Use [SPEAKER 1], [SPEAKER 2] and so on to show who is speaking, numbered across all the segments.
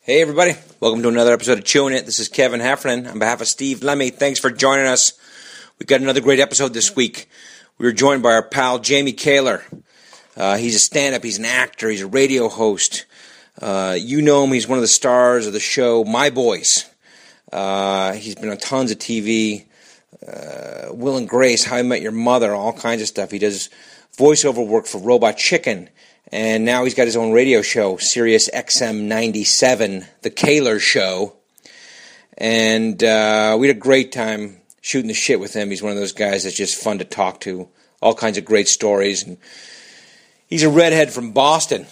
[SPEAKER 1] Hey, everybody. Welcome to another episode of Chewing It. This is Kevin Heffernan on behalf of Steve Lemmy. Thanks for joining us. We've got another great episode this week. We were joined by our pal Jamie Kaler. Uh, he's a stand up, he's an actor, he's a radio host. Uh, you know him, he's one of the stars of the show My Boys. Uh, he's been on tons of TV. Uh, Will and Grace, How I Met Your Mother, all kinds of stuff. He does voiceover work for Robot Chicken, and now he's got his own radio show, Sirius XM 97, The Kaler Show. And uh, we had a great time shooting the shit with him. He's one of those guys that's just fun to talk to, all kinds of great stories. And he's a redhead from Boston.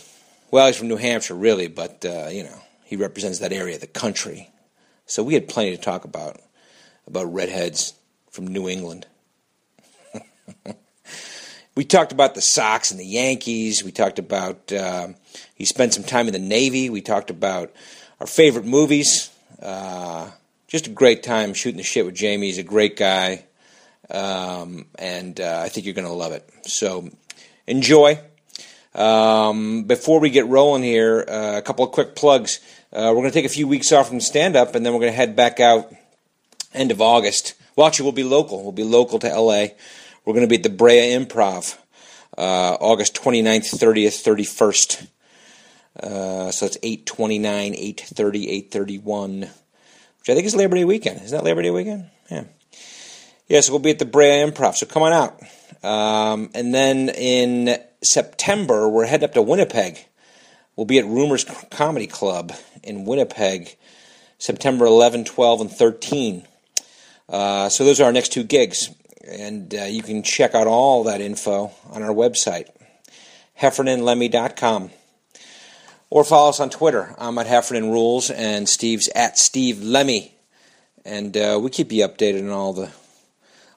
[SPEAKER 1] Well, he's from New Hampshire, really, but uh, you know he represents that area of the country. So we had plenty to talk about about redheads from New England. we talked about the Sox and the Yankees. We talked about uh, he spent some time in the Navy. We talked about our favorite movies. Uh, just a great time shooting the shit with Jamie. He's a great guy, um, and uh, I think you're going to love it. So enjoy. Um, before we get rolling here, uh, a couple of quick plugs. Uh, we're going to take a few weeks off from stand up, and then we're going to head back out end of August. Well, actually, we'll be local. We'll be local to LA. We're going to be at the Brea Improv uh, August 29th, 30th, 31st. Uh, so it's 829, 830, 831, which I think is Labor Day weekend. Isn't that Labor Day weekend? Yeah. Yeah, so we'll be at the Brea Improv. So come on out. Um, and then in September, we're heading up to Winnipeg. We'll be at Rumors Comedy Club in Winnipeg, September 11, 12, and 13. Uh, so those are our next two gigs. And uh, you can check out all that info on our website, heffernanlemmy.com. Or follow us on Twitter. I'm at Heffernan Rules, and Steve's at Steve Lemmy. And uh, we keep you updated on all the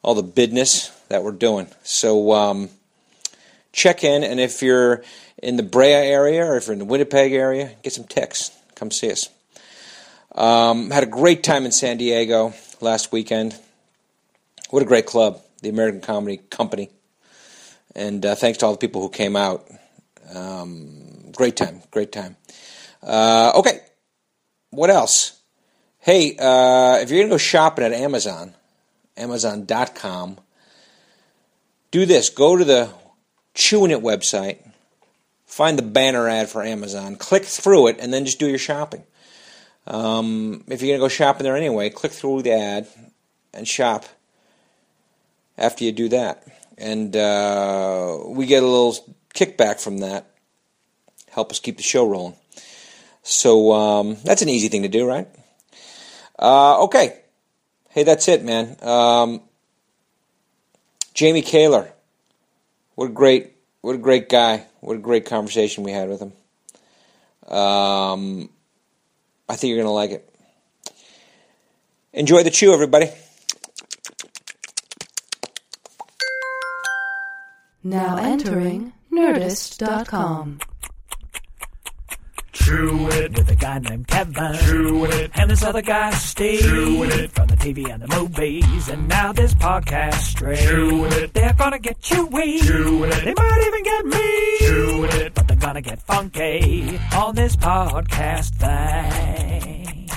[SPEAKER 1] all the business that we're doing. So um, check in, and if you're in the Brea area or if you're in the Winnipeg area, get some texts. Come see us. Um, had a great time in San Diego last weekend. What a great club, the American Comedy Company. And uh, thanks to all the people who came out. Um, great time, great time. Uh, okay, what else? Hey, uh, if you're going to go shopping at Amazon, amazon.com, do this go to the Chewing It website, find the banner ad for Amazon, click through it, and then just do your shopping if you're going to go shopping there anyway, click through the ad and shop after you do that. And uh, we get a little kickback from that. Help us keep the show rolling. So um, that's an easy thing to do, right? Uh, okay. Hey, that's it, man. Um, Jamie Kaler. What a great, what a great guy. What a great conversation we had with him. Um, I think you're going to like it. Enjoy the chew, everybody.
[SPEAKER 2] Now entering Nerdist.com.
[SPEAKER 3] Chew it
[SPEAKER 4] with a guy named Kevin.
[SPEAKER 3] Chew it.
[SPEAKER 4] And this other guy, Steve.
[SPEAKER 3] Chew it.
[SPEAKER 4] From the TV and the movies. And now this podcast straight.
[SPEAKER 3] Chew it.
[SPEAKER 4] They're gonna get chewy.
[SPEAKER 3] Chew it.
[SPEAKER 4] They might even get me.
[SPEAKER 3] Chew it.
[SPEAKER 4] But they're gonna get funky on this podcast thing.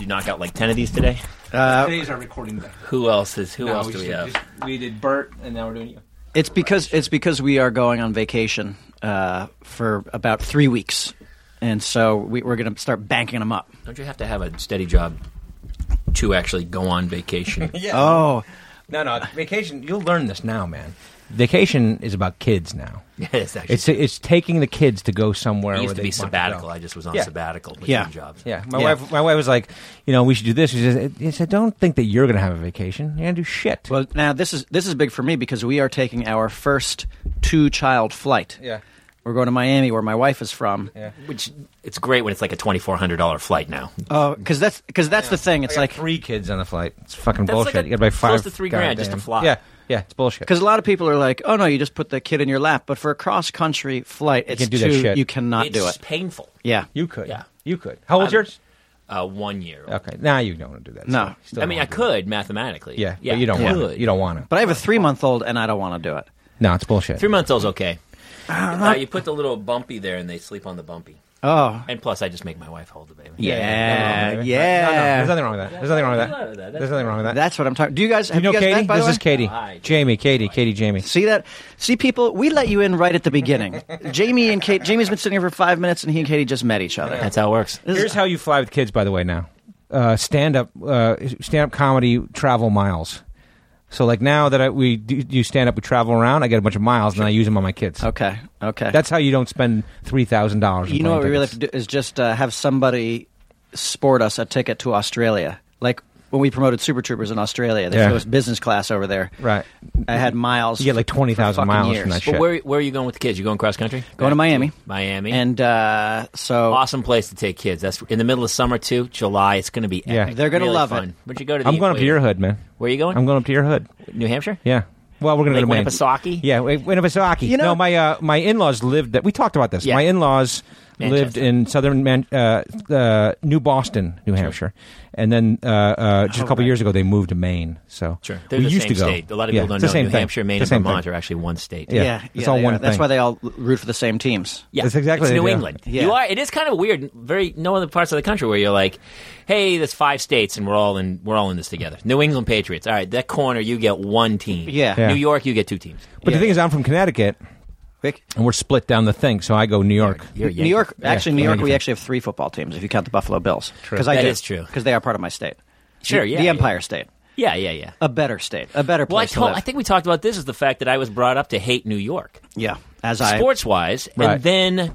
[SPEAKER 5] you knock out like 10 of these today
[SPEAKER 1] Uh,
[SPEAKER 6] Today's our recording day.
[SPEAKER 5] who else is who
[SPEAKER 6] No,
[SPEAKER 5] else do we
[SPEAKER 6] should
[SPEAKER 5] have
[SPEAKER 6] just- we did Bert, and now we're doing you.
[SPEAKER 7] It's because it's because we are going on vacation uh, for about three weeks, and so we, we're going to start banking them up.
[SPEAKER 5] don't you have to have a steady job to actually go on vacation
[SPEAKER 7] Oh,
[SPEAKER 1] No, no, vacation. You'll learn this now, man. Vacation is about kids now.
[SPEAKER 5] it's actually
[SPEAKER 1] It's it's taking the kids to go somewhere.
[SPEAKER 5] it
[SPEAKER 1] where
[SPEAKER 5] used to
[SPEAKER 1] they
[SPEAKER 5] be
[SPEAKER 1] want go.
[SPEAKER 5] sabbatical i just was on
[SPEAKER 1] Yeah.
[SPEAKER 5] sabbatical between
[SPEAKER 7] Yeah.
[SPEAKER 5] jobs
[SPEAKER 1] Yeah, my
[SPEAKER 7] Yeah.
[SPEAKER 1] wife. My wife was like, you know, we should do this. She said, I said, don't think that you're going to have a vacation. You're going to do shit.
[SPEAKER 7] well, now this is this is big for me because we are taking our first two-child flight.
[SPEAKER 1] Yeah.
[SPEAKER 7] we're going to Miami, where my wife is from.
[SPEAKER 1] Yeah.
[SPEAKER 5] which it's great when it's like a $2400 flight now
[SPEAKER 7] Oh, because that's because that's the thing. It's
[SPEAKER 1] I got
[SPEAKER 7] like
[SPEAKER 1] three kids on the flight. It's fucking
[SPEAKER 5] That's like
[SPEAKER 1] bullshit.
[SPEAKER 5] a-
[SPEAKER 1] you got to buy five.
[SPEAKER 5] close to three grand just to
[SPEAKER 1] goddamn-
[SPEAKER 5] fly.
[SPEAKER 1] Yeah, yeah, it's bullshit.
[SPEAKER 7] because a lot of people are like, oh no, you just put the kid in your lap. But for a cross-country flight, it's
[SPEAKER 1] can't do that
[SPEAKER 7] too-
[SPEAKER 1] shit.
[SPEAKER 7] you cannot
[SPEAKER 5] it's
[SPEAKER 7] do it.
[SPEAKER 5] painful
[SPEAKER 7] Yeah,
[SPEAKER 1] you could.
[SPEAKER 5] Yeah.
[SPEAKER 1] you could. How old's
[SPEAKER 5] I'm-
[SPEAKER 1] yours?
[SPEAKER 5] uh, one year
[SPEAKER 1] Okay, now you don't want to do that.
[SPEAKER 7] No.
[SPEAKER 1] Still- still
[SPEAKER 5] i mean
[SPEAKER 1] don't
[SPEAKER 5] i
[SPEAKER 1] wanna do
[SPEAKER 5] could mathematically
[SPEAKER 1] that. Yeah,
[SPEAKER 5] yeah
[SPEAKER 1] but you don't
[SPEAKER 5] I
[SPEAKER 1] want.
[SPEAKER 5] could.
[SPEAKER 1] It. You don't want to.
[SPEAKER 7] but I have a three-month-old, and I don't want to do it.
[SPEAKER 1] No, it's bullshit. Uh-huh.
[SPEAKER 5] three months old's okay uh, you put the little bumpy there and they sleep on the bumpy
[SPEAKER 7] Oh,
[SPEAKER 5] And plus, I just make my wife hold the baby.
[SPEAKER 7] yeah, yeah.
[SPEAKER 1] There's nothing wrong with that. There's nothing wrong with
[SPEAKER 5] Nothing wrong
[SPEAKER 1] that.
[SPEAKER 5] with that.
[SPEAKER 1] There's nothing wrong with that.
[SPEAKER 7] That's what I'm talking. Do you guys have
[SPEAKER 1] You know
[SPEAKER 7] guys
[SPEAKER 1] Katie?
[SPEAKER 7] met, by the
[SPEAKER 1] This
[SPEAKER 7] way?
[SPEAKER 1] is Katie.
[SPEAKER 5] Hi.
[SPEAKER 1] Jamie, Katie, Katie, Jamie.
[SPEAKER 7] See that? See people, we let you in right at the beginning. Jamie and Kate. Jamie's been sitting here for five minutes, and he and Katie just met each other.
[SPEAKER 5] That's how it works.
[SPEAKER 1] Here's how you fly with kids, by the way. Now, uh, stand up, uh, stand up comedy travel miles. So, like now that I, we do, do stand up, we travel around. I get a bunch of miles, and I use them on my kids.
[SPEAKER 7] Okay, okay.
[SPEAKER 1] That's how you don't spend three thousand dollars.
[SPEAKER 7] you know what we really have to do is just uh, have somebody sport us a ticket to Australia, like. When we promoted Super Troopers in Australia, they
[SPEAKER 1] Yeah.
[SPEAKER 7] showed us business class over there.
[SPEAKER 1] Right.
[SPEAKER 7] I had miles.
[SPEAKER 1] You get like
[SPEAKER 7] for
[SPEAKER 1] twenty thousand
[SPEAKER 7] fucking
[SPEAKER 1] miles
[SPEAKER 7] years.
[SPEAKER 1] from that shit.
[SPEAKER 5] But where, where are you going with the kids? You going cross country?
[SPEAKER 7] Going to
[SPEAKER 5] Back
[SPEAKER 7] Miami.
[SPEAKER 5] Miami.
[SPEAKER 7] And uh, so
[SPEAKER 5] awesome place to take kids. That's in the middle of summer too. July. It's going to be
[SPEAKER 1] Yeah.
[SPEAKER 5] epic.
[SPEAKER 7] They're gonna
[SPEAKER 5] Really
[SPEAKER 7] love
[SPEAKER 5] fun.
[SPEAKER 7] it.
[SPEAKER 5] Where'd you go to? The
[SPEAKER 1] I'm going up to
[SPEAKER 5] equator?
[SPEAKER 1] your hood, man.
[SPEAKER 5] Where are you going?
[SPEAKER 1] I'm going up to your hood.
[SPEAKER 5] New Hampshire.
[SPEAKER 1] Yeah. Well, we're going
[SPEAKER 5] Like
[SPEAKER 1] to Maine.
[SPEAKER 5] Winnipesaukee?
[SPEAKER 1] Yeah, Win- Winnipesaukee.
[SPEAKER 7] You know-
[SPEAKER 1] no, my uh, my in laws lived. That we talked about this.
[SPEAKER 5] Yeah.
[SPEAKER 1] My in laws lived
[SPEAKER 5] Manchester.
[SPEAKER 1] in southern Man- uh, uh, New Boston, New Hampshire, and then uh, uh, just a couple years ago they moved to Maine. So
[SPEAKER 5] Sure. They're
[SPEAKER 1] we
[SPEAKER 5] the
[SPEAKER 1] used
[SPEAKER 5] same
[SPEAKER 1] to go.
[SPEAKER 5] state. A lot of
[SPEAKER 1] Yeah,
[SPEAKER 5] people don't
[SPEAKER 1] it's the
[SPEAKER 5] know
[SPEAKER 1] same
[SPEAKER 5] New
[SPEAKER 1] thing.
[SPEAKER 5] Hampshire,
[SPEAKER 1] It's
[SPEAKER 5] Maine,
[SPEAKER 1] the
[SPEAKER 5] and
[SPEAKER 1] same
[SPEAKER 5] Vermont
[SPEAKER 1] thing.
[SPEAKER 5] are actually one state.
[SPEAKER 1] Yeah.
[SPEAKER 7] yeah,
[SPEAKER 1] It's
[SPEAKER 7] yeah,
[SPEAKER 1] all
[SPEAKER 7] they
[SPEAKER 1] one
[SPEAKER 7] are. That's
[SPEAKER 1] thing.
[SPEAKER 7] why they all root for the same teams.
[SPEAKER 5] Yeah,
[SPEAKER 1] That's exactly
[SPEAKER 5] it's
[SPEAKER 1] the
[SPEAKER 5] New
[SPEAKER 1] idea.
[SPEAKER 5] England.
[SPEAKER 7] Yeah.
[SPEAKER 5] You are. It is kind of weird. Very no other parts of the country where you're like, hey, there's five states and we're all in. We're all in this together. New England Patriots. All right, that corner you get one team.
[SPEAKER 7] Yeah. Yeah.
[SPEAKER 5] New York, you get two teams.
[SPEAKER 1] But
[SPEAKER 7] Yeah.
[SPEAKER 1] the thing is, I'm from Connecticut,
[SPEAKER 7] Quick.
[SPEAKER 1] and we're split down the thing. So I go New York.
[SPEAKER 5] You're a
[SPEAKER 7] New
[SPEAKER 5] Yankee.
[SPEAKER 7] York, actually,
[SPEAKER 1] Yeah,
[SPEAKER 7] New York,
[SPEAKER 1] Yankee
[SPEAKER 7] we
[SPEAKER 1] fan.
[SPEAKER 7] actually have three football teams if you count the Buffalo Bills. True.
[SPEAKER 5] That is true.
[SPEAKER 7] Because they are part of my state.
[SPEAKER 5] Sure,
[SPEAKER 7] The-
[SPEAKER 5] yeah,
[SPEAKER 7] The
[SPEAKER 5] yeah.
[SPEAKER 7] Empire State.
[SPEAKER 5] Yeah, yeah, yeah.
[SPEAKER 7] A better state. A better
[SPEAKER 5] Well, I,
[SPEAKER 7] Uh, place
[SPEAKER 5] told,
[SPEAKER 7] to live.
[SPEAKER 5] I think we talked about this is the fact that I was brought up to hate New York,
[SPEAKER 7] yeah. As I.
[SPEAKER 5] sports wise,
[SPEAKER 1] Right.
[SPEAKER 5] and then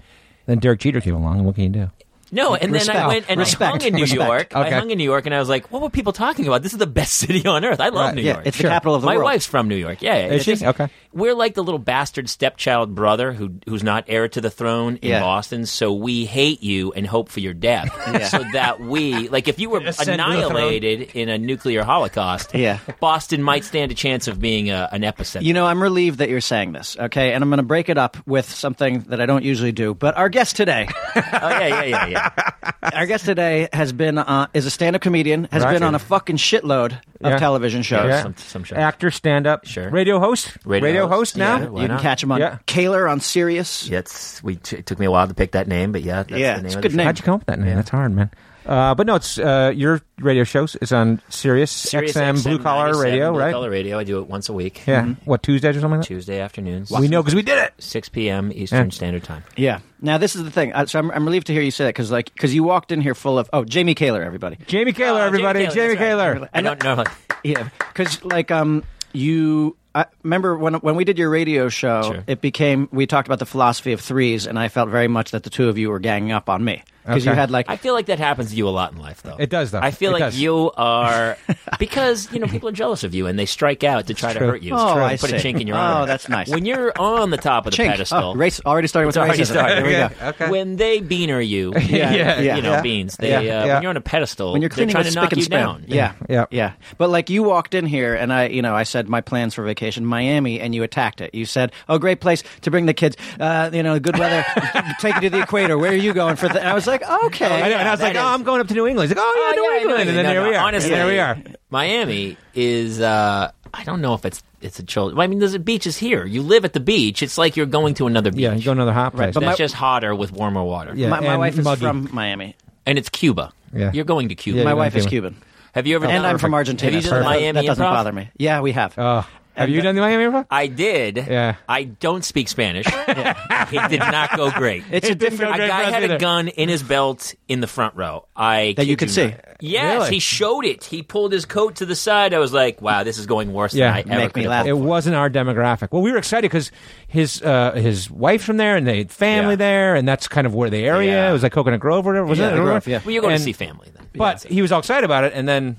[SPEAKER 1] Then Derek Jeter came along, and what can you do?
[SPEAKER 5] no, and then I
[SPEAKER 7] Respect.
[SPEAKER 5] went and I
[SPEAKER 7] Respect.
[SPEAKER 5] hung in New
[SPEAKER 7] Respect.
[SPEAKER 5] York.
[SPEAKER 1] Okay.
[SPEAKER 5] I hung in New York, and I was like, what were people talking about? This is the best city on earth. I love
[SPEAKER 1] Right.
[SPEAKER 5] New
[SPEAKER 7] Yeah,
[SPEAKER 5] York.
[SPEAKER 7] it's
[SPEAKER 1] Sure.
[SPEAKER 7] the capital of the
[SPEAKER 5] My
[SPEAKER 7] world.
[SPEAKER 5] wife's from New York. Yeah, yeah.
[SPEAKER 1] Is she?
[SPEAKER 5] It's-
[SPEAKER 1] Okay.
[SPEAKER 5] We're like the little bastard stepchild brother who who's not heir to the throne in
[SPEAKER 7] Yeah.
[SPEAKER 5] Boston. So we hate you and hope for your death, so that we like if you were
[SPEAKER 1] Ascend to the throne.
[SPEAKER 5] annihilated in a nuclear holocaust,
[SPEAKER 7] Yeah.
[SPEAKER 5] Boston might stand a chance of being a, an epicenter.
[SPEAKER 7] You know, I'm relieved that you're saying this, okay? And I'm going to break it up with something that I don't usually do. But our guest today,
[SPEAKER 5] oh yeah, yeah, yeah, yeah.
[SPEAKER 7] our guest today has been, uh, is a stand up comedian, has
[SPEAKER 1] Right.
[SPEAKER 7] been on a fucking shitload of
[SPEAKER 1] Yeah.
[SPEAKER 7] television shows.
[SPEAKER 1] Yeah.
[SPEAKER 5] Oh, Some, some shows.
[SPEAKER 1] Actor, stand up,
[SPEAKER 5] Sure.
[SPEAKER 1] radio host,
[SPEAKER 5] Radio
[SPEAKER 1] host,
[SPEAKER 5] host,
[SPEAKER 1] now.
[SPEAKER 5] yeah. Why
[SPEAKER 7] you can
[SPEAKER 5] not?
[SPEAKER 7] catch him on
[SPEAKER 1] Yeah.
[SPEAKER 7] Kaler on Sirius.
[SPEAKER 5] Yeah, it's, we t- it took me a while to pick that name, but yeah, that's
[SPEAKER 7] Yeah,
[SPEAKER 5] the name
[SPEAKER 7] it's
[SPEAKER 5] of
[SPEAKER 7] good
[SPEAKER 5] the
[SPEAKER 7] name.
[SPEAKER 1] How'd you come up with that name? That's hard, man. Uh, but no, it's uh, your radio shows. It's on Sirius,
[SPEAKER 5] Sirius
[SPEAKER 1] XM, Blue Collar
[SPEAKER 5] 97,
[SPEAKER 1] Radio,
[SPEAKER 5] Blue
[SPEAKER 1] right?
[SPEAKER 5] Collar Mm-hmm. Radio. I do it once a week.
[SPEAKER 1] Yeah. What Tuesdays or something like that?
[SPEAKER 5] Tuesday afternoons.
[SPEAKER 1] We know because we did it.
[SPEAKER 5] 6 p.m. Eastern
[SPEAKER 1] Yeah.
[SPEAKER 5] Standard Time.
[SPEAKER 7] Yeah. Now this is the thing. Uh, So I'm, I'm relieved to hear you say that because like because you walked in here full of oh Jamie Kaler everybody. uh,
[SPEAKER 1] Jamie Kaler,
[SPEAKER 5] Oh,
[SPEAKER 1] everybody. Jamie
[SPEAKER 5] Jamie Kaler,
[SPEAKER 1] Kaler.
[SPEAKER 5] I don't know.
[SPEAKER 7] Yeah. Because like um you I remember when when we did your radio show
[SPEAKER 5] Sure.
[SPEAKER 7] it became we talked about the philosophy of threes and I felt very much that the two of you were ganging up on me because you
[SPEAKER 1] Okay.
[SPEAKER 7] had like
[SPEAKER 5] I feel like that happens to you a lot in life, though.
[SPEAKER 1] It does, though.
[SPEAKER 5] I feel
[SPEAKER 1] It
[SPEAKER 5] like
[SPEAKER 1] does.
[SPEAKER 5] you are because you know people are jealous of you and they strike out to try to hurt you.
[SPEAKER 7] Oh,
[SPEAKER 5] Try to
[SPEAKER 7] I
[SPEAKER 5] put a
[SPEAKER 7] see.
[SPEAKER 5] chink in your
[SPEAKER 7] Oh,
[SPEAKER 5] armor.
[SPEAKER 7] that's nice.
[SPEAKER 5] When you're on the top of the
[SPEAKER 7] chink.
[SPEAKER 5] pedestal,
[SPEAKER 7] Oh, race already starting with
[SPEAKER 5] It's already
[SPEAKER 7] racism.
[SPEAKER 5] started.
[SPEAKER 7] There we go.
[SPEAKER 5] When they beaner you,
[SPEAKER 7] Yeah,
[SPEAKER 5] yeah,
[SPEAKER 7] yeah,
[SPEAKER 5] you know,
[SPEAKER 7] yeah.
[SPEAKER 5] beans. They,
[SPEAKER 1] Yeah,
[SPEAKER 5] uh,
[SPEAKER 1] yeah.
[SPEAKER 5] When you're on a pedestal,
[SPEAKER 7] when you're
[SPEAKER 5] they're
[SPEAKER 7] cleaning
[SPEAKER 5] trying
[SPEAKER 7] with
[SPEAKER 5] to
[SPEAKER 7] spick
[SPEAKER 5] knock
[SPEAKER 7] and
[SPEAKER 5] you
[SPEAKER 7] span.
[SPEAKER 5] down.
[SPEAKER 7] Yeah.
[SPEAKER 1] Yeah.
[SPEAKER 7] Yeah. But like you walked in here and I, you know, I said my plans for vacation Miami and you attacked it. You said, "Oh, great place to bring the kids. Uh, you know, good weather. Take it to the equator. Where are you going for the And I was like, "Okay."
[SPEAKER 1] I know, and I was
[SPEAKER 5] that
[SPEAKER 1] like,
[SPEAKER 5] is-
[SPEAKER 1] oh, I'm going up to New England. He's like, oh, yeah, New
[SPEAKER 5] I know
[SPEAKER 1] England.
[SPEAKER 5] you
[SPEAKER 1] And
[SPEAKER 5] mean.
[SPEAKER 1] then
[SPEAKER 5] Uh, No,
[SPEAKER 1] there
[SPEAKER 5] no,
[SPEAKER 1] we are.
[SPEAKER 5] Honestly,
[SPEAKER 1] there we are.
[SPEAKER 5] Miami is. Uh, I don't know if it's it's a child. I mean, there's a beach is here. You live at the beach. It's like you're going to another beach.
[SPEAKER 1] Yeah, you go another hot place.
[SPEAKER 5] That's just hotter with warmer water.
[SPEAKER 1] Yeah.
[SPEAKER 7] my, my
[SPEAKER 1] and
[SPEAKER 7] wife is
[SPEAKER 1] muggy.
[SPEAKER 7] from Miami.
[SPEAKER 5] and it's Cuba.
[SPEAKER 1] Yeah.
[SPEAKER 5] you're going to Cuba.
[SPEAKER 1] Yeah,
[SPEAKER 7] My
[SPEAKER 1] you're
[SPEAKER 7] wife
[SPEAKER 1] going
[SPEAKER 7] is
[SPEAKER 1] to
[SPEAKER 7] Cuban.
[SPEAKER 5] have you ever?
[SPEAKER 7] and
[SPEAKER 5] done
[SPEAKER 7] I'm from
[SPEAKER 5] Perfect.
[SPEAKER 7] Argentina.
[SPEAKER 5] Have you
[SPEAKER 7] so
[SPEAKER 5] done
[SPEAKER 7] that-
[SPEAKER 5] Miami?
[SPEAKER 7] That doesn't
[SPEAKER 5] improv?
[SPEAKER 7] bother me. Yeah, we have.
[SPEAKER 1] Oh. have you done the Miami Improv?
[SPEAKER 5] I did.
[SPEAKER 1] Yeah.
[SPEAKER 5] I don't speak Spanish. it did not go great.
[SPEAKER 7] it's a
[SPEAKER 1] It didn't
[SPEAKER 7] different
[SPEAKER 1] go
[SPEAKER 5] a
[SPEAKER 1] great for
[SPEAKER 5] guy
[SPEAKER 1] us
[SPEAKER 5] had
[SPEAKER 1] either.
[SPEAKER 5] a gun in his belt in the front row. I
[SPEAKER 7] that you
[SPEAKER 5] kid
[SPEAKER 7] could see.
[SPEAKER 5] not. Yes,
[SPEAKER 1] Really?
[SPEAKER 5] he showed it. He pulled his coat to the side. I was like, "Wow, this is going worse
[SPEAKER 1] Yeah.
[SPEAKER 5] than I ever
[SPEAKER 7] Make me
[SPEAKER 5] could have
[SPEAKER 7] laugh.
[SPEAKER 1] It
[SPEAKER 5] hoped for.
[SPEAKER 1] wasn't our demographic. Well, we were excited because his uh, his wife's from there and they had family
[SPEAKER 5] Yeah.
[SPEAKER 1] there, and that's kind of where the area
[SPEAKER 5] Yeah.
[SPEAKER 1] it was like Coconut Grove or whatever. Wasn't
[SPEAKER 7] Yeah,
[SPEAKER 1] it?
[SPEAKER 7] Grove, yeah.
[SPEAKER 5] Well, you're going
[SPEAKER 1] And-
[SPEAKER 5] to see family then.
[SPEAKER 1] But he was all excited about it, and then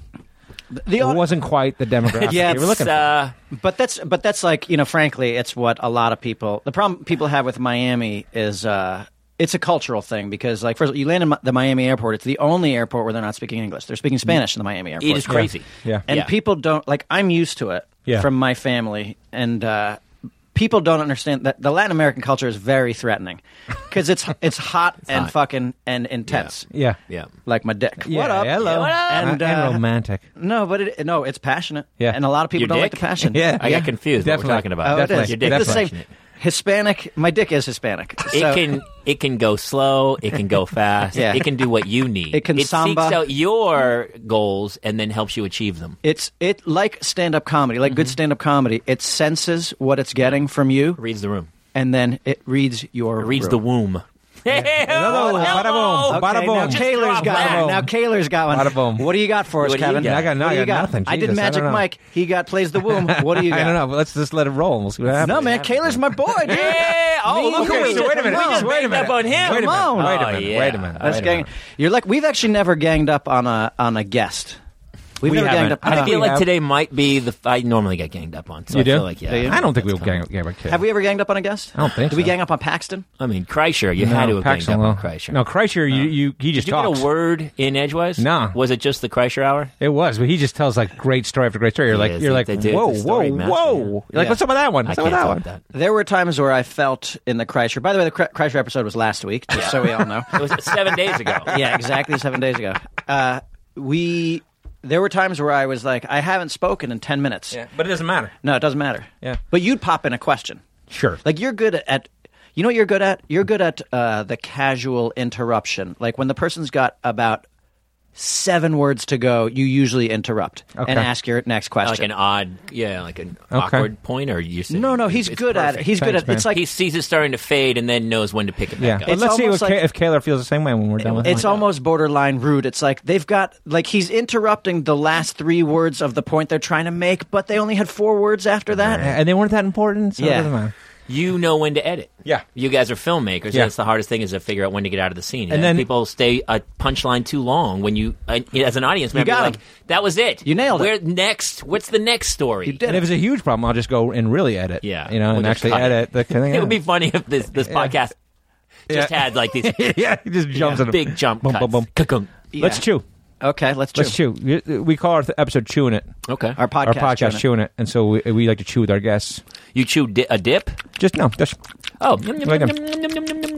[SPEAKER 7] The,
[SPEAKER 1] it wasn't quite the demographic
[SPEAKER 7] Yeah,
[SPEAKER 1] we were looking
[SPEAKER 5] It's, uh,
[SPEAKER 7] But that's but that's like you know, frankly, it's what a lot of people. The problem people have with Miami is uh, it's a cultural thing because like first of all, you land in Mi- the Miami airport, it's the only airport where they're not speaking English. They're speaking Spanish in the Miami airport.
[SPEAKER 5] it is crazy.
[SPEAKER 1] Yeah.
[SPEAKER 7] and
[SPEAKER 5] Yeah.
[SPEAKER 7] people don't like. I'm used to it
[SPEAKER 1] Yeah.
[SPEAKER 7] from my family, and uh, people don't understand that the Latin American culture is very threatening because it's it's hot and
[SPEAKER 5] hot.
[SPEAKER 7] fucking and intense.
[SPEAKER 1] for. Yeah.
[SPEAKER 5] Yeah.
[SPEAKER 7] Like my dick.
[SPEAKER 1] Yeah,
[SPEAKER 7] What up?
[SPEAKER 1] Hello.
[SPEAKER 5] What up?
[SPEAKER 1] And,
[SPEAKER 7] And, uh,
[SPEAKER 1] romantic.
[SPEAKER 7] No, but it, no, it's passionate.
[SPEAKER 1] Yeah.
[SPEAKER 7] and a lot of people
[SPEAKER 5] Your
[SPEAKER 7] don't like the
[SPEAKER 5] dick?
[SPEAKER 7] passion.
[SPEAKER 1] Yeah.
[SPEAKER 5] I got confused. What we're
[SPEAKER 1] Definitely.
[SPEAKER 5] talking about?
[SPEAKER 7] Oh, it
[SPEAKER 1] Definitely.
[SPEAKER 7] is.
[SPEAKER 5] Your dick
[SPEAKER 7] It's
[SPEAKER 5] is
[SPEAKER 7] the same.
[SPEAKER 5] passionate.
[SPEAKER 7] Hispanic. My dick is Hispanic.
[SPEAKER 5] It
[SPEAKER 7] so-
[SPEAKER 5] can it can go slow. It can go fast.
[SPEAKER 7] Yeah.
[SPEAKER 5] It can do what you need.
[SPEAKER 7] It can samba.
[SPEAKER 5] seeks out your goals and then helps you achieve them.
[SPEAKER 7] It's it like stand up comedy, like
[SPEAKER 1] Mm-hmm.
[SPEAKER 7] good stand up comedy. It senses what it's getting from you,
[SPEAKER 5] Reads the room.
[SPEAKER 7] and then it reads your
[SPEAKER 5] It reads
[SPEAKER 7] room.
[SPEAKER 5] the womb.
[SPEAKER 1] Hello,
[SPEAKER 5] oh, Hello.
[SPEAKER 1] bada boom,
[SPEAKER 7] Okay,
[SPEAKER 1] bada
[SPEAKER 7] now
[SPEAKER 1] boom.
[SPEAKER 5] Just
[SPEAKER 7] Kaler's
[SPEAKER 5] drop
[SPEAKER 7] got
[SPEAKER 5] that.
[SPEAKER 7] one. Now Kaler's got one.
[SPEAKER 1] Bada boom.
[SPEAKER 7] What do you got for us,
[SPEAKER 5] What do you
[SPEAKER 7] Kevin?
[SPEAKER 5] got? I
[SPEAKER 1] got- no,
[SPEAKER 7] What do
[SPEAKER 1] I
[SPEAKER 7] you
[SPEAKER 1] got nothing.
[SPEAKER 7] I did
[SPEAKER 1] Jesus, I
[SPEAKER 7] Magic
[SPEAKER 1] don't know.
[SPEAKER 7] Mike. He got plays the womb. What do you got?
[SPEAKER 1] I don't know. but Let's just let it roll. and We'll see what happens.
[SPEAKER 7] No man, Kaler's my boy, dude.
[SPEAKER 5] Yeah. Oh,
[SPEAKER 7] Me
[SPEAKER 5] look who
[SPEAKER 7] too.
[SPEAKER 5] we just-
[SPEAKER 7] Wait a minute.
[SPEAKER 5] we just
[SPEAKER 1] Wait a
[SPEAKER 5] ganged up
[SPEAKER 1] minute.
[SPEAKER 5] on him.
[SPEAKER 1] Wait a minute.
[SPEAKER 7] Come on.
[SPEAKER 1] Wait a
[SPEAKER 5] Oh,
[SPEAKER 1] minute.
[SPEAKER 5] yeah.
[SPEAKER 1] Wait a minute.
[SPEAKER 7] Let's
[SPEAKER 1] wait a
[SPEAKER 7] gang.
[SPEAKER 1] minute.
[SPEAKER 7] You're like we've actually never ganged up on a on a guest. We've
[SPEAKER 1] We
[SPEAKER 7] never ganged
[SPEAKER 1] haven't.
[SPEAKER 7] up.
[SPEAKER 1] I
[SPEAKER 5] I
[SPEAKER 7] no.
[SPEAKER 5] feel
[SPEAKER 1] We
[SPEAKER 5] like
[SPEAKER 1] have-
[SPEAKER 5] today might be the f- I normally get ganged up on. So
[SPEAKER 1] You
[SPEAKER 5] I
[SPEAKER 1] do?
[SPEAKER 5] feel like yeah.
[SPEAKER 1] I don't think we've
[SPEAKER 5] that's
[SPEAKER 1] gang,
[SPEAKER 5] fine.
[SPEAKER 1] gang up kids.
[SPEAKER 7] Have we ever ganged up on a guest?
[SPEAKER 1] I don't think
[SPEAKER 7] Did we
[SPEAKER 1] so.
[SPEAKER 7] gang up on Paxton?
[SPEAKER 5] I mean, Kreischer, you
[SPEAKER 1] no,
[SPEAKER 5] had to have
[SPEAKER 1] Paxton
[SPEAKER 5] ganged up on
[SPEAKER 1] will.
[SPEAKER 5] Kreischer.
[SPEAKER 1] No, Kreischer, you, you, he
[SPEAKER 5] Did
[SPEAKER 1] just
[SPEAKER 5] you
[SPEAKER 1] talks.
[SPEAKER 5] get a word in edgewise?
[SPEAKER 1] Nah.
[SPEAKER 5] Was it just the Kreischer hour?
[SPEAKER 1] It was, but he just tells like great story after great story. You're
[SPEAKER 5] He
[SPEAKER 1] like,
[SPEAKER 5] is.
[SPEAKER 1] you're
[SPEAKER 5] He-
[SPEAKER 1] like,
[SPEAKER 5] the dude-
[SPEAKER 1] whoa, whoa,
[SPEAKER 5] the story master,
[SPEAKER 1] whoa.
[SPEAKER 7] yeah.
[SPEAKER 1] You're like, what's up with that one?
[SPEAKER 5] I
[SPEAKER 1] What's up
[SPEAKER 5] can't
[SPEAKER 1] with that
[SPEAKER 5] top
[SPEAKER 1] one?
[SPEAKER 5] that.
[SPEAKER 7] There were times where I felt in the Kreischer. By the way, the Kre- Kreischer episode was last week, just so we all know.
[SPEAKER 5] It was seven days ago.
[SPEAKER 7] yeah, exactly seven days ago. Uh, we there were times where I was like, I haven't spoken in ten minutes.
[SPEAKER 1] but it doesn't matter.
[SPEAKER 7] No, it doesn't matter.
[SPEAKER 1] Yeah.
[SPEAKER 7] but you'd pop in a question.
[SPEAKER 1] Sure.
[SPEAKER 7] Like you're good at, at you know what you're good at? You're good at uh, the casual interruption. Like when the person's got about seven words to go, you usually interrupt
[SPEAKER 1] Okay.
[SPEAKER 7] and ask your next question.
[SPEAKER 5] Like an odd, yeah, like an awkward point, or you say
[SPEAKER 7] no, no, he's
[SPEAKER 5] it's
[SPEAKER 7] good at it.
[SPEAKER 5] perfect.
[SPEAKER 7] He's good
[SPEAKER 1] Thanks,
[SPEAKER 7] at
[SPEAKER 1] man.
[SPEAKER 7] it's like
[SPEAKER 5] he sees it starting to fade and then knows when to pick it
[SPEAKER 1] yeah.
[SPEAKER 5] back
[SPEAKER 1] But
[SPEAKER 5] up.
[SPEAKER 7] It's
[SPEAKER 1] let's see
[SPEAKER 7] almost
[SPEAKER 1] what Ka-
[SPEAKER 7] like-
[SPEAKER 1] if Kaler feels the same way when we're done with
[SPEAKER 7] It's
[SPEAKER 1] it.
[SPEAKER 7] almost borderline rude. It's like they've got like he's interrupting the last three words of the point they're trying to make, but they only had four words after that.
[SPEAKER 1] And they weren't that important, so it
[SPEAKER 7] Yeah.
[SPEAKER 1] doesn't matter.
[SPEAKER 5] You know when to edit.
[SPEAKER 1] Yeah.
[SPEAKER 5] you guys are filmmakers. and
[SPEAKER 1] Yeah.
[SPEAKER 5] That's the hardest thing is to figure out when to get out of the scene. And,
[SPEAKER 1] then-
[SPEAKER 5] people stay a punchline too long when you, uh, as an audience member,
[SPEAKER 7] got
[SPEAKER 5] you're
[SPEAKER 7] him.
[SPEAKER 5] like that was it.
[SPEAKER 7] You nailed it.
[SPEAKER 5] Where next? What's the next story?
[SPEAKER 7] You did
[SPEAKER 1] And if
[SPEAKER 7] it.
[SPEAKER 1] it's a huge problem, I'll just go and really edit.
[SPEAKER 5] Yeah,
[SPEAKER 1] You know,
[SPEAKER 5] We'll
[SPEAKER 1] and
[SPEAKER 5] just
[SPEAKER 1] actually
[SPEAKER 5] cut it.
[SPEAKER 1] edit the thing.
[SPEAKER 5] It would be funny if this this podcast just
[SPEAKER 1] Yeah.
[SPEAKER 5] had like these
[SPEAKER 1] yeah, he just jumps in a
[SPEAKER 5] big jump
[SPEAKER 1] Boom,
[SPEAKER 5] cuts.
[SPEAKER 1] boom, boom.
[SPEAKER 5] Ka-kunk.
[SPEAKER 1] Let's
[SPEAKER 7] Yeah.
[SPEAKER 1] chew.
[SPEAKER 7] Okay, let's chew.
[SPEAKER 1] Let's chew. We- We call our th- episode "Chewing It."
[SPEAKER 5] Okay,
[SPEAKER 7] Our podcast.
[SPEAKER 1] our podcast
[SPEAKER 7] Jonah.
[SPEAKER 1] "Chewing It," and so we, we like to chew with our guests.
[SPEAKER 5] you chew di- a dip.
[SPEAKER 1] Just no, just
[SPEAKER 5] Oh,
[SPEAKER 1] Like a-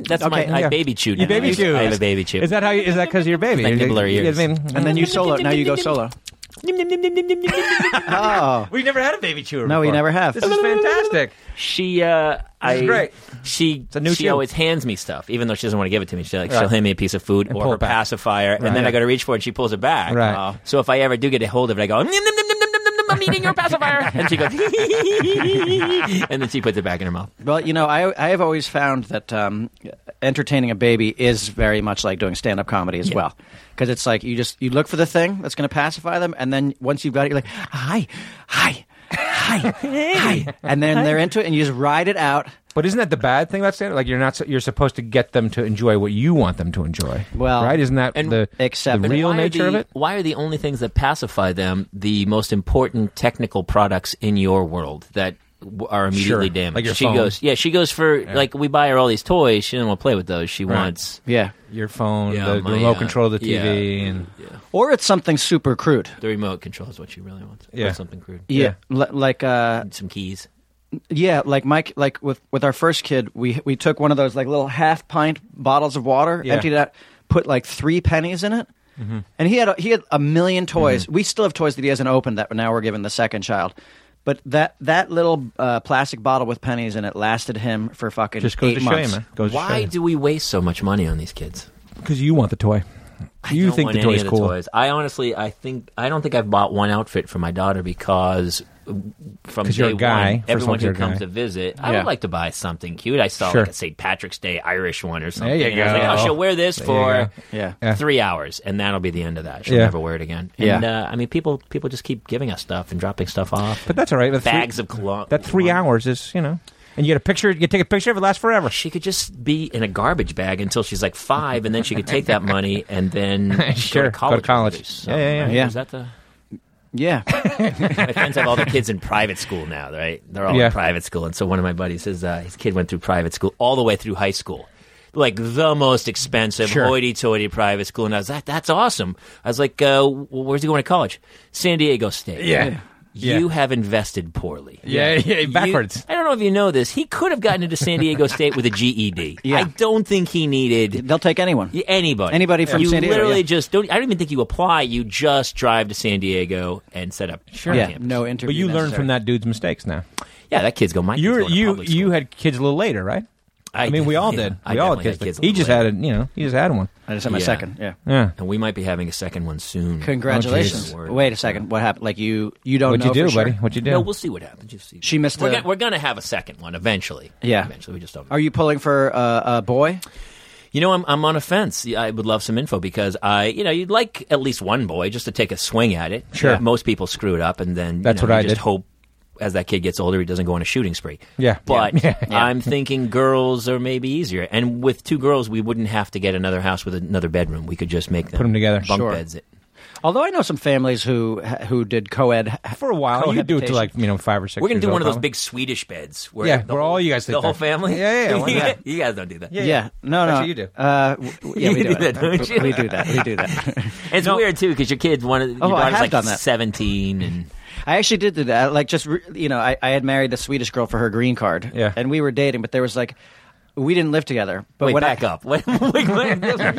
[SPEAKER 5] that's my,
[SPEAKER 7] Okay,
[SPEAKER 5] I
[SPEAKER 1] yeah.
[SPEAKER 5] baby chewed.
[SPEAKER 1] You baby chew.
[SPEAKER 5] I have a baby chew.
[SPEAKER 1] Is that how? You, is that because you're a baby?
[SPEAKER 5] My nibbler
[SPEAKER 1] You- you-
[SPEAKER 5] ears.
[SPEAKER 1] I mean,
[SPEAKER 7] And then you solo. Now you go solo. Oh
[SPEAKER 1] we've never had a baby chewer.
[SPEAKER 7] no, we never have.
[SPEAKER 1] This is fantastic.
[SPEAKER 5] she uh I
[SPEAKER 1] is great.
[SPEAKER 5] she
[SPEAKER 1] a new
[SPEAKER 5] she
[SPEAKER 1] shoe.
[SPEAKER 5] always hands me stuff even though she doesn't want to give it to me she like she'll
[SPEAKER 1] Right.
[SPEAKER 5] hand me a piece of food or
[SPEAKER 1] pull
[SPEAKER 5] her
[SPEAKER 1] it back.
[SPEAKER 5] pacifier and then I got to reach for it and she pulls it back
[SPEAKER 1] Right.
[SPEAKER 5] Uh, so if I ever do get a hold of it I go "Nom, nom, nom, nom, nom, nom, nom, I'm eating your pacifier and she goes and then she puts it back in her mouth
[SPEAKER 7] Well, you know, I I have always found that um, entertaining a baby is very much like doing stand up comedy as well, because it's like you just you look for the thing that's going to pacify them, and then once you've got it, you're like, hi, hi, hi, hi, and then they're into it, and you just ride it out.
[SPEAKER 1] But isn't that the bad thing about stand-up? Like you're not, su- you're supposed to get them to enjoy what you want them to enjoy.
[SPEAKER 7] Well,
[SPEAKER 1] right? Isn't that
[SPEAKER 5] and-
[SPEAKER 1] the
[SPEAKER 7] except-
[SPEAKER 1] the
[SPEAKER 5] And
[SPEAKER 1] real
[SPEAKER 5] why are
[SPEAKER 1] nature
[SPEAKER 5] the-
[SPEAKER 1] of it?
[SPEAKER 5] Why are the only things that pacify them the most important technical products in your world that w- are immediately
[SPEAKER 1] Sure.
[SPEAKER 5] damaged?
[SPEAKER 1] Like your
[SPEAKER 5] she
[SPEAKER 1] phone.
[SPEAKER 5] goes, yeah, she goes for like we buy her all these toys. She doesn't want to play with those. She wants.
[SPEAKER 7] Yeah,
[SPEAKER 1] Your phone,
[SPEAKER 5] Yeah,
[SPEAKER 1] the, the
[SPEAKER 5] my,
[SPEAKER 1] remote
[SPEAKER 5] uh,
[SPEAKER 1] control of the
[SPEAKER 5] yeah.
[SPEAKER 1] TV, and
[SPEAKER 7] or it's something super crude.
[SPEAKER 5] The remote control is what she really wants. Or
[SPEAKER 1] Yeah.
[SPEAKER 5] something crude.
[SPEAKER 7] Yeah, li- like uh,
[SPEAKER 5] Some keys.
[SPEAKER 7] yeah, like Mike, like with with our first kid, we we took one of those like little half pint bottles of water,
[SPEAKER 1] Yeah. Mm-hmm.
[SPEAKER 7] emptied it out, put like three pennies in it, and he had a, he had a million toys. We still have toys that he hasn't opened that now we're giving the second child. But that that little uh, plastic bottle with pennies in it lasted him for fucking
[SPEAKER 1] just goes
[SPEAKER 7] eight
[SPEAKER 1] to show
[SPEAKER 7] months.
[SPEAKER 1] you, man. Goes
[SPEAKER 5] Why do we waste so much money on these kids?
[SPEAKER 1] Because you want the toy. you
[SPEAKER 5] don't
[SPEAKER 1] think
[SPEAKER 5] want
[SPEAKER 1] the
[SPEAKER 5] any
[SPEAKER 1] toy's
[SPEAKER 5] of
[SPEAKER 1] cool?
[SPEAKER 5] toys. I honestly, I think I don't think I've bought one outfit for my daughter because uh, from
[SPEAKER 1] 'Cause you're
[SPEAKER 5] day
[SPEAKER 1] a guy.
[SPEAKER 5] one,
[SPEAKER 1] First of all,
[SPEAKER 5] everyone who
[SPEAKER 1] you're a
[SPEAKER 5] comes
[SPEAKER 1] guy.
[SPEAKER 5] to visit, I
[SPEAKER 7] Yeah.
[SPEAKER 5] would like to buy something cute. I saw
[SPEAKER 1] Sure.
[SPEAKER 5] like a St. Patrick's Day Irish one or something.
[SPEAKER 1] you
[SPEAKER 5] and I was
[SPEAKER 1] go.
[SPEAKER 5] like, oh, she'll wear this
[SPEAKER 1] There you
[SPEAKER 5] for
[SPEAKER 1] go.
[SPEAKER 7] Yeah.
[SPEAKER 1] Yeah.
[SPEAKER 5] three hours, and that'll be the end of that. She'll
[SPEAKER 1] Yeah.
[SPEAKER 5] never wear it again.
[SPEAKER 7] Yeah.
[SPEAKER 5] And, uh, I mean, people people just keep giving us stuff and dropping stuff off.
[SPEAKER 1] But that's all right. With
[SPEAKER 5] bags
[SPEAKER 1] three,
[SPEAKER 5] of cologne.
[SPEAKER 1] that three hours is you know, and you get a picture. You take a picture of it lasts forever.
[SPEAKER 5] She could just be in a garbage bag until she's like five, and then she could take that money and then
[SPEAKER 1] Sure,
[SPEAKER 5] go
[SPEAKER 1] go
[SPEAKER 5] to
[SPEAKER 1] to
[SPEAKER 5] college.
[SPEAKER 1] college.
[SPEAKER 5] with it.
[SPEAKER 1] Yeah, yeah, yeah.
[SPEAKER 5] right?
[SPEAKER 7] Yeah.
[SPEAKER 5] Is that the
[SPEAKER 7] Yeah,
[SPEAKER 5] my friends have all their kids in private school now, right? They're all
[SPEAKER 1] Yeah.
[SPEAKER 5] in private school, and so one of my buddies, his uh, his kid went through private school all the way through high school, like the most expensive
[SPEAKER 1] Sure.
[SPEAKER 5] hoity-toity private school. And I was like, that's awesome. I was like, uh, w- where's he going to college? San Diego State.
[SPEAKER 1] Yeah. Yeah.
[SPEAKER 5] You have invested poorly.
[SPEAKER 1] Yeah, yeah,
[SPEAKER 5] You-
[SPEAKER 1] backwards.
[SPEAKER 5] I don't know if you know this. He could have gotten into San Diego State with a GED.
[SPEAKER 7] Yeah.
[SPEAKER 5] I don't think he needed
[SPEAKER 7] they'll take anyone.
[SPEAKER 5] Y- Anybody,
[SPEAKER 7] Anybody from
[SPEAKER 5] you
[SPEAKER 7] San Diego,
[SPEAKER 5] literally
[SPEAKER 7] yeah.
[SPEAKER 5] just don't. I don't even think you apply. You just drive to San Diego and set up. Sure.
[SPEAKER 7] Yeah, no interview.
[SPEAKER 1] But you learn
[SPEAKER 7] necessary.
[SPEAKER 1] from that dude's mistakes now.
[SPEAKER 5] yeah, that kid's going. My kid's
[SPEAKER 1] You were,
[SPEAKER 5] going to
[SPEAKER 1] you
[SPEAKER 5] public school.
[SPEAKER 1] you had kids a little later, right? I, mean, we all
[SPEAKER 5] yeah,
[SPEAKER 1] did.
[SPEAKER 5] I
[SPEAKER 1] we all had
[SPEAKER 5] definitely
[SPEAKER 1] kids.
[SPEAKER 5] had kids a
[SPEAKER 1] he
[SPEAKER 5] little
[SPEAKER 1] just
[SPEAKER 5] later.
[SPEAKER 1] had a, you know, he just had one.
[SPEAKER 7] I just had my
[SPEAKER 5] Yeah.
[SPEAKER 7] second. Yeah.
[SPEAKER 1] Yeah.
[SPEAKER 5] and we might be having a second one soon.
[SPEAKER 7] Congratulations.
[SPEAKER 5] Oh, jeez.
[SPEAKER 7] Wait a second. What happened? Like you you don't
[SPEAKER 1] What'd
[SPEAKER 7] know
[SPEAKER 1] you do,
[SPEAKER 7] for sure?
[SPEAKER 1] buddy? What'd you do?
[SPEAKER 5] No, we'll see what happens. You see,
[SPEAKER 7] She missed
[SPEAKER 5] We're,
[SPEAKER 7] the-
[SPEAKER 5] gonna, we're gonna have a second one eventually.
[SPEAKER 7] Yeah.
[SPEAKER 5] eventually. We just don't.
[SPEAKER 7] Are you pulling for uh, a boy?
[SPEAKER 5] You know, I'm I'm on a fence. I would love some info because I, you know, you'd like at least one boy just to take a swing at it.
[SPEAKER 1] Sure.
[SPEAKER 5] Yeah. most people screw it up, and then you
[SPEAKER 1] That's
[SPEAKER 5] know,
[SPEAKER 1] what
[SPEAKER 5] you
[SPEAKER 1] I
[SPEAKER 5] just
[SPEAKER 1] did.
[SPEAKER 5] Hope as that kid gets older, he doesn't go on a shooting spree.
[SPEAKER 1] Yeah.
[SPEAKER 5] but
[SPEAKER 1] Yeah.
[SPEAKER 5] I'm thinking girls are maybe easier, and with two girls, we wouldn't have to get another house with another bedroom. We could just make them
[SPEAKER 1] 'em together.
[SPEAKER 5] bunk
[SPEAKER 7] Sure.
[SPEAKER 5] beds. It.
[SPEAKER 7] Although I know some families who who did co-ed
[SPEAKER 1] For a while, you do it to
[SPEAKER 7] Cohabitation.
[SPEAKER 1] like you know five or six.
[SPEAKER 5] We're gonna
[SPEAKER 1] years
[SPEAKER 5] do
[SPEAKER 1] old,
[SPEAKER 5] one of those
[SPEAKER 1] probably.
[SPEAKER 5] big Swedish beds. Where
[SPEAKER 1] Yeah,
[SPEAKER 5] the
[SPEAKER 1] where
[SPEAKER 5] whole-
[SPEAKER 1] all you guys
[SPEAKER 5] the
[SPEAKER 1] sleep
[SPEAKER 5] whole
[SPEAKER 1] there.
[SPEAKER 5] family.
[SPEAKER 1] Yeah, yeah, why not?
[SPEAKER 5] you guys don't do that.
[SPEAKER 7] Yeah. No, no.
[SPEAKER 1] Actually, you do.
[SPEAKER 7] Uh, w- w- yeah, we
[SPEAKER 5] You
[SPEAKER 7] do,
[SPEAKER 5] do
[SPEAKER 7] it.
[SPEAKER 5] that, don't you?
[SPEAKER 7] We do that. We do that.
[SPEAKER 5] It's weird too because your kids one of your
[SPEAKER 7] Oh, I
[SPEAKER 5] daughter's
[SPEAKER 7] have
[SPEAKER 5] like
[SPEAKER 7] done that.
[SPEAKER 5] seventeen and
[SPEAKER 7] I actually did do that. Like, just re- you know, I, I had married a Swedish girl for her green card.
[SPEAKER 1] Yeah.
[SPEAKER 7] And we were dating, but there was like, we didn't live together. But
[SPEAKER 5] wait
[SPEAKER 7] when
[SPEAKER 5] back
[SPEAKER 7] I,
[SPEAKER 5] up. Wait, wait, wait.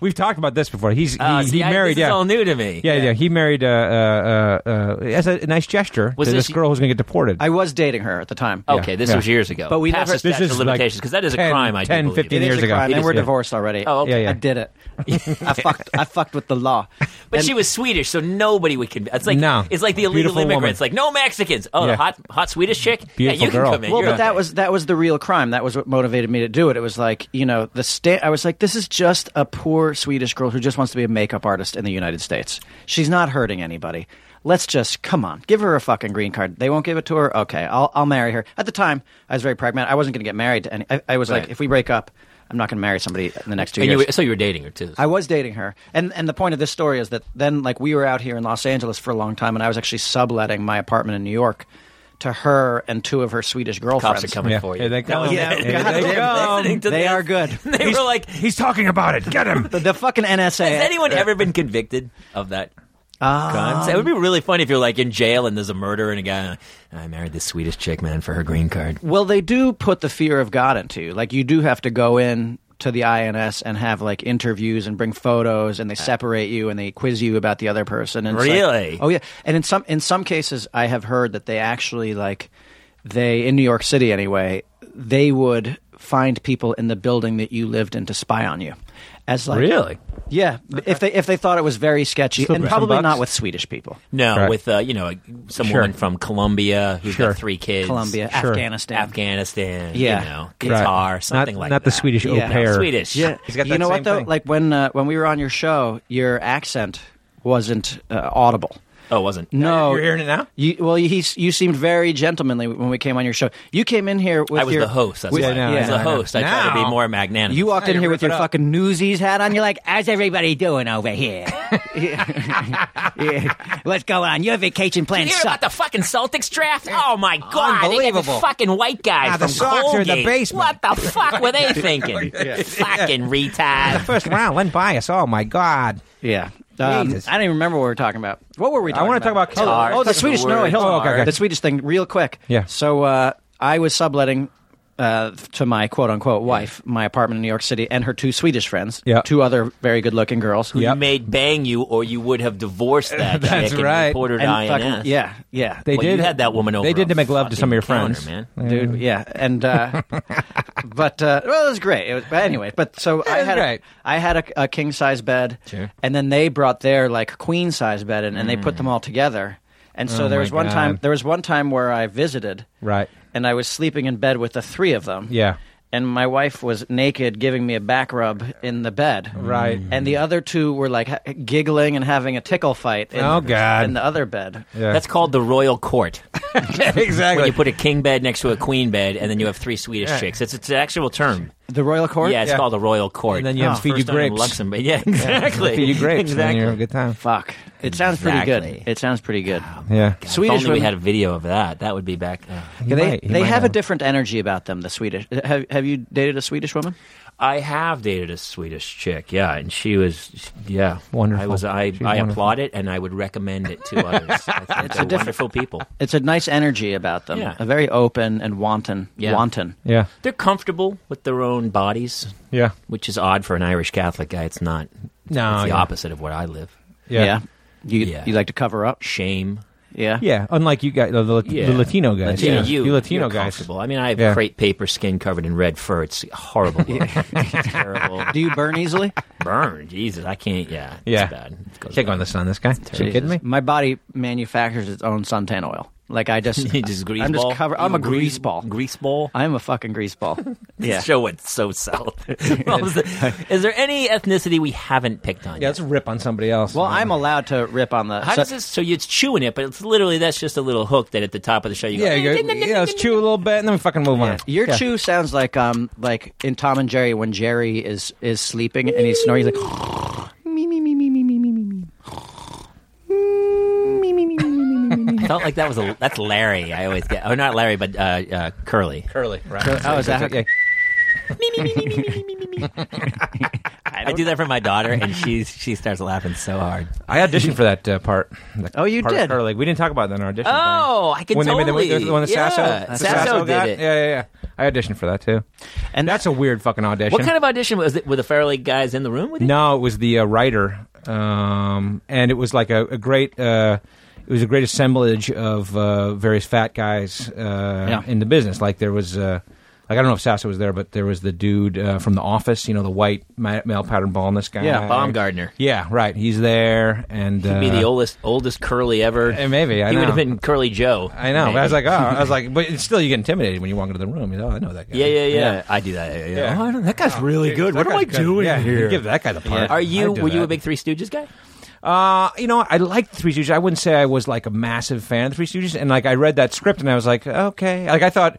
[SPEAKER 1] We've talked about this before. He's he,
[SPEAKER 5] Uh,
[SPEAKER 1] he
[SPEAKER 5] see, I-
[SPEAKER 1] married.
[SPEAKER 5] this
[SPEAKER 1] yeah,
[SPEAKER 5] is all new to me.
[SPEAKER 1] yeah, yeah, He married uh, uh, uh, uh, as a nice gesture
[SPEAKER 5] Was
[SPEAKER 1] to
[SPEAKER 5] this-
[SPEAKER 1] this girl who's gonna get deported.
[SPEAKER 7] I was dating her at the time.
[SPEAKER 5] Okay, this
[SPEAKER 1] Yeah.
[SPEAKER 5] was years ago.
[SPEAKER 7] But we
[SPEAKER 5] Past
[SPEAKER 7] never-
[SPEAKER 5] the statute
[SPEAKER 1] This
[SPEAKER 5] of
[SPEAKER 1] is like
[SPEAKER 5] limitations because that is a
[SPEAKER 1] 10,
[SPEAKER 5] crime. I do
[SPEAKER 1] 10,
[SPEAKER 5] believe.
[SPEAKER 1] 15
[SPEAKER 7] It is
[SPEAKER 1] years
[SPEAKER 7] a
[SPEAKER 1] ago.
[SPEAKER 7] crime,
[SPEAKER 1] It
[SPEAKER 7] and
[SPEAKER 1] is,
[SPEAKER 7] we're
[SPEAKER 1] yeah.
[SPEAKER 7] divorced already.
[SPEAKER 5] Oh, okay.
[SPEAKER 1] Yeah, yeah.
[SPEAKER 7] I did it. I fucked. I fucked with the law.
[SPEAKER 5] But
[SPEAKER 7] And-
[SPEAKER 5] she was Swedish, so nobody would convince. It's like
[SPEAKER 1] No.
[SPEAKER 5] it's like the illegal
[SPEAKER 1] Beautiful
[SPEAKER 5] immigrants.
[SPEAKER 1] woman.
[SPEAKER 5] It's like no Mexicans. Oh, the
[SPEAKER 1] Yeah.
[SPEAKER 5] hot hot Swedish chick. yeah,
[SPEAKER 1] Beautiful
[SPEAKER 5] you
[SPEAKER 1] girl.
[SPEAKER 5] can come in.
[SPEAKER 7] Well,
[SPEAKER 5] You're
[SPEAKER 7] but that
[SPEAKER 5] okay.
[SPEAKER 7] was that was the real crime. That was what motivated me to do it. It was like you know the state. I was like, this is just a poor Swedish girl who just wants to be a makeup artist in the United States. She's not hurting anybody. Let's just come on, give her a fucking green card. They won't give it to her. Okay, I'll I'll marry her. At the time, I was very pragmatic. I wasn't going to get married to any. I, I was
[SPEAKER 5] Right.
[SPEAKER 7] like, if we break up, I'm not going to marry somebody in the next two
[SPEAKER 5] And you
[SPEAKER 7] years.
[SPEAKER 5] were, so you were dating her too.
[SPEAKER 7] I was dating her, and and the point of this story is that then like we were out here in Los Angeles for a long time, and I was actually subletting my apartment in New York to her and two of her Swedish girlfriends.
[SPEAKER 5] Cops are coming
[SPEAKER 1] yeah.
[SPEAKER 5] for you. Oh,
[SPEAKER 1] Here they come.
[SPEAKER 7] yeah.
[SPEAKER 1] Here
[SPEAKER 7] God
[SPEAKER 1] they
[SPEAKER 7] damn it.
[SPEAKER 1] come.
[SPEAKER 5] Listening to
[SPEAKER 7] They
[SPEAKER 5] this,
[SPEAKER 7] are good.
[SPEAKER 5] They were like,
[SPEAKER 1] He's talking about it. Get him.
[SPEAKER 7] The fucking NSA.
[SPEAKER 5] Has anyone ever been convicted of that? crime? So it would
[SPEAKER 7] Um,
[SPEAKER 5] be really funny if you're like in jail and there's a murder and a guy. I married this Swedish chick, man, for her green card.
[SPEAKER 7] well, they do put the fear of God into you. Like you do have to go in to the INS and have like interviews and bring photos, and they separate you and they quiz you about the other person. And it's like-
[SPEAKER 5] Really?
[SPEAKER 7] oh yeah. And in some in some cases, I have heard that they actually like they in New York City anyway. They would find people in the building that you lived in to spy on you, as like yeah. If they if they thought it was very sketchy,
[SPEAKER 1] Slip
[SPEAKER 7] and
[SPEAKER 1] some
[SPEAKER 7] probably
[SPEAKER 1] bucks.
[SPEAKER 7] not with Swedish people.
[SPEAKER 5] No,
[SPEAKER 1] Correct.
[SPEAKER 5] with uh, you know some
[SPEAKER 1] Sure.
[SPEAKER 5] woman from Colombia who's
[SPEAKER 1] Sure.
[SPEAKER 5] got three kids,
[SPEAKER 7] Colombia,
[SPEAKER 1] Sure.
[SPEAKER 7] Afghanistan,
[SPEAKER 5] Afghanistan,
[SPEAKER 7] Yeah.
[SPEAKER 5] you know,
[SPEAKER 1] Right.
[SPEAKER 5] Qatar, something
[SPEAKER 1] Not-
[SPEAKER 5] like
[SPEAKER 1] not
[SPEAKER 5] that.
[SPEAKER 1] the Swedish au
[SPEAKER 7] Yeah. No,
[SPEAKER 1] pair.
[SPEAKER 5] Swedish.
[SPEAKER 7] Yeah,
[SPEAKER 1] He's got
[SPEAKER 7] you
[SPEAKER 1] that
[SPEAKER 7] know
[SPEAKER 1] same
[SPEAKER 7] what though?
[SPEAKER 1] thing.
[SPEAKER 7] Like when uh, when we were on your show, your accent wasn't uh, audible.
[SPEAKER 5] Oh, it wasn't.
[SPEAKER 7] No,
[SPEAKER 1] You're hearing it now.
[SPEAKER 7] You, well, he you seemed very gentlemanly when we came on your show. You came in here with
[SPEAKER 5] I was
[SPEAKER 7] your,
[SPEAKER 5] the host. That's
[SPEAKER 7] with-
[SPEAKER 5] why.
[SPEAKER 1] no,
[SPEAKER 5] As
[SPEAKER 1] no,
[SPEAKER 5] the
[SPEAKER 1] no.
[SPEAKER 5] host, I try to be
[SPEAKER 1] Now-
[SPEAKER 5] more magnanimous.
[SPEAKER 7] You walked in
[SPEAKER 1] you
[SPEAKER 7] here
[SPEAKER 1] rip
[SPEAKER 7] with
[SPEAKER 1] it
[SPEAKER 7] your
[SPEAKER 1] up.
[SPEAKER 7] fucking newsies hat on. You're like, how's everybody doing over here? yeah. Yeah. What's going on? Your vacation
[SPEAKER 5] You
[SPEAKER 7] plans
[SPEAKER 5] hear
[SPEAKER 7] suck.
[SPEAKER 5] about the fucking Celtics draft? Oh my god! they got the
[SPEAKER 1] Unbelievable.
[SPEAKER 5] fucking white guy
[SPEAKER 1] Ah, the
[SPEAKER 5] from
[SPEAKER 1] Sox are in the
[SPEAKER 5] Colgate.
[SPEAKER 1] basement.
[SPEAKER 5] What the fuck were they thinking? Fucking retard.
[SPEAKER 1] First round went by us. Oh my god.
[SPEAKER 7] yeah. Um,
[SPEAKER 1] Jesus.
[SPEAKER 7] I don't even remember what we were talking about. What were we
[SPEAKER 1] I
[SPEAKER 7] talking
[SPEAKER 1] want to talk about Qatar.
[SPEAKER 7] Oh, the Swedish. No, wait, hold on.
[SPEAKER 1] Oh, okay, okay.
[SPEAKER 7] The Swedish thing, real quick.
[SPEAKER 1] Yeah.
[SPEAKER 7] So uh, I was subletting uh, to my quote unquote wife my apartment in New York City and her two Swedish friends,
[SPEAKER 1] Yeah.
[SPEAKER 7] two other very good looking girls. Who
[SPEAKER 1] Yep.
[SPEAKER 5] You made bang you, or you would have divorced that
[SPEAKER 1] That's
[SPEAKER 5] chick and
[SPEAKER 1] right.
[SPEAKER 5] reported
[SPEAKER 7] and fucking-
[SPEAKER 5] INS.
[SPEAKER 7] yeah, yeah.
[SPEAKER 1] They
[SPEAKER 5] Well, you
[SPEAKER 1] did
[SPEAKER 5] had that woman over
[SPEAKER 1] They did
[SPEAKER 5] a
[SPEAKER 1] to make love to some of your
[SPEAKER 5] fucking
[SPEAKER 1] friends,
[SPEAKER 5] counter,
[SPEAKER 1] man.
[SPEAKER 7] dude. Yeah, and uh, but uh, well, it was great. It was, but anyway, but so I
[SPEAKER 1] was
[SPEAKER 7] had a,
[SPEAKER 1] great.
[SPEAKER 7] I had a, a king size bed,
[SPEAKER 5] Sure.
[SPEAKER 7] and then they brought their like queen size bed in, and they put them all together. And so
[SPEAKER 1] Mm. Oh,
[SPEAKER 7] there
[SPEAKER 1] my
[SPEAKER 7] was one time
[SPEAKER 1] God.
[SPEAKER 7] there was one time where I visited,
[SPEAKER 1] Right.
[SPEAKER 7] and I was sleeping in bed with the three of them.
[SPEAKER 1] Yeah.
[SPEAKER 7] And my wife was naked, giving me a back rub in the bed.
[SPEAKER 1] Right.
[SPEAKER 7] And the other two were like ha- giggling and having a tickle fight. In,
[SPEAKER 1] Oh, God.
[SPEAKER 7] In the other bed.
[SPEAKER 1] Yeah.
[SPEAKER 5] That's called the royal court.
[SPEAKER 1] exactly.
[SPEAKER 5] When you put a king bed next to a queen bed, and then you have three Swedish chicks. It's it's an actual term.
[SPEAKER 7] The royal court.
[SPEAKER 5] Yeah, it's
[SPEAKER 1] Yeah.
[SPEAKER 5] called a royal court.
[SPEAKER 1] And then you have
[SPEAKER 5] Oh,
[SPEAKER 1] feed you
[SPEAKER 5] first time in
[SPEAKER 1] grapes.
[SPEAKER 5] Luxembourg. Yeah, exactly.
[SPEAKER 1] feed you grapes, and then
[SPEAKER 5] Exactly.
[SPEAKER 1] you have a good time.
[SPEAKER 7] Fuck. It sounds pretty
[SPEAKER 5] Exactly.
[SPEAKER 7] good. It sounds pretty good.
[SPEAKER 1] Yeah.
[SPEAKER 5] if
[SPEAKER 7] Swedish
[SPEAKER 5] only we
[SPEAKER 7] women-
[SPEAKER 5] had a video of that. That would be back. uh,
[SPEAKER 1] He
[SPEAKER 7] they
[SPEAKER 1] might- he
[SPEAKER 7] they
[SPEAKER 1] might
[SPEAKER 7] have a different energy about them. The Swedish. Have Have you dated a Swedish woman?
[SPEAKER 5] I have dated a Swedish chick, yeah, and she was, yeah,
[SPEAKER 1] Wonderful.
[SPEAKER 5] I was, I,
[SPEAKER 1] She's
[SPEAKER 5] I
[SPEAKER 1] wonderful.
[SPEAKER 5] applaud it, and I would recommend it to others. I think they're
[SPEAKER 7] different-
[SPEAKER 5] wonderful people.
[SPEAKER 7] It's a nice energy about them.
[SPEAKER 5] Yeah.
[SPEAKER 7] A very open and wanton.
[SPEAKER 5] Yeah.
[SPEAKER 7] Wanton.
[SPEAKER 1] Yeah.
[SPEAKER 5] They're comfortable with their own bodies,
[SPEAKER 1] Yeah.
[SPEAKER 5] which is odd for an Irish Catholic guy. It's not.
[SPEAKER 1] No,
[SPEAKER 5] it's the
[SPEAKER 1] yeah.
[SPEAKER 5] opposite of what I live.
[SPEAKER 7] Yeah. You
[SPEAKER 5] Yeah.
[SPEAKER 7] You like to cover up.
[SPEAKER 5] Shame.
[SPEAKER 7] Yeah.
[SPEAKER 1] Yeah, unlike you guys, the, the,
[SPEAKER 5] Yeah.
[SPEAKER 1] the Latino guys.
[SPEAKER 5] Latino,
[SPEAKER 1] yeah.
[SPEAKER 5] you,
[SPEAKER 1] you Latino
[SPEAKER 5] you're
[SPEAKER 1] guys.
[SPEAKER 5] comfortable. I mean, I have
[SPEAKER 1] Yeah.
[SPEAKER 5] crepe paper skin covered in red fur. It's horrible. look. It's terrible.
[SPEAKER 7] Do you burn easily?
[SPEAKER 5] burn? Jesus, I can't. Yeah,
[SPEAKER 1] Yeah,
[SPEAKER 5] it's bad. It goes
[SPEAKER 1] can't go
[SPEAKER 5] bad.
[SPEAKER 1] in the sun. This guy. Are you
[SPEAKER 7] Jesus.
[SPEAKER 1] kidding me?
[SPEAKER 7] My body manufactures its own suntan oil. Like I just,
[SPEAKER 5] You just grease
[SPEAKER 7] I'm
[SPEAKER 5] ball.
[SPEAKER 7] just covered. I'm
[SPEAKER 5] You
[SPEAKER 7] a grease ball.
[SPEAKER 5] Grease ball.
[SPEAKER 7] I'm a fucking grease ball. yeah.
[SPEAKER 5] Show what's so south. What was the- is there any ethnicity we haven't picked on?
[SPEAKER 1] Yeah,
[SPEAKER 5] yet?
[SPEAKER 1] let's rip on somebody else.
[SPEAKER 7] Well, I'm allowed to rip on the.
[SPEAKER 5] How
[SPEAKER 7] so-
[SPEAKER 5] does this? So it's chewing it, but it's literally that's just a little hook that at the top of the show you go.
[SPEAKER 1] Yeah, you go, yeah. Let's chew a little bit, and then we fucking move on.
[SPEAKER 7] Your
[SPEAKER 1] yeah.
[SPEAKER 7] chew sounds like um like in Tom and Jerry when Jerry is is sleeping and he's snoring. He's like, "Oh,
[SPEAKER 5] I felt like that was a that's Larry. I always get. Oh, not Larry, but uh, uh, Curly.
[SPEAKER 1] curly. Right.
[SPEAKER 7] oh, is that?
[SPEAKER 1] Yeah.
[SPEAKER 5] I, do that for my daughter, and she she starts laughing so hard.
[SPEAKER 1] I auditioned for that uh, part. The
[SPEAKER 7] Oh, you
[SPEAKER 1] part of
[SPEAKER 7] did.
[SPEAKER 1] Curly. We didn't talk about that in our audition.
[SPEAKER 5] Oh, I
[SPEAKER 1] thing.
[SPEAKER 5] can
[SPEAKER 1] when
[SPEAKER 5] totally.
[SPEAKER 1] they made the, the one the
[SPEAKER 5] yeah.
[SPEAKER 1] Sasso, the
[SPEAKER 5] Sasso, did
[SPEAKER 1] guy?
[SPEAKER 5] it.
[SPEAKER 1] Yeah, yeah, yeah. I auditioned for that too.
[SPEAKER 7] And
[SPEAKER 1] That's a weird fucking audition.
[SPEAKER 5] What kind of audition was it? Were the Fairleigh guys in the room with you?
[SPEAKER 1] No, it was the uh, writer, um, and it was like a, a great. Uh, it was a great assemblage of uh, various fat guys uh,
[SPEAKER 7] Yeah.
[SPEAKER 1] in the business. Like there was, uh, like I don't know if Sasso was there, but there was the dude uh, from The Office. You know, the white ma- male pattern baldness guy.
[SPEAKER 7] Yeah,
[SPEAKER 5] Baumgartner.
[SPEAKER 1] Yeah, right. He's there, and
[SPEAKER 5] He'd be
[SPEAKER 1] uh,
[SPEAKER 5] the oldest oldest curly ever.
[SPEAKER 1] Eh, maybe, I
[SPEAKER 5] he would have
[SPEAKER 1] know.
[SPEAKER 5] been Curly Joe.
[SPEAKER 1] I know. But I was
[SPEAKER 5] Maybe.
[SPEAKER 1] like, oh, I was like, but it's still you get intimidated when you walk into the room. You know, "Oh, I know that guy.
[SPEAKER 5] yeah, yeah, yeah, I do that. Yeah, yeah.
[SPEAKER 1] Yeah.
[SPEAKER 5] Oh, I don't- that guy's really good. What am I doing
[SPEAKER 1] yeah, you
[SPEAKER 5] here?
[SPEAKER 1] Give that guy the part.
[SPEAKER 5] Are you?
[SPEAKER 1] I'd do
[SPEAKER 5] Were you
[SPEAKER 1] that.
[SPEAKER 5] a big Three Stooges guy?
[SPEAKER 1] Uh, you know, I liked the Three Stooges. I wouldn't say I was like a massive fan of the Three Stooges, and like I read that script and I was like, okay. Like I thought,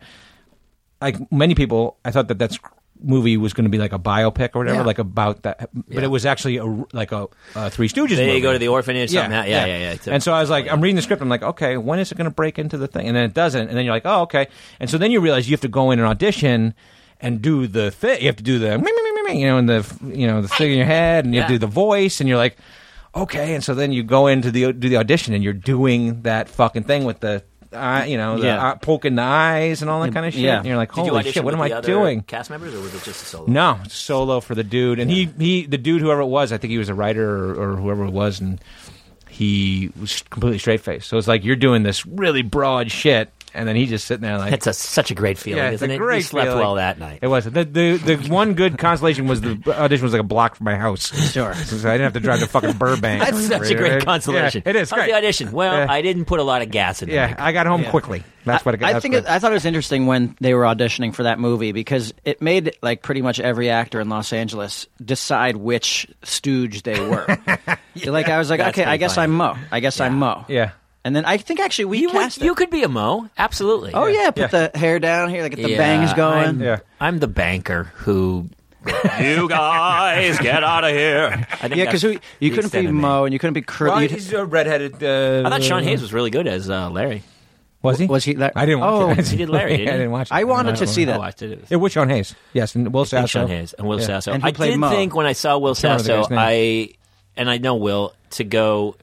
[SPEAKER 1] like many people, I thought that that sc- movie was going to be like a biopic or whatever,
[SPEAKER 5] Yeah.
[SPEAKER 1] like about that. But
[SPEAKER 5] Yeah.
[SPEAKER 1] it was actually a r- like a, a Three Stooges.
[SPEAKER 5] Then
[SPEAKER 1] movie.
[SPEAKER 5] you go to the orphanage. Yeah, yeah, yeah, yeah. It's a-
[SPEAKER 1] And so I was like, I'm reading the script. I'm like, okay, when is it going to break into the thing? And then it doesn't. And then you're like, oh, okay. And so then you realize you have to go in and audition and do the thing. You have to do the, meh, meh, meh, meh, meh, you know, and the, you know, the thing in your head, and you have to
[SPEAKER 5] Yeah.
[SPEAKER 1] do the voice, and you're like, okay. And so then you go into the do the audition, and you're doing that fucking thing with the. Uh, you know, the,
[SPEAKER 7] Yeah.
[SPEAKER 1] uh, poking the eyes and all that kind of shit.
[SPEAKER 7] Yeah.
[SPEAKER 1] And you're like,
[SPEAKER 5] Did you
[SPEAKER 1] holy
[SPEAKER 5] audition
[SPEAKER 1] shit, what
[SPEAKER 5] with
[SPEAKER 1] am
[SPEAKER 5] the
[SPEAKER 1] I
[SPEAKER 5] other
[SPEAKER 1] doing?
[SPEAKER 5] Cast members, or was it just a solo?
[SPEAKER 1] No, solo for the dude, and he, he the dude whoever it was, I think he was a writer or, or whoever it was, and he was completely straight faced. So it's like you're doing this really broad shit, and then he's just sitting there like.
[SPEAKER 5] That's a, such a great feeling,
[SPEAKER 1] yeah, it's
[SPEAKER 5] isn't
[SPEAKER 1] a
[SPEAKER 5] it?
[SPEAKER 1] great
[SPEAKER 5] you slept
[SPEAKER 1] feeling.
[SPEAKER 5] well that night.
[SPEAKER 1] It was the the, the one good consolation was the audition was like a block from my house,
[SPEAKER 7] Sure.
[SPEAKER 1] so I didn't have to drive to fucking Burbank.
[SPEAKER 5] That's such a
[SPEAKER 1] Yeah,
[SPEAKER 5] great consolation.
[SPEAKER 1] it is
[SPEAKER 5] How's
[SPEAKER 1] great.
[SPEAKER 5] the audition? Well,
[SPEAKER 1] Yeah.
[SPEAKER 5] I didn't put a lot of gas in.
[SPEAKER 1] Yeah,
[SPEAKER 5] there.
[SPEAKER 1] I got home quickly. That's what it got.
[SPEAKER 7] I think it, I thought it was interesting when they were auditioning for that movie because it made like pretty much every actor in Los Angeles decide which stooge they were. Like I was like,
[SPEAKER 5] That's
[SPEAKER 7] okay, I
[SPEAKER 5] pretty
[SPEAKER 7] guess
[SPEAKER 5] funny.
[SPEAKER 7] I'm Mo. I guess I'm Mo.
[SPEAKER 1] Yeah.
[SPEAKER 7] And then I think actually we
[SPEAKER 5] you would,
[SPEAKER 7] cast it.
[SPEAKER 5] you could be a mo, absolutely.
[SPEAKER 7] oh yeah, put the hair down here, like get the
[SPEAKER 5] Yeah,
[SPEAKER 7] bangs going.
[SPEAKER 5] I'm,
[SPEAKER 1] Yeah.
[SPEAKER 5] I'm the banker who. you guys get out of here. I think
[SPEAKER 7] Yeah, because
[SPEAKER 5] that's
[SPEAKER 7] you
[SPEAKER 5] the
[SPEAKER 7] you couldn't
[SPEAKER 5] extent
[SPEAKER 7] be
[SPEAKER 5] of me.
[SPEAKER 7] Mo and you couldn't be Kurt.
[SPEAKER 1] Well,
[SPEAKER 7] you'd-
[SPEAKER 1] he's a redheaded. Uh,
[SPEAKER 5] I thought Sean Hayes was really good as uh, Larry.
[SPEAKER 1] was he?
[SPEAKER 7] was he that-
[SPEAKER 1] I didn't. Watch
[SPEAKER 7] Oh,
[SPEAKER 1] it.
[SPEAKER 5] he did Larry, didn't
[SPEAKER 1] I
[SPEAKER 5] he?
[SPEAKER 1] didn't watch. It.
[SPEAKER 7] I wanted
[SPEAKER 1] don't
[SPEAKER 7] to
[SPEAKER 1] know.
[SPEAKER 7] see
[SPEAKER 5] I
[SPEAKER 7] that.
[SPEAKER 5] watched it. It was
[SPEAKER 1] It was Sean Hayes. Yes, and Will
[SPEAKER 5] I think
[SPEAKER 1] Sasso.
[SPEAKER 5] Sean Hayes and Will Sasso.
[SPEAKER 7] And who
[SPEAKER 5] I
[SPEAKER 7] played
[SPEAKER 5] did
[SPEAKER 7] Mo?
[SPEAKER 5] think when I saw Will
[SPEAKER 1] Can't remember the
[SPEAKER 5] Sasso,
[SPEAKER 1] guy's
[SPEAKER 5] I and I know Will to go.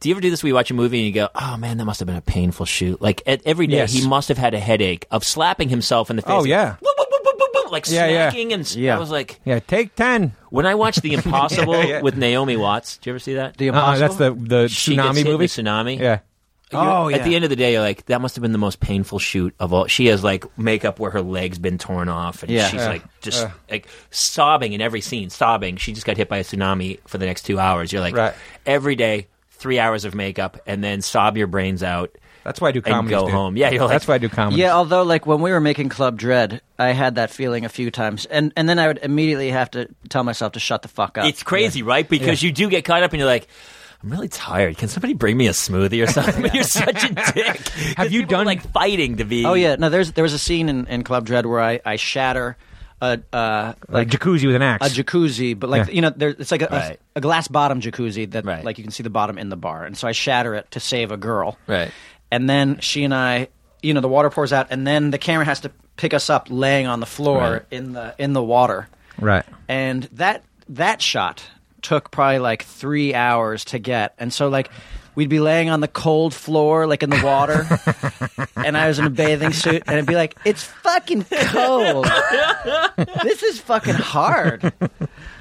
[SPEAKER 5] Do you ever do this? where you watch a movie and you go, "Oh man, that must have been a painful shoot." Like at, every day,
[SPEAKER 1] Yes.
[SPEAKER 5] he must have had a headache of slapping himself in the face.
[SPEAKER 1] Oh, yeah.
[SPEAKER 5] Whoop, whoop, whoop, whoop, whoop, whoop, like
[SPEAKER 1] Yeah, yeah.
[SPEAKER 5] smacking and s-
[SPEAKER 7] Yeah.
[SPEAKER 5] I was like,
[SPEAKER 1] Yeah, take ten.
[SPEAKER 5] when I watched The Impossible
[SPEAKER 1] Yeah, yeah.
[SPEAKER 5] with Naomi Watts. Do you ever see that?
[SPEAKER 7] The
[SPEAKER 1] Uh, that's the
[SPEAKER 7] Impossible?
[SPEAKER 1] the
[SPEAKER 5] She gets hit
[SPEAKER 1] tsunami
[SPEAKER 5] in the
[SPEAKER 1] movie.
[SPEAKER 5] tsunami?
[SPEAKER 1] Yeah.
[SPEAKER 7] oh yeah.
[SPEAKER 5] At the end of the day, you're like, that must have been the most painful shoot of all. She has like makeup where her leg's been torn off, and
[SPEAKER 7] Yeah.
[SPEAKER 5] she's
[SPEAKER 7] Yeah.
[SPEAKER 5] like just like sobbing in every scene, sobbing. She just got hit by a tsunami for the next two hours. You're like,
[SPEAKER 1] Right.
[SPEAKER 5] every day, three hours of makeup, and then sob your brains out.
[SPEAKER 1] That's why I do
[SPEAKER 5] And
[SPEAKER 1] comedy.
[SPEAKER 5] go home. Yeah, you're like-
[SPEAKER 1] that's why I do comedy.
[SPEAKER 7] Yeah, although like when we were making Club Dread, I had that feeling a few times, and and then I would immediately have to tell myself to shut the fuck up.
[SPEAKER 5] It's crazy, right? Because you do get caught up, and you're like. I'm really tired. Can somebody bring me a smoothie or something? You're such a dick. 'Cause
[SPEAKER 1] you
[SPEAKER 5] people are,
[SPEAKER 1] done-
[SPEAKER 5] like fighting to be?
[SPEAKER 7] oh yeah, no, there's there was a scene in, in Club Dread where I I shatter a uh,
[SPEAKER 1] like
[SPEAKER 7] like
[SPEAKER 1] jacuzzi with an axe.
[SPEAKER 7] a jacuzzi, but like
[SPEAKER 1] Yeah.
[SPEAKER 7] you know, there it's like a, a-
[SPEAKER 5] Right.
[SPEAKER 7] a, glass bottom jacuzzi that
[SPEAKER 5] Right.
[SPEAKER 7] like you can see the bottom in the bar, and so I shatter it to save a girl.
[SPEAKER 5] Right.
[SPEAKER 7] and then she and I, you know, the water pours out, and then the camera has to pick us up laying on the floor
[SPEAKER 5] Right.
[SPEAKER 7] in the in the water.
[SPEAKER 1] right.
[SPEAKER 7] and that that shot took probably like three hours to get and so like we'd be laying on the cold floor like in the water and i was in a bathing suit and i'd be like it's fucking cold this is fucking hard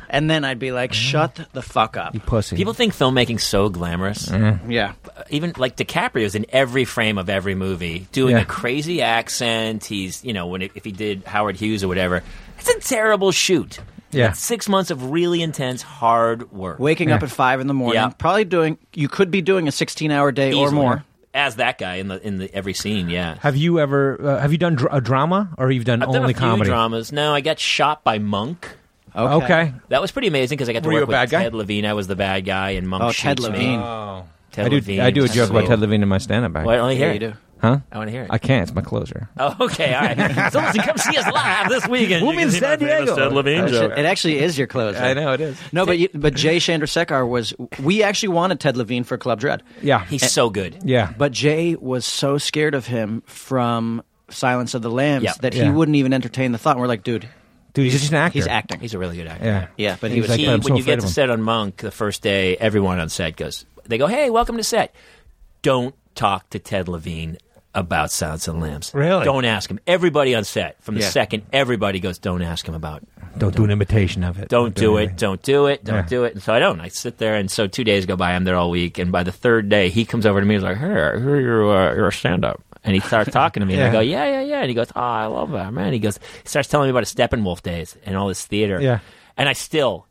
[SPEAKER 7] and then I'd be like, "Shut the fuck up."
[SPEAKER 1] You pussy.
[SPEAKER 5] People think filmmaking's so glamorous.
[SPEAKER 1] Mm-hmm.
[SPEAKER 7] Yeah,
[SPEAKER 5] uh, Even like DiCaprio's in every frame of every movie, doing
[SPEAKER 1] Yeah.
[SPEAKER 5] a crazy accent. He's you know when it, if he did Howard Hughes or whatever, it's a terrible shoot.
[SPEAKER 1] Yeah.
[SPEAKER 5] It's six months of really intense hard work.
[SPEAKER 7] waking up at five in the morning,
[SPEAKER 5] Yeah.
[SPEAKER 7] probably doing. You could be doing a sixteen-hour day or
[SPEAKER 5] Easily.
[SPEAKER 7] more.
[SPEAKER 5] as that guy in the in the every scene. Yeah.
[SPEAKER 1] have you ever uh, have you done dr- a drama or you've done
[SPEAKER 5] I've
[SPEAKER 1] only
[SPEAKER 5] done a few
[SPEAKER 1] comedy?
[SPEAKER 5] dramas. No, I got shot by Monk.
[SPEAKER 1] Okay.
[SPEAKER 5] That was pretty amazing because I got to
[SPEAKER 1] Were you
[SPEAKER 5] work
[SPEAKER 1] a
[SPEAKER 5] with
[SPEAKER 1] bad guy?
[SPEAKER 5] Ted Levine. I was the bad guy, and Monk
[SPEAKER 7] Oh,
[SPEAKER 5] shoots
[SPEAKER 7] Ted
[SPEAKER 5] me.
[SPEAKER 7] Levine.
[SPEAKER 5] Ted
[SPEAKER 1] I do.
[SPEAKER 5] Levine.
[SPEAKER 1] I do a joke about
[SPEAKER 5] Sweet.
[SPEAKER 1] Ted Levine in my stand-up. act.
[SPEAKER 5] Well, I want to hear
[SPEAKER 7] Yeah,
[SPEAKER 5] it.
[SPEAKER 7] you do.
[SPEAKER 1] Huh?
[SPEAKER 5] I want to hear it.
[SPEAKER 1] I can't. It's my closer.
[SPEAKER 5] oh, okay, all right. so listen, come see us live this weekend.
[SPEAKER 1] We'll be in San Diego.
[SPEAKER 5] Ted Levine
[SPEAKER 1] Oh, shit.
[SPEAKER 7] It actually is your clothes.
[SPEAKER 1] I know it is.
[SPEAKER 7] No, but you, but Jay Chandrasekhar was. We actually wanted Ted Levine for Club Dread,
[SPEAKER 1] Yeah.
[SPEAKER 5] He's so good.
[SPEAKER 1] yeah.
[SPEAKER 7] but Jay was so scared of him from Silence of the Lambs
[SPEAKER 5] Yeah.
[SPEAKER 7] that he
[SPEAKER 1] Yeah.
[SPEAKER 7] wouldn't even entertain the thought. And we're like, dude,
[SPEAKER 1] Dude, he's just an actor.
[SPEAKER 7] he's acting.
[SPEAKER 5] He's a really good actor.
[SPEAKER 1] Yeah.
[SPEAKER 7] yeah, but
[SPEAKER 1] He's
[SPEAKER 7] he was.
[SPEAKER 1] like,
[SPEAKER 5] He,
[SPEAKER 1] but I'm so
[SPEAKER 5] when you
[SPEAKER 1] afraid
[SPEAKER 5] get
[SPEAKER 1] of
[SPEAKER 5] to
[SPEAKER 1] him.
[SPEAKER 5] set on Monk the first day, everyone on set goes. They go, "Hey, welcome to set. Don't talk to Ted Levine about Silence of the Lambs.
[SPEAKER 1] Really?
[SPEAKER 5] Don't ask him. Everybody on set from the
[SPEAKER 7] Yeah.
[SPEAKER 5] second, everybody goes, "Don't ask him about
[SPEAKER 1] Don't do an imitation of it.
[SPEAKER 5] don't do it,
[SPEAKER 1] anything.
[SPEAKER 5] don't do it, don't
[SPEAKER 1] Yeah.
[SPEAKER 5] do it. And so I don't. I sit there, and so two days go by. I'm there all week, and by the third day, he comes over to me. He's like, "Hey, I hear you're uh, you're a stand up." And he starts talking to me, and I
[SPEAKER 1] Yeah.
[SPEAKER 5] go, "Yeah, yeah, yeah." And he goes, "Oh, I love that man." He goes, he starts telling me about his Steppenwolf days and all this theater.
[SPEAKER 1] Yeah.
[SPEAKER 5] and I still.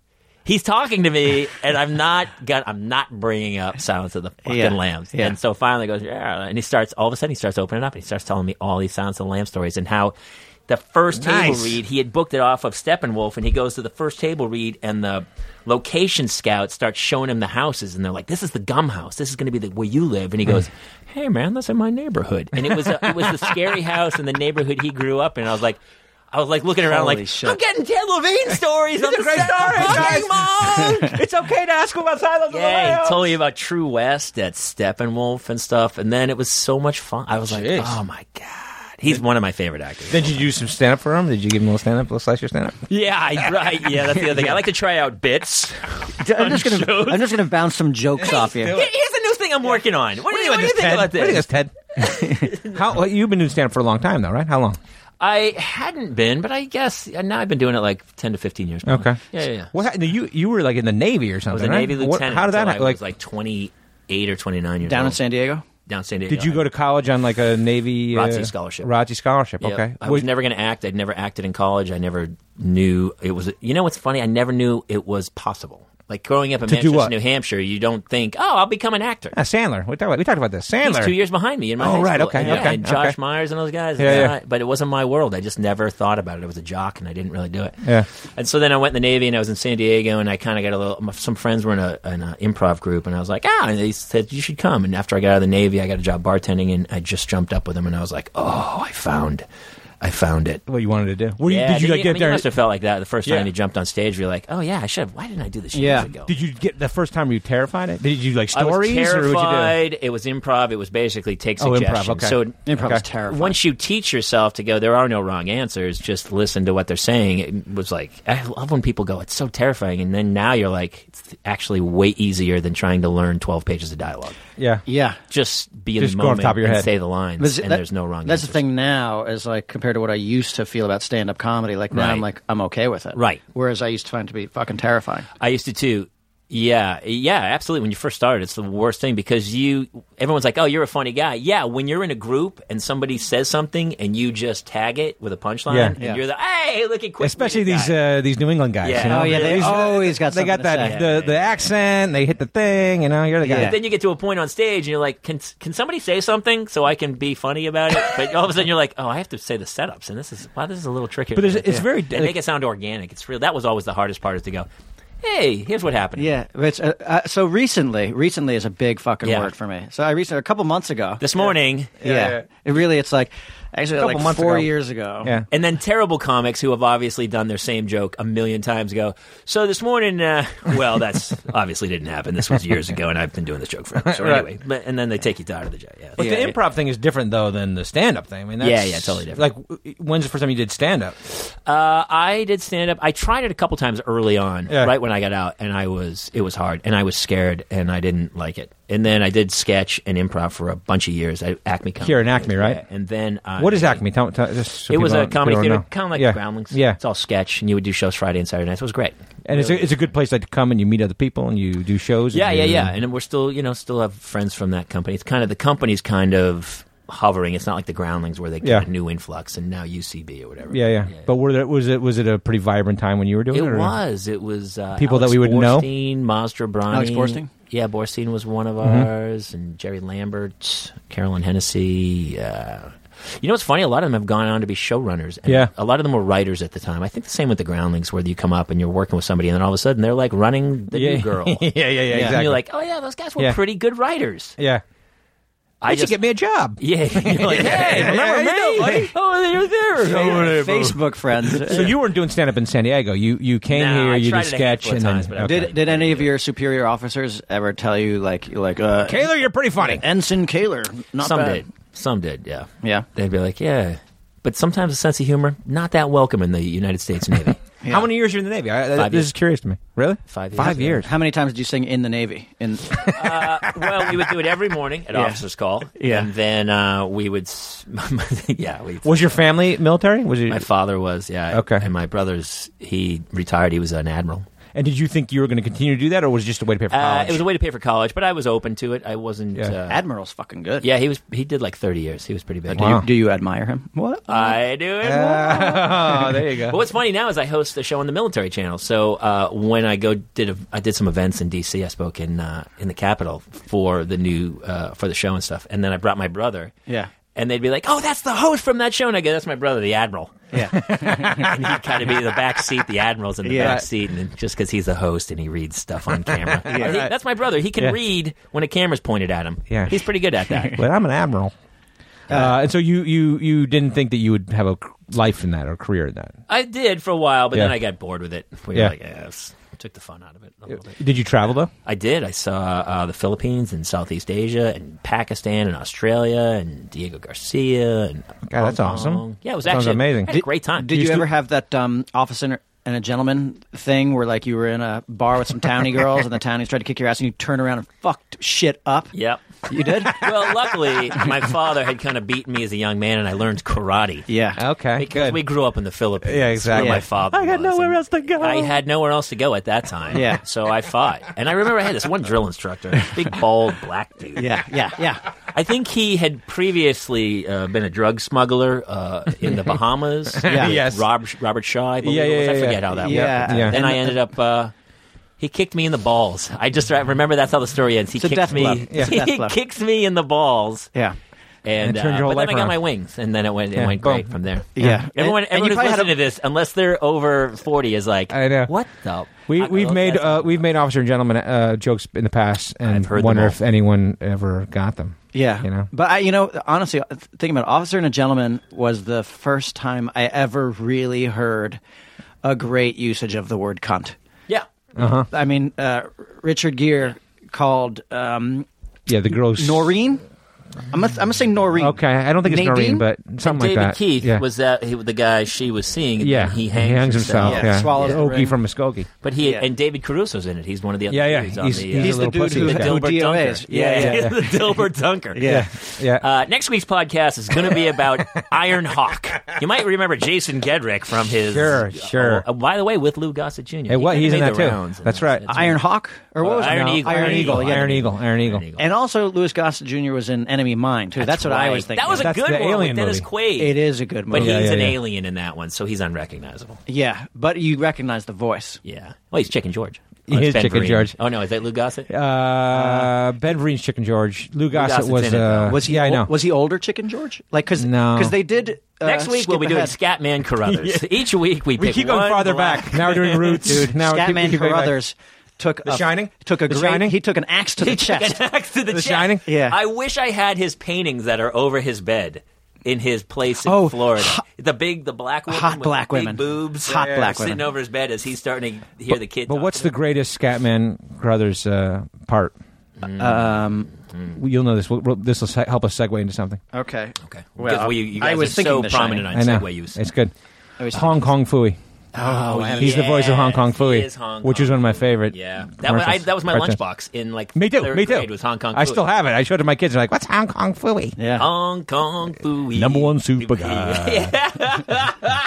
[SPEAKER 5] He's talking to me, and I'm not. Got, I'm not bringing up Silence of the Fucking
[SPEAKER 7] Yeah.
[SPEAKER 5] Lambs.
[SPEAKER 7] Yeah.
[SPEAKER 5] And so finally, he goes yeah, and he starts. All of a sudden, he starts opening up, and he starts telling me all these Silence of the Lambs stories and how the first table
[SPEAKER 1] Nice.
[SPEAKER 5] read he had booked it off of Steppenwolf, and he goes to the first table read, and the location scout starts showing him the houses, and they're like, "This is the Gum House. This is going to be the where you live." And he
[SPEAKER 7] Hmm.
[SPEAKER 5] goes, "Hey, man, that's in my neighborhood." And it was a, it was the scary house in the neighborhood he grew up in. And I was like. I was like looking around,
[SPEAKER 7] Holy
[SPEAKER 5] like
[SPEAKER 7] shit.
[SPEAKER 5] I'm getting Ted Levine stories. on the
[SPEAKER 1] great
[SPEAKER 5] set.
[SPEAKER 1] story,
[SPEAKER 5] Fucking Monk!
[SPEAKER 1] It's okay to ask about Silence
[SPEAKER 5] Yeah, he told me about True West at Steppenwolf and stuff, and then it was so much fun. I was
[SPEAKER 1] Jeez.
[SPEAKER 5] like, oh my god, he's one of my favorite actors.
[SPEAKER 1] Did you do some stand-up for him? Did you give him a little stand-up, a little slice of your stand-up?
[SPEAKER 5] yeah, I- right. Yeah, that's the other thing. I like to try out bits.
[SPEAKER 7] I'm just gonna. I'm just gonna bounce some jokes off you.
[SPEAKER 5] Here- Here's a new thing I'm working on. What, do you, what do you think
[SPEAKER 1] What
[SPEAKER 5] about
[SPEAKER 1] do you
[SPEAKER 5] this?
[SPEAKER 1] think of this, Ted? How well, you've been doing stand-up for a long time, though, right? How long?
[SPEAKER 5] I hadn't been, but I guess uh, now I've been doing it like 10 to 15 years. probably.
[SPEAKER 1] Okay.
[SPEAKER 5] Yeah, yeah. yeah.
[SPEAKER 1] What happened? You you were like in the Navy or something?
[SPEAKER 5] I was a
[SPEAKER 1] right?
[SPEAKER 5] Navy
[SPEAKER 1] What-
[SPEAKER 5] lieutenant.
[SPEAKER 1] how did that
[SPEAKER 5] until I
[SPEAKER 1] happen?
[SPEAKER 5] was like 28 or 29 years
[SPEAKER 7] Down in
[SPEAKER 5] old.
[SPEAKER 7] San Diego.
[SPEAKER 5] down in San Diego.
[SPEAKER 1] Did you go to college on like a Navy
[SPEAKER 5] ROTC scholarship.
[SPEAKER 1] ROTC scholarship.
[SPEAKER 5] Yep.
[SPEAKER 1] Okay.
[SPEAKER 5] I was
[SPEAKER 1] Wait,
[SPEAKER 5] never going to act. I'd never acted in college. I never knew it was. You know what's funny? I never knew it was possible. Like growing up in
[SPEAKER 1] To do
[SPEAKER 5] Manchester,
[SPEAKER 1] what?
[SPEAKER 5] New Hampshire, you don't think, "Oh, I'll become an actor."
[SPEAKER 1] Ah, Sandler. We talked about we talked about this.
[SPEAKER 5] He's
[SPEAKER 1] Sandler.
[SPEAKER 5] two years behind me in my
[SPEAKER 1] Oh,
[SPEAKER 5] high
[SPEAKER 1] right,
[SPEAKER 5] school.
[SPEAKER 1] okay,
[SPEAKER 5] And, yeah,
[SPEAKER 1] okay,
[SPEAKER 5] and Josh
[SPEAKER 1] okay.
[SPEAKER 5] Myers and those guys.
[SPEAKER 1] Yeah,
[SPEAKER 5] and
[SPEAKER 1] yeah.
[SPEAKER 5] I- but it wasn't my world. I just never thought about it. I was a jock, and I didn't really do it.
[SPEAKER 1] Yeah.
[SPEAKER 5] And so then I went in the Navy, and I was in San Diego, and I kind of got a little. my- Some friends were in a, in a improv group, and I was like, ah, and they said you should come. And after I got out of the Navy, I got a job bartending, and I just jumped up with them, and I was like, oh, I found, I found it.
[SPEAKER 1] What you wanted to do? Were you-
[SPEAKER 5] Yeah,
[SPEAKER 1] did you like
[SPEAKER 5] I
[SPEAKER 1] get
[SPEAKER 5] mean,
[SPEAKER 1] there?
[SPEAKER 5] You must have felt like that the first time
[SPEAKER 1] Yeah.
[SPEAKER 5] you jumped on stage. You're like, oh yeah, I should have. Why didn't I do this years
[SPEAKER 7] Yeah.
[SPEAKER 5] ago?
[SPEAKER 1] Did you get the first time you terrified it? Did you like
[SPEAKER 5] I was
[SPEAKER 1] stories or what you
[SPEAKER 5] terrified. It was improv. It was basically take
[SPEAKER 1] Oh, improv,
[SPEAKER 5] suggestions.
[SPEAKER 1] okay.
[SPEAKER 5] So
[SPEAKER 7] Improv
[SPEAKER 1] Okay.
[SPEAKER 7] was terrifying.
[SPEAKER 5] once you teach yourself to go, there are no wrong answers. Just listen to what they're saying. It was like I love when people go, it's so terrifying, and then now you're like, it's actually way easier than trying to learn twelve pages of dialogue.
[SPEAKER 1] do? Yeah.
[SPEAKER 7] yeah.
[SPEAKER 5] Just be in
[SPEAKER 1] Just
[SPEAKER 5] the
[SPEAKER 1] go off
[SPEAKER 5] moment
[SPEAKER 1] the top of your
[SPEAKER 5] and
[SPEAKER 1] head.
[SPEAKER 5] say the lines,
[SPEAKER 7] But is-
[SPEAKER 5] and
[SPEAKER 7] that-
[SPEAKER 5] there's no wrong.
[SPEAKER 7] That's
[SPEAKER 5] answers.
[SPEAKER 7] the thing now is like compared to what I used to feel about stand up comedy. Like now I'm
[SPEAKER 5] Right.
[SPEAKER 7] like I'm okay with it.
[SPEAKER 5] Right.
[SPEAKER 7] Whereas I used to find it to be fucking terrifying.
[SPEAKER 5] I used to too. Yeah, yeah, absolutely. When you first started, it's the worst thing because you everyone's like, "Oh, you're a funny guy." Yeah, when you're in a group and somebody says something and you just tag it with a punchline,
[SPEAKER 1] Yeah.
[SPEAKER 5] and
[SPEAKER 1] Yeah.
[SPEAKER 5] you're the, "Hey, look at quick!"
[SPEAKER 1] Especially
[SPEAKER 5] witted
[SPEAKER 1] these
[SPEAKER 5] guy."
[SPEAKER 1] uh, these New England guys.
[SPEAKER 5] Yeah.
[SPEAKER 1] You know?
[SPEAKER 5] Oh, yeah,
[SPEAKER 7] they
[SPEAKER 1] These-
[SPEAKER 7] always got
[SPEAKER 1] They got
[SPEAKER 7] something to
[SPEAKER 1] that
[SPEAKER 7] say.
[SPEAKER 1] the, the accent. They hit the thing. You know, you're the guy.
[SPEAKER 7] Yeah.
[SPEAKER 5] But then you get to a point on stage and you're like, "Can can somebody say something so I can be funny about it?" But all of a sudden you're like, "Oh, I have to say the setups," and this is wow, this is a little trickier.
[SPEAKER 1] But
[SPEAKER 5] than
[SPEAKER 1] it's-
[SPEAKER 5] I
[SPEAKER 1] it's
[SPEAKER 5] thought.
[SPEAKER 1] very-
[SPEAKER 5] They make it sound organic. It's real. That was always the hardest part is to go, "Hey, here's what happened."
[SPEAKER 7] Yeah. But it's, uh, uh, so recently, recently is a big fucking
[SPEAKER 5] Yeah.
[SPEAKER 7] word for me. So I recently, a couple months ago.
[SPEAKER 5] This morning,
[SPEAKER 7] yeah. It really, it's like actually
[SPEAKER 1] Couple
[SPEAKER 7] like
[SPEAKER 1] months
[SPEAKER 7] four
[SPEAKER 1] ago.
[SPEAKER 7] years ago.
[SPEAKER 1] Yeah.
[SPEAKER 5] And then terrible comics who have obviously done their same joke a million times go, so this morning, uh, well, that's obviously didn't happen. This was years ago, and I've been doing this joke forever. So
[SPEAKER 1] Right.
[SPEAKER 5] anyway, but, and then they take you out of the jet. Yeah.
[SPEAKER 1] But the improv thing is different though than the stand up thing. I mean, that's,
[SPEAKER 5] Yeah, yeah, totally different.
[SPEAKER 1] Like, w- when's the first time you did stand up?
[SPEAKER 5] Uh, I did stand up. I tried it a couple times early on,
[SPEAKER 1] Yeah.
[SPEAKER 5] right when I got out, and I was it was hard, and I was scared, and I didn't like it. and then I did sketch and improv for a bunch of years. I Acme Comedy.
[SPEAKER 1] Here in Acme, right?
[SPEAKER 5] Yeah, And then uh,
[SPEAKER 1] What is Acme? Tell, tell, just so
[SPEAKER 5] It was
[SPEAKER 1] people
[SPEAKER 5] a
[SPEAKER 1] don't-
[SPEAKER 5] comedy
[SPEAKER 1] people don't
[SPEAKER 5] theater,
[SPEAKER 1] know.
[SPEAKER 5] kind of like
[SPEAKER 1] yeah.
[SPEAKER 5] Groundlings.
[SPEAKER 1] Yeah,
[SPEAKER 5] it's all sketch, and you would do shows Friday and Saturday nights. It was great.
[SPEAKER 1] and it's a, it's a good place like, to come and you meet other people and you do shows.
[SPEAKER 5] Yeah,
[SPEAKER 1] and
[SPEAKER 5] yeah,
[SPEAKER 1] you-
[SPEAKER 5] yeah. And we're still, you know, still have friends from that company. It's kind of the company's kind of hovering. It's not like the Groundlings where they get
[SPEAKER 1] Yeah.
[SPEAKER 5] a new influx and now UCB or whatever.
[SPEAKER 1] yeah, yeah. But were there, was it was it a pretty vibrant time when you were doing it?
[SPEAKER 5] it
[SPEAKER 1] or-
[SPEAKER 5] was. It was uh,
[SPEAKER 1] People that
[SPEAKER 5] Alex
[SPEAKER 1] we would know?
[SPEAKER 5] Borstein, Mazda Brani.
[SPEAKER 7] Alex Borstein?
[SPEAKER 5] Yeah, Borstein was one of
[SPEAKER 1] Mm-hmm.
[SPEAKER 5] ours, and Jerry Lambert, Carolyn Hennessy. Uh, you know what's funny? A lot of them have gone on to be showrunners. And
[SPEAKER 1] Yeah.
[SPEAKER 5] A lot of them were writers at the time. I think the same with the Groundlings, where you come up and you're working with somebody, and then all of a sudden they're like running the
[SPEAKER 1] Yeah.
[SPEAKER 5] new girl.
[SPEAKER 1] yeah, yeah, yeah,
[SPEAKER 5] And
[SPEAKER 1] Exactly.
[SPEAKER 5] you're like, oh yeah, those guys were
[SPEAKER 1] Yeah.
[SPEAKER 5] pretty good writers.
[SPEAKER 1] yeah.
[SPEAKER 5] I
[SPEAKER 1] Why don't
[SPEAKER 5] just
[SPEAKER 1] you get me a job.
[SPEAKER 5] yeah. You're like, hey, remember
[SPEAKER 1] Yeah, you know,
[SPEAKER 5] me?
[SPEAKER 1] buddy.
[SPEAKER 5] oh, you're there.
[SPEAKER 7] Facebook friends.
[SPEAKER 1] So you weren't doing stand up in San Diego. You you came
[SPEAKER 5] No,
[SPEAKER 1] here.
[SPEAKER 5] I
[SPEAKER 1] you
[SPEAKER 5] tried
[SPEAKER 1] did
[SPEAKER 5] it a
[SPEAKER 1] sketch
[SPEAKER 5] handful
[SPEAKER 1] and
[SPEAKER 5] of
[SPEAKER 1] then
[SPEAKER 5] times, but I-
[SPEAKER 1] okay.
[SPEAKER 7] Did did any of your superior officers ever tell you like you're like uh,
[SPEAKER 1] Kaler, you're pretty funny.
[SPEAKER 7] Ensign Kaler? Not
[SPEAKER 5] Some
[SPEAKER 7] bad.
[SPEAKER 5] did. Some did. Yeah.
[SPEAKER 7] Yeah.
[SPEAKER 5] They'd be like, yeah. But sometimes a sense of humor not that welcome in the United States Navy.
[SPEAKER 1] How many years are you in the Navy? I, I-
[SPEAKER 5] Five
[SPEAKER 1] this
[SPEAKER 5] years.
[SPEAKER 1] is curious to me. Really?
[SPEAKER 5] Five years,
[SPEAKER 1] Five
[SPEAKER 5] yeah.
[SPEAKER 1] years.
[SPEAKER 7] How many times did you sing in the Navy? In
[SPEAKER 5] well, we would do it every morning at officers' call.
[SPEAKER 7] Yeah.
[SPEAKER 5] And then uh, we would, s- yeah, we.
[SPEAKER 1] Was your family military? Was it?
[SPEAKER 5] My father was, yeah.
[SPEAKER 1] Okay.
[SPEAKER 5] And my brother's, he retired. He was an admiral.
[SPEAKER 1] and did you think you were going to continue to do that, or was it just a way to pay for
[SPEAKER 5] Uh,
[SPEAKER 1] college?
[SPEAKER 5] it was a way to pay for college, but I was open to it. I wasn't.
[SPEAKER 1] Yeah.
[SPEAKER 5] Uh,
[SPEAKER 7] Admiral's fucking good.
[SPEAKER 5] yeah, he was. He did like thirty years. He was pretty big.
[SPEAKER 7] Do,
[SPEAKER 1] Wow.
[SPEAKER 7] you, do you admire him? What?
[SPEAKER 5] I do it.
[SPEAKER 1] oh, there you go.
[SPEAKER 5] But what's funny now is I host a show on the military channel. So uh, when I go did a, I did some events in D.C. I spoke in uh, in the Capitol for the new uh, for the show and stuff, and then I brought my brother.
[SPEAKER 7] Yeah.
[SPEAKER 5] And they'd be like, "Oh, that's the host from that show," and I go, "That's my brother, the admiral."
[SPEAKER 7] Yeah.
[SPEAKER 5] And he'd kind of be in the back seat. The admiral's in the
[SPEAKER 7] Yeah.
[SPEAKER 5] back seat, and then- just because he's the host and he reads stuff on camera, He-
[SPEAKER 1] Right.
[SPEAKER 5] that's my brother. He can
[SPEAKER 1] Yeah.
[SPEAKER 5] read when a camera's pointed at him.
[SPEAKER 1] Yeah.
[SPEAKER 5] he's pretty good at that.
[SPEAKER 1] but I'm an admiral. Uh, and so you, you you didn't think that you would have a c- life in that or a career in that.
[SPEAKER 5] I did for a while, but then
[SPEAKER 1] Yeah.
[SPEAKER 5] I got bored with it. We
[SPEAKER 1] Yeah.
[SPEAKER 5] were like, "Yeah, it's- took the fun out of it a little bit."
[SPEAKER 1] Did you travel though?
[SPEAKER 5] I did. I saw uh, the Philippines and Southeast Asia and Pakistan and Australia and Diego Garcia and
[SPEAKER 1] God, that's
[SPEAKER 5] Hong
[SPEAKER 1] awesome.
[SPEAKER 5] Kong. Yeah, it was
[SPEAKER 1] That sounds
[SPEAKER 5] actually
[SPEAKER 1] amazing.
[SPEAKER 5] I had a
[SPEAKER 1] Did-
[SPEAKER 5] great time.
[SPEAKER 7] Did
[SPEAKER 1] You
[SPEAKER 7] you,
[SPEAKER 1] still-
[SPEAKER 7] ever have that um, office and and a gentleman thing where like you were in a bar with some townie girls and the townies tried to kick your ass and you turn around and fucked shit up?
[SPEAKER 5] Yep.
[SPEAKER 7] You did?
[SPEAKER 5] well, luckily, my father had kind of beaten me as a young man, and I learned karate.
[SPEAKER 7] yeah.
[SPEAKER 1] Okay,
[SPEAKER 5] Because Uh, we grew up in the Philippines.
[SPEAKER 1] Yeah, exactly.
[SPEAKER 5] Where
[SPEAKER 7] Yeah.
[SPEAKER 5] my father.
[SPEAKER 1] I had
[SPEAKER 5] was,
[SPEAKER 1] nowhere
[SPEAKER 5] and
[SPEAKER 1] else to go.
[SPEAKER 5] I had nowhere else to go at that time.
[SPEAKER 7] Yeah.
[SPEAKER 5] So I fought, and I remember I had this one drill instructor, big bald black dude.
[SPEAKER 7] Yeah. Yeah. Yeah.
[SPEAKER 5] I think he had previously uh, been a drug smuggler uh, in the Bahamas.
[SPEAKER 7] Yeah.
[SPEAKER 5] with
[SPEAKER 1] Yes.
[SPEAKER 5] Rob, Robert Shaw, I believe.
[SPEAKER 1] Yeah,
[SPEAKER 5] it was.
[SPEAKER 1] yeah,
[SPEAKER 5] I
[SPEAKER 1] yeah,
[SPEAKER 5] forget
[SPEAKER 1] yeah.
[SPEAKER 5] how that
[SPEAKER 7] Yeah.
[SPEAKER 5] went.
[SPEAKER 1] Yeah.
[SPEAKER 5] Then I ended up. Uh, he kicked me in the balls. I just I remember that's how the story ends. He
[SPEAKER 7] It's a
[SPEAKER 5] kicked
[SPEAKER 7] death
[SPEAKER 5] me.
[SPEAKER 7] blow. It's a death
[SPEAKER 5] he
[SPEAKER 7] blow.
[SPEAKER 5] kicks me in the balls,
[SPEAKER 7] Yeah.
[SPEAKER 5] and,
[SPEAKER 1] And turned
[SPEAKER 5] uh,
[SPEAKER 1] your whole
[SPEAKER 5] but then
[SPEAKER 1] life
[SPEAKER 5] I got
[SPEAKER 1] around.
[SPEAKER 5] my wings, and then it went. It
[SPEAKER 1] Yeah,
[SPEAKER 5] went
[SPEAKER 1] boom.
[SPEAKER 5] great from there.
[SPEAKER 7] Yeah.
[SPEAKER 5] Everyone,
[SPEAKER 7] And- and you
[SPEAKER 5] everyone who's
[SPEAKER 7] probably had
[SPEAKER 5] listening
[SPEAKER 7] a-
[SPEAKER 5] to this, unless they're over forty, is like,
[SPEAKER 1] I know.
[SPEAKER 5] what the.
[SPEAKER 1] We
[SPEAKER 5] I-
[SPEAKER 1] we've
[SPEAKER 5] well,
[SPEAKER 1] made
[SPEAKER 5] that's-
[SPEAKER 1] uh, we've made officer and gentleman uh, jokes in the past, and
[SPEAKER 5] I've heard them
[SPEAKER 1] wonder
[SPEAKER 5] all.
[SPEAKER 1] if anyone ever got them.
[SPEAKER 7] Yeah,
[SPEAKER 1] you know.
[SPEAKER 7] But I, you know, honestly, th- thinking about it, Officer and a Gentleman was the first time I ever really heard a great usage of the word cunt.
[SPEAKER 5] yeah.
[SPEAKER 7] I mean, uh, Richard Gere called um,
[SPEAKER 1] Yeah, the girls.
[SPEAKER 7] Noreen. I'm gonna, I'm gonna say Noreen.
[SPEAKER 1] Okay, I don't think it's
[SPEAKER 7] Nadine?
[SPEAKER 1] Noreen, but something
[SPEAKER 5] David
[SPEAKER 1] like that.
[SPEAKER 5] Keith
[SPEAKER 1] yeah.
[SPEAKER 5] was that he, the guy she was seeing. and
[SPEAKER 1] Yeah,
[SPEAKER 5] then he hangs,
[SPEAKER 1] himself.
[SPEAKER 7] himself.
[SPEAKER 1] yeah,
[SPEAKER 7] Yeah, swallows the
[SPEAKER 1] Okie
[SPEAKER 7] ring.
[SPEAKER 1] from Muskogee.
[SPEAKER 5] But he
[SPEAKER 7] Yeah.
[SPEAKER 5] and David Caruso's in it. He's one of the other
[SPEAKER 1] Yeah, yeah,
[SPEAKER 5] dudes
[SPEAKER 1] he's-
[SPEAKER 5] on the
[SPEAKER 1] he's
[SPEAKER 5] uh,
[SPEAKER 7] He's
[SPEAKER 1] a
[SPEAKER 7] the
[SPEAKER 1] little
[SPEAKER 7] dude
[SPEAKER 1] pussy
[SPEAKER 7] who,
[SPEAKER 1] guy.
[SPEAKER 7] who
[SPEAKER 5] Dilbert
[SPEAKER 7] DOAs.
[SPEAKER 5] Dunker. Yeah, yeah, the Dilbert Dunker.
[SPEAKER 7] Yeah.
[SPEAKER 1] Yeah,
[SPEAKER 5] Uh, next week's podcast is going to be about Iron Hawk. You might remember Jason Gedrick from his.
[SPEAKER 1] Sure, sure.
[SPEAKER 5] Oh, uh, by the way, with Lou Gossett Jr.
[SPEAKER 1] Hey, what?
[SPEAKER 5] He
[SPEAKER 1] He's in
[SPEAKER 5] kinda
[SPEAKER 1] that
[SPEAKER 5] made the
[SPEAKER 1] too.
[SPEAKER 5] rounds in
[SPEAKER 1] That's
[SPEAKER 5] this.
[SPEAKER 1] right.
[SPEAKER 5] It's-
[SPEAKER 7] Iron Hawk or what was
[SPEAKER 5] Iron
[SPEAKER 7] it? No,
[SPEAKER 5] Eagle.
[SPEAKER 7] Iron, Eagle. yeah.
[SPEAKER 1] Iron Eagle. Iron Eagle.
[SPEAKER 7] And also, Louis Gossett Jr. was in Enemy Mine too. That's, what I
[SPEAKER 5] Right.
[SPEAKER 7] was thinking.
[SPEAKER 5] That was a
[SPEAKER 1] That's
[SPEAKER 5] good
[SPEAKER 1] the
[SPEAKER 5] one
[SPEAKER 1] alien
[SPEAKER 5] with Dennis
[SPEAKER 1] movie.
[SPEAKER 5] Quaid.
[SPEAKER 7] it is a good
[SPEAKER 5] But
[SPEAKER 7] movie.
[SPEAKER 5] he's
[SPEAKER 1] Yeah, yeah,
[SPEAKER 5] an
[SPEAKER 1] yeah.
[SPEAKER 5] alien in that one, so he's unrecognizable.
[SPEAKER 7] yeah, but you recognize the voice.
[SPEAKER 5] Yeah. Well, he's Chicken George.
[SPEAKER 1] He
[SPEAKER 5] it's
[SPEAKER 1] is
[SPEAKER 5] Ben
[SPEAKER 1] Chicken
[SPEAKER 5] Vereen.
[SPEAKER 1] George.
[SPEAKER 5] Oh no, is that Lou Gossett?
[SPEAKER 1] Uh, ben Vereen's Chicken George. Lou Gossett
[SPEAKER 5] Gossett's
[SPEAKER 1] was.
[SPEAKER 5] in it,
[SPEAKER 1] uh,
[SPEAKER 5] though.
[SPEAKER 7] Was he?
[SPEAKER 1] Yeah, I know.
[SPEAKER 7] Was he older, Chicken George? Like, because
[SPEAKER 1] No.
[SPEAKER 7] they did. Uh,
[SPEAKER 5] Next week we'll
[SPEAKER 7] skip
[SPEAKER 5] be doing
[SPEAKER 7] ahead.
[SPEAKER 5] Scatman Carruthers. Each week we
[SPEAKER 1] we
[SPEAKER 5] pick
[SPEAKER 1] keep going
[SPEAKER 5] one
[SPEAKER 1] farther
[SPEAKER 5] black-
[SPEAKER 1] back. Now we're doing Roots. Dude, now we keep- we
[SPEAKER 7] Scatman
[SPEAKER 1] keep going back.
[SPEAKER 7] Carruthers took
[SPEAKER 1] The
[SPEAKER 7] a,
[SPEAKER 1] Shining?
[SPEAKER 7] Took a
[SPEAKER 1] The
[SPEAKER 7] great.
[SPEAKER 1] Shining?
[SPEAKER 7] He took an axe to the chest.
[SPEAKER 5] Next to the,
[SPEAKER 1] The
[SPEAKER 5] chest.
[SPEAKER 1] Shining?
[SPEAKER 7] Yeah.
[SPEAKER 5] I wish I had his paintings that are over his bed in his place in
[SPEAKER 7] Oh,
[SPEAKER 5] Florida. the big, the black woman,
[SPEAKER 7] hot
[SPEAKER 5] with
[SPEAKER 7] black
[SPEAKER 5] big
[SPEAKER 7] women.
[SPEAKER 5] boobs,
[SPEAKER 7] Hot Yeah, yeah. black
[SPEAKER 5] sitting
[SPEAKER 7] women.
[SPEAKER 5] over his bed as he's starting to hear the kid.
[SPEAKER 1] But what's the greatest Scatman Brothers uh, part?
[SPEAKER 5] Mm.
[SPEAKER 1] Uh,
[SPEAKER 7] um.
[SPEAKER 1] You'll know this. We'll, we'll, this will se- help us segue into something.
[SPEAKER 7] Okay.
[SPEAKER 5] Okay.
[SPEAKER 7] Well,
[SPEAKER 5] Well, you, you
[SPEAKER 7] I
[SPEAKER 5] guys
[SPEAKER 7] was
[SPEAKER 5] are
[SPEAKER 7] thinking
[SPEAKER 5] so
[SPEAKER 7] The
[SPEAKER 5] prominent on
[SPEAKER 7] Shining.
[SPEAKER 1] I know.
[SPEAKER 5] Segway use.
[SPEAKER 1] It's good.
[SPEAKER 7] I was
[SPEAKER 1] Hong Kong Fooey.
[SPEAKER 5] Oh,
[SPEAKER 1] He's the voice of Hong Kong
[SPEAKER 5] yes,
[SPEAKER 1] Fooey,
[SPEAKER 5] he is Hong
[SPEAKER 1] which
[SPEAKER 5] Kong
[SPEAKER 1] is one of my favorite.
[SPEAKER 5] Yeah, that was, I,
[SPEAKER 1] commercials,
[SPEAKER 5] that was my
[SPEAKER 1] cartoons.
[SPEAKER 5] lunchbox in like
[SPEAKER 1] Me too.
[SPEAKER 5] Third
[SPEAKER 1] me too.
[SPEAKER 5] Grade was Hong Kong.
[SPEAKER 1] I
[SPEAKER 5] Fooey.
[SPEAKER 1] still have it. I showed it to my kids. They're like, "What's Hong Kong Fooey?"
[SPEAKER 7] Yeah.
[SPEAKER 5] Hong Kong Fooey.
[SPEAKER 1] Number one super guy.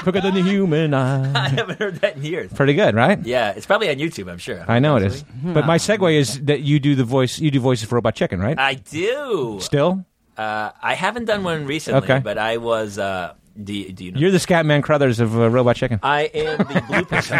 [SPEAKER 1] Quicker than the human eye.
[SPEAKER 5] I haven't heard that in years.
[SPEAKER 1] Pretty good, right?
[SPEAKER 5] Yeah, it's probably on YouTube. I'm sure.
[SPEAKER 1] I know it is. But
[SPEAKER 5] Hmm.
[SPEAKER 1] my segue is that you do the voice. You do voices for Robot Chicken, right?
[SPEAKER 5] I do.
[SPEAKER 1] Still,
[SPEAKER 5] Uh, I haven't done one recently,
[SPEAKER 1] Okay.
[SPEAKER 5] but I was. Uh, do, you- do you know?
[SPEAKER 1] you're the Scatman Crothers of uh, Robot Chicken.
[SPEAKER 5] I am the bloopers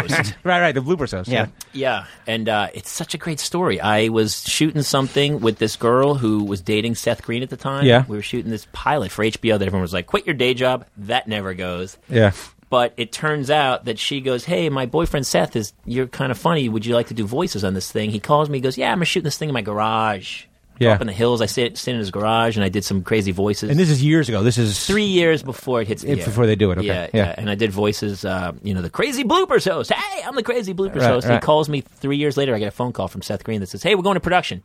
[SPEAKER 5] host.
[SPEAKER 1] right, right. The bloopers host.
[SPEAKER 7] Yeah.
[SPEAKER 5] Yeah, and uh, it's such a great story. I was shooting something with this girl who was dating Seth Green at the time.
[SPEAKER 1] Yeah.
[SPEAKER 5] we were shooting this pilot for HBO that everyone was like, "Quit your day job." That never goes.
[SPEAKER 1] Yeah.
[SPEAKER 5] But it turns out that she goes, "Hey, my boyfriend Seth is you're kind of funny. Would you like to do voices on this thing?" He calls me, he goes, "Yeah, I'm shooting this thing in my garage."
[SPEAKER 1] Yeah.
[SPEAKER 5] Up in the hills, I sit, sit in his garage and I did some crazy voices.
[SPEAKER 1] And this is years ago. This is
[SPEAKER 5] three years before it hits the
[SPEAKER 1] It-
[SPEAKER 5] air.
[SPEAKER 1] before they do it, okay.
[SPEAKER 5] Yeah,
[SPEAKER 1] Yeah.
[SPEAKER 5] yeah. And I did voices, uh, you know, the crazy bloopers host. Hey, I'm the crazy bloopers
[SPEAKER 1] Right,
[SPEAKER 5] host.
[SPEAKER 1] right.
[SPEAKER 5] He calls me three years later. I get a phone call from Seth Green that says, "Hey, we're going to production.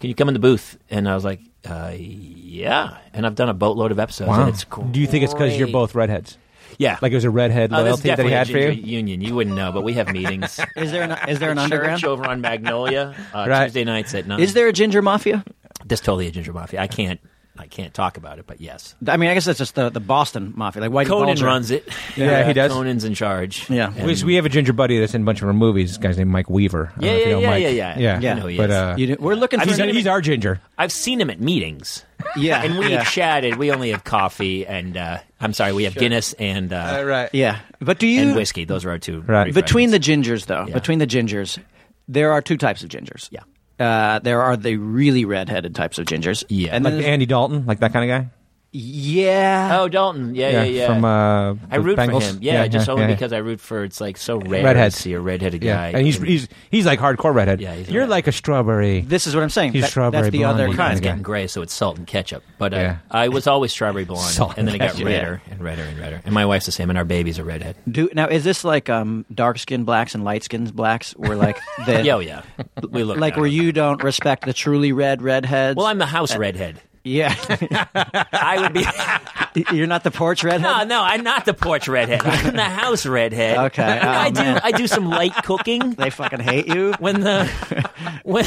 [SPEAKER 5] Can you come in the booth?" And I was like, uh, "Yeah." And I've done a boatload of episodes.
[SPEAKER 1] Wow.
[SPEAKER 5] And it's great.
[SPEAKER 1] Do you think it's because you're both redheads?
[SPEAKER 5] Yeah.
[SPEAKER 1] Like it was a redhead
[SPEAKER 5] Oh, this is
[SPEAKER 1] loyalty that he
[SPEAKER 5] definitely a
[SPEAKER 1] had for
[SPEAKER 5] ginger
[SPEAKER 1] you?
[SPEAKER 5] Union. You wouldn't know, but we have meetings.
[SPEAKER 7] Is there an is there an underground?
[SPEAKER 5] Church over on Magnolia uh,
[SPEAKER 1] Right.
[SPEAKER 5] Tuesday nights at nine.
[SPEAKER 7] Is there a ginger mafia?
[SPEAKER 5] This totally a ginger mafia. I can't. I can't talk about it, but yes.
[SPEAKER 7] I mean, I guess that's just the, the Boston mafia, like White
[SPEAKER 5] Conan runs it.
[SPEAKER 1] Yeah, he does.
[SPEAKER 5] Conan's in charge.
[SPEAKER 7] Yeah.
[SPEAKER 5] And-
[SPEAKER 1] Because we have a ginger buddy that's in a bunch of our movies. This guy's named Mike Weaver. I don't
[SPEAKER 5] Yeah,
[SPEAKER 1] know if you
[SPEAKER 5] yeah,
[SPEAKER 1] know
[SPEAKER 5] yeah,
[SPEAKER 1] Mike.
[SPEAKER 5] yeah, yeah.
[SPEAKER 7] Yeah.
[SPEAKER 1] yeah.
[SPEAKER 7] I know
[SPEAKER 5] he
[SPEAKER 1] but
[SPEAKER 5] is.
[SPEAKER 1] uh,
[SPEAKER 7] You do, we're looking for
[SPEAKER 1] he's,
[SPEAKER 7] an-
[SPEAKER 1] he's our ginger.
[SPEAKER 5] I've seen him at meetings.
[SPEAKER 7] yeah,
[SPEAKER 5] And we
[SPEAKER 7] yeah.
[SPEAKER 5] chatted. We only have coffee and uh, I'm sorry, we have Guinness and uh,
[SPEAKER 1] right.
[SPEAKER 7] yeah. But do
[SPEAKER 5] and
[SPEAKER 7] you
[SPEAKER 5] whiskey. Those are our two.
[SPEAKER 1] Right.
[SPEAKER 5] references.
[SPEAKER 7] between the gingers though?
[SPEAKER 5] Yeah.
[SPEAKER 7] Between the gingers, there are two types of gingers.
[SPEAKER 5] Yeah.
[SPEAKER 7] Uh, there are the really redheaded types of gingers.
[SPEAKER 5] Yeah.
[SPEAKER 7] and
[SPEAKER 1] Like
[SPEAKER 7] then,
[SPEAKER 1] Andy Dalton, like that kind of guy.
[SPEAKER 7] yeah,
[SPEAKER 5] Oh, Dalton. Yeah, yeah, yeah.
[SPEAKER 1] From uh,
[SPEAKER 5] I root
[SPEAKER 1] Bengals.
[SPEAKER 5] for him. Yeah, just only because I root for it's like so rare
[SPEAKER 1] Redhead.
[SPEAKER 5] to see a redheaded
[SPEAKER 1] yeah.
[SPEAKER 5] guy.
[SPEAKER 1] and he's he's he's like hardcore redhead.
[SPEAKER 5] Yeah, he's a
[SPEAKER 1] you're
[SPEAKER 5] redhead.
[SPEAKER 1] like a strawberry.
[SPEAKER 7] This is what I'm saying.
[SPEAKER 1] He's
[SPEAKER 7] That-
[SPEAKER 1] strawberry
[SPEAKER 7] that's the
[SPEAKER 1] blonde.
[SPEAKER 7] other
[SPEAKER 1] Well,
[SPEAKER 5] kind
[SPEAKER 7] kind.
[SPEAKER 5] of
[SPEAKER 1] Yeah.
[SPEAKER 5] getting gray, so it's salt and ketchup. But uh,
[SPEAKER 1] Yeah.
[SPEAKER 5] I was always strawberry blonde,
[SPEAKER 1] Salt
[SPEAKER 5] and then it got
[SPEAKER 1] and ketchup.
[SPEAKER 5] redder and redder and redder. And my wife's the same, and our baby's a redhead.
[SPEAKER 7] Do now is this like um, dark skinned blacks and light skinned blacks where like the
[SPEAKER 5] Yeah, oh, yeah, we look
[SPEAKER 7] like
[SPEAKER 5] down
[SPEAKER 7] where
[SPEAKER 5] on
[SPEAKER 7] you
[SPEAKER 5] them.
[SPEAKER 7] don't respect the truly red redheads?
[SPEAKER 5] Well, I'm the house redhead.
[SPEAKER 7] yeah,
[SPEAKER 5] I would be. oh,
[SPEAKER 7] you're not the porch redhead.
[SPEAKER 5] No, no, I'm not the porch redhead. I'm the house redhead.
[SPEAKER 7] Okay.
[SPEAKER 5] And
[SPEAKER 7] Oh,
[SPEAKER 5] I do.
[SPEAKER 7] man.
[SPEAKER 5] I do some light cooking
[SPEAKER 7] They fucking hate you.
[SPEAKER 5] when the when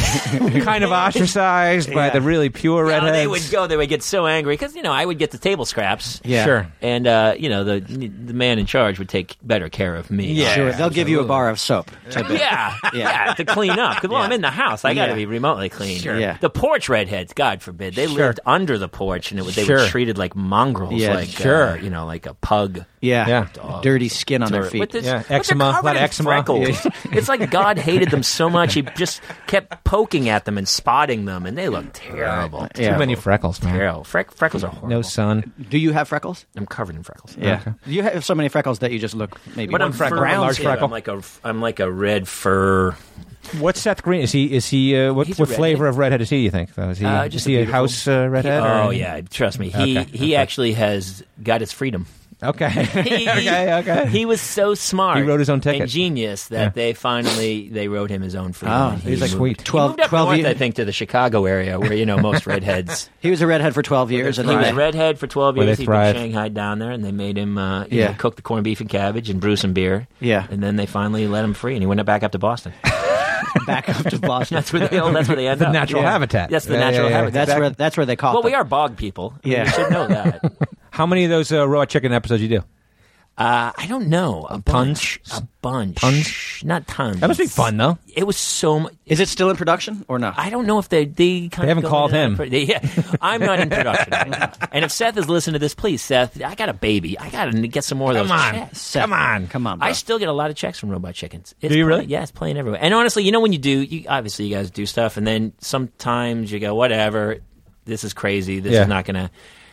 [SPEAKER 1] kind of ostracized by
[SPEAKER 7] Yeah.
[SPEAKER 1] the really pure
[SPEAKER 5] no,
[SPEAKER 1] redheads.
[SPEAKER 5] they would go. They would get so angry because you know I would get the table scraps.
[SPEAKER 7] Yeah.
[SPEAKER 1] Sure.
[SPEAKER 5] And uh, you know the the man in charge would take better care of me.
[SPEAKER 7] sure. They'll give you a bar of soap.
[SPEAKER 5] Yeah, yeah, to clean up. 'Cause, well, I'm in the house. I got to
[SPEAKER 7] Yeah.
[SPEAKER 5] be remotely clean.
[SPEAKER 7] Sure. Yeah.
[SPEAKER 5] The porch redheads, God forbid, they lived under the porch and it, was- they were
[SPEAKER 1] Sure.
[SPEAKER 5] treated like mongrels,
[SPEAKER 7] Yeah,
[SPEAKER 5] like
[SPEAKER 1] sure.
[SPEAKER 5] uh, you know, like a pug.
[SPEAKER 7] Yeah,
[SPEAKER 1] Yeah.
[SPEAKER 7] dirty skin on their
[SPEAKER 5] Or-
[SPEAKER 7] feet.
[SPEAKER 5] With this,
[SPEAKER 1] Yeah,
[SPEAKER 5] but they're
[SPEAKER 1] eczema, a lot
[SPEAKER 5] covered
[SPEAKER 1] of
[SPEAKER 5] in
[SPEAKER 1] eczema.
[SPEAKER 5] freckles. it's like God hated them so much, he just kept poking at them and spotting them, and they look terrible.
[SPEAKER 7] Yeah.
[SPEAKER 1] Too many freckles, man.
[SPEAKER 5] Terrible. Freck- freckles are horrible.
[SPEAKER 1] No sun.
[SPEAKER 7] Do you have freckles?
[SPEAKER 5] I'm covered in freckles.
[SPEAKER 7] Yeah, you have so many freckles that you just look maybe.
[SPEAKER 5] But I'm
[SPEAKER 1] freckle,
[SPEAKER 5] brown
[SPEAKER 1] one large
[SPEAKER 5] too.
[SPEAKER 1] freckle.
[SPEAKER 5] I'm like a, I'm like a red fur.
[SPEAKER 1] What's Seth Green? Is he? Is he? Uh, what
[SPEAKER 5] He's a
[SPEAKER 1] what flavor
[SPEAKER 5] redhead.
[SPEAKER 1] of redhead is he? You think? though? Is he?
[SPEAKER 5] Uh,
[SPEAKER 1] is
[SPEAKER 5] just
[SPEAKER 1] he a,
[SPEAKER 5] beautiful-
[SPEAKER 1] house uh, redhead? or-
[SPEAKER 5] Oh yeah, trust me. He
[SPEAKER 1] Okay,
[SPEAKER 5] he
[SPEAKER 1] okay.
[SPEAKER 5] actually has got his freedom.
[SPEAKER 1] Okay.
[SPEAKER 5] He-
[SPEAKER 1] okay. Okay.
[SPEAKER 5] He was so smart.
[SPEAKER 1] He wrote his own ticket.
[SPEAKER 5] And genius that
[SPEAKER 1] Yeah.
[SPEAKER 5] they finally they wrote him his own freedom.
[SPEAKER 7] Oh,
[SPEAKER 5] and he
[SPEAKER 1] he's like
[SPEAKER 5] moved-
[SPEAKER 1] sweet.
[SPEAKER 5] He moved
[SPEAKER 7] 12
[SPEAKER 5] up
[SPEAKER 7] 12
[SPEAKER 5] north,
[SPEAKER 7] years.
[SPEAKER 5] I think, to the Chicago area where you know most redheads.
[SPEAKER 7] He was a redhead for twelve years, and
[SPEAKER 5] He was
[SPEAKER 7] then they-
[SPEAKER 5] redhead for twelve
[SPEAKER 1] Where
[SPEAKER 5] years.
[SPEAKER 1] they
[SPEAKER 5] He was
[SPEAKER 1] thrive.
[SPEAKER 5] Shanghai down there, and they made him uh, you
[SPEAKER 7] Yeah.
[SPEAKER 5] know, cook the corned beef and cabbage and brew some beer.
[SPEAKER 7] Yeah.
[SPEAKER 5] and then they finally let him free, and he went back up to Boston.
[SPEAKER 7] back up to Boston.
[SPEAKER 5] that's where they all, that's where they end
[SPEAKER 1] The
[SPEAKER 5] up.
[SPEAKER 1] natural
[SPEAKER 5] Yeah.
[SPEAKER 1] habitat.
[SPEAKER 5] That's the
[SPEAKER 1] Yeah,
[SPEAKER 5] natural
[SPEAKER 1] yeah, yeah.
[SPEAKER 5] habitat.
[SPEAKER 7] That's where that's where they caught.
[SPEAKER 5] well, we
[SPEAKER 7] them.
[SPEAKER 5] are bog people. I mean,
[SPEAKER 7] Yeah.
[SPEAKER 5] you should know that.
[SPEAKER 1] How many of those uh, raw chicken episodes you do?
[SPEAKER 5] Uh, I don't know. A bunch. A bunch.
[SPEAKER 1] Tons?
[SPEAKER 5] Not tons.
[SPEAKER 1] That must be fun, though.
[SPEAKER 5] It was so much.
[SPEAKER 7] Is it still in production or no?
[SPEAKER 5] I don't know if they they, kind
[SPEAKER 1] They haven't
[SPEAKER 5] of go
[SPEAKER 1] called
[SPEAKER 5] into that
[SPEAKER 1] him.
[SPEAKER 5] pro- they- yeah, I'm not in production. right now. and if Seth is listening to this, please, Seth, I got a baby. I got to get some more of those.
[SPEAKER 1] Come on.
[SPEAKER 5] checks.
[SPEAKER 7] Seth,
[SPEAKER 1] Come on.
[SPEAKER 7] come on. Bro.
[SPEAKER 5] I still get a lot of checks from Robot Chickens. It's
[SPEAKER 1] Do you
[SPEAKER 5] playing-
[SPEAKER 1] really?
[SPEAKER 5] Yeah, it's playing everywhere. And honestly, you know when you do, you, obviously you guys do stuff, and then sometimes you go, whatever, this is crazy. This
[SPEAKER 1] Yeah.
[SPEAKER 5] is not gonna.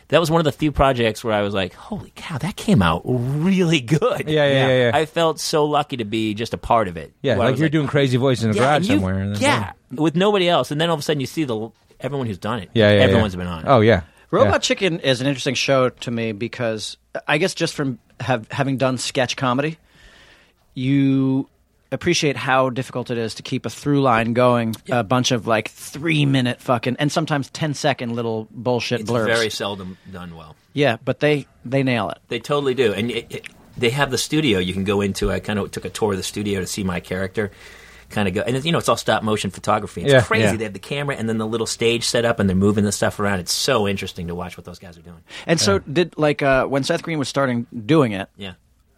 [SPEAKER 5] That was one of the few projects where I was like, holy cow, that came out really good.
[SPEAKER 1] Yeah, yeah, yeah, yeah.
[SPEAKER 5] I felt so lucky to be just a part of it.
[SPEAKER 1] Yeah,
[SPEAKER 5] Where I
[SPEAKER 1] like
[SPEAKER 5] was
[SPEAKER 1] you're doing crazy voices in a
[SPEAKER 5] and
[SPEAKER 1] garage
[SPEAKER 5] you-
[SPEAKER 1] somewhere. and that's
[SPEAKER 5] Yeah,
[SPEAKER 1] it.
[SPEAKER 5] with nobody else, and then all of a sudden you see the everyone who's done it.
[SPEAKER 1] Yeah. Yeah.
[SPEAKER 5] everyone's
[SPEAKER 1] yeah.
[SPEAKER 5] been on. it.
[SPEAKER 1] Oh yeah.
[SPEAKER 7] Robot
[SPEAKER 1] Yeah.
[SPEAKER 7] Chicken is an interesting show to me because I guess just from have, having done sketch comedy, you appreciate how difficult it is to keep a through line going. A bunch of like three minute fucking and sometimes 10 second little bullshit
[SPEAKER 5] it's
[SPEAKER 7] blurbs.
[SPEAKER 5] very seldom done well.
[SPEAKER 7] yeah, but they they nail it.
[SPEAKER 5] They totally do, and it, it, they have the studio you can go into. I kind of took a tour of the studio to see my character. Kind of go, and it, you know, it's all stop motion photography. It's
[SPEAKER 1] Yeah,
[SPEAKER 5] crazy.
[SPEAKER 1] yeah.
[SPEAKER 5] They have the camera and then the little stage set up, and they're moving the stuff around. It's so interesting to watch what those guys are doing.
[SPEAKER 7] And so did like uh, when Seth Green was starting doing it,
[SPEAKER 5] Yeah.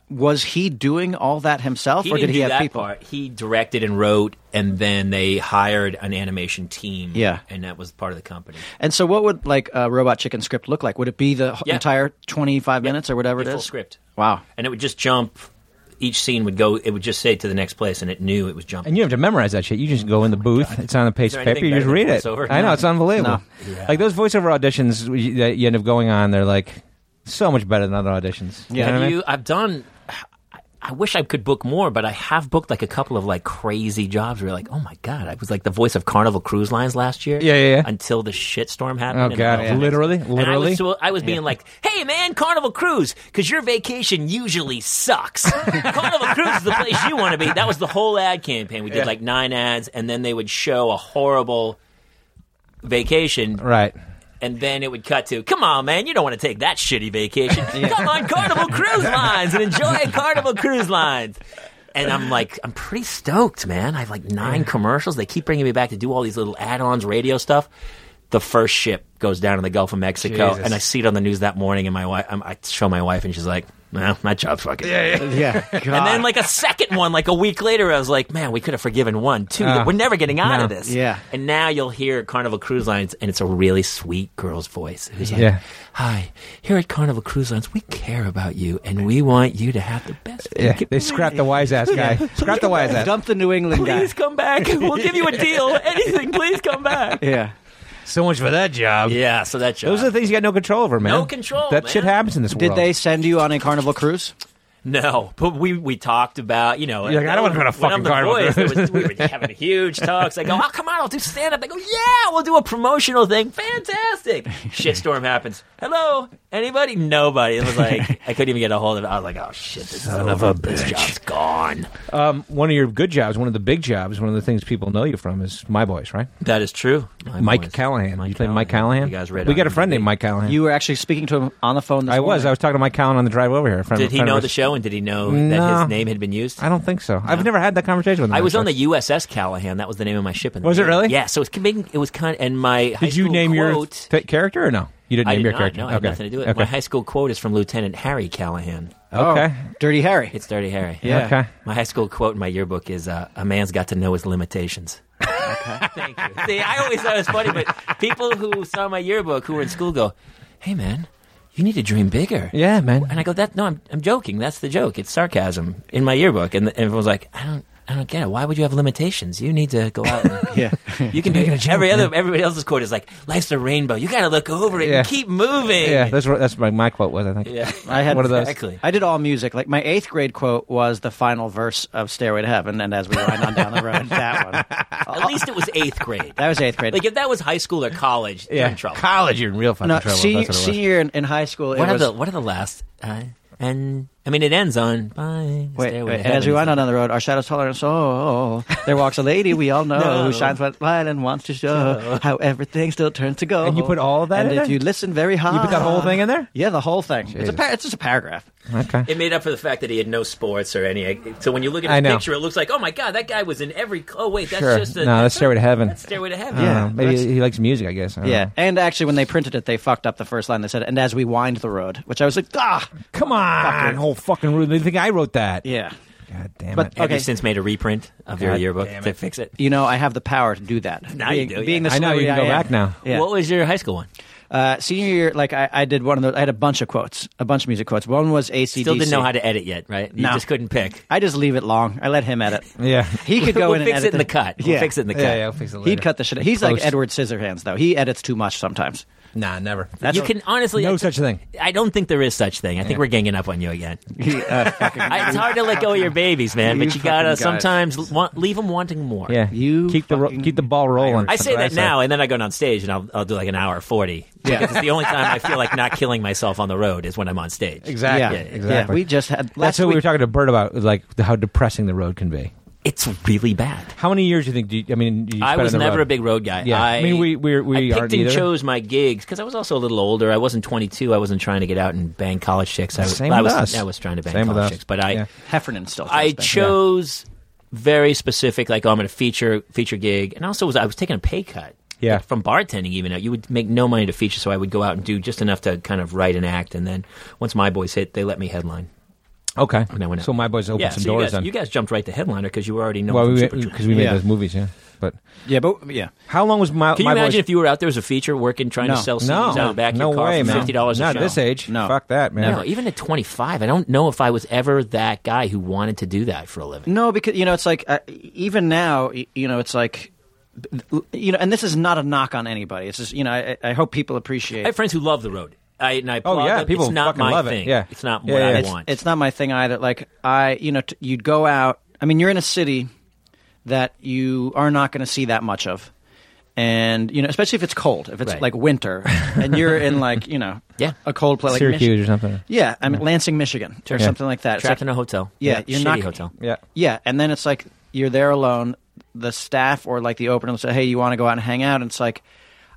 [SPEAKER 7] was he doing all that himself, or
[SPEAKER 5] didn't
[SPEAKER 7] did he
[SPEAKER 5] do
[SPEAKER 7] have
[SPEAKER 5] that
[SPEAKER 7] people?
[SPEAKER 5] part. He directed and wrote, and then they hired an animation team.
[SPEAKER 7] Yeah.
[SPEAKER 5] and that was part of the company.
[SPEAKER 7] And so, what would like a Robot Chicken script look like? Would it be the h-
[SPEAKER 5] Yeah.
[SPEAKER 7] entire twenty-five minutes or whatever it
[SPEAKER 5] The
[SPEAKER 7] is?
[SPEAKER 5] full script.
[SPEAKER 7] Wow.
[SPEAKER 5] and it would just jump. Each scene would go. It would just say to the next place, and it knew it was jumping.
[SPEAKER 1] And you have to memorize that shit. You just go in the booth. It's on a piece
[SPEAKER 5] there
[SPEAKER 1] of paper.
[SPEAKER 5] anything
[SPEAKER 1] You just
[SPEAKER 5] better
[SPEAKER 1] read
[SPEAKER 5] than
[SPEAKER 1] it.
[SPEAKER 5] voiceover?
[SPEAKER 1] I know it's unbelievable.
[SPEAKER 7] No.
[SPEAKER 1] Like those voiceover auditions you- that you end up going on, they're like so much better than other auditions. You
[SPEAKER 7] Yeah.
[SPEAKER 1] know what I
[SPEAKER 5] Have
[SPEAKER 1] mean?
[SPEAKER 5] you, I've done. I- I wish I could book more, but I have booked like a couple of like crazy jobs where like, oh my god, I was like the voice of Carnival Cruise Lines last year.
[SPEAKER 1] Yeah, yeah, yeah.
[SPEAKER 5] Until the shitstorm happened.
[SPEAKER 1] Oh
[SPEAKER 5] and-
[SPEAKER 1] god!
[SPEAKER 5] and
[SPEAKER 1] Literally,
[SPEAKER 5] I
[SPEAKER 1] literally.
[SPEAKER 5] was, so I was being like, "Hey, man, Carnival Cruise, because your vacation usually sucks. Carnival Cruise is the place you want to be." That was the whole ad campaign. We did like nine ads, and then they would show a horrible vacation
[SPEAKER 1] right.
[SPEAKER 5] and then it would cut to, come on, man, you don't want to take that shitty vacation. Come on, Carnival Cruise Lines and enjoy Carnival Cruise Lines. And I'm like, I'm pretty stoked, man. I have like nine commercials. They keep bringing me back to do all these little add ons, radio stuff. The first ship goes down in the Gulf of Mexico,
[SPEAKER 1] Jesus.
[SPEAKER 5] and I see it on the news that morning. And my wife, I'm, I show my wife, and she's like, "Well, my job's fucking."
[SPEAKER 7] Yeah.
[SPEAKER 5] And then like a second one, like a week later, I was like, man, we could have forgiven one, two.
[SPEAKER 1] Ah,
[SPEAKER 5] We're never getting out of
[SPEAKER 1] no.
[SPEAKER 5] this.
[SPEAKER 7] Yeah.
[SPEAKER 5] And now you'll hear Carnival Cruise Lines, and it's a really sweet girl's voice who's like,
[SPEAKER 1] Yeah.
[SPEAKER 5] "Hi, here at Carnival Cruise Lines, we care about you, and we want you to have the best."
[SPEAKER 1] Yeah. They scrapped the wise ass guy. Scrap the wise ass.
[SPEAKER 7] dump the New England guy.
[SPEAKER 5] Please come back. We'll give you a deal. Anything. Please come back.
[SPEAKER 7] Yeah.
[SPEAKER 1] So much for that job.
[SPEAKER 5] Yeah. So that job.
[SPEAKER 1] Those are the things you got no control over, man.
[SPEAKER 5] No control,
[SPEAKER 1] That shit
[SPEAKER 5] man.
[SPEAKER 1] happens in this
[SPEAKER 7] Did
[SPEAKER 1] world.
[SPEAKER 7] they send you on a Carnival cruise?
[SPEAKER 5] No, but we we talked about you know.
[SPEAKER 1] You're like, I don't wanna go to
[SPEAKER 5] when
[SPEAKER 1] fucking
[SPEAKER 5] I'm the
[SPEAKER 1] Carnival
[SPEAKER 5] voice,
[SPEAKER 1] Cruise.
[SPEAKER 5] it was- We were having huge talks. I go, oh come on, I'll do stand up. They go, yeah, we'll do a promotional thing. Fantastic. Shitstorm happens. Hello, anybody? Nobody. It was like I couldn't even get a hold of it. I was like, oh shit, this son of a this job's gone.
[SPEAKER 1] Um, one of your good jobs, one of the big jobs, one of the things people know you from is My Boys, right?
[SPEAKER 5] That is true. My
[SPEAKER 1] Mike
[SPEAKER 5] voice.
[SPEAKER 1] Callahan. you played Mike Callahan.
[SPEAKER 5] You guys read.
[SPEAKER 1] we
[SPEAKER 5] on
[SPEAKER 1] got a friend
[SPEAKER 5] IMDb.
[SPEAKER 1] named Mike Callahan.
[SPEAKER 7] You were actually speaking to him on the phone. This
[SPEAKER 1] I was. I
[SPEAKER 7] morning.
[SPEAKER 1] was talking to Mike Callahan on the drive over here. A friend,
[SPEAKER 5] Did he
[SPEAKER 1] friend of
[SPEAKER 5] know
[SPEAKER 1] ours.
[SPEAKER 5] the show and did he know
[SPEAKER 1] No.
[SPEAKER 5] that his name had been used?
[SPEAKER 1] I don't think so. I've never had that conversation with him.
[SPEAKER 5] I was on
[SPEAKER 1] actually.
[SPEAKER 5] the USS Callahan. That was the name of my ship. In the
[SPEAKER 1] Was it
[SPEAKER 5] Navy.
[SPEAKER 1] really?
[SPEAKER 5] Yeah. So it's making it was kind. Of, and my high
[SPEAKER 1] Did you
[SPEAKER 5] school
[SPEAKER 1] name your
[SPEAKER 5] quote-
[SPEAKER 1] t- character or no? You didn't
[SPEAKER 5] I
[SPEAKER 1] name
[SPEAKER 5] did
[SPEAKER 1] your
[SPEAKER 5] not.
[SPEAKER 1] character.
[SPEAKER 5] No, I
[SPEAKER 1] okay.
[SPEAKER 5] had nothing to do with it.
[SPEAKER 1] Okay.
[SPEAKER 5] My high school quote is from Lieutenant Harry Callahan.
[SPEAKER 7] Oh,
[SPEAKER 1] Okay.
[SPEAKER 7] Dirty Harry.
[SPEAKER 5] It's Dirty Harry.
[SPEAKER 7] Yeah.
[SPEAKER 1] Okay.
[SPEAKER 5] My high school quote in my yearbook is uh, "A man's got to know his limitations." Thank you. See, I always thought it was funny, but people who saw my yearbook who were in school go, "Hey, man, you need to dream bigger."
[SPEAKER 1] Yeah, man.
[SPEAKER 5] And I go, "That no, I'm, I'm joking. That's the joke. It's sarcasm in my yearbook." And, and everyone's like, "I don't." I don't get it. Why would you have limitations? You need to go out. And
[SPEAKER 7] Yeah.
[SPEAKER 5] You can do every other. Everybody else's quote is like, "Life's a rainbow. You got to look over it
[SPEAKER 1] Yeah.
[SPEAKER 5] and keep moving."
[SPEAKER 1] Yeah, that's what that's what my quote was. I think.
[SPEAKER 5] Yeah.
[SPEAKER 7] I had
[SPEAKER 1] One of those.
[SPEAKER 5] Exactly.
[SPEAKER 7] I did all music. Like my eighth grade quote was the final verse of Stairway to Heaven, and as we wind on down the road, that one.
[SPEAKER 5] At least it was eighth grade.
[SPEAKER 7] That was eighth grade.
[SPEAKER 5] Like if that was high school or college, you're
[SPEAKER 1] Yeah.
[SPEAKER 5] in trouble.
[SPEAKER 1] College, you're in real fucking
[SPEAKER 7] no,
[SPEAKER 1] trouble.
[SPEAKER 7] se-
[SPEAKER 1] That's what it was.
[SPEAKER 7] senior in, in high school, it
[SPEAKER 5] what are
[SPEAKER 7] was
[SPEAKER 5] the what are the last? Uh, and I mean, it ends on bye.
[SPEAKER 7] Wait,
[SPEAKER 5] stairway
[SPEAKER 7] wait,
[SPEAKER 5] to
[SPEAKER 7] and as we
[SPEAKER 5] heaven.
[SPEAKER 7] wind on down the road, our shadows taller and so oh, oh, oh. there walks a lady we all know
[SPEAKER 5] No.
[SPEAKER 7] who shines white light and wants to show how everything still turns to gold.
[SPEAKER 1] And you put all of that
[SPEAKER 7] And
[SPEAKER 1] in
[SPEAKER 7] if
[SPEAKER 1] there?
[SPEAKER 7] you listen very hard,
[SPEAKER 1] You put that whole thing in there.
[SPEAKER 7] Yeah, the whole thing. It's a
[SPEAKER 1] Jesus.
[SPEAKER 7] par- it's just a paragraph.
[SPEAKER 5] Ah.
[SPEAKER 1] Okay.
[SPEAKER 5] It made up for the fact that he had no sports or any. So when you look
[SPEAKER 1] I
[SPEAKER 5] at the
[SPEAKER 1] know.
[SPEAKER 5] picture, it looks like, oh my god, that guy was in every. Oh wait, that's
[SPEAKER 1] sure.
[SPEAKER 5] just a,
[SPEAKER 1] no, that's Stairway to Heaven.
[SPEAKER 5] that's Stairway to Heaven.
[SPEAKER 1] I don't
[SPEAKER 7] Yeah.
[SPEAKER 1] know. Maybe
[SPEAKER 7] that's-
[SPEAKER 1] he likes music. I guess. I don't
[SPEAKER 7] Yeah,
[SPEAKER 1] know.
[SPEAKER 7] and actually, when they printed it, they fucked up the first line. They said, "And as we wind the road," which I was like, ah,
[SPEAKER 1] Come on, whole fucking room. They think I wrote that.
[SPEAKER 7] yeah.
[SPEAKER 1] God damn
[SPEAKER 7] But-
[SPEAKER 1] it.
[SPEAKER 5] Have you
[SPEAKER 7] Okay.
[SPEAKER 5] since made a reprint of your
[SPEAKER 1] God
[SPEAKER 5] yearbook to fix it?
[SPEAKER 7] You know, I have the power to do that.
[SPEAKER 5] Now you
[SPEAKER 7] being,
[SPEAKER 5] do, yeah.
[SPEAKER 7] being the
[SPEAKER 1] I know, you
[SPEAKER 7] celebrity
[SPEAKER 1] can go
[SPEAKER 7] am.
[SPEAKER 1] back now.
[SPEAKER 7] Yeah.
[SPEAKER 5] What was your high school one?
[SPEAKER 7] uh, senior year, like I, I did one of those. I had a bunch of quotes, a bunch of music quotes. One was ACDC.
[SPEAKER 5] Still didn't know how to edit yet, right? You
[SPEAKER 7] No.
[SPEAKER 5] just couldn't pick.
[SPEAKER 7] I just leave it long. I let him edit.
[SPEAKER 1] Yeah.
[SPEAKER 7] He could go
[SPEAKER 5] we'll
[SPEAKER 7] in and
[SPEAKER 5] fix
[SPEAKER 7] edit
[SPEAKER 5] it in the cut. We'll
[SPEAKER 7] yeah.
[SPEAKER 5] fix it in the cut.
[SPEAKER 1] Yeah, yeah, I'll fix it later.
[SPEAKER 7] He'd cut the shit. He's like
[SPEAKER 1] Post.
[SPEAKER 7] Edward Scissorhands, though. He edits too much sometimes.
[SPEAKER 1] Nah, never.
[SPEAKER 7] That's
[SPEAKER 5] you can honestly
[SPEAKER 1] no
[SPEAKER 5] I-
[SPEAKER 1] such thing.
[SPEAKER 5] I don't think there is such thing. I think
[SPEAKER 1] Yeah.
[SPEAKER 5] we're ganging up on you again.
[SPEAKER 7] He, uh, fucking,
[SPEAKER 5] I, it's hard to let go of your babies, man,
[SPEAKER 7] You
[SPEAKER 5] but you gotta
[SPEAKER 7] fucking guys.
[SPEAKER 5] sometimes l- want, leave them wanting more.
[SPEAKER 1] Yeah.
[SPEAKER 7] You
[SPEAKER 1] keep the ro-
[SPEAKER 7] fucking
[SPEAKER 1] keep the ball rolling.
[SPEAKER 5] I say that
[SPEAKER 1] That's what
[SPEAKER 5] now, and then I go on stage and I'll, I'll do like an hour 40.
[SPEAKER 7] Yeah.
[SPEAKER 5] Because it's the only time I feel like not killing myself on the road is when I'm on stage.
[SPEAKER 1] Exactly.
[SPEAKER 7] yeah,
[SPEAKER 1] exactly.
[SPEAKER 7] yeah. We just had last
[SPEAKER 1] That's what
[SPEAKER 7] week.
[SPEAKER 1] we were talking to Bert about, like the- how depressing the road can be.
[SPEAKER 5] It's really bad.
[SPEAKER 1] How many years do you think? Do you, I mean, you
[SPEAKER 5] I
[SPEAKER 1] spent
[SPEAKER 5] was
[SPEAKER 1] on the
[SPEAKER 5] never
[SPEAKER 1] road?
[SPEAKER 5] a big road guy.
[SPEAKER 1] Yeah, I mean, we- we- we
[SPEAKER 5] I picked
[SPEAKER 1] aren't
[SPEAKER 5] and
[SPEAKER 1] either.
[SPEAKER 5] chose my gigs because I was also a little older. I wasn't 22. I wasn't trying to get out and bang college chicks. I was,
[SPEAKER 1] Same
[SPEAKER 5] I
[SPEAKER 1] with
[SPEAKER 5] was,
[SPEAKER 1] us.
[SPEAKER 5] I was trying to bang
[SPEAKER 1] Same with
[SPEAKER 5] college
[SPEAKER 1] us.
[SPEAKER 5] chicks, but I
[SPEAKER 1] Yeah.
[SPEAKER 7] Heffernan still.
[SPEAKER 5] I
[SPEAKER 7] comes back.
[SPEAKER 5] chose very specific. Like, oh, I'm going to feature feature gig, and also was I was taking a pay cut.
[SPEAKER 1] Yeah.
[SPEAKER 5] Like, from bartending, even you would make no money to feature, so I would go out and do just enough to kind of write and act, and then once my boys hit, they let me headline.
[SPEAKER 1] Okay,
[SPEAKER 5] And I went out.
[SPEAKER 1] so my boys opened
[SPEAKER 5] yeah,
[SPEAKER 1] some
[SPEAKER 5] so
[SPEAKER 1] doors
[SPEAKER 5] You guys,
[SPEAKER 1] then.
[SPEAKER 5] you guys jumped right to headliner because you were already known
[SPEAKER 1] well,
[SPEAKER 5] from
[SPEAKER 1] we
[SPEAKER 5] Supertramp.
[SPEAKER 1] because we made
[SPEAKER 7] Yeah.
[SPEAKER 1] those movies, yeah. But
[SPEAKER 7] Yeah, but yeah.
[SPEAKER 1] how long was my?
[SPEAKER 5] Can you
[SPEAKER 1] my
[SPEAKER 5] imagine
[SPEAKER 1] boys,
[SPEAKER 5] if you were out there as a feature working trying
[SPEAKER 7] No.
[SPEAKER 5] to sell CDs
[SPEAKER 1] no,
[SPEAKER 5] out of the back of
[SPEAKER 1] no
[SPEAKER 5] your car
[SPEAKER 1] way,
[SPEAKER 5] for
[SPEAKER 1] man.
[SPEAKER 5] fifty dollars?
[SPEAKER 1] Not
[SPEAKER 5] a
[SPEAKER 1] at
[SPEAKER 5] show?
[SPEAKER 1] this age.
[SPEAKER 7] No.
[SPEAKER 1] fuck that, man.
[SPEAKER 5] No, even at twenty five, I don't know if I was ever that guy who wanted to do that for a living.
[SPEAKER 7] No, because you know it's like uh, even now, y- you know it's like you know, and this is not a knock on anybody. It's just you know I, I hope people appreciate.
[SPEAKER 5] I have friends who love the road. I, and I applaud
[SPEAKER 1] Oh, yeah,
[SPEAKER 5] them.
[SPEAKER 1] people
[SPEAKER 5] it's not
[SPEAKER 1] fucking
[SPEAKER 5] my
[SPEAKER 1] love it.
[SPEAKER 5] thing.
[SPEAKER 1] Yeah.
[SPEAKER 5] It's not
[SPEAKER 1] Yeah,
[SPEAKER 5] what
[SPEAKER 1] yeah,
[SPEAKER 5] I
[SPEAKER 1] yeah.
[SPEAKER 7] it's,
[SPEAKER 5] want.
[SPEAKER 7] It's not my thing either. Like I, you know, t- you'd go out. I mean, you're in a city that you are not going to see that much of, and you know, especially if it's cold, if it's
[SPEAKER 5] Right.
[SPEAKER 7] like winter, and you're in like you know,
[SPEAKER 5] Yeah.
[SPEAKER 7] a cold place like Mich-
[SPEAKER 1] Syracuse or something.
[SPEAKER 7] yeah, I mean, Lansing, Michigan, or something like that. It's
[SPEAKER 5] trapped
[SPEAKER 7] like-
[SPEAKER 5] in a hotel.
[SPEAKER 7] Yeah, you're
[SPEAKER 5] shitty
[SPEAKER 7] not-
[SPEAKER 5] hotel.
[SPEAKER 1] Yeah,
[SPEAKER 7] Yeah, and then it's like you're there alone. The staff or like the opener will say, "Hey, you want to go out and hang out?" And it's like,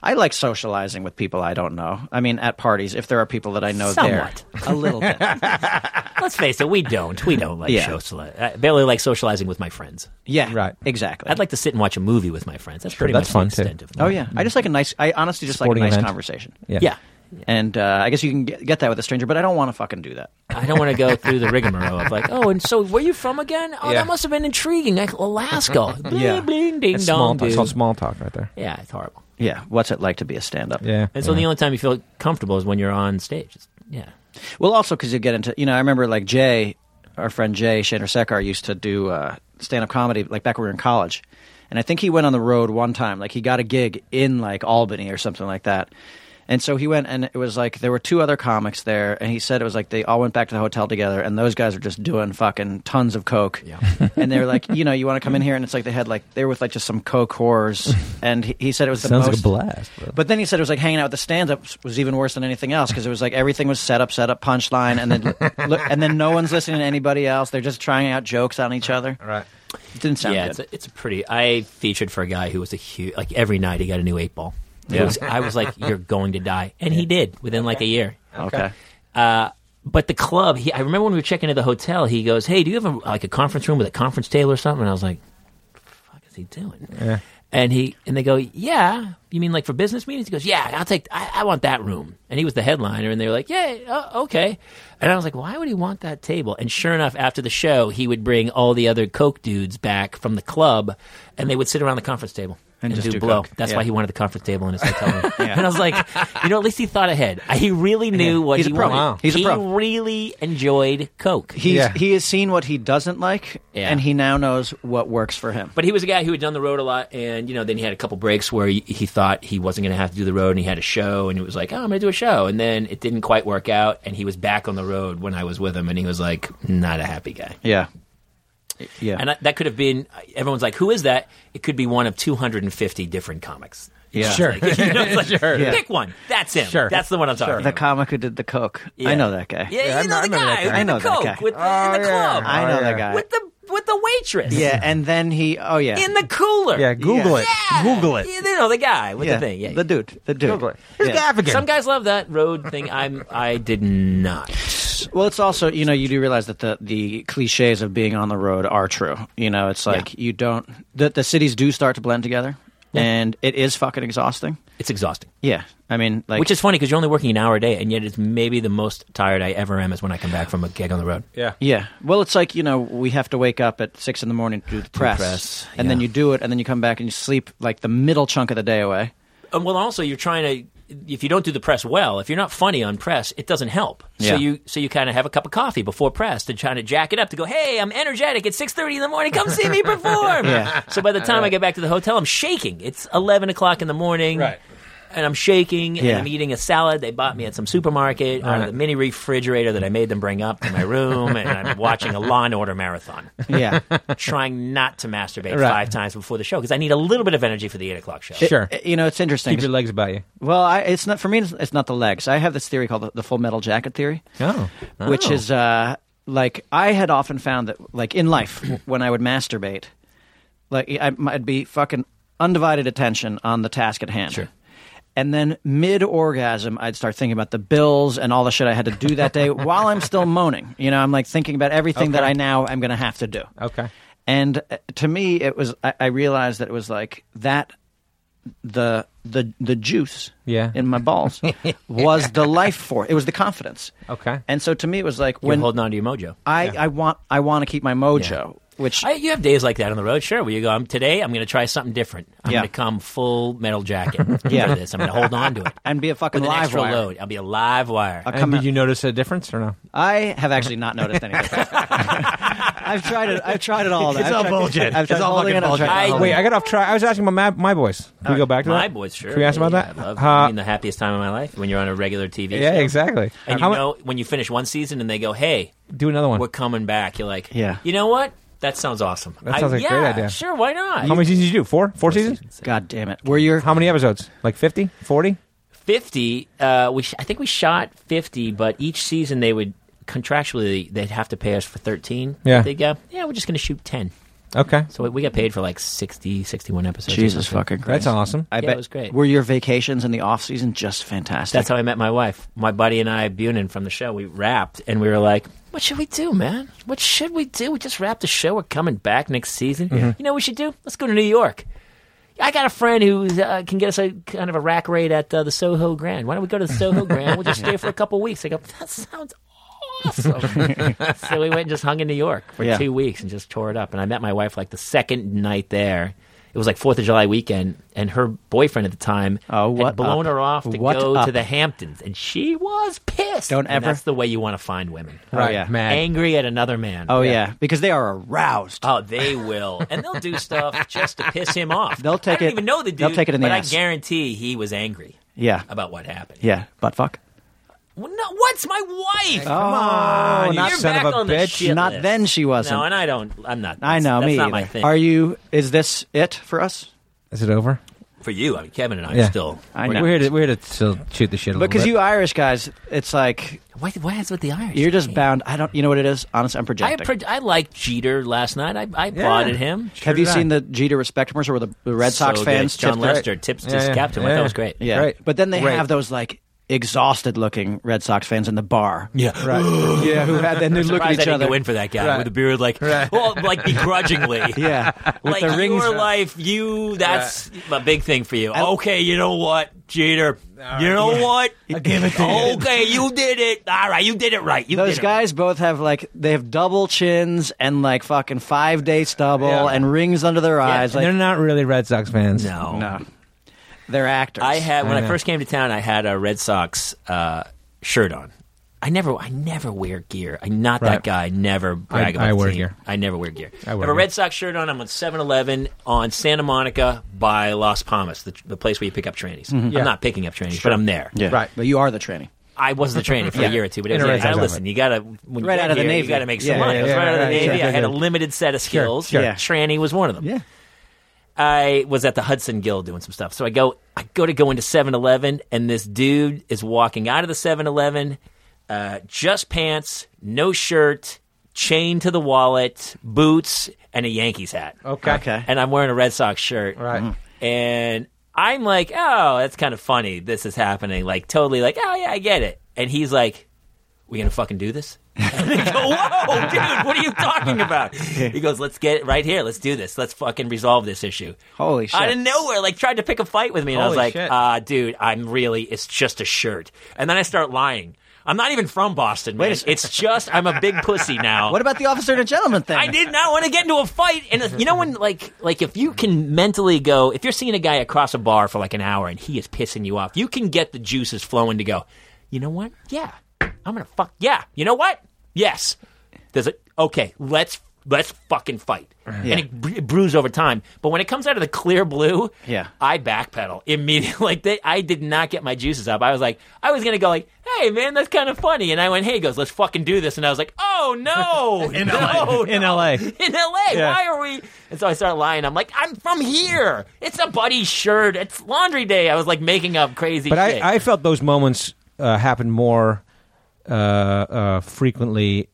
[SPEAKER 7] I like socializing with people I don't know. I mean, at parties, if there are people that I know
[SPEAKER 5] Somewhat.
[SPEAKER 7] there, a little bit.
[SPEAKER 5] Let's face it, we don't. We don't like
[SPEAKER 7] Yeah.
[SPEAKER 5] socializing. I barely like socializing with my friends.
[SPEAKER 7] Yeah,
[SPEAKER 1] Right.
[SPEAKER 7] Exactly.
[SPEAKER 5] I'd like to sit and watch a movie with my friends. That's pretty
[SPEAKER 1] that's
[SPEAKER 5] much
[SPEAKER 1] fun,
[SPEAKER 5] the extent
[SPEAKER 1] too.
[SPEAKER 5] of it.
[SPEAKER 7] Oh yeah, I just like a nice. I honestly just
[SPEAKER 1] Sporting
[SPEAKER 7] like a nice
[SPEAKER 1] event.
[SPEAKER 7] conversation.
[SPEAKER 1] yeah,
[SPEAKER 5] yeah.
[SPEAKER 7] And uh, I guess you can get, get that with a stranger, but I don't want to fucking do that.
[SPEAKER 5] I don't want to go through the rigmarole of like, oh, and so where you from again? Oh,
[SPEAKER 1] Yeah.
[SPEAKER 5] that must have been intriguing, like Alaska. Bling,
[SPEAKER 7] Yeah.
[SPEAKER 5] bling, ding
[SPEAKER 1] It's small.
[SPEAKER 5] dong,
[SPEAKER 1] Talk. It's
[SPEAKER 5] dude.
[SPEAKER 1] called small talk right there.
[SPEAKER 5] Yeah, it's horrible.
[SPEAKER 7] Yeah. What's it like to be a stand-up?
[SPEAKER 1] Yeah.
[SPEAKER 5] And so
[SPEAKER 1] yeah.
[SPEAKER 5] the only time you feel comfortable is when you're on stage. It's- yeah.
[SPEAKER 7] Well, also because you get into you know I remember like Jay, our friend Jay Shander Sekar used to do uh, stand-up comedy like back when we were in college, and I think he went on the road one time like he got a gig in like Albany or something like that. And so he went, and it was like there were two other comics there, and he said it was like they all went back to the hotel together, and those guys were just doing fucking tons of coke.
[SPEAKER 5] Yeah.
[SPEAKER 7] and they were like, you know, you want to come in here, and it's like they had like they were with like just some coke whores, and he, he said it was the
[SPEAKER 1] sounds
[SPEAKER 7] most
[SPEAKER 1] like a blast. Bro.
[SPEAKER 7] but then he said it was like hanging out with the stand-ups was even worse than anything else because it was like everything was set up, set up, punchline, and then look, and then no one's listening to anybody else. They're just trying out jokes on each other.
[SPEAKER 1] Right.
[SPEAKER 7] It didn't sound
[SPEAKER 5] yeah,
[SPEAKER 7] good.
[SPEAKER 5] it's a, it's a pretty. I featured for a guy who was a huge. Like every night, he got a new eight ball. It
[SPEAKER 7] Yeah.
[SPEAKER 5] was- I was like, "You're going to die," and he did within like a year.
[SPEAKER 7] okay.
[SPEAKER 5] Uh, but the club, he, I remember when we were checking into the hotel, he goes, "Hey, do you have a, like a conference room with a conference table or something?" And I was like, "What the fuck is he doing?" And he and they go, "Yeah, you mean like for business meetings?" He goes, "Yeah, I'll take. I, I want that room." And he was the headliner, and they were like, "Yeah, uh, okay." And I was like, "Why would he want that table?" And sure enough, after the show, he would bring all the other coke dudes back from the club, and they would sit around the conference table.
[SPEAKER 7] And
[SPEAKER 5] And,
[SPEAKER 7] just
[SPEAKER 5] do,
[SPEAKER 7] do
[SPEAKER 5] blow.
[SPEAKER 7] coke.
[SPEAKER 5] That's
[SPEAKER 7] Yeah.
[SPEAKER 5] why he wanted the conference table in his hotel room. And I was like, you know, at least he thought ahead. He really knew what
[SPEAKER 7] He's a
[SPEAKER 5] he
[SPEAKER 7] pro.
[SPEAKER 5] wanted.
[SPEAKER 7] Wow. He's a
[SPEAKER 5] he
[SPEAKER 7] pro.
[SPEAKER 5] really enjoyed coke.
[SPEAKER 7] He's,
[SPEAKER 1] Yeah.
[SPEAKER 7] He has seen what he doesn't like,
[SPEAKER 5] Yeah.
[SPEAKER 7] and he now knows what works for him.
[SPEAKER 5] But he was a guy who had done the road a lot, and you know, then he had a couple breaks where he, he thought he wasn't going to have to do the road, and he had a show, and he was like, "Oh, I'm going to do a show," and then it didn't quite work out, and he was back on the road when I was with him, and he was like, "Not a happy guy."
[SPEAKER 7] Yeah. Yeah.
[SPEAKER 5] And I, that could have been everyone's like, "Who is that?" It could be one of 250 different comics.
[SPEAKER 7] yeah.
[SPEAKER 1] Sure.
[SPEAKER 5] You know, it's like,
[SPEAKER 7] Yeah.
[SPEAKER 5] Pick one. That's him.
[SPEAKER 1] Sure.
[SPEAKER 5] That's the one I'm talking
[SPEAKER 7] the
[SPEAKER 5] about.
[SPEAKER 7] comic who did the coke.
[SPEAKER 5] Yeah.
[SPEAKER 7] I know that guy.
[SPEAKER 5] Yeah,
[SPEAKER 1] I
[SPEAKER 5] you
[SPEAKER 1] know- I
[SPEAKER 5] know the
[SPEAKER 1] remember that
[SPEAKER 5] guy.
[SPEAKER 1] guy.
[SPEAKER 5] who
[SPEAKER 7] I
[SPEAKER 5] did
[SPEAKER 7] know
[SPEAKER 5] the
[SPEAKER 7] that
[SPEAKER 5] coke
[SPEAKER 7] guy.
[SPEAKER 5] With the,
[SPEAKER 1] Oh,
[SPEAKER 5] in the
[SPEAKER 1] yeah.
[SPEAKER 5] club.
[SPEAKER 7] I know
[SPEAKER 1] Oh,
[SPEAKER 7] that
[SPEAKER 1] yeah.
[SPEAKER 7] guy.
[SPEAKER 5] with the with the waitress.
[SPEAKER 7] yeah, and then he. Oh yeah.
[SPEAKER 5] In the cooler.
[SPEAKER 1] Yeah. Google
[SPEAKER 7] Yeah.
[SPEAKER 1] it.
[SPEAKER 5] Yeah.
[SPEAKER 1] Google it.
[SPEAKER 5] You know the guy with
[SPEAKER 7] yeah,
[SPEAKER 5] the thing. Yeah.
[SPEAKER 7] the dude, the dude.
[SPEAKER 1] Here's
[SPEAKER 7] Yeah.
[SPEAKER 1] the African.
[SPEAKER 5] Some guys love that road thing. I'm. I did not.
[SPEAKER 7] Well, it's also you know you do realize that the the cliches of being on the road are true. You know, it's like you don't the the cities do start to blend together, and it is fucking exhausting.
[SPEAKER 5] It's exhausting.
[SPEAKER 7] Yeah, I mean, like
[SPEAKER 5] Which is funny because you're only working an hour a day, and yet it's maybe the most tired I ever am is when I come back from a gig on the road.
[SPEAKER 1] Yeah.
[SPEAKER 7] yeah. Well, it's like you know we have to wake up at six in the morning to do the press,
[SPEAKER 5] press,
[SPEAKER 7] and then
[SPEAKER 5] yeah.
[SPEAKER 7] you do it, and then you come back and you sleep like the middle chunk of the day away.
[SPEAKER 5] And well, also you're trying to. If you don't do the press well, if you're not funny on press, it doesn't help.
[SPEAKER 7] Yeah.
[SPEAKER 5] So you so you kind of have a cup of coffee before press to try to jack it up to go. Hey, I'm energetic at 6:30 in the morning. Come see me perform.
[SPEAKER 7] Yeah.
[SPEAKER 5] So by the time I get back to the hotel, I'm shaking. It's 11 o'clock in the morning.
[SPEAKER 1] Right.
[SPEAKER 5] And I'm shaking, and
[SPEAKER 7] Yeah.
[SPEAKER 5] I'm eating a salad they bought me at some supermarket out of the mini refrigerator that I made them bring up to my room, and I'm watching a Law and Order marathon,
[SPEAKER 7] Yeah,
[SPEAKER 5] trying not to masturbate
[SPEAKER 1] Right.
[SPEAKER 5] five times before the show because I need a little bit of energy for the eight o'clock show.
[SPEAKER 1] Sure.
[SPEAKER 7] It- Eh, you know it's interesting.
[SPEAKER 1] Keep your legs about you.
[SPEAKER 7] well, I, it's not for me. It's, it's not the legs. I have this theory called the, the Full Metal Jacket theory.
[SPEAKER 1] Oh.
[SPEAKER 7] which is uh, like I had often found that like in life when I would masturbate, like I- I'd be fucking undivided attention on the task at hand.
[SPEAKER 5] Sure.
[SPEAKER 7] And then mid orgasm, I'd start thinking about the bills and all the shit I had to do that day while I'm still moaning. You know, I'm like thinking about everything that I now am going to have to do.
[SPEAKER 1] Okay.
[SPEAKER 7] And uh, to me, it was I, I realized that it was like that the the the juice
[SPEAKER 1] Yeah.
[SPEAKER 7] in my balls was the life force. It was the confidence.
[SPEAKER 1] Okay.
[SPEAKER 7] And uh, so to me, it was like
[SPEAKER 5] You're
[SPEAKER 7] when
[SPEAKER 5] holding on to your mojo.
[SPEAKER 7] I, I want I want to keep my mojo, which
[SPEAKER 5] I, you have days like that on the road, sure. Where you go, I'm today. I'm going to try something different. I'm
[SPEAKER 7] Yeah.
[SPEAKER 5] going to come full metal jacket
[SPEAKER 7] Yeah.
[SPEAKER 5] for this. I'm going to hold on to it
[SPEAKER 7] and be a fucking
[SPEAKER 5] with an
[SPEAKER 7] live
[SPEAKER 5] extra
[SPEAKER 7] wire.
[SPEAKER 5] load. I'll be a live wire.
[SPEAKER 7] I'll
[SPEAKER 1] And
[SPEAKER 7] come
[SPEAKER 1] did
[SPEAKER 7] out-
[SPEAKER 1] you notice a difference or no?
[SPEAKER 7] I have actually not noticed anything. I've tried it. I've tried it all.
[SPEAKER 8] It's
[SPEAKER 7] I've
[SPEAKER 8] all
[SPEAKER 7] tried-
[SPEAKER 8] bullshit.
[SPEAKER 7] I've tried
[SPEAKER 8] It's all
[SPEAKER 7] holding
[SPEAKER 8] fucking
[SPEAKER 7] it, I've tried
[SPEAKER 5] bullshit. I- Uh,
[SPEAKER 7] holding
[SPEAKER 1] Oh, Wait,
[SPEAKER 7] it.
[SPEAKER 1] I got off track. I was asking about my, my boys. Can we go back to that?
[SPEAKER 5] my boys, sure.
[SPEAKER 1] Can we ask about
[SPEAKER 5] Yeah,
[SPEAKER 1] that?
[SPEAKER 5] I love.
[SPEAKER 1] Uh,
[SPEAKER 5] I mean, the happiest time of my life when you're on a regular TV.
[SPEAKER 1] yeah,
[SPEAKER 5] show.
[SPEAKER 1] exactly.
[SPEAKER 5] And
[SPEAKER 1] How
[SPEAKER 5] you
[SPEAKER 1] mu-
[SPEAKER 5] know when you finish one season and they go, "Hey,
[SPEAKER 1] do another one.
[SPEAKER 5] we're coming back." You're like,
[SPEAKER 7] Yeah.
[SPEAKER 5] you know what? That sounds awesome.
[SPEAKER 1] That
[SPEAKER 5] I-
[SPEAKER 1] sounds like a
[SPEAKER 5] yeah,
[SPEAKER 1] great idea."
[SPEAKER 5] Sure, why not?
[SPEAKER 1] How many seasons did you do? Four? Four seasons?
[SPEAKER 7] God damn it! Were your
[SPEAKER 1] How many episodes? Like 50? 40?
[SPEAKER 5] 50 uh, we sh- i think we shot 50 but each season they would contractually they'd have to pay us for 13
[SPEAKER 1] Yeah.
[SPEAKER 5] they go yeah we're just going to shoot 10
[SPEAKER 1] Okay.
[SPEAKER 5] so we- we got paid for like 60 61 episodes or
[SPEAKER 7] Jesus
[SPEAKER 5] something.
[SPEAKER 7] fucking Christ?
[SPEAKER 1] That's awesome.
[SPEAKER 7] I
[SPEAKER 5] Yeah,
[SPEAKER 7] bet
[SPEAKER 5] it was great.
[SPEAKER 7] Were your vacations in the off season just fantastic?
[SPEAKER 5] that's how i met my wife my buddy and i bunin from the show we wrapped and we were like what should we do man what should we do we just wrapped the show we're coming back next season
[SPEAKER 7] Mm-hmm.
[SPEAKER 5] you know what we should do let's go to new york I got a friend who uh, can get us a kind of a rack rate at uh, the Soho Grand. Why don't we go to the Soho Grand? We'll just stay for a couple weeks. I go, that sounds awesome. so we went and just hung in New York for
[SPEAKER 7] Yeah.
[SPEAKER 5] two weeks and just tore it up. And I met my wife like the second night there. It was like Fourth of July weekend, and her boyfriend at the time
[SPEAKER 7] Oh, what
[SPEAKER 5] had blown
[SPEAKER 7] up?
[SPEAKER 5] her off to
[SPEAKER 7] What
[SPEAKER 5] go to
[SPEAKER 7] up?
[SPEAKER 5] the Hamptons, and she was pissed.
[SPEAKER 7] Don't
[SPEAKER 5] And
[SPEAKER 7] ever-
[SPEAKER 5] that's the way you want to find women.
[SPEAKER 7] Right, yeah.
[SPEAKER 1] Mad.
[SPEAKER 5] Angry at another man.
[SPEAKER 7] Oh yeah. because they are aroused.
[SPEAKER 5] Oh, they will, and they'll do stuff just to piss him off.
[SPEAKER 7] They'll take
[SPEAKER 5] I don't
[SPEAKER 7] it-
[SPEAKER 5] even know the dude.
[SPEAKER 7] they'll take it in the
[SPEAKER 5] but
[SPEAKER 7] ass.
[SPEAKER 5] I guarantee he was angry
[SPEAKER 7] yeah,
[SPEAKER 5] about what happened.
[SPEAKER 7] yeah, butt fuck.
[SPEAKER 5] Well, no, what's my wife?
[SPEAKER 7] Come on,
[SPEAKER 5] You're
[SPEAKER 7] not
[SPEAKER 1] Ah, son
[SPEAKER 5] back
[SPEAKER 1] of a
[SPEAKER 5] on the
[SPEAKER 1] bitch.
[SPEAKER 5] shit
[SPEAKER 7] Not
[SPEAKER 5] list.
[SPEAKER 7] then she wasn't.
[SPEAKER 5] No, and I don't. I'm not.
[SPEAKER 7] I know
[SPEAKER 5] that's
[SPEAKER 7] me.
[SPEAKER 5] That's not
[SPEAKER 7] either.
[SPEAKER 5] my thing.
[SPEAKER 7] Are you? Is this it for us?
[SPEAKER 1] Is it over?
[SPEAKER 5] for you? I mean, Kevin and I
[SPEAKER 1] Yeah.
[SPEAKER 5] are still.
[SPEAKER 7] I
[SPEAKER 1] We're-
[SPEAKER 7] know.
[SPEAKER 1] We're here to, we're here to still shoot the shit a
[SPEAKER 7] Because
[SPEAKER 1] little bit.
[SPEAKER 7] you Irish guys, it's like
[SPEAKER 5] Why? Why is it with the Irish?
[SPEAKER 7] you're just
[SPEAKER 5] I-
[SPEAKER 7] bound. I don't. You know what it is? Honestly, I'm
[SPEAKER 5] I
[SPEAKER 7] projecting.
[SPEAKER 5] pro- I liked Jeter last night. I I applauded him.
[SPEAKER 7] Have you
[SPEAKER 1] did I.
[SPEAKER 7] seen the Jeter respect commercial where the, the Red
[SPEAKER 5] So
[SPEAKER 7] Sox
[SPEAKER 5] good.
[SPEAKER 7] fans
[SPEAKER 5] John
[SPEAKER 7] tipped their-
[SPEAKER 5] Lester tips
[SPEAKER 1] Yeah,
[SPEAKER 5] his
[SPEAKER 1] yeah.
[SPEAKER 5] cap to him. I thought
[SPEAKER 1] Yeah.
[SPEAKER 5] it was great.
[SPEAKER 7] Yeah,
[SPEAKER 1] Right.
[SPEAKER 7] but then they
[SPEAKER 1] Right.
[SPEAKER 7] have those like exhausted-looking Red Sox fans in the bar. Yeah,
[SPEAKER 1] Right.
[SPEAKER 7] yeah, who had then they look at
[SPEAKER 5] Surprised I
[SPEAKER 7] each
[SPEAKER 5] didn't
[SPEAKER 7] other.
[SPEAKER 5] go in for that guy
[SPEAKER 1] Right.
[SPEAKER 5] with a beard, like well, like begrudgingly.
[SPEAKER 7] Yeah, with
[SPEAKER 5] like
[SPEAKER 7] the rings.
[SPEAKER 5] your life, you that's a big thing for you. okay, you know what, Jeter? You know what?
[SPEAKER 7] give it to you.
[SPEAKER 5] Okay, you did it. All right, you did it right. You
[SPEAKER 7] Those
[SPEAKER 5] did it right.
[SPEAKER 7] guys both have like they have double chins and like fucking five day stubble
[SPEAKER 1] Yeah.
[SPEAKER 7] and rings under their eyes.
[SPEAKER 1] They're
[SPEAKER 7] Like
[SPEAKER 1] not really Red Sox fans.
[SPEAKER 5] No,
[SPEAKER 7] no, they're actors.
[SPEAKER 5] I had when
[SPEAKER 1] I
[SPEAKER 5] I,
[SPEAKER 1] know.
[SPEAKER 5] first came to town. I had a Red Sox uh, shirt on. I never, I never wear gear. I'm not
[SPEAKER 1] Right.
[SPEAKER 5] that guy. I never brag
[SPEAKER 1] I-
[SPEAKER 5] about.
[SPEAKER 1] I
[SPEAKER 5] the
[SPEAKER 1] wear
[SPEAKER 5] team.
[SPEAKER 1] gear.
[SPEAKER 5] I never wear gear.
[SPEAKER 1] I wear
[SPEAKER 5] have a
[SPEAKER 1] gear.
[SPEAKER 5] Red Sox shirt on. I'm on 7-Eleven on Santa Monica by Las Palmas, the, the place where you pick up trannies.
[SPEAKER 1] Mm-hmm. Yeah.
[SPEAKER 5] I'm not picking up trannies, but I'm there.
[SPEAKER 7] yeah.
[SPEAKER 1] Right.
[SPEAKER 7] but you are the tranny.
[SPEAKER 5] I was the trainee for
[SPEAKER 7] Yeah.
[SPEAKER 5] a year or two, but
[SPEAKER 1] In a
[SPEAKER 5] it was,
[SPEAKER 1] red
[SPEAKER 5] yeah,
[SPEAKER 1] zone.
[SPEAKER 5] listen, you got to when
[SPEAKER 7] Right
[SPEAKER 5] you
[SPEAKER 7] out
[SPEAKER 5] get
[SPEAKER 7] of the
[SPEAKER 5] here,
[SPEAKER 7] Navy.
[SPEAKER 5] You got to make some
[SPEAKER 7] Yeah,
[SPEAKER 5] money.
[SPEAKER 7] yeah,
[SPEAKER 5] I was
[SPEAKER 1] yeah,
[SPEAKER 5] right out of the
[SPEAKER 1] right,
[SPEAKER 5] Navy.
[SPEAKER 1] sure,
[SPEAKER 5] I had a
[SPEAKER 1] sure.
[SPEAKER 5] limited set of skills.
[SPEAKER 1] sure.
[SPEAKER 7] Yeah.
[SPEAKER 5] Tranny was one of them.
[SPEAKER 7] Yeah.
[SPEAKER 5] I was at the Hudson Guild doing some stuff. So I go, I go to go into 7-Eleven, and this dude is walking out of the 7-Eleven, uh, just pants, no shirt, chain to the wallet, boots, and a Yankees hat.
[SPEAKER 1] Okay.
[SPEAKER 7] Okay.
[SPEAKER 5] And I'm wearing a Red Sox shirt. Mm-hmm.
[SPEAKER 1] Right.
[SPEAKER 5] And I'm like, oh, that's kind of funny. This is happening. Like, totally, like, oh, yeah, I get it. And he's like, we going to fucking do this? And I go, whoa, dude, what are you talking about? He goes, let's get it right here. Let's do this. Let's fucking resolve this issue.
[SPEAKER 7] Holy shit.
[SPEAKER 5] Out of nowhere, like, tried to pick a fight with me. And I was
[SPEAKER 1] Holy
[SPEAKER 5] like,
[SPEAKER 1] shit.
[SPEAKER 5] uh, dude, I'm really, it's just a shirt. And then I start lying. I'm not even from Boston, man. it's just, I'm a big pussy now.
[SPEAKER 7] What about the officer and a gentleman thing?
[SPEAKER 5] I did not want to get into a fight. And you know when, like, like if you can mentally go, if you're seeing a guy across a bar for like an hour and he is pissing you off, you can get the juices flowing to go. You know what? Yeah, I'm gonna fuck. Yeah, you know what? Yes. There's a okay. Let's let's fucking fight.
[SPEAKER 1] Uh-huh.
[SPEAKER 5] And it, bre- it brews over time. But when it comes out of the clear blue,
[SPEAKER 7] Yeah.
[SPEAKER 5] I backpedal immediately. Like they, I did not get my juices up. I was like, I was gonna go like, hey man, that's kind of funny. And I went, hey, he goes, let's fucking do this. And I was like, oh no, no, no,
[SPEAKER 1] In LA.
[SPEAKER 5] in LA.
[SPEAKER 1] Yeah.
[SPEAKER 5] Why are we? And so I start lying. I'm like, I'm from here. It's a buddy shirt. It's laundry day. I was like making up crazy
[SPEAKER 1] But
[SPEAKER 5] shit.
[SPEAKER 1] I, I felt those moments uh, happen more uh, uh, frequently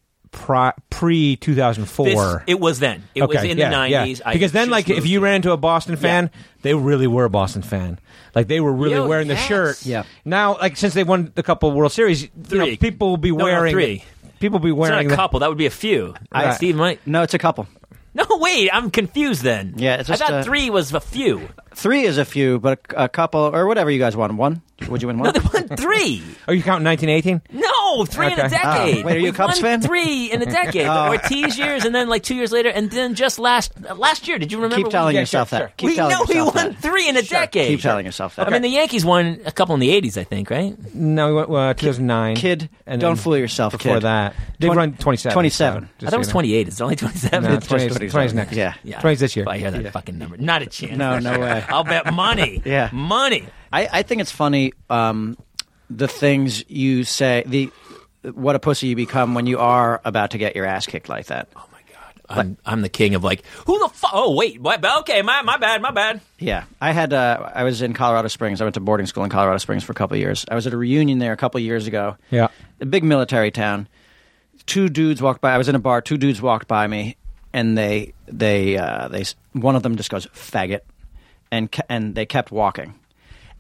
[SPEAKER 1] pre two thousand
[SPEAKER 5] This-
[SPEAKER 1] four.
[SPEAKER 5] it was then. It was in the nineties.
[SPEAKER 1] Because then, like, if you ran into a Boston fan, they really were a Boston fan. Like, they were really
[SPEAKER 5] Yo,
[SPEAKER 1] wearing
[SPEAKER 5] yes.
[SPEAKER 1] the shirt.
[SPEAKER 7] Yeah.
[SPEAKER 1] Now, like, since they won the couple World Series, you know,
[SPEAKER 5] Three.
[SPEAKER 1] people will be
[SPEAKER 5] No, no,
[SPEAKER 1] wearing
[SPEAKER 5] three.
[SPEAKER 1] People will be
[SPEAKER 5] it's not
[SPEAKER 1] wearing
[SPEAKER 5] a
[SPEAKER 1] the-
[SPEAKER 5] couple, that would be a few.
[SPEAKER 1] I-
[SPEAKER 5] Steve might.
[SPEAKER 7] No, it's a couple.
[SPEAKER 5] No, wait, I'm confused then.
[SPEAKER 7] Yeah, it's just,
[SPEAKER 5] I thought
[SPEAKER 7] uh,
[SPEAKER 5] three was a few.
[SPEAKER 7] Three is a few, but a, a couple or whatever you guys won. One? Would you win
[SPEAKER 5] No,
[SPEAKER 7] one?
[SPEAKER 5] they won three.
[SPEAKER 1] Are you counting nineteen eighteen?
[SPEAKER 5] No, three in a
[SPEAKER 1] Okay. Ah.
[SPEAKER 5] decade.
[SPEAKER 7] Oh. Wait, are you a
[SPEAKER 5] We've
[SPEAKER 7] Cubs
[SPEAKER 5] won
[SPEAKER 7] fan? Ah.
[SPEAKER 5] Three in a decade. Ortiz years, and then like two years later, and then just last uh, last year. Did you remember?
[SPEAKER 7] Keep
[SPEAKER 5] when-
[SPEAKER 7] telling
[SPEAKER 1] Yeah,
[SPEAKER 7] yourself
[SPEAKER 1] sure,
[SPEAKER 7] that.
[SPEAKER 1] sure.
[SPEAKER 7] Keep
[SPEAKER 5] we
[SPEAKER 7] telling
[SPEAKER 5] know we
[SPEAKER 7] yourself
[SPEAKER 5] won
[SPEAKER 7] that.
[SPEAKER 5] three in a decade.
[SPEAKER 7] Keep telling yourself that.
[SPEAKER 5] I mean, the Yankees won a couple in the '80s, I think, right?
[SPEAKER 1] No, we went, uh, two thousand nine.
[SPEAKER 7] Kid,
[SPEAKER 1] and then
[SPEAKER 7] don't fool yourself,
[SPEAKER 1] Before
[SPEAKER 7] kid.
[SPEAKER 1] that, they
[SPEAKER 7] Twen-
[SPEAKER 1] run twenty seven.
[SPEAKER 7] 27.
[SPEAKER 5] I thought it was 28. It's only 27.
[SPEAKER 1] No,
[SPEAKER 5] It's just
[SPEAKER 1] 20
[SPEAKER 5] 27.
[SPEAKER 1] 20 's next.
[SPEAKER 7] Yeah.
[SPEAKER 5] Yeah,
[SPEAKER 1] 20s this year.
[SPEAKER 5] If I hear that fucking number, not a chance.
[SPEAKER 7] No, no way.
[SPEAKER 5] I'll bet money.
[SPEAKER 7] Yeah.
[SPEAKER 5] money.
[SPEAKER 7] I, I think it's funny um, the things you say, the what a pussy you become when you are about to get your ass kicked like that.
[SPEAKER 5] Oh my god, I'm, I'm the king of like who the fuck? Oh wait, what? okay, my my bad, my bad.
[SPEAKER 7] Yeah, I had. Uh, I was in Colorado Springs. I went to boarding school in Colorado Springs for a couple of years. I was at a reunion there a couple of years ago.
[SPEAKER 1] Yeah.
[SPEAKER 7] a big military town. Two dudes walked by. I was in a bar. Two dudes walked by me, and they they uh, they s- one of them just goes faggot, and ke- and they kept walking,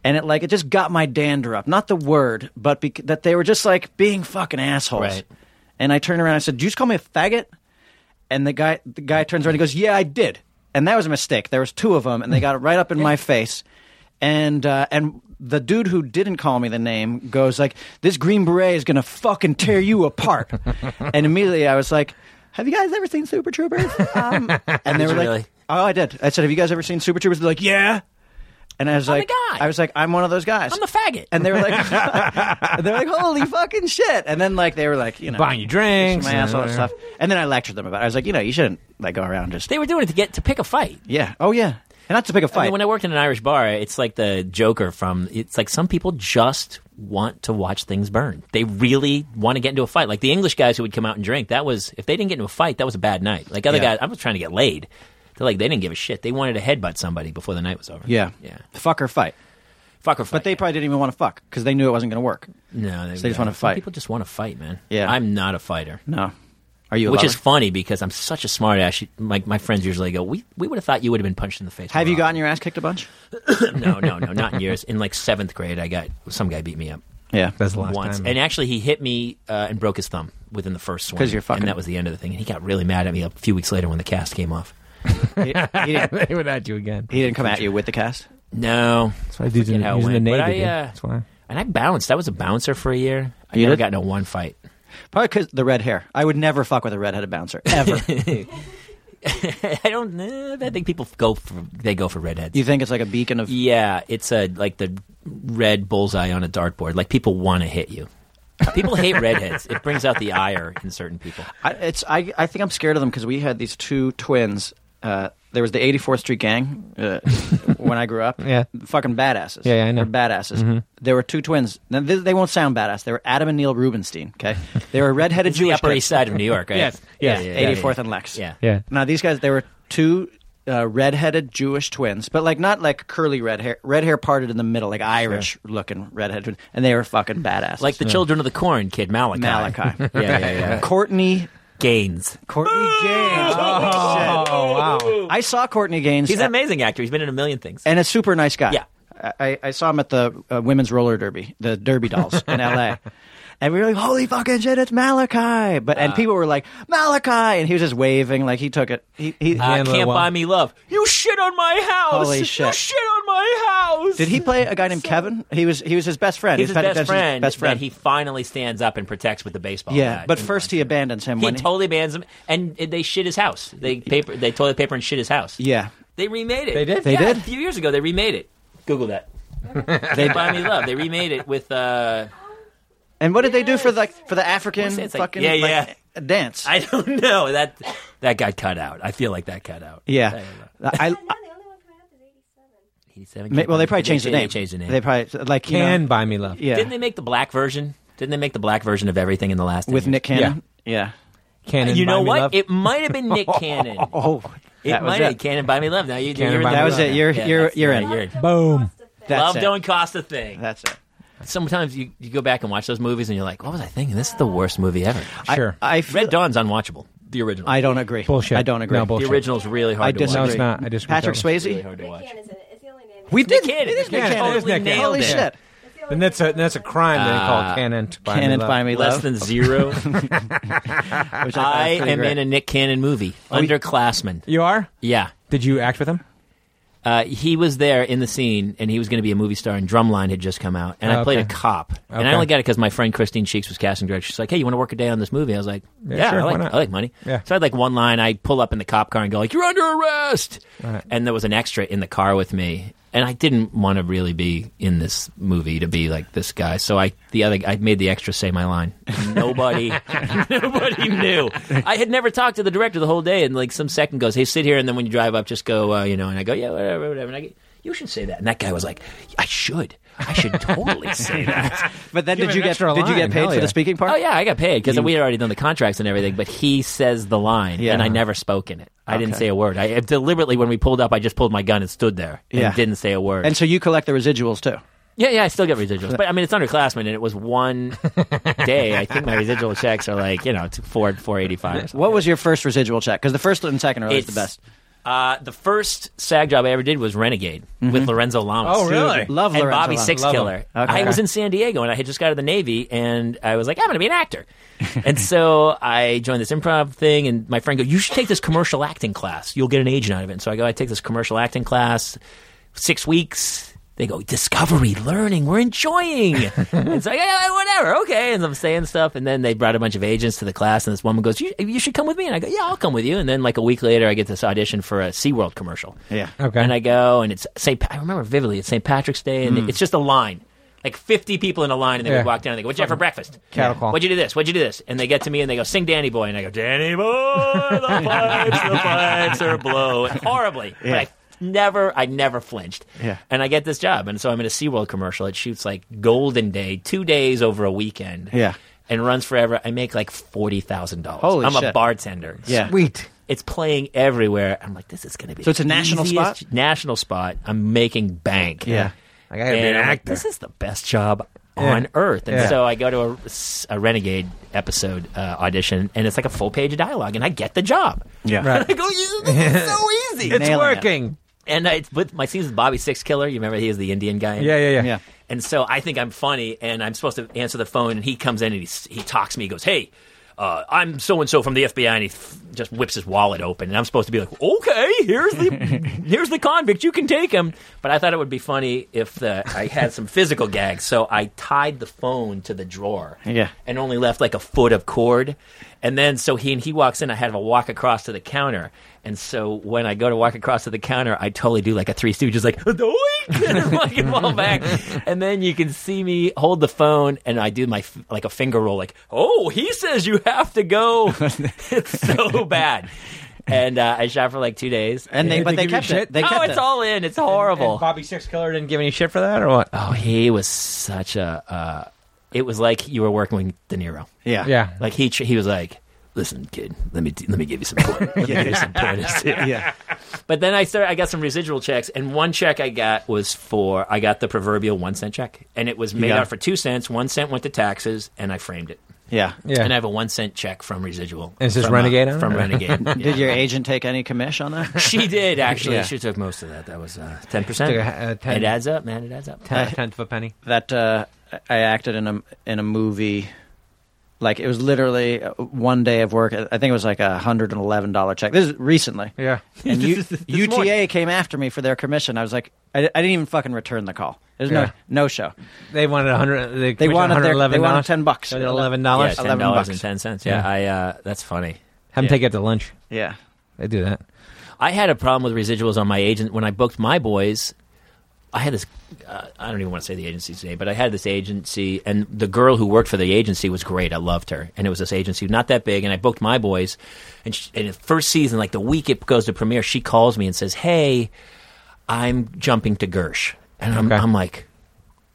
[SPEAKER 7] and it like it just got my dander up. Not the word, but bec- that they were just like being fucking assholes.
[SPEAKER 5] Right.
[SPEAKER 7] And I turned around. and I said, "Did you just call me a faggot?" And the guy the guy turns around and goes, "Yeah, I did." And that was a mistake. There was two of them, and they got it right up in my face. And uh, and the dude who didn't call me the name goes like, "This green beret is gonna fucking tear you apart." and immediately I was like, "Have you guys ever seen Super Troopers?" Um, and they were
[SPEAKER 5] you
[SPEAKER 7] like,
[SPEAKER 5] really?
[SPEAKER 7] "Oh, I did." I said, "Have you guys ever seen Super Troopers?" They're like, "Yeah." And I was
[SPEAKER 5] I'm
[SPEAKER 7] like,
[SPEAKER 5] the guy.
[SPEAKER 7] I was like, I'm one of those guys.
[SPEAKER 5] Oh I'm the faggot.
[SPEAKER 7] And they were like, they were like, holy fucking shit. And then like they were like, you know,
[SPEAKER 1] Buying you drinks
[SPEAKER 7] my
[SPEAKER 1] and-
[SPEAKER 7] asshole and uh, stuff. And then I lectured them about. it. I was like, you know, you shouldn't like go around just.
[SPEAKER 5] They were doing it to get to pick a fight.
[SPEAKER 7] yeah. Oh yeah. And not to pick a
[SPEAKER 5] I
[SPEAKER 7] fight.
[SPEAKER 5] mean, when I worked in an Irish bar, it's like the Joker from. It's like some people just want to watch things burn. They really want to get into a fight. Like the English guys who would come out and drink. That was if they didn't get into a fight, that was a bad night. Like other
[SPEAKER 7] Yeah.
[SPEAKER 5] guys, I was trying to get laid. They're like they didn't give a shit. They wanted to headbutt somebody before the night was over.
[SPEAKER 7] yeah.
[SPEAKER 5] yeah.
[SPEAKER 7] Fuck or fight.
[SPEAKER 5] Fuck or fight.
[SPEAKER 7] But they probably didn't even want to fuck because they knew it wasn't going to work.
[SPEAKER 5] no,
[SPEAKER 7] they just wanna
[SPEAKER 5] some
[SPEAKER 7] fight.
[SPEAKER 5] People just want to fight, man.
[SPEAKER 7] Yeah.
[SPEAKER 5] I'm not a fighter.
[SPEAKER 7] No. Are you? A
[SPEAKER 5] Which
[SPEAKER 7] lover?
[SPEAKER 5] is funny because I'm such a smartass. You- My, my friends usually go, "We we would have thought you would have been punched in the face."
[SPEAKER 7] Have
[SPEAKER 5] more
[SPEAKER 7] you gotten your ass kicked a bunch?
[SPEAKER 5] often." no, no, no, not in years. In like seventh grade, I got some guy beat me up
[SPEAKER 7] Yeah.
[SPEAKER 1] That's the last
[SPEAKER 5] once,
[SPEAKER 1] time.
[SPEAKER 5] and actually he hit me uh, and broke his thumb within the first swing.
[SPEAKER 7] 'Cause you're fucking-
[SPEAKER 5] and that was the end of the thing. And he got really mad at me a few weeks later when the cast came off.
[SPEAKER 7] he, he didn't,
[SPEAKER 1] they would at you again.
[SPEAKER 7] he didn't come at you with the cast.
[SPEAKER 5] No,
[SPEAKER 1] That's why dudes
[SPEAKER 5] forget
[SPEAKER 1] in,
[SPEAKER 5] how it
[SPEAKER 1] using the
[SPEAKER 5] went, but
[SPEAKER 1] Navy. dude.
[SPEAKER 5] I, uh,
[SPEAKER 1] That's why.
[SPEAKER 5] and I bounced. I was a bouncer for a year. I
[SPEAKER 7] You
[SPEAKER 5] never
[SPEAKER 7] did?
[SPEAKER 5] got into one fight.
[SPEAKER 7] Probably because the red hair. I would never fuck with a redheaded bouncer ever.
[SPEAKER 5] I don't. know. I think people go for they go for redheads.
[SPEAKER 7] you think it's like a beacon of?
[SPEAKER 5] Yeah, it's a like the red bullseye on a dartboard. Like people want to hit you. People hate redheads. It brings out the ire in certain people.
[SPEAKER 7] I, it's I, I think I'm scared of them because we had these two twins. Uh, there was the 84th Street Gang uh, when I grew up.
[SPEAKER 1] Yeah.
[SPEAKER 7] fucking badasses.
[SPEAKER 1] Yeah, yeah, I know. Mm-hmm.
[SPEAKER 7] They're badasses. There were two twins. Now, they, they won't sound badass. They were Adam and Neil Rubenstein. Okay, they were redheaded
[SPEAKER 5] It's the
[SPEAKER 7] Jewish
[SPEAKER 5] Upper
[SPEAKER 7] kids.
[SPEAKER 5] East Side of New York, right?
[SPEAKER 1] Yes, yes.
[SPEAKER 7] 84th and Lex.
[SPEAKER 5] Yeah.
[SPEAKER 1] Yeah.
[SPEAKER 7] Now these guys, they were two uh, redheaded Jewish twins, but like not like curly red hair, red hair parted in the middle, like Irish looking redheaded twins, and they were fucking badass.
[SPEAKER 5] Like the Children of the Corn kid, Malachi.
[SPEAKER 7] Malachi.
[SPEAKER 5] yeah, yeah, yeah.
[SPEAKER 7] Courtney
[SPEAKER 5] Gaines.
[SPEAKER 7] Courtney Gaines.
[SPEAKER 1] Oh wow!
[SPEAKER 7] I saw Courtney Gaines.
[SPEAKER 5] He's an
[SPEAKER 7] at-
[SPEAKER 5] amazing actor. He's been in a million things.
[SPEAKER 7] and a super nice guy.
[SPEAKER 5] Yeah.
[SPEAKER 7] I, I saw him at the uh, women's roller derby, the Derby Dolls in L.A. And we were like, "Holy fucking shit, it's Malachi!" But
[SPEAKER 5] Uh.
[SPEAKER 7] and people were like, "Malachi," and he was just waving like he took it. He, he
[SPEAKER 5] Uh,
[SPEAKER 1] handled it
[SPEAKER 5] can't
[SPEAKER 1] well.
[SPEAKER 5] buy me love. You shit on my house.
[SPEAKER 7] Holy
[SPEAKER 5] You
[SPEAKER 7] shit.
[SPEAKER 5] shit on my house.
[SPEAKER 7] did he play a guy named Kevin? He was he was his best friend.
[SPEAKER 5] He's his
[SPEAKER 7] He was
[SPEAKER 5] best friend.
[SPEAKER 7] Best friend.
[SPEAKER 5] That he finally stands up and protects with the baseball.
[SPEAKER 7] yeah,
[SPEAKER 5] bat.
[SPEAKER 7] but first he abandons him
[SPEAKER 5] he
[SPEAKER 7] when
[SPEAKER 5] totally bans him, and they shit his house. They paper. They toilet paper and shit his house.
[SPEAKER 7] yeah
[SPEAKER 5] They remade it.
[SPEAKER 1] They did? They
[SPEAKER 5] Yeah,
[SPEAKER 7] did?
[SPEAKER 5] A few years ago, they remade it. Google that.
[SPEAKER 7] they.
[SPEAKER 5] Buy Me Love. They remade it with. Uh,
[SPEAKER 7] And what did they do for like for the African
[SPEAKER 5] It's like-
[SPEAKER 7] fucking
[SPEAKER 5] yeah,
[SPEAKER 7] like,
[SPEAKER 5] yeah.
[SPEAKER 7] uh, dance?
[SPEAKER 5] I don't know that that got cut out. I feel like that cut out.
[SPEAKER 7] yeah, I, I
[SPEAKER 5] Eighty-seven.
[SPEAKER 7] well they probably
[SPEAKER 5] They
[SPEAKER 7] changed the
[SPEAKER 5] cha- they
[SPEAKER 7] name.
[SPEAKER 5] changed the name.
[SPEAKER 7] They probably like you know-
[SPEAKER 1] Can buy me love.
[SPEAKER 7] yeah
[SPEAKER 5] Didn't they make the black version? Didn't they make the black version of everything in the last 10
[SPEAKER 7] with
[SPEAKER 5] years?
[SPEAKER 7] Nick Cannon? yeah.
[SPEAKER 1] Can
[SPEAKER 5] You know
[SPEAKER 1] buy
[SPEAKER 5] what?
[SPEAKER 1] Me love?
[SPEAKER 5] It might have been Nick Cannon.
[SPEAKER 7] Oh,
[SPEAKER 5] It
[SPEAKER 7] that was
[SPEAKER 5] might have Cannon buy me love. Now you
[SPEAKER 1] Cannon
[SPEAKER 5] you're in
[SPEAKER 1] Buy
[SPEAKER 5] the
[SPEAKER 1] Me
[SPEAKER 5] wrong
[SPEAKER 1] Love.
[SPEAKER 7] That was it. You're-
[SPEAKER 5] now.
[SPEAKER 7] you're-
[SPEAKER 5] that's
[SPEAKER 7] you're
[SPEAKER 5] right.
[SPEAKER 7] in.
[SPEAKER 5] You're in.
[SPEAKER 1] Boom.
[SPEAKER 7] That's
[SPEAKER 5] love
[SPEAKER 7] it.
[SPEAKER 5] don't cost a thing.
[SPEAKER 7] That's it.
[SPEAKER 5] sometimes you, you go back and watch those movies and you're like, what was I thinking? This is the worst movie ever.
[SPEAKER 1] Sure.
[SPEAKER 7] I, I feel,
[SPEAKER 5] Red Dawn's unwatchable. The original.
[SPEAKER 7] I don't agree.
[SPEAKER 1] Bullshit.
[SPEAKER 7] I don't agree.
[SPEAKER 1] No, bullshit.
[SPEAKER 5] the original's really hard
[SPEAKER 7] I
[SPEAKER 5] to watch.
[SPEAKER 1] No,
[SPEAKER 7] disagree.
[SPEAKER 1] it's not. I disagree.
[SPEAKER 7] Patrick
[SPEAKER 1] totally.
[SPEAKER 5] It's really
[SPEAKER 7] Swayze.
[SPEAKER 5] hard to watch.
[SPEAKER 8] McCann is in it. It's the only name.
[SPEAKER 7] We did.
[SPEAKER 5] McKinnon.
[SPEAKER 7] It is
[SPEAKER 5] Yeah,
[SPEAKER 7] McKinnon.
[SPEAKER 5] totally
[SPEAKER 1] Nick Cannon.
[SPEAKER 5] nailed
[SPEAKER 7] Holy
[SPEAKER 5] it.
[SPEAKER 7] shit!
[SPEAKER 8] It's the only
[SPEAKER 1] And that's a
[SPEAKER 8] name.
[SPEAKER 1] that's a crime
[SPEAKER 5] Uh,
[SPEAKER 1] they call Cannon. Buy
[SPEAKER 7] Cannon,
[SPEAKER 1] Me
[SPEAKER 7] buy me
[SPEAKER 5] Less
[SPEAKER 7] love.
[SPEAKER 5] than zero.
[SPEAKER 7] Which thought
[SPEAKER 5] I
[SPEAKER 7] was pretty
[SPEAKER 5] am
[SPEAKER 7] great.
[SPEAKER 5] in a Nick Cannon movie. Underclassman.
[SPEAKER 1] You are?
[SPEAKER 5] Yeah.
[SPEAKER 1] Did you act with him?
[SPEAKER 5] Uh, he was there in the scene, and he was going to be a movie star. And Drumline had just come out, and I
[SPEAKER 1] Okay.
[SPEAKER 5] played a cop. And I
[SPEAKER 1] Okay.
[SPEAKER 5] only got it because my friend Christine Cheeks was casting director. She's like, "Hey, you want to work a day on this movie?" I was like, "Yeah,
[SPEAKER 1] sure,
[SPEAKER 5] I,
[SPEAKER 1] why
[SPEAKER 5] like,
[SPEAKER 1] not?"
[SPEAKER 5] I like money."
[SPEAKER 1] Yeah.
[SPEAKER 5] So I had like one line. I pull up in the cop car and go like, "You're under arrest,"
[SPEAKER 1] Right.
[SPEAKER 5] and there was an extra in the car with me. And I didn't want to really be in this movie to be like this guy, so I the other I made the extra say my line. Nobody, nobody knew. I had never talked to the director the whole day, and like some second goes, "Hey, sit here," and then when you drive up, just go, uh, you know, and I go, "Yeah, whatever, whatever." And I get, you should say that, and that guy was like, "I should, I should totally say that."
[SPEAKER 7] But then
[SPEAKER 1] Give
[SPEAKER 7] did
[SPEAKER 1] an
[SPEAKER 7] you get
[SPEAKER 1] extra
[SPEAKER 7] did you
[SPEAKER 1] line.
[SPEAKER 7] get paid
[SPEAKER 1] Hell
[SPEAKER 7] for
[SPEAKER 1] yeah.
[SPEAKER 7] the speaking part?
[SPEAKER 5] Oh yeah, I got paid because we had already done the contracts and everything. But he says the line,
[SPEAKER 7] Yeah.
[SPEAKER 5] and I never spoke in it. I didn't say a word. I deliberately, when we pulled up, I just pulled my gun and stood there and
[SPEAKER 7] Yeah.
[SPEAKER 5] didn't say a word.
[SPEAKER 7] And so you collect the residuals too.
[SPEAKER 5] yeah, yeah, I still get residuals, but I mean it's underclassmen, and it was one day. I think my residual checks are like you know it's four four eighty five.
[SPEAKER 7] What was your first residual check? Because the first and second are always the best.
[SPEAKER 5] Uh, the first SAG job I ever did was Renegade with Lorenzo Lamas.
[SPEAKER 1] Oh, really?
[SPEAKER 7] Mm-hmm. Love
[SPEAKER 5] and
[SPEAKER 7] Lorenzo
[SPEAKER 5] Bobby
[SPEAKER 7] Lamas.
[SPEAKER 5] Six
[SPEAKER 1] Love him.
[SPEAKER 5] Killer.
[SPEAKER 7] Okay.
[SPEAKER 5] I was in San Diego and I had just got out of the Navy and I was like, I'm going to be an actor. and so I joined this improv thing and my friend go, you should take this commercial acting class. You'll get an agent out of it. And so I go, I take this commercial acting class, six weeks. They go, discovery, learning, we're enjoying. it's like, yeah, whatever, okay. And I'm saying stuff. And then they brought a bunch of agents to the class, and this woman goes, you, you should come with me. And I go, yeah, I'll come with you. And then, like, a week later, I get this audition for a SeaWorld commercial.
[SPEAKER 7] Yeah.
[SPEAKER 1] Okay.
[SPEAKER 5] And I go, and it's St. Pa- I remember vividly, it's St. Patrick's Day,
[SPEAKER 7] Hmm.
[SPEAKER 5] and it's just a line. Like 50 people in a line, and they
[SPEAKER 1] Yeah.
[SPEAKER 5] would walk down and they go, What'd you have for breakfast?
[SPEAKER 1] Cattle call.
[SPEAKER 5] What'd you do this? What'd you do this? And they get to me and they go, Sing Danny Boy. And I go, Danny Boy, the pipes, the pipes are blowing. Horribly. But I never, I never flinched.
[SPEAKER 7] Yeah.
[SPEAKER 5] And I get this job. And so I'm in a SeaWorld commercial. It shoots like Golden Day, two days over a weekend.
[SPEAKER 7] Yeah.
[SPEAKER 5] And runs forever. I make like $40,000.
[SPEAKER 7] Holy
[SPEAKER 5] I'm a
[SPEAKER 7] shit.
[SPEAKER 5] bartender.
[SPEAKER 7] Yeah.
[SPEAKER 1] Sweet.
[SPEAKER 5] It's playing everywhere. I'm like, this is going to be.
[SPEAKER 7] So it's a
[SPEAKER 5] the
[SPEAKER 7] national
[SPEAKER 5] easiest-
[SPEAKER 7] spot?
[SPEAKER 5] National spot. I'm making bank.
[SPEAKER 7] Yeah.
[SPEAKER 1] I gotta be an
[SPEAKER 5] And I'm like,
[SPEAKER 1] actor.
[SPEAKER 5] this is the best job on earth. And
[SPEAKER 1] Yeah.
[SPEAKER 5] so I go to a, a Renegade episode uh, audition, and it's like a full page of dialogue, and I get the job.
[SPEAKER 7] Yeah.
[SPEAKER 5] I go, "Yeah, this is so easy.
[SPEAKER 1] It's
[SPEAKER 7] Nailing it.
[SPEAKER 1] working.
[SPEAKER 5] and I, with my scenes with Bobby Six Killer, you remember he is the Indian guy.
[SPEAKER 1] Yeah, yeah, yeah.
[SPEAKER 7] Yeah.
[SPEAKER 5] And so I think I'm funny, and I'm supposed to answer the phone, and he comes in and he s- he talks to me. He goes, "Hey, uh, I'm so and so from the FBI," and he f- just whips his wallet open, and I'm supposed to be like, "Okay, here's the here's the convict. You can take him." But I thought it would be funny if the, I had some physical gags, so I tied the phone to the drawer,
[SPEAKER 7] Yeah.
[SPEAKER 5] and only left like a foot of cord. And then so he and he walks in. I had him walk across to the counter. And so when I go to walk across to the counter, I totally do like a Three Stooges, like doink, and fucking fall back. And then you can see me hold the phone, and I do my f- like a finger roll, like oh, he says you have to go. it's so bad. And uh, I shot for like two days.
[SPEAKER 7] And they
[SPEAKER 1] Did
[SPEAKER 7] but
[SPEAKER 1] they
[SPEAKER 7] they
[SPEAKER 1] give you
[SPEAKER 7] kept
[SPEAKER 1] shit?
[SPEAKER 7] it. They
[SPEAKER 5] oh,
[SPEAKER 7] kept
[SPEAKER 5] it's
[SPEAKER 7] it.
[SPEAKER 5] all in. It's horrible.
[SPEAKER 1] And Bobby Six Killer didn't give any shit for that or what?
[SPEAKER 5] oh, he was such a. Uh, it was like you were working with De Niro.
[SPEAKER 7] Yeah.
[SPEAKER 1] Yeah.
[SPEAKER 5] Like he tr- he was like, "Listen, kid, let me let me give you some point. Let me give you some pointers." here."
[SPEAKER 7] Yeah.
[SPEAKER 5] But then I started. I got some residual checks, and one check I got was for I got the proverbial one cent check, and it was made
[SPEAKER 7] got
[SPEAKER 5] out
[SPEAKER 7] it.
[SPEAKER 5] for two cents. One cent went to taxes, and I framed it.
[SPEAKER 7] Yeah.
[SPEAKER 1] Yeah.
[SPEAKER 5] And I have a one cent check from residual.
[SPEAKER 1] And it says
[SPEAKER 5] from, uh,
[SPEAKER 1] Renegade on it?
[SPEAKER 5] from Renegade. Yeah.
[SPEAKER 7] Did your agent take any commish on that?
[SPEAKER 5] She did actually.
[SPEAKER 7] Yeah.
[SPEAKER 5] She took most of that. That was uh, ten
[SPEAKER 1] Took
[SPEAKER 5] percent.
[SPEAKER 1] a- a 10.
[SPEAKER 5] It adds up, man. It adds up.
[SPEAKER 1] Ten- tenth of a penny.
[SPEAKER 7] that uh, I acted in a in a movie. Like it was literally uh, one day of work. I think it was like a hundred and eleven dollar check. This is recently.
[SPEAKER 1] Yeah.
[SPEAKER 7] And U- UTA
[SPEAKER 1] morning.
[SPEAKER 7] came after me for their commission. I was like, I, I didn't even fucking return the call. There's
[SPEAKER 1] Yeah.
[SPEAKER 7] no no show.
[SPEAKER 1] They wanted a hundred. They,
[SPEAKER 7] They
[SPEAKER 1] commissioned
[SPEAKER 7] wanted their, they
[SPEAKER 1] $111.
[SPEAKER 7] wanted ten bucks.
[SPEAKER 1] They did eleven dollars.
[SPEAKER 5] Yeah, ten
[SPEAKER 7] $11
[SPEAKER 5] dollars and
[SPEAKER 7] bucks.
[SPEAKER 5] ten cents. Yeah,
[SPEAKER 1] Yeah.
[SPEAKER 5] I. Uh, that's funny.
[SPEAKER 1] Have
[SPEAKER 5] Yeah.
[SPEAKER 1] them take it to lunch.
[SPEAKER 7] Yeah.
[SPEAKER 1] They do that.
[SPEAKER 5] I had a problem with residuals on my agent when I booked my boys. I had this. Uh, I don't even want to say the agency's name, but I had this agency, and the girl who worked for the agency was great. I loved her, and it was this agency, not that big. And I booked my boys, and, she, and the first season, like the week it goes to premiere, she calls me and says, "Hey, I'm jumping to Gersh," and I'm,
[SPEAKER 1] Okay.
[SPEAKER 5] I'm like,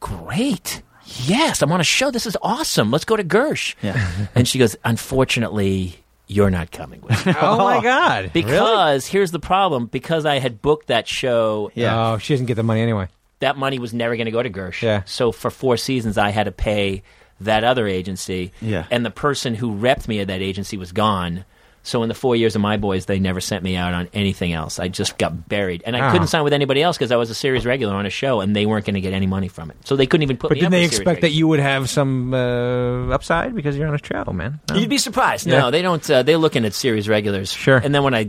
[SPEAKER 5] "Great." Yes, I'm on a show. This is awesome. Let's go to Gersh.
[SPEAKER 7] Yeah.
[SPEAKER 5] and she goes, Unfortunately, you're not coming with me.
[SPEAKER 1] Oh, my god.
[SPEAKER 5] Because here's the problem: because I had booked that show,
[SPEAKER 7] Yeah.
[SPEAKER 1] Oh, she doesn't get the money anyway.
[SPEAKER 5] that money was never going to go to Gersh.
[SPEAKER 1] Yeah.
[SPEAKER 5] So for four seasons, I had to pay that other agency.
[SPEAKER 7] Yeah.
[SPEAKER 5] And the person who repped me at that agency was gone. So in the four years of my boys, they never sent me out on anything else. I just got buried, and I
[SPEAKER 1] Ah.
[SPEAKER 5] couldn't sign with anybody else because I was a series regular on a show, and they weren't going to get any money from it. So they couldn't even put
[SPEAKER 1] But
[SPEAKER 5] me.
[SPEAKER 1] didn't
[SPEAKER 5] up
[SPEAKER 1] they
[SPEAKER 5] as series
[SPEAKER 1] expect that
[SPEAKER 5] regular.
[SPEAKER 1] you would have some uh, upside because you're on a travel, man? No.
[SPEAKER 5] You'd be surprised.
[SPEAKER 1] Yeah.
[SPEAKER 5] No, they don't. Uh, they're looking at series regulars.
[SPEAKER 1] Sure.
[SPEAKER 5] And then when I,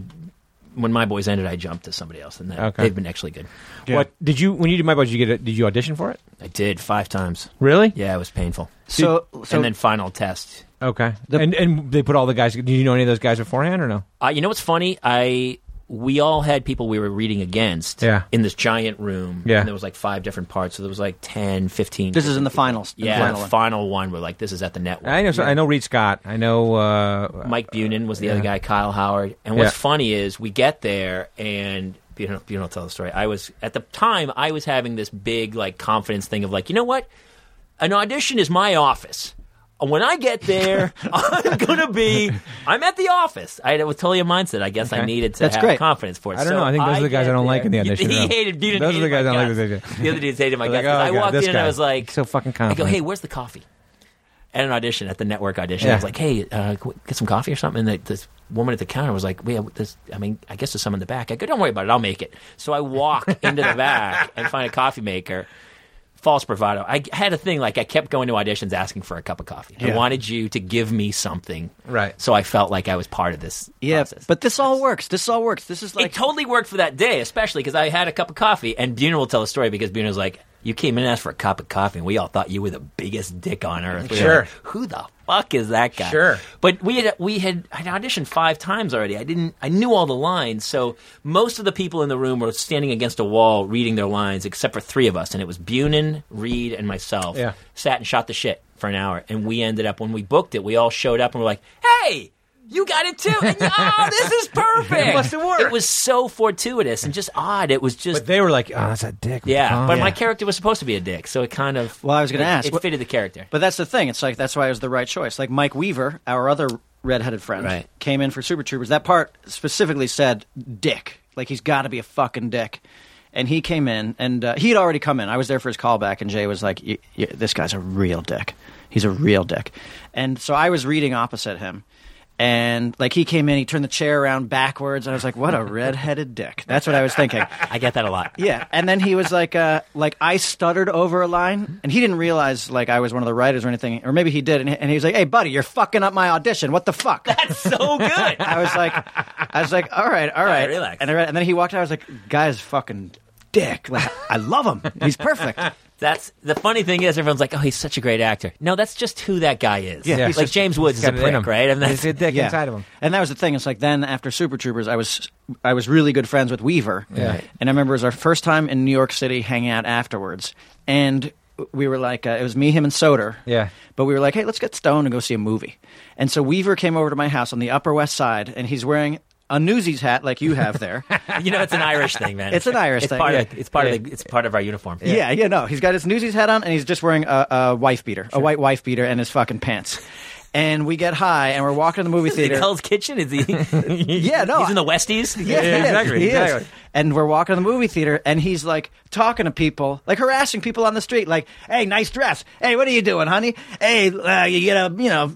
[SPEAKER 5] when my boys ended, I jumped to somebody else, and that,
[SPEAKER 1] Okay.
[SPEAKER 5] they've been actually good.
[SPEAKER 1] What did you when you did my budget? Did you get a, did you audition for it?
[SPEAKER 5] I did five times.
[SPEAKER 1] Really?
[SPEAKER 5] Yeah, it was painful.
[SPEAKER 7] So, so
[SPEAKER 5] and then final test.
[SPEAKER 1] Okay. and and they put all the guys. Did you know any of those guys beforehand or no?
[SPEAKER 5] Uh, you know what's funny? I we all had people we were reading against
[SPEAKER 1] Yeah.
[SPEAKER 5] in this giant room.
[SPEAKER 1] Yeah.
[SPEAKER 5] And there was like five different parts. So there was like 10, 15.
[SPEAKER 7] this is in the finals. in the
[SPEAKER 5] yeah,
[SPEAKER 7] final
[SPEAKER 5] the
[SPEAKER 7] one.
[SPEAKER 5] final one. We're like, this is at the network.
[SPEAKER 1] I know. So I know Reed Scott. I know. Uh,
[SPEAKER 5] Mike Bunin was the
[SPEAKER 1] yeah.
[SPEAKER 5] other guy, Kyle Howard. And what's
[SPEAKER 1] Yeah.
[SPEAKER 5] funny is we get there and you know, you don't tell the story. I was at the time I was having this big like confidence thing of like, you know what? An audition is my office. When I get there, I'm gonna be. I'm at the office. I had- was totally a mindset. I guess I needed to
[SPEAKER 7] That's
[SPEAKER 5] have
[SPEAKER 7] great.
[SPEAKER 5] confidence for it.
[SPEAKER 1] I don't know. I think those are the guys
[SPEAKER 5] get
[SPEAKER 1] I don't like in the
[SPEAKER 5] there-
[SPEAKER 1] audition,
[SPEAKER 5] He,
[SPEAKER 1] though.
[SPEAKER 5] hated. Bunin
[SPEAKER 1] Those are the
[SPEAKER 5] hated
[SPEAKER 1] guys
[SPEAKER 5] my
[SPEAKER 1] I don't like in
[SPEAKER 5] guts.
[SPEAKER 1] the audition.
[SPEAKER 5] The other dudes hated my
[SPEAKER 1] They're
[SPEAKER 5] guys.
[SPEAKER 1] like, oh,
[SPEAKER 5] I
[SPEAKER 1] God,
[SPEAKER 5] walked
[SPEAKER 1] this
[SPEAKER 5] in and
[SPEAKER 1] guy.
[SPEAKER 5] I was like,
[SPEAKER 1] So fucking
[SPEAKER 5] I go,
[SPEAKER 1] confident.
[SPEAKER 5] hey, where's the coffee? at an audition at the network audition.
[SPEAKER 1] Yeah.
[SPEAKER 5] I was like, "Hey, uh, can we get some coffee or something." And the, this woman at the counter was like, "We have this. I mean, I guess there's some in the back." I go, "Don't worry about it. I'll make it." So I walk into the back and find a coffee maker. False bravado. I had a thing like I kept going to auditions asking for a cup of coffee. I wanted you to give me something,
[SPEAKER 1] Right.
[SPEAKER 5] So I felt like I was part of this.
[SPEAKER 7] yeah,
[SPEAKER 5] process.
[SPEAKER 7] but this all works. This all works. This is
[SPEAKER 5] it
[SPEAKER 7] like
[SPEAKER 5] totally worked for that day, especially because I had a cup of coffee. And Buna will tell a story because Buna was like, "You came in and asked for a cup of coffee, and we all thought you were the biggest dick on earth." We were
[SPEAKER 1] Sure.
[SPEAKER 5] like, Who the fuck is that guy?
[SPEAKER 1] Sure.
[SPEAKER 5] But we had we had I'd auditioned five times already. I didn't. I knew all the lines, so most of the people in the room were standing against a wall reading their lines, except for three of us, and it was Bunin, Reed, and myself.
[SPEAKER 1] Yeah.
[SPEAKER 5] Sat and shot the shit for an hour, and we ended up when we booked it. We all showed up and we're like, "Hey." You got it too. And you, oh, this is perfect.
[SPEAKER 1] It must have worked.
[SPEAKER 5] It was so fortuitous and just odd. It was just
[SPEAKER 1] But they were like, oh, that's a dick.
[SPEAKER 5] yeah.
[SPEAKER 1] Oh,
[SPEAKER 5] But my
[SPEAKER 1] yeah.
[SPEAKER 5] character was supposed to be a dick, so it kind of.
[SPEAKER 7] Well, I was gonna
[SPEAKER 5] it-
[SPEAKER 7] ask,
[SPEAKER 5] It
[SPEAKER 7] what-
[SPEAKER 5] fitted the character.
[SPEAKER 7] But that's the thing. It's like that's why it was the right choice. Like Mike Weaver, our other redheaded friend,
[SPEAKER 5] Right.
[SPEAKER 7] came in for Super Troopers. That part specifically said dick. Like he's got to be a fucking dick. And he came in, and uh, he had already come in. I was there for his callback, and Jay was like, y- y- "This guy's a real dick. He's a real dick." And so I was reading opposite him, and like he came in, he turned the chair around backwards, and I was like, "What a redheaded dick." That's what I was thinking.
[SPEAKER 5] I get that a lot.
[SPEAKER 7] Yeah, and then he was like, uh, like I stuttered over a line, and he didn't realize like I was one of the writers or anything, or maybe he did, and he, and he was like, "Hey, buddy, you're fucking up my audition. What the fuck?"
[SPEAKER 5] so good.
[SPEAKER 7] I was like, I was like, "All right, all right."
[SPEAKER 5] relax.
[SPEAKER 7] And, I read, and then he walked out. I was like, "Guy's fucking dick. Like I love him. He's perfect."
[SPEAKER 5] That's the funny thing is everyone's like, oh, he's such a great actor. No, that's just who that guy is.
[SPEAKER 7] Yeah,
[SPEAKER 5] like
[SPEAKER 7] he's just-
[SPEAKER 5] James Woods is a
[SPEAKER 1] Got it in
[SPEAKER 5] prick,
[SPEAKER 1] him.
[SPEAKER 5] right? And that's
[SPEAKER 1] It's a dick
[SPEAKER 7] Yeah.
[SPEAKER 1] inside of him.
[SPEAKER 7] And that was the thing. It's like then after Super Troopers, I was I was really good friends with Weaver.
[SPEAKER 1] Yeah.
[SPEAKER 7] And I remember it was our first time in New York City hanging out afterwards. And we were like, uh, it was me, him, and Soder.
[SPEAKER 1] Yeah.
[SPEAKER 7] But we were like, hey, let's get stoned and go see a movie. And so Weaver came over to my house on the Upper West Side, and he's wearing a Newsies hat like you have there.
[SPEAKER 5] you know, it's an Irish thing, man.
[SPEAKER 7] It's an Irish
[SPEAKER 5] it's
[SPEAKER 7] thing,
[SPEAKER 5] Part
[SPEAKER 7] yeah.
[SPEAKER 5] of, the- it's part of the, it's part of our uniform.
[SPEAKER 7] Yeah, yeah, no. He's got his newsies hat on and he's just wearing a, a wife beater, a white wife beater, and his fucking pants. And we get high and we're walking to the movie
[SPEAKER 5] Is he
[SPEAKER 7] theater.
[SPEAKER 5] Hell's Kitchen? Is he?
[SPEAKER 7] Yeah, no.
[SPEAKER 5] He's in the Westies.
[SPEAKER 7] Yeah, he is.
[SPEAKER 1] exactly,
[SPEAKER 7] He is.
[SPEAKER 1] exactly.
[SPEAKER 7] And we're walking to the movie theater, and he's like talking to people, like harassing people on the street, like, "Hey, nice dress. Hey, what are you doing, honey? Hey, uh, you gotta, you know,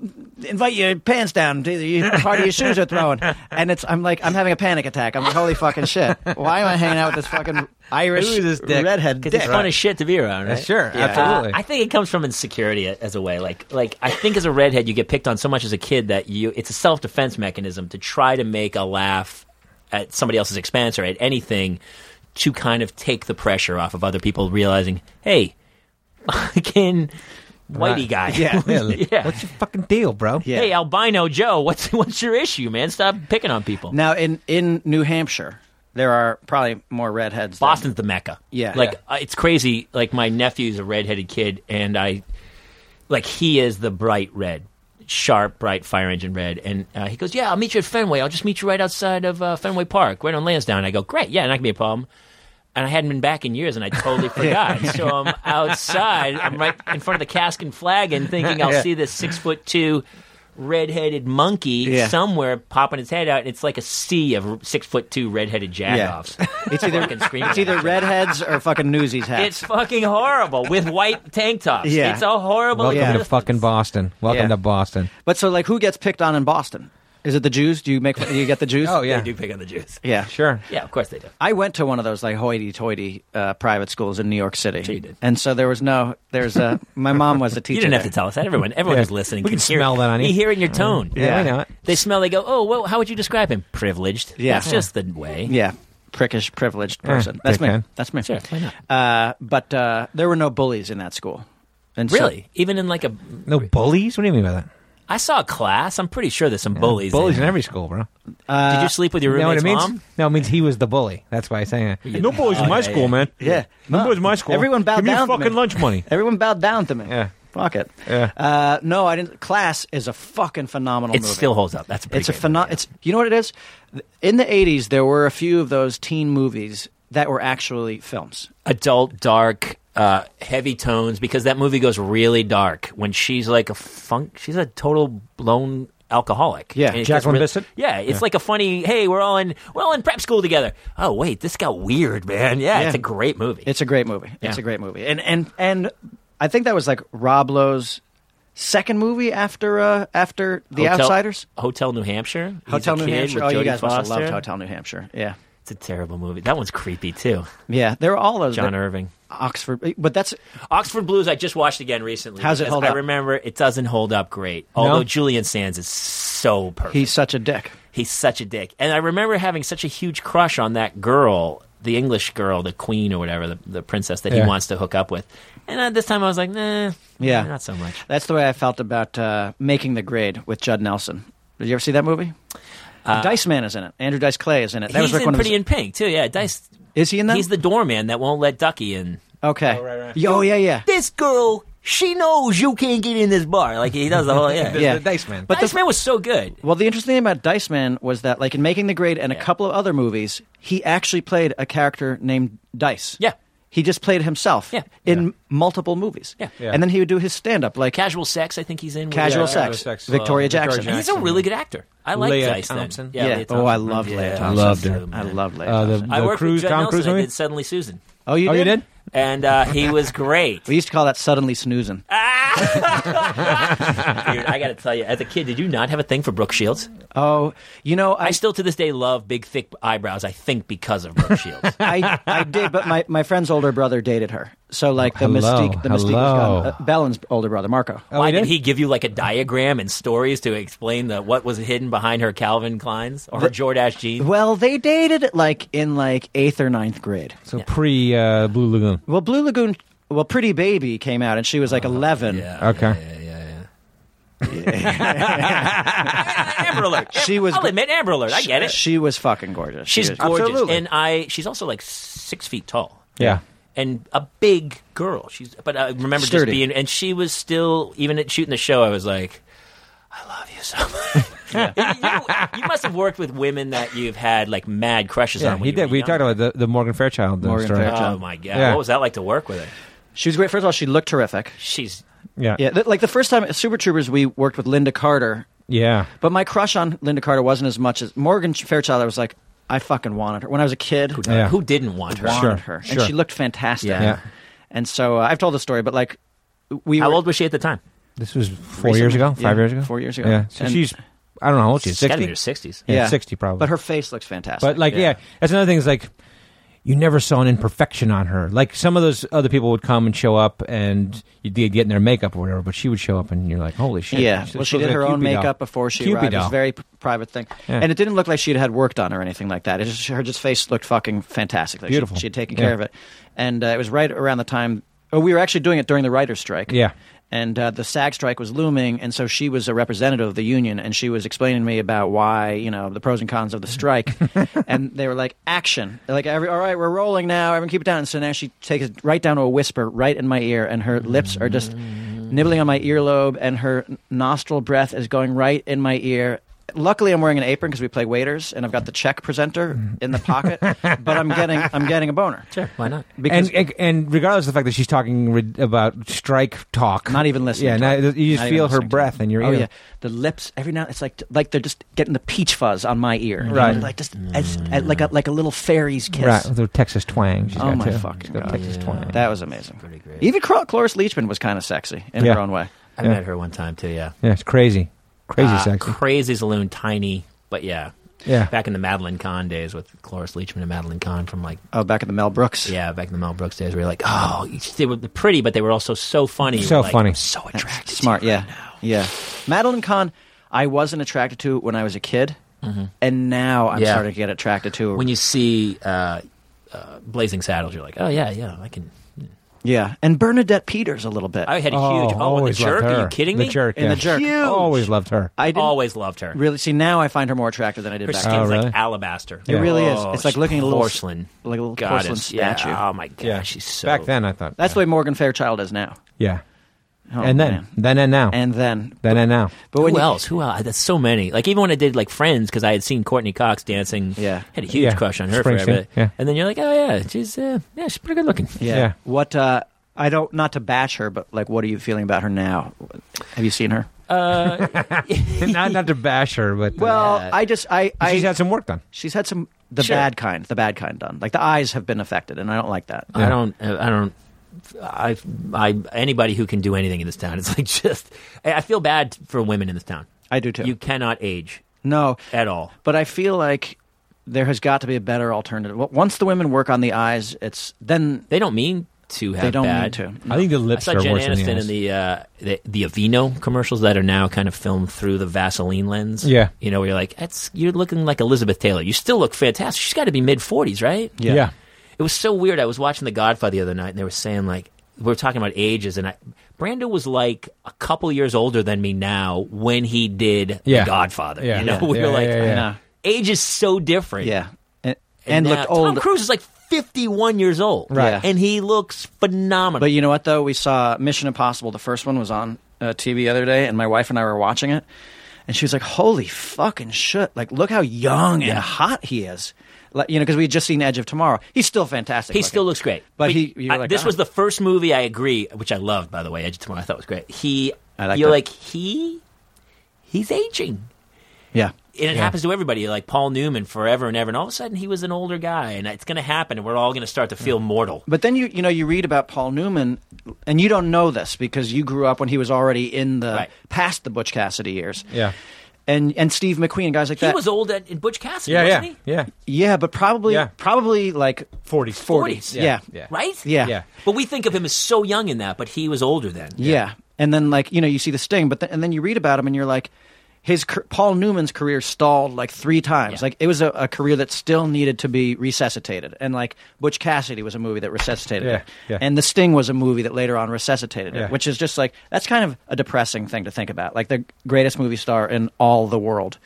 [SPEAKER 7] invite your pants down. Do you- Part of your shoes are thrown." And it's, I'm like, I'm having a panic attack. I'm like, holy fucking shit. Why am I hanging out with this fucking Irish
[SPEAKER 1] Who is this dick?
[SPEAKER 7] redhead?
[SPEAKER 5] Because it's
[SPEAKER 7] dick?
[SPEAKER 5] fun as shit to be around, right?
[SPEAKER 1] Sure, absolutely.
[SPEAKER 5] I think it comes from insecurity a- as a way. Like, like I think as a redhead, you get picked on so much as a kid that you it's a self defense mechanism to try to make a laugh at somebody else's expense or at anything to kind of take the pressure off of other people realizing, hey, fucking whitey guy,
[SPEAKER 7] Yeah.
[SPEAKER 5] Yeah.
[SPEAKER 1] What's your fucking deal, bro?
[SPEAKER 7] Yeah.
[SPEAKER 5] Hey, albino Joe, what's what's your issue, man? Stop picking on people.
[SPEAKER 7] Now in in New Hampshire, there are probably more redheads. than-
[SPEAKER 5] Boston's the mecca.
[SPEAKER 7] Yeah.
[SPEAKER 5] like
[SPEAKER 7] Yeah.
[SPEAKER 5] uh, it's crazy. Like my nephew's a redheaded kid, and I, like he is the bright red, sharp, bright fire engine red. And uh, he goes, "Yeah, I'll meet you at Fenway. I'll just meet you right outside of uh, Fenway Park, right on Lansdowne." I go, "Great, yeah, not gonna be a problem." And I hadn't been back in years, and I totally forgot. So I'm outside. I'm right in front of the cask and flagon, thinking I'll see this six foot two redheaded monkey
[SPEAKER 7] Yeah.
[SPEAKER 5] somewhere popping its head out, and it's like a sea of six foot two redheaded jackoffs.
[SPEAKER 7] It's either
[SPEAKER 5] Fucking screaming
[SPEAKER 7] it's
[SPEAKER 5] at each
[SPEAKER 7] either
[SPEAKER 5] other.
[SPEAKER 7] redheads or fucking newsies hats.
[SPEAKER 5] It's fucking horrible with white tank tops.
[SPEAKER 7] Yeah.
[SPEAKER 5] It's a horrible.
[SPEAKER 1] Welcome to
[SPEAKER 5] existence.
[SPEAKER 1] fucking Boston. Welcome
[SPEAKER 7] Yeah.
[SPEAKER 1] to Boston.
[SPEAKER 7] but so like who gets picked on in Boston? Is it the Jews? Do you make do you get the Jews?
[SPEAKER 1] Oh yeah,
[SPEAKER 5] They do pick on the Jews.
[SPEAKER 7] yeah,
[SPEAKER 1] sure.
[SPEAKER 5] Yeah, of course they do.
[SPEAKER 7] I went to one of those like hoity-toity uh, private schools in New York City.
[SPEAKER 5] Sure you did.
[SPEAKER 7] And so there was no there's a my mom was a teacher.
[SPEAKER 5] You didn't have
[SPEAKER 7] there.
[SPEAKER 5] to tell us that. Everyone, everyone
[SPEAKER 1] Yeah.
[SPEAKER 5] who's listening,
[SPEAKER 1] We can
[SPEAKER 5] hear,
[SPEAKER 1] smell that on you.
[SPEAKER 5] You hear it in your tone.
[SPEAKER 1] Yeah, I know it.
[SPEAKER 5] They smell. They go, oh, well, how would you describe him? Privileged.
[SPEAKER 7] Yeah.
[SPEAKER 5] that's just the way.
[SPEAKER 7] Yeah, prickish privileged person. That's me.
[SPEAKER 1] dickhead.
[SPEAKER 7] That's me.
[SPEAKER 5] Eh, Sure, why
[SPEAKER 7] Uh, but uh, there were no bullies in that school. And so-
[SPEAKER 5] Really, even in like a,
[SPEAKER 1] No bullies. What do you mean by that?
[SPEAKER 5] I saw a class. I'm pretty sure there's some bullies.
[SPEAKER 1] Bullies in
[SPEAKER 5] there.
[SPEAKER 1] every school, bro.
[SPEAKER 5] Did you sleep with your
[SPEAKER 1] You know what
[SPEAKER 5] roommate's
[SPEAKER 1] it means?
[SPEAKER 5] mom?
[SPEAKER 1] No, it means he was the bully. That's why I'm saying it. No bullies in my school, man.
[SPEAKER 7] Yeah.
[SPEAKER 1] no,
[SPEAKER 7] No.
[SPEAKER 1] bullies in my school.
[SPEAKER 7] Everyone bowed
[SPEAKER 1] Give me
[SPEAKER 7] down to
[SPEAKER 1] your fucking
[SPEAKER 7] me.
[SPEAKER 1] lunch money.
[SPEAKER 7] everyone bowed down to me.
[SPEAKER 1] Yeah.
[SPEAKER 7] Fuck it.
[SPEAKER 1] Yeah.
[SPEAKER 7] Uh, no, I didn't. Class is a fucking phenomenal
[SPEAKER 5] It
[SPEAKER 7] movie.
[SPEAKER 5] still holds up. That's a pretty
[SPEAKER 7] it's a
[SPEAKER 5] great
[SPEAKER 7] phenomenal. It's you know what it is. In the '80s, there were a few of those teen movies that were actually films.
[SPEAKER 5] adult, dark, uh, heavy tones because that movie goes really dark when she's like a funk. She's a total blown alcoholic.
[SPEAKER 7] Yeah,
[SPEAKER 5] And it
[SPEAKER 1] Jacqueline
[SPEAKER 5] gets
[SPEAKER 1] Bisset?
[SPEAKER 5] Yeah, it's like a funny. Hey, we're all in we're all in prep school together. Oh wait, this got weird, man. Yeah,
[SPEAKER 7] Yeah.
[SPEAKER 5] it's a great movie.
[SPEAKER 7] It's a great movie. It's
[SPEAKER 5] Yeah.
[SPEAKER 7] a great movie. And and and I think that was like Rob Lowe's second movie after uh, after The
[SPEAKER 5] Hotel-
[SPEAKER 7] Outsiders.
[SPEAKER 5] Hotel New Hampshire. He's
[SPEAKER 7] Hotel
[SPEAKER 5] a
[SPEAKER 7] New
[SPEAKER 5] kid
[SPEAKER 7] Hampshire.
[SPEAKER 5] with
[SPEAKER 7] Oh, you
[SPEAKER 5] Jodie
[SPEAKER 7] guys must have
[SPEAKER 5] Foster.
[SPEAKER 7] loved Hotel New Hampshire. Yeah,
[SPEAKER 5] It's a terrible movie. That one's creepy too.
[SPEAKER 7] yeah. There were all those
[SPEAKER 5] John
[SPEAKER 7] that-
[SPEAKER 5] Irving.
[SPEAKER 7] Oxford, but that's
[SPEAKER 5] Oxford Blues. I just watched again recently.
[SPEAKER 7] How's it
[SPEAKER 5] because
[SPEAKER 7] hold
[SPEAKER 5] I
[SPEAKER 7] up?
[SPEAKER 5] remember it doesn't hold up great. Although Julian Sands is so perfect.
[SPEAKER 7] he's such a dick.
[SPEAKER 5] He's such a dick. And I remember having such a huge crush on that girl, the English girl, the queen or whatever, the, the princess that
[SPEAKER 1] Yeah.
[SPEAKER 5] he wants to hook up with. And at this time I was like, nah,
[SPEAKER 7] Yeah.
[SPEAKER 5] not so much.
[SPEAKER 7] That's the way I felt about uh, Making the Grade with Judd Nelson. Did you ever see that movie? Dice Man is in it. Andrew Dice Clay is in it. That was
[SPEAKER 5] Uh, he's
[SPEAKER 7] like
[SPEAKER 5] in
[SPEAKER 7] one
[SPEAKER 5] Pretty
[SPEAKER 7] of
[SPEAKER 5] in Pink, too. Yeah, Dice.
[SPEAKER 7] his, Is he in that?
[SPEAKER 5] He's the doorman that won't let Ducky in.
[SPEAKER 7] okay. Oh, Yo, yeah, yeah.
[SPEAKER 5] This girl, she knows you can't get in this bar. Like, he does the whole, yeah.
[SPEAKER 7] Yeah.
[SPEAKER 1] The Dice Man.
[SPEAKER 5] But this man was so good.
[SPEAKER 7] Well, the interesting thing about Dice Man was that, like in Making the Grade and a
[SPEAKER 5] Yeah.
[SPEAKER 7] couple of other movies, he actually played a character named Dice.
[SPEAKER 5] Yeah.
[SPEAKER 7] He just played himself
[SPEAKER 5] Yeah.
[SPEAKER 7] in multiple movies.
[SPEAKER 5] Yeah. Yeah.
[SPEAKER 7] And then he would do his stand up, like
[SPEAKER 5] Casual Sex, I think he's in. with-
[SPEAKER 7] Casual
[SPEAKER 1] Yeah,
[SPEAKER 7] Sex,
[SPEAKER 1] Casual Sex, uh,
[SPEAKER 7] Victoria
[SPEAKER 1] Victoria
[SPEAKER 7] Jackson.
[SPEAKER 5] And He's a
[SPEAKER 1] Jackson.
[SPEAKER 5] really good actor. I like
[SPEAKER 1] Leah
[SPEAKER 5] Dice then.
[SPEAKER 1] Thompson.
[SPEAKER 5] Yeah, Leah
[SPEAKER 7] Oh, I
[SPEAKER 5] Thompson.
[SPEAKER 7] love
[SPEAKER 5] Yeah,
[SPEAKER 7] Leah
[SPEAKER 5] yeah,
[SPEAKER 7] Thompson.
[SPEAKER 1] Loved her.
[SPEAKER 5] too,
[SPEAKER 7] I
[SPEAKER 5] man.
[SPEAKER 7] love Leah
[SPEAKER 1] Uh, the-
[SPEAKER 7] Thompson.
[SPEAKER 5] I worked
[SPEAKER 1] Cruise-
[SPEAKER 5] with Judd
[SPEAKER 1] Tom
[SPEAKER 5] Nelson.
[SPEAKER 1] Cruise
[SPEAKER 5] I
[SPEAKER 1] movie?
[SPEAKER 5] did Suddenly Susan.
[SPEAKER 7] oh, you
[SPEAKER 1] oh,
[SPEAKER 7] did?
[SPEAKER 1] you did?
[SPEAKER 5] and uh, he was great.
[SPEAKER 7] We used to call that suddenly snoozing.
[SPEAKER 5] Ah. Dude, I got to tell you, as a kid, did you not have a thing for Brooke Shields?
[SPEAKER 7] Oh, you know, I
[SPEAKER 5] I still to this day love big, thick eyebrows. I think because of Brooke Shields.
[SPEAKER 7] I, I did, but my, my friend's older brother dated her. So like the
[SPEAKER 1] Oh, Hello,
[SPEAKER 7] mystique, the mystique
[SPEAKER 1] hello.
[SPEAKER 7] was gone. Uh, Bellin's older brother, Marco.
[SPEAKER 5] Why
[SPEAKER 1] did?
[SPEAKER 5] did he give you like a diagram and stories to explain the what was hidden behind her Calvin Kleins or her Jordache jeans?
[SPEAKER 7] Well, they dated like in like eighth or ninth grade.
[SPEAKER 1] So pre uh, Blue Lagoon.
[SPEAKER 7] Well, Blue Lagoon, well, Pretty Baby came out, and she was like
[SPEAKER 1] Oh,
[SPEAKER 7] eleven.
[SPEAKER 5] Yeah.
[SPEAKER 1] Okay.
[SPEAKER 5] Amber Alert.
[SPEAKER 7] She was-
[SPEAKER 5] I'll admit Amber Alert. I
[SPEAKER 7] She-
[SPEAKER 5] get it.
[SPEAKER 7] She was fucking gorgeous.
[SPEAKER 5] She's
[SPEAKER 7] She was-
[SPEAKER 5] gorgeous,
[SPEAKER 1] Absolutely.
[SPEAKER 5] and I. She's also like six feet tall.
[SPEAKER 1] Yeah.
[SPEAKER 5] and a big girl. She's but I remember
[SPEAKER 7] Sturdy.
[SPEAKER 5] just being and she was still even at shooting the show. I was like, I love you so much. you, you must have worked with women that you've had like mad crushes
[SPEAKER 1] Yeah,
[SPEAKER 5] on. When
[SPEAKER 1] he
[SPEAKER 5] you
[SPEAKER 1] did.
[SPEAKER 5] were
[SPEAKER 1] We
[SPEAKER 5] young.
[SPEAKER 1] talked about the, the Morgan Fairchild uh,
[SPEAKER 7] Morgan
[SPEAKER 1] story.
[SPEAKER 7] Fairchild.
[SPEAKER 5] Oh my god,
[SPEAKER 1] Yeah.
[SPEAKER 5] what was that like to work with her?
[SPEAKER 7] she was great. First of all, she looked terrific.
[SPEAKER 5] She's
[SPEAKER 1] Yeah.
[SPEAKER 7] Yeah, th- like the first time at Super Troopers, we worked with Linda Carter,
[SPEAKER 1] Yeah.
[SPEAKER 7] but my crush on Linda Carter wasn't as much as Morgan Fairchild. I was like, I fucking wanted her when I was a kid.
[SPEAKER 1] Yeah.
[SPEAKER 5] who didn't want her?
[SPEAKER 7] wanted
[SPEAKER 1] Sure,
[SPEAKER 7] her, and
[SPEAKER 1] sure.
[SPEAKER 7] she looked fantastic.
[SPEAKER 5] Yeah.
[SPEAKER 1] Yeah.
[SPEAKER 7] And so uh, I've told the story, but like we
[SPEAKER 5] How
[SPEAKER 7] were,
[SPEAKER 5] old was she at the time?
[SPEAKER 1] This was four years
[SPEAKER 7] Recently,
[SPEAKER 1] ago,
[SPEAKER 7] yeah,
[SPEAKER 1] five years ago,
[SPEAKER 7] four years ago.
[SPEAKER 1] Yeah, so
[SPEAKER 7] And-
[SPEAKER 1] she's I don't know how old she's
[SPEAKER 5] She's gotta be in
[SPEAKER 1] sixty.
[SPEAKER 5] her sixties.
[SPEAKER 1] Yeah, sixty probably.
[SPEAKER 7] But her face looks fantastic.
[SPEAKER 1] But like, yeah. that's another thing. Is like, you never saw an imperfection on her. Like some of those other people would come and show up, and you'd get get in their makeup or whatever. But she would show up, and you're like, holy shit!
[SPEAKER 7] yeah,
[SPEAKER 1] this
[SPEAKER 7] well, she
[SPEAKER 1] looks
[SPEAKER 7] did
[SPEAKER 1] like
[SPEAKER 7] her
[SPEAKER 1] a
[SPEAKER 7] own
[SPEAKER 1] Cupid doll.
[SPEAKER 7] makeup before she
[SPEAKER 1] Cupid
[SPEAKER 7] arrived. It was
[SPEAKER 1] doll.
[SPEAKER 7] a very p- private thing,
[SPEAKER 1] Yeah.
[SPEAKER 7] and it didn't look like she had had worked on or anything like that. It just, her just face looked fucking fantastic. Like she-
[SPEAKER 1] Beautiful.
[SPEAKER 7] She had taken
[SPEAKER 1] Yeah.
[SPEAKER 7] care of it, and uh, it was right around the time. Oh, we were actually doing it during the writer's strike.
[SPEAKER 1] Yeah.
[SPEAKER 7] And uh, the SAG strike was looming, and so she was a representative of the union, and she was explaining to me about why, you know, the pros and cons of the strike. and they were like, "Action!" They're like, Every, "All right, we're rolling now. Everyone, keep it down." And so now she takes it right down to a whisper, right in my ear, and her lips are just nibbling on my earlobe, and her n- nostril breath is going right in my ear. luckily I'm wearing an apron because we play waiters, and I've got the check presenter in the pocket. but I'm getting I'm getting a boner.
[SPEAKER 5] Sure, why not?
[SPEAKER 7] Because
[SPEAKER 1] and, and regardless of the fact that she's talking re- about strike talk,
[SPEAKER 7] Not even listening
[SPEAKER 1] Yeah,
[SPEAKER 7] to
[SPEAKER 1] not-
[SPEAKER 7] it.
[SPEAKER 1] you just
[SPEAKER 7] Not even
[SPEAKER 1] feel her
[SPEAKER 7] listening to
[SPEAKER 1] breath
[SPEAKER 7] it.
[SPEAKER 1] in your
[SPEAKER 7] oh,
[SPEAKER 1] ear.
[SPEAKER 7] yeah, the lips. Every now, it's like like they're just getting the peach fuzz on my ear. You know,
[SPEAKER 1] Right.
[SPEAKER 7] like just as, as- like a like a little fairy's kiss.
[SPEAKER 1] Right, the Texas twang. She's
[SPEAKER 7] Oh
[SPEAKER 1] got
[SPEAKER 7] my
[SPEAKER 1] too.
[SPEAKER 7] fucking
[SPEAKER 1] She's got
[SPEAKER 7] God.
[SPEAKER 1] Texas
[SPEAKER 5] Yeah.
[SPEAKER 1] twang.
[SPEAKER 7] That was amazing.
[SPEAKER 5] Pretty great.
[SPEAKER 7] Even Cla- Cloris Leachman was kind of sexy in
[SPEAKER 1] Yeah.
[SPEAKER 7] her own way.
[SPEAKER 5] I
[SPEAKER 1] Yeah.
[SPEAKER 5] met her one time too. Yeah,
[SPEAKER 1] yeah, it's crazy, crazy
[SPEAKER 7] Ah,
[SPEAKER 5] Uh,
[SPEAKER 1] sexy.
[SPEAKER 5] crazy saloon, tiny, but yeah.
[SPEAKER 1] yeah,
[SPEAKER 5] Back in the Madeline Kahn days with Cloris Leachman and Madeline Kahn from like
[SPEAKER 7] Oh, back at the Mel Brooks.
[SPEAKER 5] yeah back in the Mel Brooks days, we were like oh they were pretty, but they were also so funny,
[SPEAKER 1] So
[SPEAKER 5] We're like,
[SPEAKER 1] funny.
[SPEAKER 5] I'm so attracted, to
[SPEAKER 7] Smart,
[SPEAKER 5] you
[SPEAKER 7] yeah,
[SPEAKER 5] right now.
[SPEAKER 7] yeah. Madeline Kahn, I wasn't attracted to when I was a kid, and now I'm
[SPEAKER 5] Mm-hmm. Yeah.
[SPEAKER 7] starting to get attracted to her.
[SPEAKER 5] When you see uh, uh, Blazing Saddles, you're like oh yeah yeah I can.
[SPEAKER 7] yeah, and Bernadette Peters a little bit.
[SPEAKER 5] I had a
[SPEAKER 1] oh,
[SPEAKER 5] huge oh and the
[SPEAKER 1] always loved
[SPEAKER 5] jerk.
[SPEAKER 1] her.
[SPEAKER 5] Are you kidding
[SPEAKER 1] the
[SPEAKER 5] me?
[SPEAKER 1] Jerk,
[SPEAKER 7] And
[SPEAKER 1] yeah. Oh,
[SPEAKER 7] the jerk. Huge.
[SPEAKER 1] Always loved her.
[SPEAKER 7] I didn't
[SPEAKER 5] Always loved her.
[SPEAKER 7] really see now. I find her more attractive than I did
[SPEAKER 5] Her
[SPEAKER 7] back
[SPEAKER 5] skin's
[SPEAKER 7] then.
[SPEAKER 1] Oh, really?
[SPEAKER 5] like alabaster.
[SPEAKER 7] It really is.
[SPEAKER 5] Oh,
[SPEAKER 7] It's like looking at a little
[SPEAKER 5] porcelain,
[SPEAKER 7] like a little
[SPEAKER 5] goddess.
[SPEAKER 7] porcelain
[SPEAKER 5] Yeah.
[SPEAKER 7] statue.
[SPEAKER 5] Oh my god,
[SPEAKER 1] yeah,
[SPEAKER 5] she's so
[SPEAKER 1] back then. I thought
[SPEAKER 7] That's
[SPEAKER 1] yeah.
[SPEAKER 7] the way Morgan Fairchild is now.
[SPEAKER 1] Yeah,
[SPEAKER 7] Oh,
[SPEAKER 1] and then,
[SPEAKER 7] man.
[SPEAKER 1] then and now,
[SPEAKER 7] and then,
[SPEAKER 1] then and now.
[SPEAKER 7] but when
[SPEAKER 5] who
[SPEAKER 7] you-
[SPEAKER 5] else? Who else? That's so many. Like even when I did like Friends, because I had seen Courtney Cox dancing.
[SPEAKER 7] Yeah.
[SPEAKER 5] had a huge
[SPEAKER 1] Yeah.
[SPEAKER 5] crush on her
[SPEAKER 1] Springsteen,
[SPEAKER 5] forever.
[SPEAKER 1] yeah.
[SPEAKER 5] And then you're like, oh yeah, she's uh, yeah, she's pretty good looking.
[SPEAKER 7] yeah.
[SPEAKER 1] Yeah.
[SPEAKER 7] What? Uh, I don't. Not to bash her, but like, what are you feeling about her now? Have you seen her?
[SPEAKER 5] Uh,
[SPEAKER 1] not not to bash her, but uh,
[SPEAKER 7] Well,
[SPEAKER 5] Yeah.
[SPEAKER 7] I just I, I
[SPEAKER 1] she's had some work done.
[SPEAKER 7] she's had some the
[SPEAKER 5] Sure.
[SPEAKER 7] bad kind, the bad kind done. Like the eyes have been affected, and I don't like that.
[SPEAKER 5] I don't. uh, I don't. I, I, anybody who can do anything in this town, it's like just. I I feel bad for women in this town.
[SPEAKER 7] I do too.
[SPEAKER 5] You cannot age
[SPEAKER 7] no,
[SPEAKER 5] at all.
[SPEAKER 7] but I feel like there has got to be a better alternative. Well, Once the women work on the eyes, it's then
[SPEAKER 5] They don't mean to have
[SPEAKER 7] they don't
[SPEAKER 5] bad.
[SPEAKER 7] need to.
[SPEAKER 1] I think the
[SPEAKER 5] I
[SPEAKER 1] lips
[SPEAKER 5] saw
[SPEAKER 1] are
[SPEAKER 5] Jen
[SPEAKER 1] worse
[SPEAKER 5] Aniston
[SPEAKER 1] than the,
[SPEAKER 5] in the, uh, the the Aveeno commercials that are now kind of filmed through the Vaseline lens.
[SPEAKER 1] Yeah.
[SPEAKER 5] you know, where you're like, that's you're looking like Elizabeth Taylor. You still look fantastic. She's got to be mid forties, right?
[SPEAKER 1] yeah. yeah.
[SPEAKER 5] It was so weird. I was watching The Godfather the other night, and they were saying like we were talking about ages, and I, Brando was like a couple years older than me now when he did
[SPEAKER 1] Yeah.
[SPEAKER 5] The Godfather.
[SPEAKER 1] Yeah.
[SPEAKER 5] You know,
[SPEAKER 1] Yeah.
[SPEAKER 5] we
[SPEAKER 1] Yeah,
[SPEAKER 5] were like,
[SPEAKER 1] yeah, yeah.
[SPEAKER 7] No.
[SPEAKER 5] age is so different.
[SPEAKER 7] Yeah, and, and
[SPEAKER 5] and, now
[SPEAKER 7] looked old.
[SPEAKER 5] Tom Cruise is like fifty one years old,
[SPEAKER 7] Right. Yeah.
[SPEAKER 5] And he looks phenomenal.
[SPEAKER 7] But you know what though? We saw Mission Impossible. The first one was on uh, TV the other day, and my wife and I were watching it, and she was like, "Holy fucking shit! Like, look how young and hot he is." Like, you know, because we had just seen Edge of Tomorrow. He's still fantastic.
[SPEAKER 5] He
[SPEAKER 7] looking.
[SPEAKER 5] still looks great.
[SPEAKER 7] But he- you're
[SPEAKER 5] I-
[SPEAKER 7] like,
[SPEAKER 5] this
[SPEAKER 7] ah.
[SPEAKER 5] was the first movie I agree, which I loved by the way. Edge of Tomorrow, I thought was great. He,
[SPEAKER 7] I like
[SPEAKER 5] you're
[SPEAKER 7] that.
[SPEAKER 5] like he, he's aging.
[SPEAKER 7] Yeah.
[SPEAKER 5] And it
[SPEAKER 1] Yeah.
[SPEAKER 5] happens to everybody, like Paul Newman, forever and ever. And all of a sudden, he was an older guy, and it's going to happen. And we're all going to start to
[SPEAKER 1] Mm.
[SPEAKER 5] feel mortal.
[SPEAKER 7] But then you you know you read about Paul Newman, and you don't know this because you grew up when he was already in the
[SPEAKER 5] Right.
[SPEAKER 7] past the Butch Cassidy years.
[SPEAKER 1] Yeah.
[SPEAKER 7] And and Steve McQueen guys like
[SPEAKER 5] He
[SPEAKER 7] that.
[SPEAKER 5] was old at, in Butch Cassidy,
[SPEAKER 1] Yeah,
[SPEAKER 5] wasn't
[SPEAKER 1] yeah,
[SPEAKER 5] he?
[SPEAKER 1] yeah.
[SPEAKER 7] yeah, but probably
[SPEAKER 1] Yeah.
[SPEAKER 7] probably like
[SPEAKER 1] 40s.
[SPEAKER 7] 40s. Yeah.
[SPEAKER 1] Yeah.
[SPEAKER 5] Right?
[SPEAKER 7] Yeah.
[SPEAKER 1] Yeah.
[SPEAKER 5] But we think of him as so young in that, but he was older then.
[SPEAKER 7] Yeah. And then like, you know, you see the sting, but th- and then you read about him and you're like his car- Paul Newman's career stalled like three times.
[SPEAKER 5] Yeah.
[SPEAKER 7] Like it was a, a career that still needed to be resuscitated. And like Butch Cassidy was a movie that resuscitated
[SPEAKER 1] Yeah,
[SPEAKER 7] it.
[SPEAKER 1] yeah.
[SPEAKER 7] And The Sting was a movie that later on resuscitated
[SPEAKER 1] Yeah.
[SPEAKER 7] it, which is just like that's kind of a depressing thing to think about. Like the greatest movie star in all the world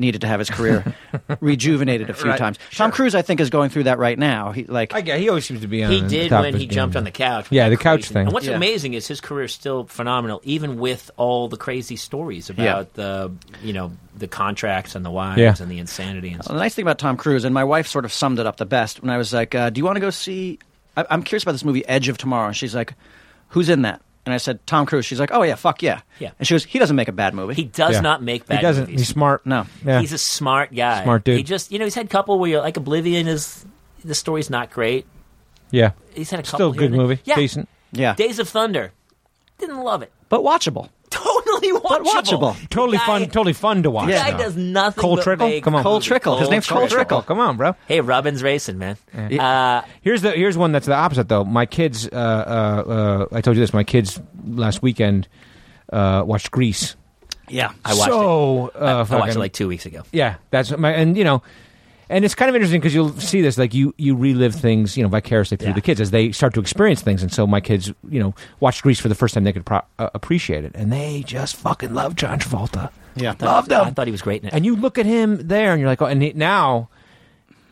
[SPEAKER 7] needed to have his career rejuvenated a few
[SPEAKER 1] Right,
[SPEAKER 7] times. Tom Cruise I think is going through that right now. He like
[SPEAKER 1] I, yeah, he always seems to be on.
[SPEAKER 5] He
[SPEAKER 1] the
[SPEAKER 5] did
[SPEAKER 1] top
[SPEAKER 5] when
[SPEAKER 1] of
[SPEAKER 5] he
[SPEAKER 1] his
[SPEAKER 5] jumped
[SPEAKER 1] game.
[SPEAKER 5] on the couch.
[SPEAKER 1] Yeah,
[SPEAKER 5] That
[SPEAKER 1] the couch
[SPEAKER 5] crazy-
[SPEAKER 1] thing.
[SPEAKER 5] And what's
[SPEAKER 7] Yeah.
[SPEAKER 5] amazing is his career is still phenomenal, even with all the crazy stories about
[SPEAKER 7] Yeah.
[SPEAKER 5] the you know the contracts and the wives
[SPEAKER 1] Yeah. Oh,
[SPEAKER 5] and the insanity and stuff.
[SPEAKER 7] Well, the nice thing about Tom Cruise, and my wife sort of summed it up the best when I was like, uh, "Do you want to go see?" I- I'm curious about this movie, Edge of Tomorrow. And she's like, "Who's in that?" And I said, "Tom Cruise." She's like, "Oh yeah, fuck yeah."
[SPEAKER 5] Yeah.
[SPEAKER 7] And she goes, "He doesn't make a bad movie."
[SPEAKER 5] He does
[SPEAKER 1] Yeah.
[SPEAKER 5] not make bad
[SPEAKER 1] He doesn't.
[SPEAKER 5] movies.
[SPEAKER 1] He's smart.
[SPEAKER 7] No.
[SPEAKER 1] Yeah.
[SPEAKER 5] He's a smart guy.
[SPEAKER 1] Smart dude.
[SPEAKER 5] He just you know he's had a couple where you're like Oblivion is the story's not great.
[SPEAKER 1] yeah.
[SPEAKER 5] He's had a couple
[SPEAKER 1] Still a
[SPEAKER 5] here
[SPEAKER 1] good
[SPEAKER 5] and there.
[SPEAKER 1] movie.
[SPEAKER 5] Yeah.
[SPEAKER 1] Decent.
[SPEAKER 7] yeah,
[SPEAKER 5] Days of Thunder. Didn't love it.
[SPEAKER 7] but watchable.
[SPEAKER 5] Totally watchable.
[SPEAKER 7] watchable.
[SPEAKER 5] The
[SPEAKER 1] Totally
[SPEAKER 5] guy-
[SPEAKER 1] fun. Totally fun to watch.
[SPEAKER 5] The guy
[SPEAKER 1] though.
[SPEAKER 5] does nothing.
[SPEAKER 1] Cole
[SPEAKER 5] but
[SPEAKER 1] Trickle.
[SPEAKER 5] make
[SPEAKER 1] Come on.
[SPEAKER 7] Cole Trickle. His name's Cole Trickle.
[SPEAKER 1] Come on, bro.
[SPEAKER 5] Hey, Robin's racing, man. Uh,
[SPEAKER 1] Here's the here's one that's the opposite though. My kids, uh, uh, uh, I told you this. My kids last weekend uh, watched Grease.
[SPEAKER 7] Yeah,
[SPEAKER 5] I watched
[SPEAKER 1] so,
[SPEAKER 5] it. I-
[SPEAKER 1] Uh,
[SPEAKER 5] I watched
[SPEAKER 1] fucking-
[SPEAKER 5] it like two weeks ago.
[SPEAKER 1] Yeah, that's my and you know, and it's kind of interesting because you'll see this like you you relive things you know vicariously through
[SPEAKER 5] Yeah.
[SPEAKER 1] the kids as they start to experience things, and so my kids you know watched Grease for the first time they could pro- uh, appreciate it, and they just fucking love John Travolta.
[SPEAKER 7] yeah.
[SPEAKER 5] I
[SPEAKER 1] Loved
[SPEAKER 5] thought, I
[SPEAKER 1] him.
[SPEAKER 5] thought he was great in it.
[SPEAKER 1] And you look at him there, and you're like, oh, and he, now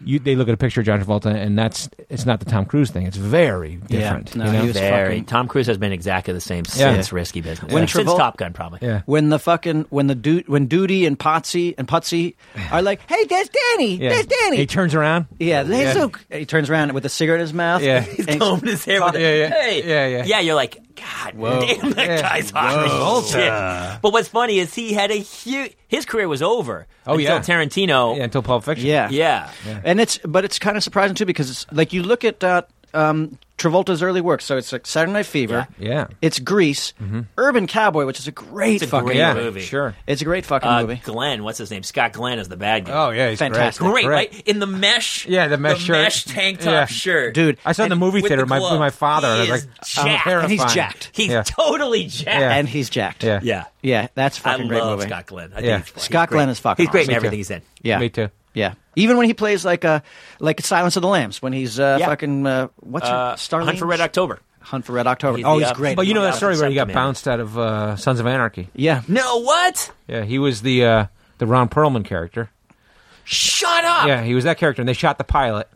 [SPEAKER 1] you, they look at a picture of John Travolta, and that's it's not the Tom Cruise thing. It's very different.
[SPEAKER 7] no,
[SPEAKER 1] you know?
[SPEAKER 7] he was
[SPEAKER 5] Very.
[SPEAKER 7] fucking-
[SPEAKER 5] Tom Cruise has been exactly the same
[SPEAKER 1] Yeah.
[SPEAKER 5] since Risky Business.
[SPEAKER 7] When
[SPEAKER 5] since
[SPEAKER 7] Travol-
[SPEAKER 5] Top Gun, probably.
[SPEAKER 1] yeah.
[SPEAKER 7] When the fucking when the dude when Duty and Potsy and Putsy are like, hey, there's Danny,
[SPEAKER 1] Yeah.
[SPEAKER 7] there's Danny.
[SPEAKER 1] He turns around.
[SPEAKER 7] yeah, there's
[SPEAKER 1] Yeah.
[SPEAKER 7] Luke. He turns around with a cigarette in his mouth.
[SPEAKER 1] Yeah.
[SPEAKER 7] and
[SPEAKER 1] He's
[SPEAKER 7] he's-
[SPEAKER 5] Combed his hair with a-
[SPEAKER 1] Yeah, yeah.
[SPEAKER 5] Hey.
[SPEAKER 1] Yeah, yeah.
[SPEAKER 5] Yeah, you're like, God damn, that
[SPEAKER 1] Yeah.
[SPEAKER 5] guy's hot. as Shit. But what's funny is he had a huge. His career was over.
[SPEAKER 1] Oh,
[SPEAKER 5] until
[SPEAKER 1] yeah.
[SPEAKER 5] Tarantino.
[SPEAKER 1] Yeah, until Pulp Fiction.
[SPEAKER 7] Oh. yeah,
[SPEAKER 5] Yeah.
[SPEAKER 7] And it's but it's kind of surprising too because it's like you look at uh, um, Travolta's early work. So it's like Saturday Night Fever.
[SPEAKER 1] Yeah.
[SPEAKER 7] It's Grease, Urban Cowboy, which is a great
[SPEAKER 5] It's a
[SPEAKER 7] fucking
[SPEAKER 5] great
[SPEAKER 1] Yeah,
[SPEAKER 5] movie.
[SPEAKER 1] sure.
[SPEAKER 7] It's a great fucking
[SPEAKER 5] Uh,
[SPEAKER 7] movie.
[SPEAKER 5] Glenn, what's his name? Scott Glenn is the bad guy.
[SPEAKER 1] Oh yeah, he's great.
[SPEAKER 7] Fantastic.
[SPEAKER 5] great,
[SPEAKER 1] Correct.
[SPEAKER 5] right? In the mesh,
[SPEAKER 1] Yeah, the mesh shirt.
[SPEAKER 5] mesh tank top
[SPEAKER 1] Yeah.
[SPEAKER 5] shirt,
[SPEAKER 7] Dude,
[SPEAKER 1] I saw it in the movie
[SPEAKER 5] With
[SPEAKER 1] theater
[SPEAKER 5] the
[SPEAKER 1] with my, with
[SPEAKER 5] glove.
[SPEAKER 1] my father.
[SPEAKER 5] He
[SPEAKER 1] and I was
[SPEAKER 5] is
[SPEAKER 1] like,
[SPEAKER 5] jacked.
[SPEAKER 1] I'm
[SPEAKER 5] And
[SPEAKER 7] he's
[SPEAKER 1] terrified.
[SPEAKER 7] jacked.
[SPEAKER 5] He's
[SPEAKER 1] Yeah.
[SPEAKER 5] totally jacked.
[SPEAKER 1] Yeah.
[SPEAKER 7] and he's jacked.
[SPEAKER 1] Yeah.
[SPEAKER 5] Yeah,
[SPEAKER 7] yeah, that's a
[SPEAKER 5] I
[SPEAKER 7] fucking
[SPEAKER 5] love
[SPEAKER 7] great movie.
[SPEAKER 5] Scott Glenn. I
[SPEAKER 1] Yeah.
[SPEAKER 5] think he's, he's
[SPEAKER 7] Scott
[SPEAKER 5] great.
[SPEAKER 7] Glenn is fucking
[SPEAKER 5] He's great
[SPEAKER 7] awesome. Me
[SPEAKER 5] in
[SPEAKER 7] too.
[SPEAKER 5] everything he's in.
[SPEAKER 7] Yeah,
[SPEAKER 1] Me too.
[SPEAKER 7] Yeah, even when he plays like a like Silence of the Lambs when he's uh,
[SPEAKER 5] Yeah.
[SPEAKER 7] fucking uh, what's
[SPEAKER 5] Uh,
[SPEAKER 7] her Starling
[SPEAKER 5] Hunt for Red October.
[SPEAKER 7] Hunt for Red October.
[SPEAKER 5] He's
[SPEAKER 7] oh,
[SPEAKER 5] the,
[SPEAKER 7] he's
[SPEAKER 5] uh,
[SPEAKER 7] great.
[SPEAKER 1] But you know that
[SPEAKER 5] Yeah.
[SPEAKER 1] story where he got
[SPEAKER 5] Subcommander.
[SPEAKER 1] bounced out of uh, Sons of Anarchy.
[SPEAKER 7] yeah,
[SPEAKER 5] No, what?
[SPEAKER 1] Yeah, he was the uh, the Ron Perlman character.
[SPEAKER 5] Shut up.
[SPEAKER 1] Yeah, he was that character, and they shot the pilot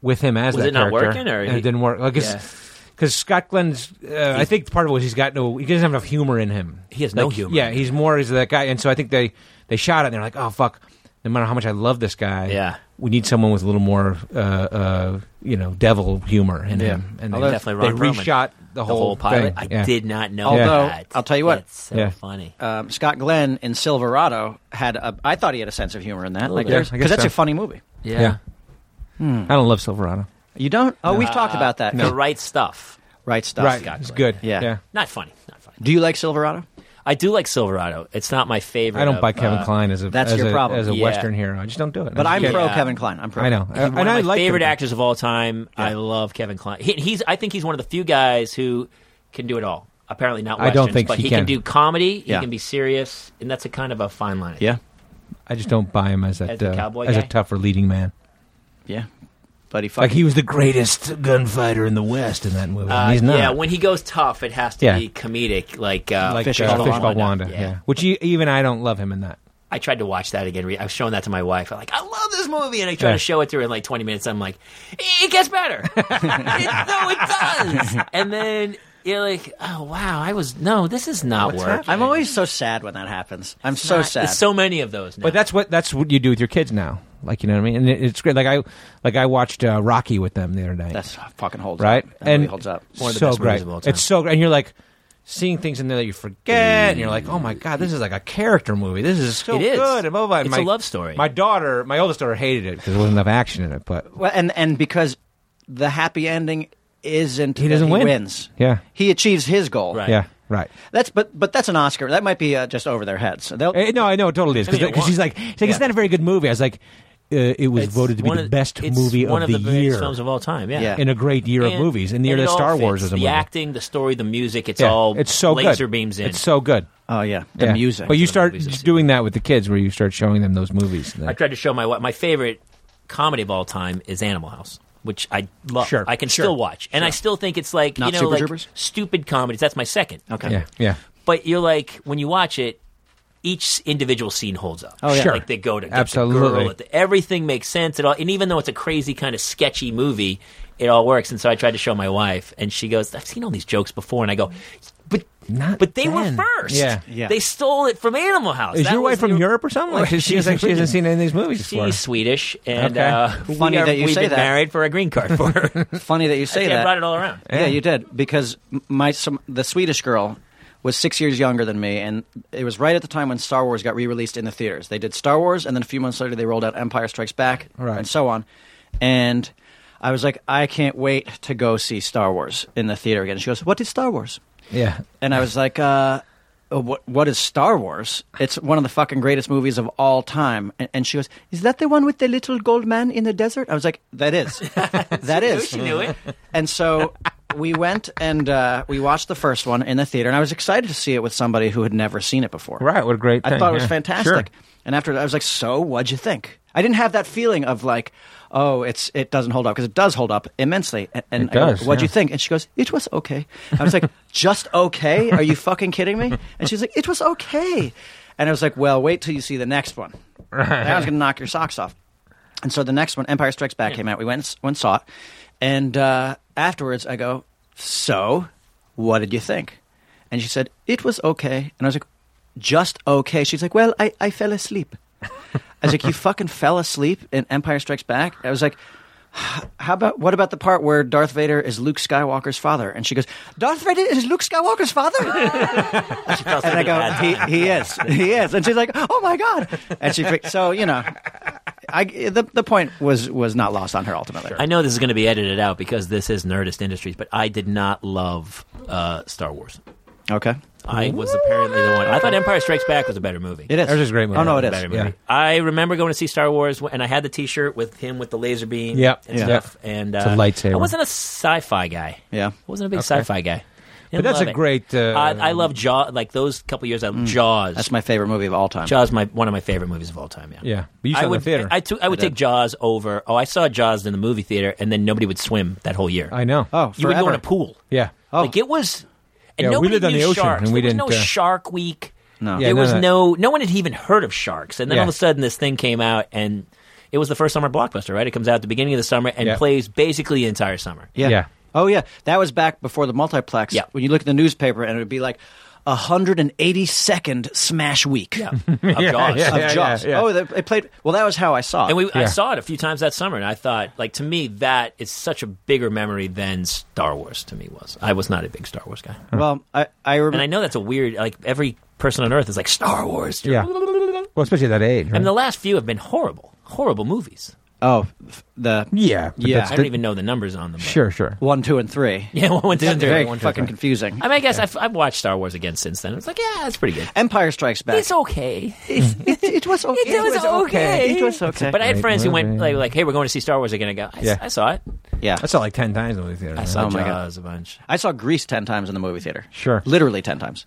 [SPEAKER 1] with him as
[SPEAKER 5] Was
[SPEAKER 1] that
[SPEAKER 5] it not
[SPEAKER 1] character,
[SPEAKER 5] working, or
[SPEAKER 1] and
[SPEAKER 5] he-
[SPEAKER 1] it didn't work. Like,
[SPEAKER 5] Yeah.
[SPEAKER 1] because Scott Glenn's, uh, I think part of it was he's got no, he doesn't have enough humor in him.
[SPEAKER 5] He has no
[SPEAKER 1] Like,
[SPEAKER 5] humor.
[SPEAKER 1] Yeah, he's more he's that guy, and so I think they they shot it, and they're like, oh fuck, no matter how much I love this guy,
[SPEAKER 5] Yeah.
[SPEAKER 1] we need someone with a little more, uh, uh, you know, devil humor in him, and they,
[SPEAKER 5] Although- Definitely
[SPEAKER 1] they
[SPEAKER 5] Ron Perlman.
[SPEAKER 1] reshot the
[SPEAKER 5] The
[SPEAKER 1] whole,
[SPEAKER 5] whole pilot.
[SPEAKER 1] thing.
[SPEAKER 5] I
[SPEAKER 1] Yeah.
[SPEAKER 5] did not know
[SPEAKER 7] Although,
[SPEAKER 5] that.
[SPEAKER 7] I'll tell you what.
[SPEAKER 5] That's so
[SPEAKER 1] Yeah.
[SPEAKER 5] funny.
[SPEAKER 7] um, Scott Glenn in Silverado had a. I thought he had a sense of humor in that.
[SPEAKER 5] little
[SPEAKER 7] Like
[SPEAKER 5] bit.
[SPEAKER 7] there's
[SPEAKER 1] Yeah, I
[SPEAKER 7] because
[SPEAKER 1] guess
[SPEAKER 7] that's
[SPEAKER 1] so.
[SPEAKER 7] a funny movie.
[SPEAKER 1] Yeah, I don't love Silverado.
[SPEAKER 7] You don't? Oh, we've talked about that.
[SPEAKER 5] The right stuff.
[SPEAKER 7] Right stuff.
[SPEAKER 1] Uh, right,
[SPEAKER 5] Oh, Scott
[SPEAKER 1] it's
[SPEAKER 5] Glenn.
[SPEAKER 1] good.
[SPEAKER 7] Yeah.
[SPEAKER 1] yeah.
[SPEAKER 5] Not funny. Not funny.
[SPEAKER 7] Do you like Silverado?
[SPEAKER 5] I do like Silverado. It's not my favorite.
[SPEAKER 1] I don't
[SPEAKER 5] of,
[SPEAKER 1] buy Kevin
[SPEAKER 5] uh,
[SPEAKER 1] Kline as a
[SPEAKER 7] that's
[SPEAKER 1] as
[SPEAKER 7] your
[SPEAKER 1] a,
[SPEAKER 7] problem.
[SPEAKER 1] as a
[SPEAKER 5] Yeah.
[SPEAKER 1] Western hero. I just don't do it.
[SPEAKER 7] But
[SPEAKER 1] I
[SPEAKER 7] I'm
[SPEAKER 1] just
[SPEAKER 7] pro
[SPEAKER 5] Yeah.
[SPEAKER 7] Kevin Klein. I'm pro.
[SPEAKER 1] I know.
[SPEAKER 5] He's
[SPEAKER 1] and
[SPEAKER 5] one
[SPEAKER 1] I
[SPEAKER 5] of my
[SPEAKER 1] like
[SPEAKER 5] favorite
[SPEAKER 1] him.
[SPEAKER 5] actors of all time. I love Kevin Kline. He, he's I think he's one of the few guys who can do it all. Apparently not.
[SPEAKER 1] I
[SPEAKER 5] Westerns,
[SPEAKER 1] don't think
[SPEAKER 5] but
[SPEAKER 1] he
[SPEAKER 5] he can.
[SPEAKER 1] can.
[SPEAKER 5] do comedy.
[SPEAKER 7] Yeah.
[SPEAKER 5] He can be serious, and that's a kind of a fine line. I
[SPEAKER 7] Yeah.
[SPEAKER 5] think.
[SPEAKER 1] I just don't buy him as that
[SPEAKER 5] As the
[SPEAKER 1] uh,
[SPEAKER 5] cowboy
[SPEAKER 1] as a
[SPEAKER 5] guy?
[SPEAKER 1] tougher leading man.
[SPEAKER 7] Yeah. But he
[SPEAKER 1] Like
[SPEAKER 7] fucking.
[SPEAKER 1] he was the greatest gunfighter in the West in that movie.
[SPEAKER 5] Uh,
[SPEAKER 1] and he's not.
[SPEAKER 5] Yeah, when he goes tough, it has to
[SPEAKER 1] Yeah.
[SPEAKER 5] be comedic, like, uh,
[SPEAKER 1] like
[SPEAKER 7] Fish
[SPEAKER 1] uh,
[SPEAKER 7] Called
[SPEAKER 1] Fish Called
[SPEAKER 5] Wanda.
[SPEAKER 1] Wanda. Yeah.
[SPEAKER 5] Yeah.
[SPEAKER 1] Which e even I don't love him in that.
[SPEAKER 5] I tried to watch that again. I was showing that to my wife. I'm like, I love this movie, and I tried
[SPEAKER 1] Yeah.
[SPEAKER 5] to show it to her in like 20 minutes. I'm like, it gets better. it, no, it does. And then you're like, oh wow, I was no, this is not work.
[SPEAKER 7] I'm always so sad when that happens. I'm so
[SPEAKER 5] Not-
[SPEAKER 7] sad.
[SPEAKER 5] There's so many of those. Now.
[SPEAKER 1] But that's what that's what you do with your kids now. Like you know what I mean? And it, it's great. Like I like I watched uh, Rocky with them the other night.
[SPEAKER 7] That's fucking holds
[SPEAKER 1] right.
[SPEAKER 7] up. That
[SPEAKER 1] and
[SPEAKER 7] movie holds up.
[SPEAKER 5] One of the
[SPEAKER 1] so
[SPEAKER 5] best movies
[SPEAKER 1] great.
[SPEAKER 5] of all time.
[SPEAKER 1] It's so great. And you're like. Seeing things in there that you forget, and you're like, "Oh my god, this is like a character movie. This is so
[SPEAKER 5] It is.
[SPEAKER 1] good." And blah, blah, blah. And
[SPEAKER 5] It's a
[SPEAKER 1] my-
[SPEAKER 5] love story.
[SPEAKER 1] My daughter, my oldest daughter, hated it because there wasn't enough action in it. But
[SPEAKER 7] Well, and and because the happy ending isn't
[SPEAKER 1] He doesn't
[SPEAKER 7] that
[SPEAKER 1] win.
[SPEAKER 7] wins.
[SPEAKER 1] Yeah.
[SPEAKER 7] He achieves his goal.
[SPEAKER 5] Right.
[SPEAKER 1] yeah, right.
[SPEAKER 7] That's but but that's an Oscar. That might be uh, just over their heads. They'll,
[SPEAKER 1] Eh, no, I know it totally is
[SPEAKER 5] I mean, it
[SPEAKER 1] because she's like, she's like,
[SPEAKER 5] Yeah.
[SPEAKER 1] it's not a very good movie. I was like, uh, it was
[SPEAKER 5] It's
[SPEAKER 1] voted to be
[SPEAKER 5] one
[SPEAKER 1] the
[SPEAKER 5] of-
[SPEAKER 1] best
[SPEAKER 5] it's
[SPEAKER 1] movie
[SPEAKER 5] one
[SPEAKER 1] of the
[SPEAKER 5] biggest
[SPEAKER 1] year
[SPEAKER 5] films of all time. Yeah,
[SPEAKER 7] Yeah.
[SPEAKER 1] in a great year of
[SPEAKER 5] And-
[SPEAKER 1] movies. In the year
[SPEAKER 5] and
[SPEAKER 1] that
[SPEAKER 5] it all
[SPEAKER 1] Star Wars
[SPEAKER 5] fits.
[SPEAKER 1] was a
[SPEAKER 5] the
[SPEAKER 1] movie,
[SPEAKER 5] acting, the story, the music. It's
[SPEAKER 1] yeah,
[SPEAKER 5] all
[SPEAKER 1] it's so
[SPEAKER 5] laser
[SPEAKER 1] good.
[SPEAKER 5] beams in.
[SPEAKER 1] It's so good.
[SPEAKER 7] oh yeah, the
[SPEAKER 1] Yeah.
[SPEAKER 7] music.
[SPEAKER 1] But you
[SPEAKER 5] the
[SPEAKER 1] start
[SPEAKER 5] movies I've seen.
[SPEAKER 1] doing that with the kids, where you start showing them those movies. and
[SPEAKER 5] I
[SPEAKER 1] they-
[SPEAKER 5] tried to show my wa- my favorite comedy of all time is Animal House, which I love.
[SPEAKER 1] Sure,
[SPEAKER 5] I can
[SPEAKER 1] sure,
[SPEAKER 5] still watch, and I still think it's like
[SPEAKER 7] Not
[SPEAKER 5] you know,
[SPEAKER 7] Super
[SPEAKER 5] like
[SPEAKER 7] Troopers?
[SPEAKER 5] stupid comedies. That's my second.
[SPEAKER 7] Okay.
[SPEAKER 1] yeah, yeah.
[SPEAKER 5] but you're like when you watch it, each individual scene holds up.
[SPEAKER 7] Oh, yeah. Sure.
[SPEAKER 5] like they go to get The
[SPEAKER 1] Absolutely.
[SPEAKER 5] girl, at the- everything makes sense. It all, and even though it's a crazy kind of sketchy movie, it all works. And so I tried to show my wife, and she goes, "I've seen all these jokes before," and I go, "But."
[SPEAKER 1] Not
[SPEAKER 5] But they
[SPEAKER 1] then.
[SPEAKER 5] were first.
[SPEAKER 1] Yeah.
[SPEAKER 7] Yeah.
[SPEAKER 5] They stole it from Animal House.
[SPEAKER 1] Is
[SPEAKER 5] That
[SPEAKER 1] your
[SPEAKER 5] was
[SPEAKER 1] wife from
[SPEAKER 5] the-
[SPEAKER 1] Europe or something? Like, she's, like, she hasn't seen any of these movies before.
[SPEAKER 5] She's Swedish, and
[SPEAKER 1] Okay.
[SPEAKER 5] uh,
[SPEAKER 7] Funny
[SPEAKER 5] we are,
[SPEAKER 7] that you
[SPEAKER 5] we've
[SPEAKER 7] say
[SPEAKER 5] been
[SPEAKER 7] that.
[SPEAKER 5] married for a green card for her.
[SPEAKER 7] Funny that you say
[SPEAKER 5] See,
[SPEAKER 7] that.
[SPEAKER 5] I brought it all around.
[SPEAKER 7] Yeah, you did because m- my some, the Swedish girl was six years younger than me, and it was right at the time when Star Wars got re-released in the theaters. They did Star Wars, and then a few months later they rolled out Empire Strikes Back,
[SPEAKER 1] Right.
[SPEAKER 7] and so on. And I was like, I can't wait to go see Star Wars in the theater again. She goes, "What is Star Wars?"
[SPEAKER 1] yeah,
[SPEAKER 7] And I was like, uh, uh, what, what is Star Wars? It's one of the fucking greatest movies of all time. And, and she goes, Is that the one with the little gold man in the desert? I was like, That is. that is.
[SPEAKER 5] She knew it.
[SPEAKER 7] And so we went and uh, we watched the first one in the theater. And I was excited to see it with somebody who had never seen it before.
[SPEAKER 1] right. What a great!
[SPEAKER 7] I
[SPEAKER 1] thing,
[SPEAKER 7] thought it was
[SPEAKER 1] yeah.
[SPEAKER 7] fantastic. And after that, I was like, So what'd you think? I didn't have that feeling of like, Oh, it's it doesn't hold up because it does hold up immensely. And, and
[SPEAKER 1] It
[SPEAKER 7] I go,
[SPEAKER 1] does,
[SPEAKER 7] what'd you
[SPEAKER 1] yeah.
[SPEAKER 7] think? And she goes, It was okay. I was like, Just okay? Are you fucking kidding me? And she's like, It was okay. And I was like, Well, wait till you see the next one. That was going to knock your socks off. And so the next one, Empire Strikes Back, came out. We went and, s- went and saw it, and uh, afterwards I go, "So, what did you think?" And she said, "It was okay." And I was like, "Just okay." She's like, "Well, I, I fell asleep." I was like, "You fucking fell asleep in Empire Strikes Back?" I was like. How about what about the part where Darth Vader is Luke Skywalker's father? And she goes, "Darth Vader is Luke Skywalker's father." and I go, he, he is, he is, and she's like, oh my god, and she, freaked- so you know, I the, the point was was not lost on her ultimately.
[SPEAKER 5] I know this is going to be edited out because this is Nerdist Industries, but I did not love uh, Star Wars.
[SPEAKER 7] Okay,
[SPEAKER 5] I was apparently the one. I thought Empire Strikes Back was a better movie.
[SPEAKER 7] it is.
[SPEAKER 1] Ours is a great movie.
[SPEAKER 7] Oh no, it
[SPEAKER 5] Better
[SPEAKER 7] is.
[SPEAKER 5] movie.
[SPEAKER 1] Yeah.
[SPEAKER 5] I remember going to see Star Wars, wh- and I had the T-shirt with him with the laser beam
[SPEAKER 1] Yep.
[SPEAKER 5] and
[SPEAKER 1] Yeah.
[SPEAKER 5] stuff. And uh,
[SPEAKER 1] a lightsaber.
[SPEAKER 5] I wasn't a sci-fi guy.
[SPEAKER 7] Yeah.
[SPEAKER 5] I wasn't a big
[SPEAKER 1] Okay.
[SPEAKER 5] sci-fi guy.
[SPEAKER 1] But that's a great. Uh, Mm.
[SPEAKER 5] I, I love Jaws. Like those couple years, I Jaws.
[SPEAKER 7] That's my favorite movie of all time.
[SPEAKER 5] Jaws. My one of my favorite movies of all time. Yeah.
[SPEAKER 1] Yeah, but you saw it
[SPEAKER 5] I
[SPEAKER 1] in
[SPEAKER 5] would,
[SPEAKER 1] the theater.
[SPEAKER 5] I, I took- I would
[SPEAKER 7] I did.
[SPEAKER 5] take Jaws over. Oh, I saw Jaws in the movie theater, and then nobody would swim that whole year.
[SPEAKER 1] I know.
[SPEAKER 7] Oh,
[SPEAKER 5] you would go
[SPEAKER 7] forever.
[SPEAKER 5] in a pool.
[SPEAKER 1] yeah.
[SPEAKER 7] Oh.
[SPEAKER 5] Like it was. And
[SPEAKER 1] Yeah, we
[SPEAKER 5] nobody
[SPEAKER 1] lived on
[SPEAKER 5] knew
[SPEAKER 1] the ocean,
[SPEAKER 5] sharks.
[SPEAKER 1] and we
[SPEAKER 5] there
[SPEAKER 1] didn't,
[SPEAKER 5] was
[SPEAKER 1] uh,
[SPEAKER 5] no Shark Week.
[SPEAKER 7] No.
[SPEAKER 1] Yeah,
[SPEAKER 5] there
[SPEAKER 1] no,
[SPEAKER 5] was
[SPEAKER 1] no.
[SPEAKER 5] no. No one had even heard of sharks, and then all
[SPEAKER 1] Yeah.
[SPEAKER 5] of a sudden, this thing came out, and it was the first summer blockbuster. Right, it comes out at the beginning of the summer and
[SPEAKER 1] Yeah.
[SPEAKER 5] plays basically the entire summer.
[SPEAKER 7] Yeah.
[SPEAKER 1] Yeah.
[SPEAKER 7] Oh yeah, that was back before the multiplex.
[SPEAKER 5] Yeah.
[SPEAKER 7] When you look at the newspaper, and it would be like a hundred and eighty second smash week
[SPEAKER 5] Yeah, of Jaws.
[SPEAKER 1] yeah.
[SPEAKER 7] of Jaws.
[SPEAKER 1] yeah.
[SPEAKER 7] Oh, they, it played. Well, that was how I saw it.
[SPEAKER 5] And we, I
[SPEAKER 1] Yeah.
[SPEAKER 5] saw it a few times that summer, and I thought, like, to me, that is such a bigger memory than Star Wars. To me, was I was not a big Star Wars guy,
[SPEAKER 7] well, I I remember.
[SPEAKER 5] and I know that's a weird. Like every person on Earth is like Star Wars.
[SPEAKER 1] Yeah. Well, especially at that age. Right?
[SPEAKER 5] and the last few have been horrible, horrible movies.
[SPEAKER 7] oh, f- the
[SPEAKER 1] yeah. but
[SPEAKER 7] Yeah.
[SPEAKER 1] that's
[SPEAKER 5] I
[SPEAKER 1] the-
[SPEAKER 5] don't even know the numbers on them. but-
[SPEAKER 1] Sure. Sure.
[SPEAKER 7] one, two, and three.
[SPEAKER 5] Yeah, one, one, two, and three.
[SPEAKER 7] Very
[SPEAKER 5] One, two,
[SPEAKER 7] fucking
[SPEAKER 5] three.
[SPEAKER 7] confusing.
[SPEAKER 5] I mean, I guess I've, I've watched Star Wars again since then. It's like, yeah, that's pretty good.
[SPEAKER 7] Empire Strikes Back.
[SPEAKER 5] It's okay.
[SPEAKER 7] it, it was okay.
[SPEAKER 5] It was okay.
[SPEAKER 7] It was okay.
[SPEAKER 5] But I had
[SPEAKER 1] Great
[SPEAKER 5] friends who went
[SPEAKER 1] movie.
[SPEAKER 5] like, like, "Hey, we're going to see Star Wars again." I go, "I, s-
[SPEAKER 1] Yeah.
[SPEAKER 5] I saw it.
[SPEAKER 7] yeah,
[SPEAKER 1] I saw it like ten times in the movie theater.
[SPEAKER 5] I
[SPEAKER 1] right?
[SPEAKER 5] saw
[SPEAKER 7] Oh my God.
[SPEAKER 5] Jaws a bunch."
[SPEAKER 7] I saw Grease ten times in the movie theater.
[SPEAKER 1] Sure.
[SPEAKER 7] literally ten times.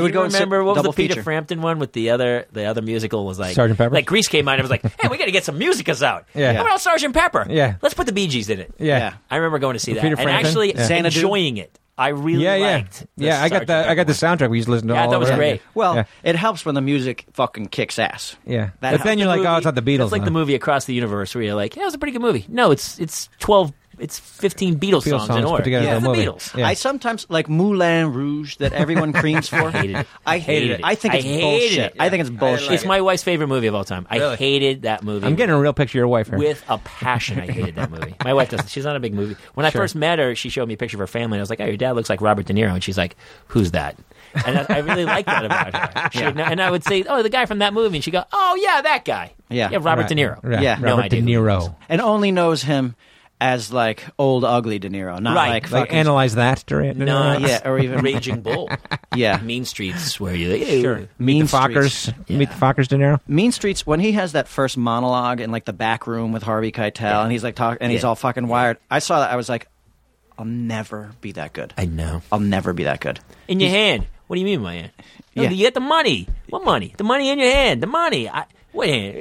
[SPEAKER 7] would
[SPEAKER 5] Do you
[SPEAKER 7] go and sit-
[SPEAKER 5] remember what was
[SPEAKER 7] double
[SPEAKER 5] the Peter
[SPEAKER 7] feature.
[SPEAKER 5] Frampton one with the other the other musical was like
[SPEAKER 1] Sgt. Pepper?
[SPEAKER 5] Like Grease came out, and I was like, "Hey, we got to get some musicas out.
[SPEAKER 1] Yeah.
[SPEAKER 5] How about Sergeant Pepper?
[SPEAKER 1] Yeah.
[SPEAKER 5] let's put the Bee Gees in it.
[SPEAKER 1] Yeah.
[SPEAKER 7] Yeah.
[SPEAKER 5] I remember going to see that
[SPEAKER 1] Peter
[SPEAKER 5] and
[SPEAKER 1] Frampton?
[SPEAKER 5] actually
[SPEAKER 1] Yeah.
[SPEAKER 7] Xanadu?
[SPEAKER 5] enjoying it. I really
[SPEAKER 1] Yeah. Yeah.
[SPEAKER 5] liked. the
[SPEAKER 1] yeah. I got
[SPEAKER 5] Sgt.
[SPEAKER 1] that. I got the
[SPEAKER 5] Pepper
[SPEAKER 1] soundtrack. We used to listen to.
[SPEAKER 5] Yeah,
[SPEAKER 1] all
[SPEAKER 5] that was
[SPEAKER 1] over.
[SPEAKER 5] great.
[SPEAKER 7] Well,
[SPEAKER 1] Yeah.
[SPEAKER 7] it helps when the music fucking kicks ass.
[SPEAKER 1] Yeah.
[SPEAKER 7] That
[SPEAKER 1] But then
[SPEAKER 7] helps.
[SPEAKER 1] you're
[SPEAKER 5] one.
[SPEAKER 1] like, oh, it's not the Beatles.
[SPEAKER 5] It's like the
[SPEAKER 1] now.
[SPEAKER 5] movie Across the Universe, where you're like, "Yeah, it was a pretty good movie." No, it's it's twelve, it's fifteen Beatles,
[SPEAKER 1] Beatles
[SPEAKER 5] in
[SPEAKER 1] songs put
[SPEAKER 5] order.
[SPEAKER 1] together
[SPEAKER 5] yeah,
[SPEAKER 1] in a
[SPEAKER 5] the
[SPEAKER 1] movie.
[SPEAKER 5] Beatles.
[SPEAKER 1] Yeah.
[SPEAKER 7] I sometimes like Moulin Rouge that everyone creams for. I
[SPEAKER 5] hated it.
[SPEAKER 7] I
[SPEAKER 5] Hated
[SPEAKER 7] hated
[SPEAKER 5] it.
[SPEAKER 7] it. I think
[SPEAKER 5] I
[SPEAKER 7] it's
[SPEAKER 5] hated
[SPEAKER 7] bullshit.
[SPEAKER 5] it.
[SPEAKER 7] I think it's bullshit.
[SPEAKER 5] It's my wife's favorite movie of all time. I hated that movie.
[SPEAKER 1] I'm getting a real picture of your wife here.
[SPEAKER 5] with a passion. I hated that movie. My wife doesn't. She's not a big movie. When I first met her, she showed me a picture of her family. And I was like, "Oh, your dad looks like Robert De Niro," and she's like, "Who's that?" And I, I really liked that about her. She would know- and I would say, "Oh, the guy from that movie," and she would go, "Oh, yeah, that guy."
[SPEAKER 7] Yeah.
[SPEAKER 5] yeah, Robert
[SPEAKER 1] Right.
[SPEAKER 5] De Niro.
[SPEAKER 1] Right.
[SPEAKER 7] Yeah.
[SPEAKER 5] no
[SPEAKER 1] Robert
[SPEAKER 5] idea
[SPEAKER 1] De
[SPEAKER 5] who he
[SPEAKER 1] Niro.
[SPEAKER 5] was.
[SPEAKER 7] and only knows him as like old ugly De Niro, not
[SPEAKER 5] Right.
[SPEAKER 7] like
[SPEAKER 1] Like
[SPEAKER 7] fucking
[SPEAKER 1] analyze that during.
[SPEAKER 5] Not
[SPEAKER 7] Yeah, or even-
[SPEAKER 5] Raging Bull.
[SPEAKER 7] yeah. Mean,
[SPEAKER 5] mean Streets, where you like, sure.
[SPEAKER 1] Meet the
[SPEAKER 7] Streets.
[SPEAKER 1] Fockers. Meet the Fockers. De Niro.
[SPEAKER 7] Mean Streets when he has that first monologue in like the back room with Harvey Keitel and he's like talk and he's
[SPEAKER 5] Yeah.
[SPEAKER 7] all fucking wired. I saw that. I was like, I'll never be that good.
[SPEAKER 5] I know.
[SPEAKER 7] I'll never be that good.
[SPEAKER 5] In your hand. What do you mean, my hand? No,
[SPEAKER 7] Yeah.
[SPEAKER 5] You get the money. What money? The money in your hand. The money. I, what hand?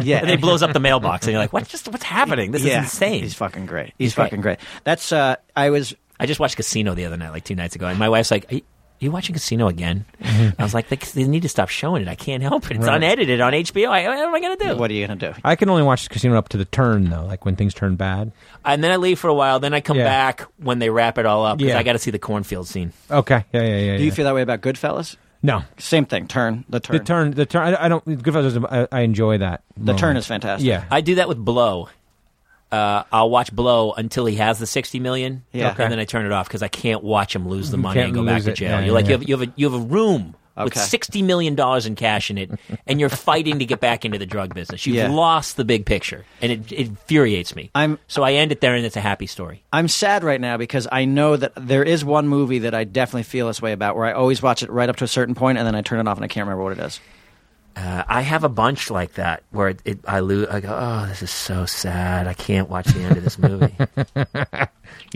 [SPEAKER 7] Yeah,
[SPEAKER 5] And then he blows up the mailbox, and you're like, "What? Just what's happening? This
[SPEAKER 7] yeah.
[SPEAKER 5] is insane."
[SPEAKER 7] He's fucking great. He's,
[SPEAKER 5] great.
[SPEAKER 7] fucking great. That's uh, I was.
[SPEAKER 5] I just watched Casino the other night, like two nights ago, and my wife's like, "Are you, are you watching Casino again?" I was like, "They they need to stop showing it. I can't help it. It's unedited on HBO. I, what am I gonna do?"
[SPEAKER 7] What are you gonna do?
[SPEAKER 1] I can only watch Casino up to the turn though, like when things turn bad.
[SPEAKER 5] And then I leave for a while. Then I come
[SPEAKER 1] Yeah.
[SPEAKER 5] back when they wrap it all up because
[SPEAKER 1] Yeah.
[SPEAKER 5] I got to see the cornfield scene.
[SPEAKER 1] Okay. Yeah. Yeah. Yeah.
[SPEAKER 7] Do you
[SPEAKER 1] yeah.
[SPEAKER 7] feel that way about Goodfellas?
[SPEAKER 1] No.
[SPEAKER 7] Same thing. Turn the turn.
[SPEAKER 1] The turn. The turn. I, I don't. Goodfellas. is- I, I enjoy that.
[SPEAKER 7] The turn
[SPEAKER 1] moment.
[SPEAKER 7] is fantastic.
[SPEAKER 1] Yeah.
[SPEAKER 5] I do that with Blow. Uh, I'll watch Blow until he has the sixty million,
[SPEAKER 7] Yeah. Okay.
[SPEAKER 5] and then I turn it off because I can't watch him lose the money
[SPEAKER 1] can't
[SPEAKER 5] and go back
[SPEAKER 1] lose
[SPEAKER 5] to
[SPEAKER 1] it.
[SPEAKER 5] jail.
[SPEAKER 1] Yeah,
[SPEAKER 5] you're
[SPEAKER 1] yeah,
[SPEAKER 5] like
[SPEAKER 1] yeah.
[SPEAKER 5] you have you have a, you have a room with
[SPEAKER 7] Okay.
[SPEAKER 5] sixty million dollars in cash in it, and you're fighting to get back into the drug business. You've
[SPEAKER 7] Yeah.
[SPEAKER 5] lost the big picture, and it, it infuriates me.
[SPEAKER 7] I'm-
[SPEAKER 5] so I end it there, and it's a happy story.
[SPEAKER 7] I'm sad right now because I know that there is one movie that I definitely feel this way about, where I always watch it right up to a certain point and then I turn it off and I can't remember what it is.
[SPEAKER 5] Uh, I have a bunch like that where it, it, I lose. I go, oh, this is so sad. I can't watch the end of this movie.
[SPEAKER 1] You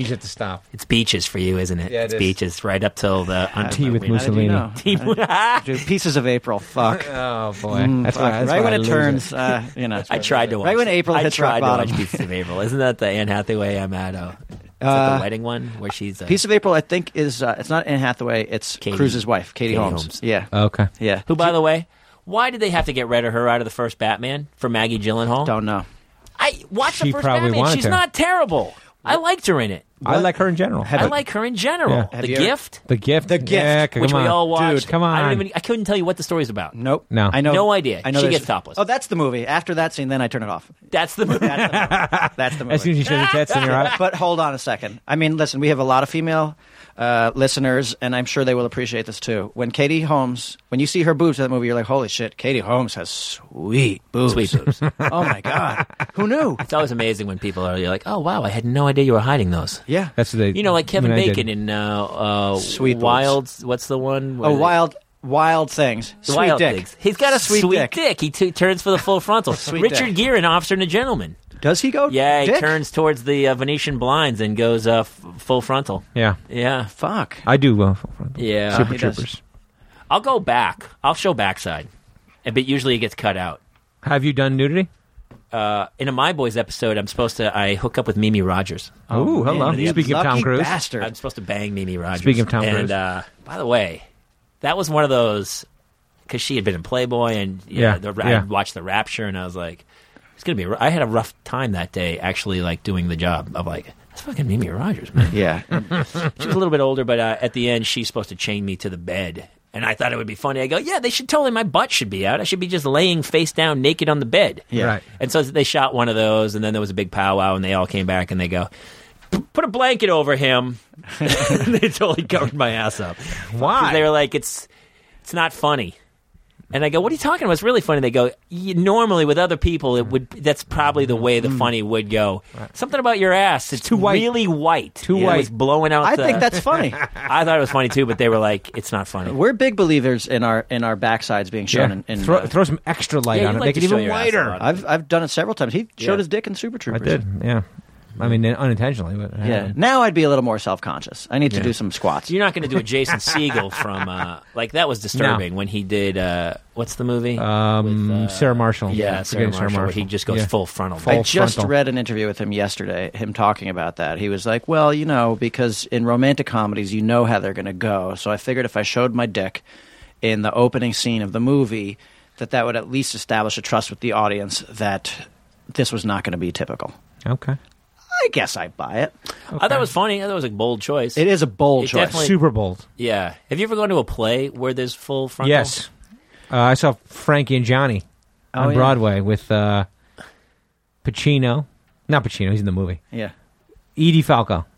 [SPEAKER 1] just have to stop.
[SPEAKER 5] it's beaches for you, isn't it?
[SPEAKER 1] Yeah, it
[SPEAKER 5] it's
[SPEAKER 1] is.
[SPEAKER 5] beaches right up till the
[SPEAKER 1] Tea with
[SPEAKER 7] How did you
[SPEAKER 1] Mussolini.
[SPEAKER 7] know?
[SPEAKER 5] I
[SPEAKER 7] Dude, Pieces of April. Fuck.
[SPEAKER 1] Oh boy.
[SPEAKER 7] Mm,
[SPEAKER 1] that's
[SPEAKER 7] fuck.
[SPEAKER 1] why. That's
[SPEAKER 7] right
[SPEAKER 1] why
[SPEAKER 7] when
[SPEAKER 1] I
[SPEAKER 7] it
[SPEAKER 1] lose
[SPEAKER 7] turns, uh, you know.
[SPEAKER 5] tried to watch.
[SPEAKER 7] Right when April
[SPEAKER 5] I
[SPEAKER 7] hits
[SPEAKER 5] tried
[SPEAKER 7] rock
[SPEAKER 5] to
[SPEAKER 7] bottom.
[SPEAKER 5] watch Pieces of April. Isn't that the Anne Hathaway I'm at? Oh, is that
[SPEAKER 7] Uh,
[SPEAKER 5] the wedding one where she's a,
[SPEAKER 7] Piece of April, I think, is uh, it's not Anne Hathaway. It's
[SPEAKER 5] Katie-
[SPEAKER 7] Cruz's wife, Katie,
[SPEAKER 5] Katie
[SPEAKER 7] Holmes.
[SPEAKER 5] Holmes.
[SPEAKER 7] Yeah,
[SPEAKER 1] Okay.
[SPEAKER 7] yeah.
[SPEAKER 5] who, by the way, why did they have to get rid of her out of the first Batman for Maggie Gyllenhaal?
[SPEAKER 7] Don't know.
[SPEAKER 5] I watched
[SPEAKER 1] She
[SPEAKER 5] the first
[SPEAKER 1] probably
[SPEAKER 5] Batman.
[SPEAKER 1] wanted
[SPEAKER 5] She's
[SPEAKER 1] to.
[SPEAKER 5] not terrible. I liked her in it.
[SPEAKER 1] I like her in general.
[SPEAKER 5] I like her in general.
[SPEAKER 1] Yeah.
[SPEAKER 7] Have
[SPEAKER 5] The
[SPEAKER 7] you-
[SPEAKER 5] Gift,
[SPEAKER 1] the gift.
[SPEAKER 7] The Gift,
[SPEAKER 1] Yeah, come
[SPEAKER 5] which we
[SPEAKER 1] on.
[SPEAKER 5] all watched.
[SPEAKER 1] Dude, come on.
[SPEAKER 5] I, don't even, I couldn't tell you what the story's about.
[SPEAKER 7] Nope.
[SPEAKER 1] No.
[SPEAKER 7] I know.
[SPEAKER 5] No idea.
[SPEAKER 7] I know
[SPEAKER 5] She
[SPEAKER 7] there's-
[SPEAKER 5] gets topless.
[SPEAKER 7] Oh, that's the movie. After that scene, then I turn it off.
[SPEAKER 5] That's the movie.
[SPEAKER 7] That's the movie.
[SPEAKER 1] as soon as you show the tits in your eye.
[SPEAKER 7] but hold on a second. I mean, listen, we have a lot of female uh, listeners, and I'm sure they will appreciate this too. When Katie Holmes, when you see her boobs in that movie, you're like, holy shit, Katie Holmes has sweet boobs.
[SPEAKER 5] Sweet boobs.
[SPEAKER 7] oh my God. Who knew?
[SPEAKER 5] It's always amazing when people are you're like, oh wow, I had no idea you were hiding those.
[SPEAKER 7] Yeah.
[SPEAKER 1] That's the
[SPEAKER 5] You know, like Kevin
[SPEAKER 1] I mean, I
[SPEAKER 5] Bacon
[SPEAKER 1] did.
[SPEAKER 5] in uh, uh,
[SPEAKER 7] Sweet boobs.
[SPEAKER 5] Wild. What's the one?
[SPEAKER 7] oh, wild, wild things.
[SPEAKER 5] The
[SPEAKER 7] Sweet
[SPEAKER 5] wild
[SPEAKER 7] dick.
[SPEAKER 5] Things. He's got a
[SPEAKER 7] Sweet
[SPEAKER 5] sweet,
[SPEAKER 7] dick.
[SPEAKER 5] dick. He t- turns for the full frontal.
[SPEAKER 7] Sweet
[SPEAKER 5] Richard
[SPEAKER 7] dick.
[SPEAKER 5] Gere in Officer and a Gentleman.
[SPEAKER 7] Does he go?
[SPEAKER 5] Yeah, he
[SPEAKER 7] dick?
[SPEAKER 5] turns towards the uh, Venetian blinds and goes uh, f- full frontal.
[SPEAKER 1] Yeah,
[SPEAKER 5] Yeah,
[SPEAKER 7] Fuck.
[SPEAKER 1] I do love Full Frontal.
[SPEAKER 5] Yeah,
[SPEAKER 1] Super
[SPEAKER 7] he does.
[SPEAKER 1] Troopers.
[SPEAKER 5] I'll go back. I'll show backside, Uh, but usually it gets cut out.
[SPEAKER 1] Have you done nudity?
[SPEAKER 5] Uh, in a My Boys episode, I'm supposed to I hook up with Mimi Rogers.
[SPEAKER 1] Ooh, hello.
[SPEAKER 7] Oh, Man, you
[SPEAKER 1] Speaking of
[SPEAKER 7] lucky
[SPEAKER 1] Tom Cruise,
[SPEAKER 7] Bastard.
[SPEAKER 5] I'm supposed to bang Mimi Rogers.
[SPEAKER 1] Speaking of Tom
[SPEAKER 5] and,
[SPEAKER 1] Cruise.
[SPEAKER 5] uh, by the way, that was one of those because she had been in Playboy and
[SPEAKER 1] Yeah,
[SPEAKER 5] yeah, the,
[SPEAKER 1] yeah.
[SPEAKER 5] I watched the Rapture and I was like, it's gonna be. r- I had a rough time that day actually, like doing the job of like. That's fucking Mimi Rogers, man.
[SPEAKER 7] Yeah.
[SPEAKER 5] She was a little bit older, but uh, at the end, she's supposed to chain me to the bed. And I thought it would be funny. I go, yeah, they should totally. My butt should be out. I should be just laying face down, naked on the bed.
[SPEAKER 7] Yeah.
[SPEAKER 1] right?
[SPEAKER 5] And so they shot one of those, and then there was a big powwow, and they all came back and they go, put a blanket over him. they totally covered my ass up. 'Cause
[SPEAKER 1] Why?
[SPEAKER 5] They were like, it's it's not funny. And I go, what are you talking about? It's really funny. They go, "Y- normally with other people, it would. That's probably the way the funny would go. Something about your ass. It's
[SPEAKER 1] Mm. too white.
[SPEAKER 5] Really white.
[SPEAKER 1] Too
[SPEAKER 5] It
[SPEAKER 1] white.
[SPEAKER 5] was blowing out.
[SPEAKER 7] I
[SPEAKER 5] the-
[SPEAKER 7] think that's funny.
[SPEAKER 5] I thought it was funny too, but they were like, it's not funny.
[SPEAKER 7] We're big believers in our in our backsides being shown.
[SPEAKER 1] yeah.
[SPEAKER 7] In, in,
[SPEAKER 1] throw,
[SPEAKER 7] uh,
[SPEAKER 1] throw some extra light
[SPEAKER 5] Yeah,
[SPEAKER 1] on
[SPEAKER 5] you
[SPEAKER 1] it.
[SPEAKER 5] like
[SPEAKER 1] Make
[SPEAKER 5] to
[SPEAKER 1] it
[SPEAKER 5] show
[SPEAKER 1] even
[SPEAKER 5] your ass a
[SPEAKER 1] whiter.
[SPEAKER 5] lot.
[SPEAKER 7] I've I've done it several times. He
[SPEAKER 5] Yeah.
[SPEAKER 7] showed his dick in Super
[SPEAKER 1] I
[SPEAKER 7] Troopers.
[SPEAKER 1] did. Yeah. I mean, unintentionally, but uh, I
[SPEAKER 7] Yeah.
[SPEAKER 1] haven't.
[SPEAKER 7] Now I'd be a little more self conscious. I need to
[SPEAKER 1] Yeah.
[SPEAKER 7] do some squats.
[SPEAKER 5] You're not going to do a Jason Siegel from uh, like that was disturbing when he did uh, what's the movie?
[SPEAKER 1] Um,
[SPEAKER 5] With, uh,
[SPEAKER 1] Sarah Marshall.
[SPEAKER 5] Yeah, Sarah
[SPEAKER 1] Forgetting
[SPEAKER 5] Marshall, Where he just goes
[SPEAKER 1] Yeah.
[SPEAKER 5] full frontal.
[SPEAKER 1] Full-
[SPEAKER 7] I just
[SPEAKER 1] frontal.
[SPEAKER 7] read an interview with him yesterday, him talking about that. He was like, Well, you know, because in romantic comedies, you know how they're going to go. So I figured if I showed my dick in the opening scene of the movie, that that would at least establish a trust with the audience that this was not going to be typical.
[SPEAKER 1] Okay.
[SPEAKER 7] I guess I buy it.
[SPEAKER 5] I thought it was funny. I thought it was a bold choice.
[SPEAKER 7] It is a bold
[SPEAKER 5] It
[SPEAKER 7] choice.
[SPEAKER 5] definitely- Like-
[SPEAKER 1] Super Bowl.
[SPEAKER 5] Yeah. Have you ever gone to a play where there's full frontal?
[SPEAKER 1] Yes. Uh, I saw Frankie and Johnny
[SPEAKER 7] Oh,
[SPEAKER 1] on
[SPEAKER 7] yeah.
[SPEAKER 1] Broadway with uh, Pacino. Not Pacino. He's in the movie.
[SPEAKER 7] Yeah.
[SPEAKER 1] Edie Falco.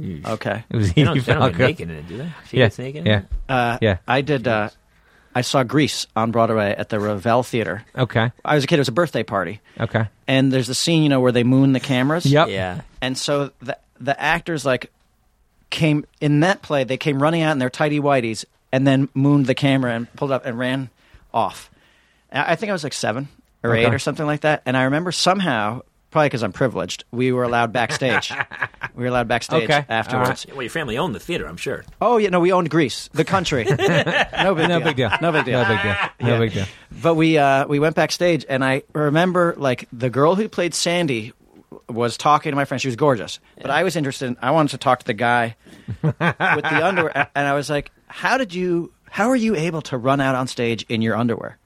[SPEAKER 7] Okay.
[SPEAKER 1] It was
[SPEAKER 5] Mm. They
[SPEAKER 1] Edie
[SPEAKER 5] don't, they don't
[SPEAKER 1] Falco.
[SPEAKER 5] get naked in it, do they? She
[SPEAKER 1] yeah.
[SPEAKER 5] gets naked. in
[SPEAKER 1] yeah.
[SPEAKER 5] it?
[SPEAKER 7] Uh,
[SPEAKER 1] Yeah.
[SPEAKER 7] I did. Uh, I saw Grease on Broadway at the Ravel Theater.
[SPEAKER 1] Okay.
[SPEAKER 7] I was a kid. It was a birthday party,
[SPEAKER 1] Okay.
[SPEAKER 7] and there's the scene you know where they moon the cameras.
[SPEAKER 1] Yep.
[SPEAKER 5] Yeah.
[SPEAKER 7] And so the the actors like came in that play. They came running out in their tidy whities, and then mooned the camera and pulled up and ran off. And I I think I was like seven or
[SPEAKER 1] Okay.
[SPEAKER 7] eight or something like that. And I remember somehow, probably because I'm privileged, we were allowed backstage. we were allowed backstage
[SPEAKER 1] Okay. All right.
[SPEAKER 7] afterwards.
[SPEAKER 5] Well, your family owned the theater, I'm sure.
[SPEAKER 7] Oh yeah, no, we owned Greece, the country. no big
[SPEAKER 1] No
[SPEAKER 7] deal.
[SPEAKER 1] big deal.
[SPEAKER 7] No big deal.
[SPEAKER 1] No big deal. No
[SPEAKER 7] Yeah.
[SPEAKER 1] big deal.
[SPEAKER 7] But we uh, we went backstage, and I remember like the girl who played Sandy was talking to my friend. She was gorgeous, but I was interested. In, I wanted to talk to the guy with the underwear, and I was like, "How did you? How are you able to run out on stage in your underwear?"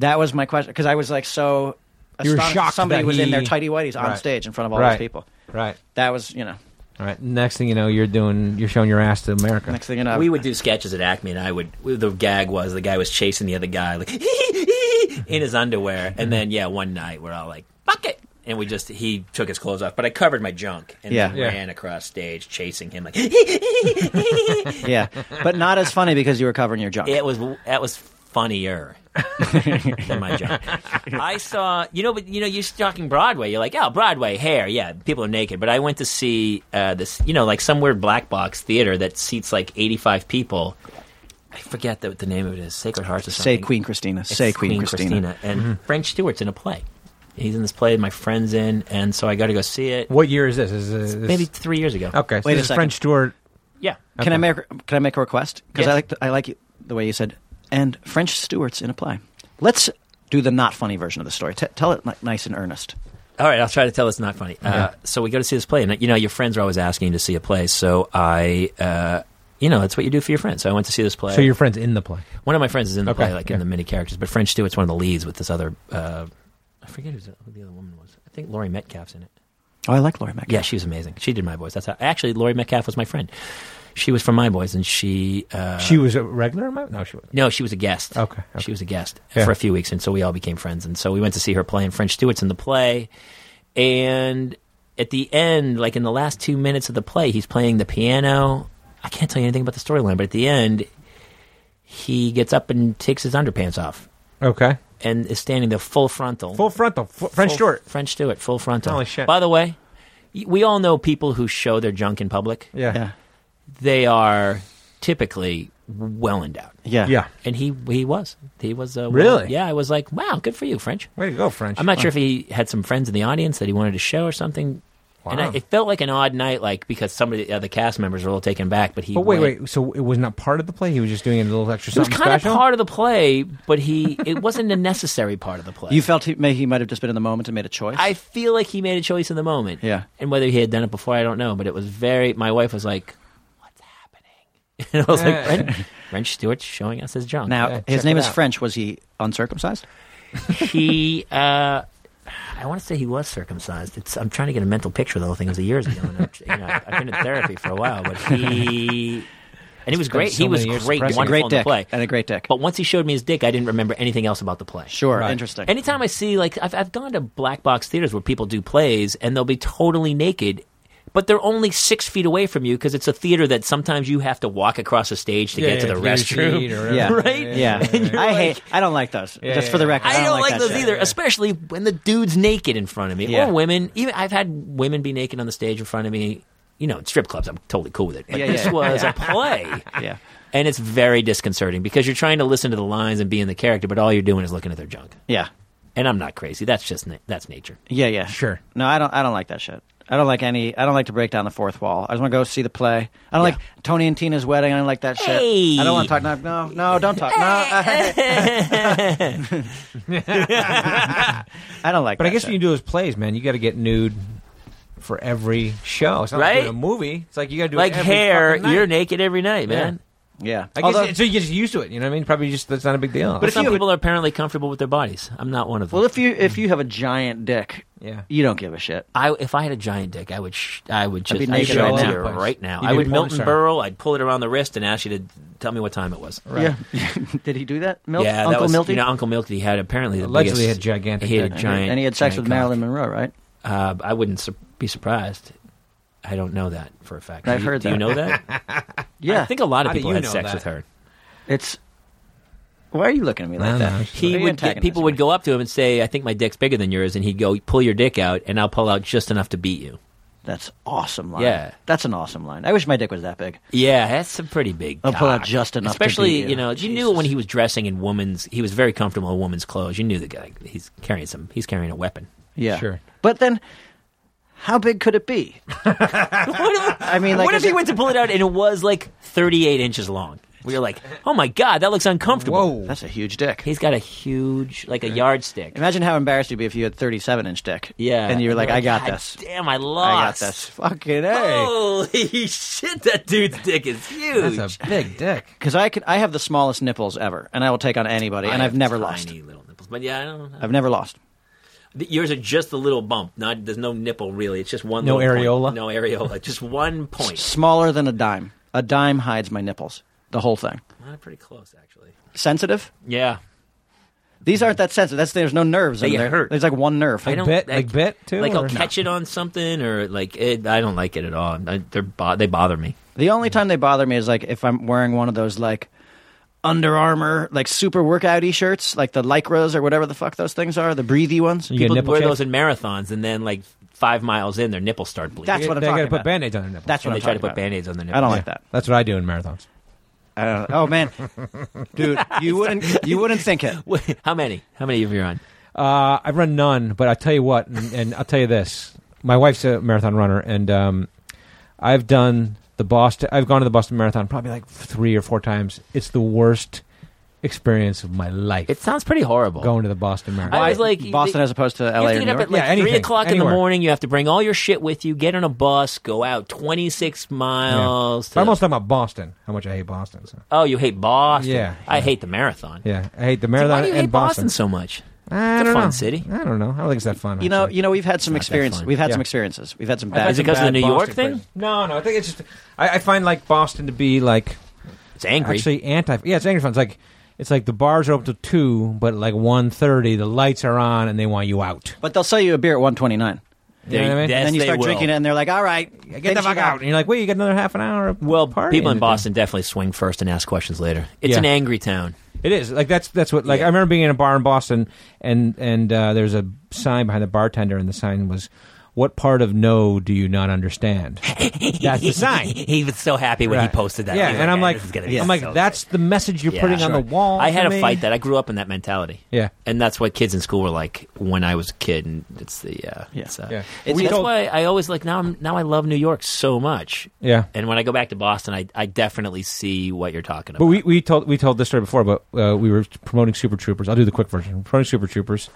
[SPEAKER 7] That was my question because I was like so.
[SPEAKER 1] You were
[SPEAKER 7] astonished
[SPEAKER 1] shocked
[SPEAKER 7] Somebody
[SPEAKER 1] that
[SPEAKER 7] was in their
[SPEAKER 1] he-
[SPEAKER 7] tidy whities on
[SPEAKER 1] Right.
[SPEAKER 7] stage in front of all
[SPEAKER 1] Right.
[SPEAKER 7] those people.
[SPEAKER 1] Right.
[SPEAKER 7] That was you know.
[SPEAKER 1] All right. Next thing you know, you're doing. You're showing your ass to America.
[SPEAKER 7] Next thing you know,
[SPEAKER 5] we would do sketches at Acme, and I would. we- The gag was the guy was chasing the other guy, like in his underwear, and then yeah, one night we're all like bucket, and we just he took his clothes off, but I covered my junk and
[SPEAKER 7] Yeah.
[SPEAKER 5] just
[SPEAKER 1] Yeah.
[SPEAKER 5] ran across stage chasing him like.
[SPEAKER 7] yeah, but not as funny because you were covering your junk.
[SPEAKER 5] It was that was funnier than my job. I saw you know, but you know, you're talking Broadway. You're like, oh, Broadway hair, yeah, people are naked. But I went to see uh, this, you know, like some weird black box theater that seats like 85 people. I forget the, what the name of it is, Sacred Hearts or something.
[SPEAKER 7] Say Queen Christina.
[SPEAKER 5] It's
[SPEAKER 7] Say Queen, Christina. Mm-hmm.
[SPEAKER 5] and French Stewart's in a play. He's in this play. My friend's in, and so I got to go see it.
[SPEAKER 1] What year is this? Is, is
[SPEAKER 5] Maybe three years ago.
[SPEAKER 1] Okay. So
[SPEAKER 7] Wait a
[SPEAKER 1] this is
[SPEAKER 7] second.
[SPEAKER 1] French Stewart.
[SPEAKER 5] Yeah.
[SPEAKER 7] Can I make can I make a request? Because
[SPEAKER 5] Yeah.
[SPEAKER 7] I like the, I like you- the way you said and French Stewart's in a play. Let's do the not funny version of the story. T- tell it like, nice and earnest.
[SPEAKER 5] All right, I'll try to tell it's not funny. Uh, so we go to see this play, and you know your friends are always asking to see a play. So I, uh, you know, that's what you do for your friends. So I went to see this play.
[SPEAKER 1] So your friend's in the play.
[SPEAKER 5] one of my friends is in the
[SPEAKER 1] Okay,
[SPEAKER 5] play, like
[SPEAKER 1] yeah.
[SPEAKER 5] in the mini characters, but French Stewart's one of the leads with this other. Uh, I forget who's, who the other woman was. I think Laurie Metcalf's in it.
[SPEAKER 7] Oh, I like Laurie Metcalf.
[SPEAKER 5] Yeah, she was amazing. She did my voice. That's how, actually Laurie Metcalf was my friend. She was from my boys, and she uh,
[SPEAKER 1] she was a regular. Amount? No, she was.
[SPEAKER 5] no, she was a guest.
[SPEAKER 1] Okay, okay.
[SPEAKER 5] she was a guest
[SPEAKER 1] Yeah.
[SPEAKER 5] for a few weeks, and so we all became friends. And so we went to see her play, and French Stewart's in the play, and at the end, like in the last two minutes of the play, he's playing the piano. I can't tell you anything about the storyline, but at the end, he gets up and takes his underpants off
[SPEAKER 1] Okay.
[SPEAKER 5] and is standing there full frontal.
[SPEAKER 1] Full frontal. F- French
[SPEAKER 5] Full-
[SPEAKER 1] Stewart.
[SPEAKER 5] French Stewart, full frontal.
[SPEAKER 1] Holy shit.
[SPEAKER 5] By the way, y- we all know people who show their junk in public.
[SPEAKER 1] Yeah.
[SPEAKER 7] yeah,
[SPEAKER 5] They are typically well endowed.
[SPEAKER 7] yeah,
[SPEAKER 1] Yeah.
[SPEAKER 5] And he he was. He was. Uh, well-
[SPEAKER 1] Really?
[SPEAKER 5] yeah, I was like, wow, good for you, French.
[SPEAKER 1] Way to go, French.
[SPEAKER 5] I'm not sure if he had some friends in the audience that he wanted to show or something. And I,
[SPEAKER 1] Wow.
[SPEAKER 5] it felt like an odd night, like because some of the other cast members were a little taken back, but he
[SPEAKER 1] But wait,
[SPEAKER 5] went-
[SPEAKER 1] wait. So it was not part of the play. He was just doing a little extra
[SPEAKER 5] It was
[SPEAKER 1] something
[SPEAKER 5] kind
[SPEAKER 1] special.
[SPEAKER 5] of part of the play, but he it wasn't a necessary part of the play.
[SPEAKER 7] You felt he, may, he might have just been in the moment and made a choice.
[SPEAKER 5] I feel like he made a choice in the moment.
[SPEAKER 7] Yeah.
[SPEAKER 5] And whether he had done it before, I don't know. But it was very. My wife was like, "What's happening?" And I was like, "French, French Stewart's showing us his junk."
[SPEAKER 7] now
[SPEAKER 1] Yeah, check
[SPEAKER 7] his name
[SPEAKER 1] it
[SPEAKER 7] is
[SPEAKER 1] out.
[SPEAKER 7] French. Was he uncircumcised?
[SPEAKER 5] he, uh, I want to say he was circumcised. It's, I'm trying to get a mental picture of the whole thing. It was years ago. And I'm, you know, I've been in therapy for a while, but he. And he was great.
[SPEAKER 1] so
[SPEAKER 5] he was
[SPEAKER 1] many years
[SPEAKER 5] great.
[SPEAKER 1] suppressing it.
[SPEAKER 5] Wonderful
[SPEAKER 7] great
[SPEAKER 5] in
[SPEAKER 7] dick
[SPEAKER 5] the play.
[SPEAKER 7] and a great dick.
[SPEAKER 5] But once he showed me his dick, I didn't remember anything else about the play.
[SPEAKER 7] Sure,
[SPEAKER 1] Right.
[SPEAKER 7] interesting.
[SPEAKER 5] Anytime I see, like, I've, I've gone to black box theaters where people do plays and they'll be totally naked, but they're only six feet away from you because it's a theater that sometimes you have to walk across a stage to
[SPEAKER 1] Yeah,
[SPEAKER 5] get to
[SPEAKER 1] yeah,
[SPEAKER 5] the
[SPEAKER 1] your seat or
[SPEAKER 5] restroom.
[SPEAKER 1] whatever.
[SPEAKER 7] yeah,
[SPEAKER 5] Right?
[SPEAKER 7] Yeah, I hate. I don't like those. just for the
[SPEAKER 1] yeah, yeah.
[SPEAKER 7] record, I
[SPEAKER 5] I don't like,
[SPEAKER 7] that
[SPEAKER 5] those
[SPEAKER 7] shit.
[SPEAKER 5] either, especially when the dude's naked in front of me
[SPEAKER 7] Yeah.
[SPEAKER 5] or women. Even I've had women be naked on the stage in front of me. You know, in strip clubs, I'm totally cool with it. But
[SPEAKER 7] Yeah,
[SPEAKER 5] this
[SPEAKER 7] yeah.
[SPEAKER 5] was a play.
[SPEAKER 7] Yeah.
[SPEAKER 5] And it's very disconcerting because you're trying to listen to the lines and be in the character, but all you're doing is looking at their junk.
[SPEAKER 7] Yeah.
[SPEAKER 5] And I'm not crazy. That's just na- that's nature.
[SPEAKER 7] Yeah, yeah.
[SPEAKER 1] Sure.
[SPEAKER 7] No, I don't I don't like that shit. I don't like any I don't like to break down the fourth wall. I just want to go see the play. I don't like Tony and Tina's wedding. I don't like that shit. I don't want to talk no no, no don't talk. No. I don't like
[SPEAKER 1] But
[SPEAKER 7] that
[SPEAKER 1] I guess
[SPEAKER 7] shit.
[SPEAKER 1] when you do those plays, man, you got to get nude for every show. It's not
[SPEAKER 5] Right?
[SPEAKER 1] like doing a movie. It's like you got to do it
[SPEAKER 5] Like
[SPEAKER 1] every
[SPEAKER 5] hair,
[SPEAKER 1] fucking night.
[SPEAKER 5] you're naked every night, man.
[SPEAKER 7] Yeah.
[SPEAKER 1] I guess
[SPEAKER 7] Although,
[SPEAKER 1] so you get used to it. You know what I mean? Probably just that's not a big deal.
[SPEAKER 5] But some people are apparently comfortable with their bodies. I'm not one of them.
[SPEAKER 7] well if you if you have a giant dick,
[SPEAKER 1] Yeah.
[SPEAKER 7] you don't give a shit.
[SPEAKER 5] I, if I had a giant dick, I would sh- I would just
[SPEAKER 7] be
[SPEAKER 5] I'd
[SPEAKER 7] naked
[SPEAKER 5] show
[SPEAKER 7] all
[SPEAKER 5] it to
[SPEAKER 7] over
[SPEAKER 5] you
[SPEAKER 1] the place.
[SPEAKER 5] right now.
[SPEAKER 1] You'd
[SPEAKER 5] I
[SPEAKER 1] be
[SPEAKER 5] would
[SPEAKER 1] a porn
[SPEAKER 5] Milton
[SPEAKER 1] star.
[SPEAKER 5] Burrow. I'd pull it around the wrist and ask you to tell me what time it was.
[SPEAKER 7] Yeah. Did he do that? Milt?
[SPEAKER 5] Yeah, that
[SPEAKER 7] Uncle
[SPEAKER 5] was,
[SPEAKER 7] Milty?
[SPEAKER 5] You know, Uncle Milty had apparently the
[SPEAKER 1] Allegedly
[SPEAKER 5] biggest,
[SPEAKER 1] had gigantic
[SPEAKER 5] He had a
[SPEAKER 1] dick.
[SPEAKER 5] giant,
[SPEAKER 7] and he had sex
[SPEAKER 5] giant
[SPEAKER 7] with
[SPEAKER 5] cock.
[SPEAKER 7] Marilyn Monroe, right?
[SPEAKER 5] Uh, I wouldn't su- be surprised. I don't know that for a fact.
[SPEAKER 7] I've
[SPEAKER 5] Do you- do
[SPEAKER 7] heard that.
[SPEAKER 5] you know that?
[SPEAKER 7] Yeah.
[SPEAKER 5] I think a lot of
[SPEAKER 1] How do
[SPEAKER 5] people
[SPEAKER 1] you
[SPEAKER 5] had
[SPEAKER 1] know
[SPEAKER 5] sex
[SPEAKER 1] that?
[SPEAKER 5] with her.
[SPEAKER 7] it's why are you looking at me like
[SPEAKER 1] No,
[SPEAKER 7] that?
[SPEAKER 1] no, I'm just-
[SPEAKER 7] Why
[SPEAKER 5] He
[SPEAKER 7] are you
[SPEAKER 5] would get,
[SPEAKER 7] antagonizing
[SPEAKER 5] people
[SPEAKER 7] me?
[SPEAKER 5] would go up to him and say, "I think my dick's bigger than yours," and he'd go, "Pull your dick out, and I'll pull out just enough to beat you."
[SPEAKER 7] That's awesome line.
[SPEAKER 5] Yeah.
[SPEAKER 7] That's an awesome line. I wish my dick was that big.
[SPEAKER 5] Yeah, that's a pretty big.
[SPEAKER 7] I'll pull out
[SPEAKER 5] cock.
[SPEAKER 7] just enough to
[SPEAKER 5] Especially,
[SPEAKER 7] beat you.
[SPEAKER 5] you know, you knew
[SPEAKER 7] Jesus.
[SPEAKER 5] when he was dressing in woman's. He was very comfortable in woman's clothes. You knew the guy. He's carrying some. He's carrying a weapon.
[SPEAKER 7] Yeah.
[SPEAKER 1] Sure.
[SPEAKER 7] But then how big could it be? I mean, like,
[SPEAKER 5] what if
[SPEAKER 7] is
[SPEAKER 5] he
[SPEAKER 7] it-
[SPEAKER 5] went to pull it out and it was like 38 inches long? We were like, oh my god, that looks uncomfortable.
[SPEAKER 1] Whoa.
[SPEAKER 7] That's a huge dick.
[SPEAKER 5] He's got a huge, like a yardstick.
[SPEAKER 7] Imagine how embarrassed you'd be if you had 37 inch dick.
[SPEAKER 5] Yeah,
[SPEAKER 7] And you were like, I got
[SPEAKER 5] "God
[SPEAKER 7] this.
[SPEAKER 5] Damn, Oh. I
[SPEAKER 7] I got
[SPEAKER 5] lost.
[SPEAKER 7] this. Fucking A.
[SPEAKER 5] Holy shit, that dude's dick is huge.
[SPEAKER 1] That's a big dick.
[SPEAKER 7] Because I, could- I have the smallest nipples ever, and I will take on anybody, and
[SPEAKER 5] I
[SPEAKER 7] I've
[SPEAKER 5] have
[SPEAKER 7] never
[SPEAKER 5] tiny
[SPEAKER 7] lost.
[SPEAKER 5] little nipples, but yeah, I don't. know.
[SPEAKER 7] I've never lost.
[SPEAKER 5] Yours are just a little bump. Not there's no nipple really. It's just one.
[SPEAKER 1] No
[SPEAKER 5] little point.
[SPEAKER 1] areola?
[SPEAKER 5] No areola. Just one point.
[SPEAKER 7] Smaller than a dime. A dime hides my nipples. The whole thing.
[SPEAKER 5] Ah, pretty close actually.
[SPEAKER 7] Sensitive?
[SPEAKER 5] Yeah.
[SPEAKER 7] These aren't that sensitive. That's there's no nerves. in
[SPEAKER 5] They
[SPEAKER 7] there.
[SPEAKER 5] hurt.
[SPEAKER 7] There's like one nerve.
[SPEAKER 5] I
[SPEAKER 1] Like
[SPEAKER 5] don't
[SPEAKER 1] bit-
[SPEAKER 5] I-
[SPEAKER 1] like bit, too,
[SPEAKER 5] Like I'll
[SPEAKER 1] or-
[SPEAKER 5] catch it on something, or like it, I don't like it at all. I, they're bo- they bother me.
[SPEAKER 7] The only time they bother me is like if I'm wearing one of those like Under Armour like super workouty shirts, like the lycras or whatever the fuck those things are, the breathy ones.
[SPEAKER 1] You get
[SPEAKER 5] People
[SPEAKER 1] nipple
[SPEAKER 5] wear
[SPEAKER 1] check?
[SPEAKER 5] those in marathons, and then like five miles in, their nipples start bleeding.
[SPEAKER 7] That's
[SPEAKER 1] They-
[SPEAKER 7] what I'm
[SPEAKER 1] they
[SPEAKER 7] talking
[SPEAKER 1] gotta put
[SPEAKER 7] about.
[SPEAKER 1] band-aids on their nipples.
[SPEAKER 7] That's what
[SPEAKER 5] and
[SPEAKER 7] I'm
[SPEAKER 5] they try to
[SPEAKER 7] talking
[SPEAKER 5] put
[SPEAKER 7] about.
[SPEAKER 5] band aids on their nipples.
[SPEAKER 7] I don't like that.
[SPEAKER 1] That's what I do in marathons.
[SPEAKER 7] I don't know. Oh man, dude, you wouldn't you wouldn't think it.
[SPEAKER 5] Wait, How many? How many of you are on?
[SPEAKER 1] Uh, I've run none, but I'll tell you what, and, and I'll tell you this. My wife's a marathon runner, and um, I've done the Boston. I've gone to the Boston Marathon probably like three or four times. It's the worst experience of my life.
[SPEAKER 5] It sounds pretty horrible.
[SPEAKER 1] going to the Boston Marathon.
[SPEAKER 5] I was like
[SPEAKER 7] Boston
[SPEAKER 5] they-
[SPEAKER 7] as opposed to
[SPEAKER 5] You
[SPEAKER 7] LA
[SPEAKER 5] have
[SPEAKER 7] or
[SPEAKER 5] to
[SPEAKER 7] New
[SPEAKER 5] get up
[SPEAKER 7] York.
[SPEAKER 5] at like
[SPEAKER 1] Yeah,
[SPEAKER 5] three
[SPEAKER 1] anything,
[SPEAKER 5] o'clock in
[SPEAKER 1] anywhere.
[SPEAKER 5] the morning. You have to bring all your shit with you. Get on a bus, go out twenty six
[SPEAKER 1] Yeah.
[SPEAKER 5] miles.
[SPEAKER 1] But I'm
[SPEAKER 5] to-
[SPEAKER 1] also talking about Boston. How much I hate Boston. So.
[SPEAKER 5] oh, you hate Boston?
[SPEAKER 1] Yeah,
[SPEAKER 5] I
[SPEAKER 1] yeah.
[SPEAKER 5] hate the marathon.
[SPEAKER 1] Yeah, I hate the
[SPEAKER 5] So
[SPEAKER 1] marathon
[SPEAKER 5] why do you
[SPEAKER 1] and
[SPEAKER 5] hate Boston so much?
[SPEAKER 1] I
[SPEAKER 5] It's a
[SPEAKER 1] don't
[SPEAKER 5] fun
[SPEAKER 1] know.
[SPEAKER 5] city.
[SPEAKER 1] I don't know. I don't think it's that fun.
[SPEAKER 7] You know,
[SPEAKER 1] actually.
[SPEAKER 7] you know, we've had some
[SPEAKER 5] not that
[SPEAKER 7] experiences.
[SPEAKER 5] fun.
[SPEAKER 7] We've had
[SPEAKER 1] Yeah.
[SPEAKER 7] some experiences. We've had some
[SPEAKER 5] I thought
[SPEAKER 7] bad.
[SPEAKER 5] Is it because of
[SPEAKER 1] Bad
[SPEAKER 5] the New York
[SPEAKER 1] Boston
[SPEAKER 5] thing?
[SPEAKER 1] prison. No, no. I think it's just I, I find like Boston to be like
[SPEAKER 5] It's angry.
[SPEAKER 1] actually anti. Yeah, it's angry fun. It's like it's like the bars are open till two, but like 1.30, the lights are on, and they want you out.
[SPEAKER 7] But they'll sell you a beer at one twenty nine.
[SPEAKER 5] They-
[SPEAKER 1] know what I mean?
[SPEAKER 5] yes,
[SPEAKER 7] and then you
[SPEAKER 5] they
[SPEAKER 7] start
[SPEAKER 5] will.
[SPEAKER 7] drinking it, and they're like, "All right,
[SPEAKER 1] Get the fuck out! And you're like, wait, you got another half an hour. of
[SPEAKER 5] Well,
[SPEAKER 1] partying
[SPEAKER 5] people in
[SPEAKER 1] to do.
[SPEAKER 5] Boston definitely swing first and ask questions later. It's
[SPEAKER 1] Yeah.
[SPEAKER 5] an angry town.
[SPEAKER 1] It is like that's that's what like
[SPEAKER 5] Yeah.
[SPEAKER 1] I remember being in a bar in Boston and and uh, there's a sign behind the bartender and the sign was, "What part of no do you not understand?" that's the sign.
[SPEAKER 5] he was so happy when he posted that.
[SPEAKER 1] Yeah,
[SPEAKER 5] He's
[SPEAKER 1] and I'm
[SPEAKER 5] "Man,
[SPEAKER 1] like,
[SPEAKER 5] this is gonna
[SPEAKER 1] I'm
[SPEAKER 5] be
[SPEAKER 1] like,
[SPEAKER 5] so
[SPEAKER 1] that's the message you're
[SPEAKER 5] good."
[SPEAKER 1] putting
[SPEAKER 5] Yeah.
[SPEAKER 1] on the wall.
[SPEAKER 5] I had
[SPEAKER 1] to
[SPEAKER 5] to
[SPEAKER 1] me.
[SPEAKER 5] fight that. I grew up in that mentality.
[SPEAKER 1] Yeah.
[SPEAKER 5] and that's what kids in school were like when I was a kid. And it's the uh,
[SPEAKER 7] Yeah.
[SPEAKER 5] It's, uh,
[SPEAKER 1] Yeah.
[SPEAKER 5] It's,
[SPEAKER 1] We
[SPEAKER 5] that's
[SPEAKER 1] told-
[SPEAKER 5] why I always like now. I'm, now I love New York so much.
[SPEAKER 1] Yeah.
[SPEAKER 5] and when I go back to Boston, I, I definitely see what you're talking about.
[SPEAKER 1] But we, we told we told this story before, but uh, we were promoting Super Troopers. I'll do the quick version. We're promoting Super Troopers,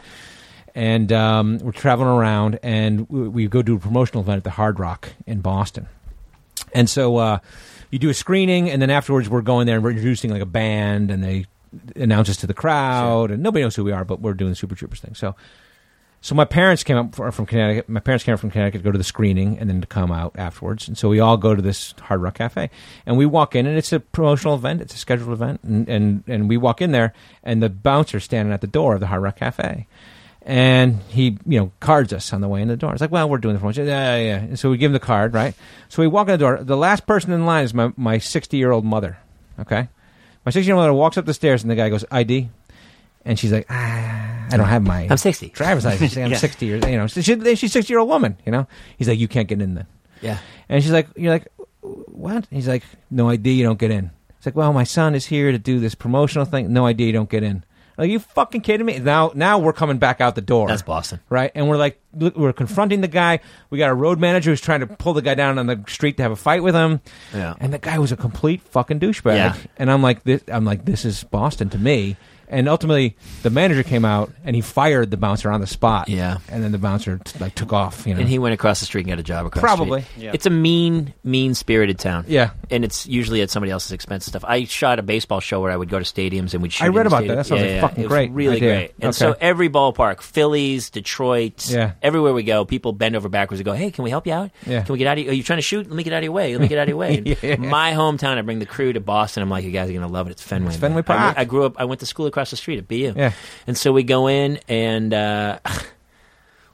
[SPEAKER 1] and um, we're traveling around, and we, we go do a promotional event at the Hard Rock in Boston. And so uh, you do a screening, and then afterwards we're going there and we're introducing like a band, and they announce us to the crowd, and nobody knows who we are, but we're doing the Super Troopers thing. So, so my parents came up fr- from Connecticut. My parents came up from Connecticut to go to the screening, and then to come out afterwards. And so we all go to this Hard Rock Cafe, and we walk in, and it's a promotional event, it's a scheduled event, and and, and we walk in there, and the bouncer's standing at the door of the Hard Rock Cafe. And he, you know, cards us on the way in the door. It's like, well, we're doing the promotion. Yeah, yeah. yeah. And so we give him the card, right? So we walk in the door. The last person in line is my my sixty year old mother. Okay, my sixty year old mother walks up the stairs, and the guy goes, "ID," and she's like, "Ah, I don't have my
[SPEAKER 5] I'm 60.
[SPEAKER 1] driver's license. I'm sixty years. You know, she, she's sixty year old woman. You know, he's like, you can't get in then.
[SPEAKER 5] yeah,
[SPEAKER 1] And she's like, you're like, what? He's like, no idea, you don't get in. It's like, well, my son is here to do this promotional thing. No idea, you don't get in. Are you fucking kidding me? Now, now we're coming back out the door.
[SPEAKER 5] That's Boston.
[SPEAKER 1] right? And we're like, look, we're confronting the guy. We got a road manager who's trying to pull the guy down on the street to have a fight with him.
[SPEAKER 5] Yeah.
[SPEAKER 1] And the guy was a complete fucking douchebag.
[SPEAKER 5] Yeah.
[SPEAKER 1] And I'm like, this, I'm like, this is Boston to me. And ultimately, the manager came out and he fired the bouncer on the spot.
[SPEAKER 5] Yeah.
[SPEAKER 1] and then the bouncer t- like took off. You know,
[SPEAKER 5] and he went across the street and got a job across
[SPEAKER 1] Probably.
[SPEAKER 5] the street. It's a mean, mean spirited town.
[SPEAKER 1] Yeah.
[SPEAKER 5] And it's usually at somebody else's expense stuff. I shot a baseball show where I would go to stadiums and we'd shoot.
[SPEAKER 1] I
[SPEAKER 5] in
[SPEAKER 1] read
[SPEAKER 5] the
[SPEAKER 1] about
[SPEAKER 5] stadium.
[SPEAKER 1] that. That sounds
[SPEAKER 5] yeah,
[SPEAKER 1] like
[SPEAKER 5] yeah,
[SPEAKER 1] fucking
[SPEAKER 5] it was
[SPEAKER 1] great
[SPEAKER 5] Really
[SPEAKER 1] idea.
[SPEAKER 5] great. And so
[SPEAKER 1] Okay.
[SPEAKER 5] every ballpark, Phillies, Detroit,
[SPEAKER 1] Yeah.
[SPEAKER 5] everywhere we go, people bend over backwards and go, Hey, can we help you out?
[SPEAKER 1] Yeah.
[SPEAKER 5] Can we get out of Are you trying to shoot? Let me get out of your way. Let me get out of your way. And My hometown, I bring the crew to Boston. I'm like, You guys are gonna love it. It's Fenway. man."
[SPEAKER 1] Fenway
[SPEAKER 5] I-
[SPEAKER 1] Park.
[SPEAKER 5] I, grew up I went to school across the street at BU.
[SPEAKER 1] Yeah.
[SPEAKER 5] And so we go in and uh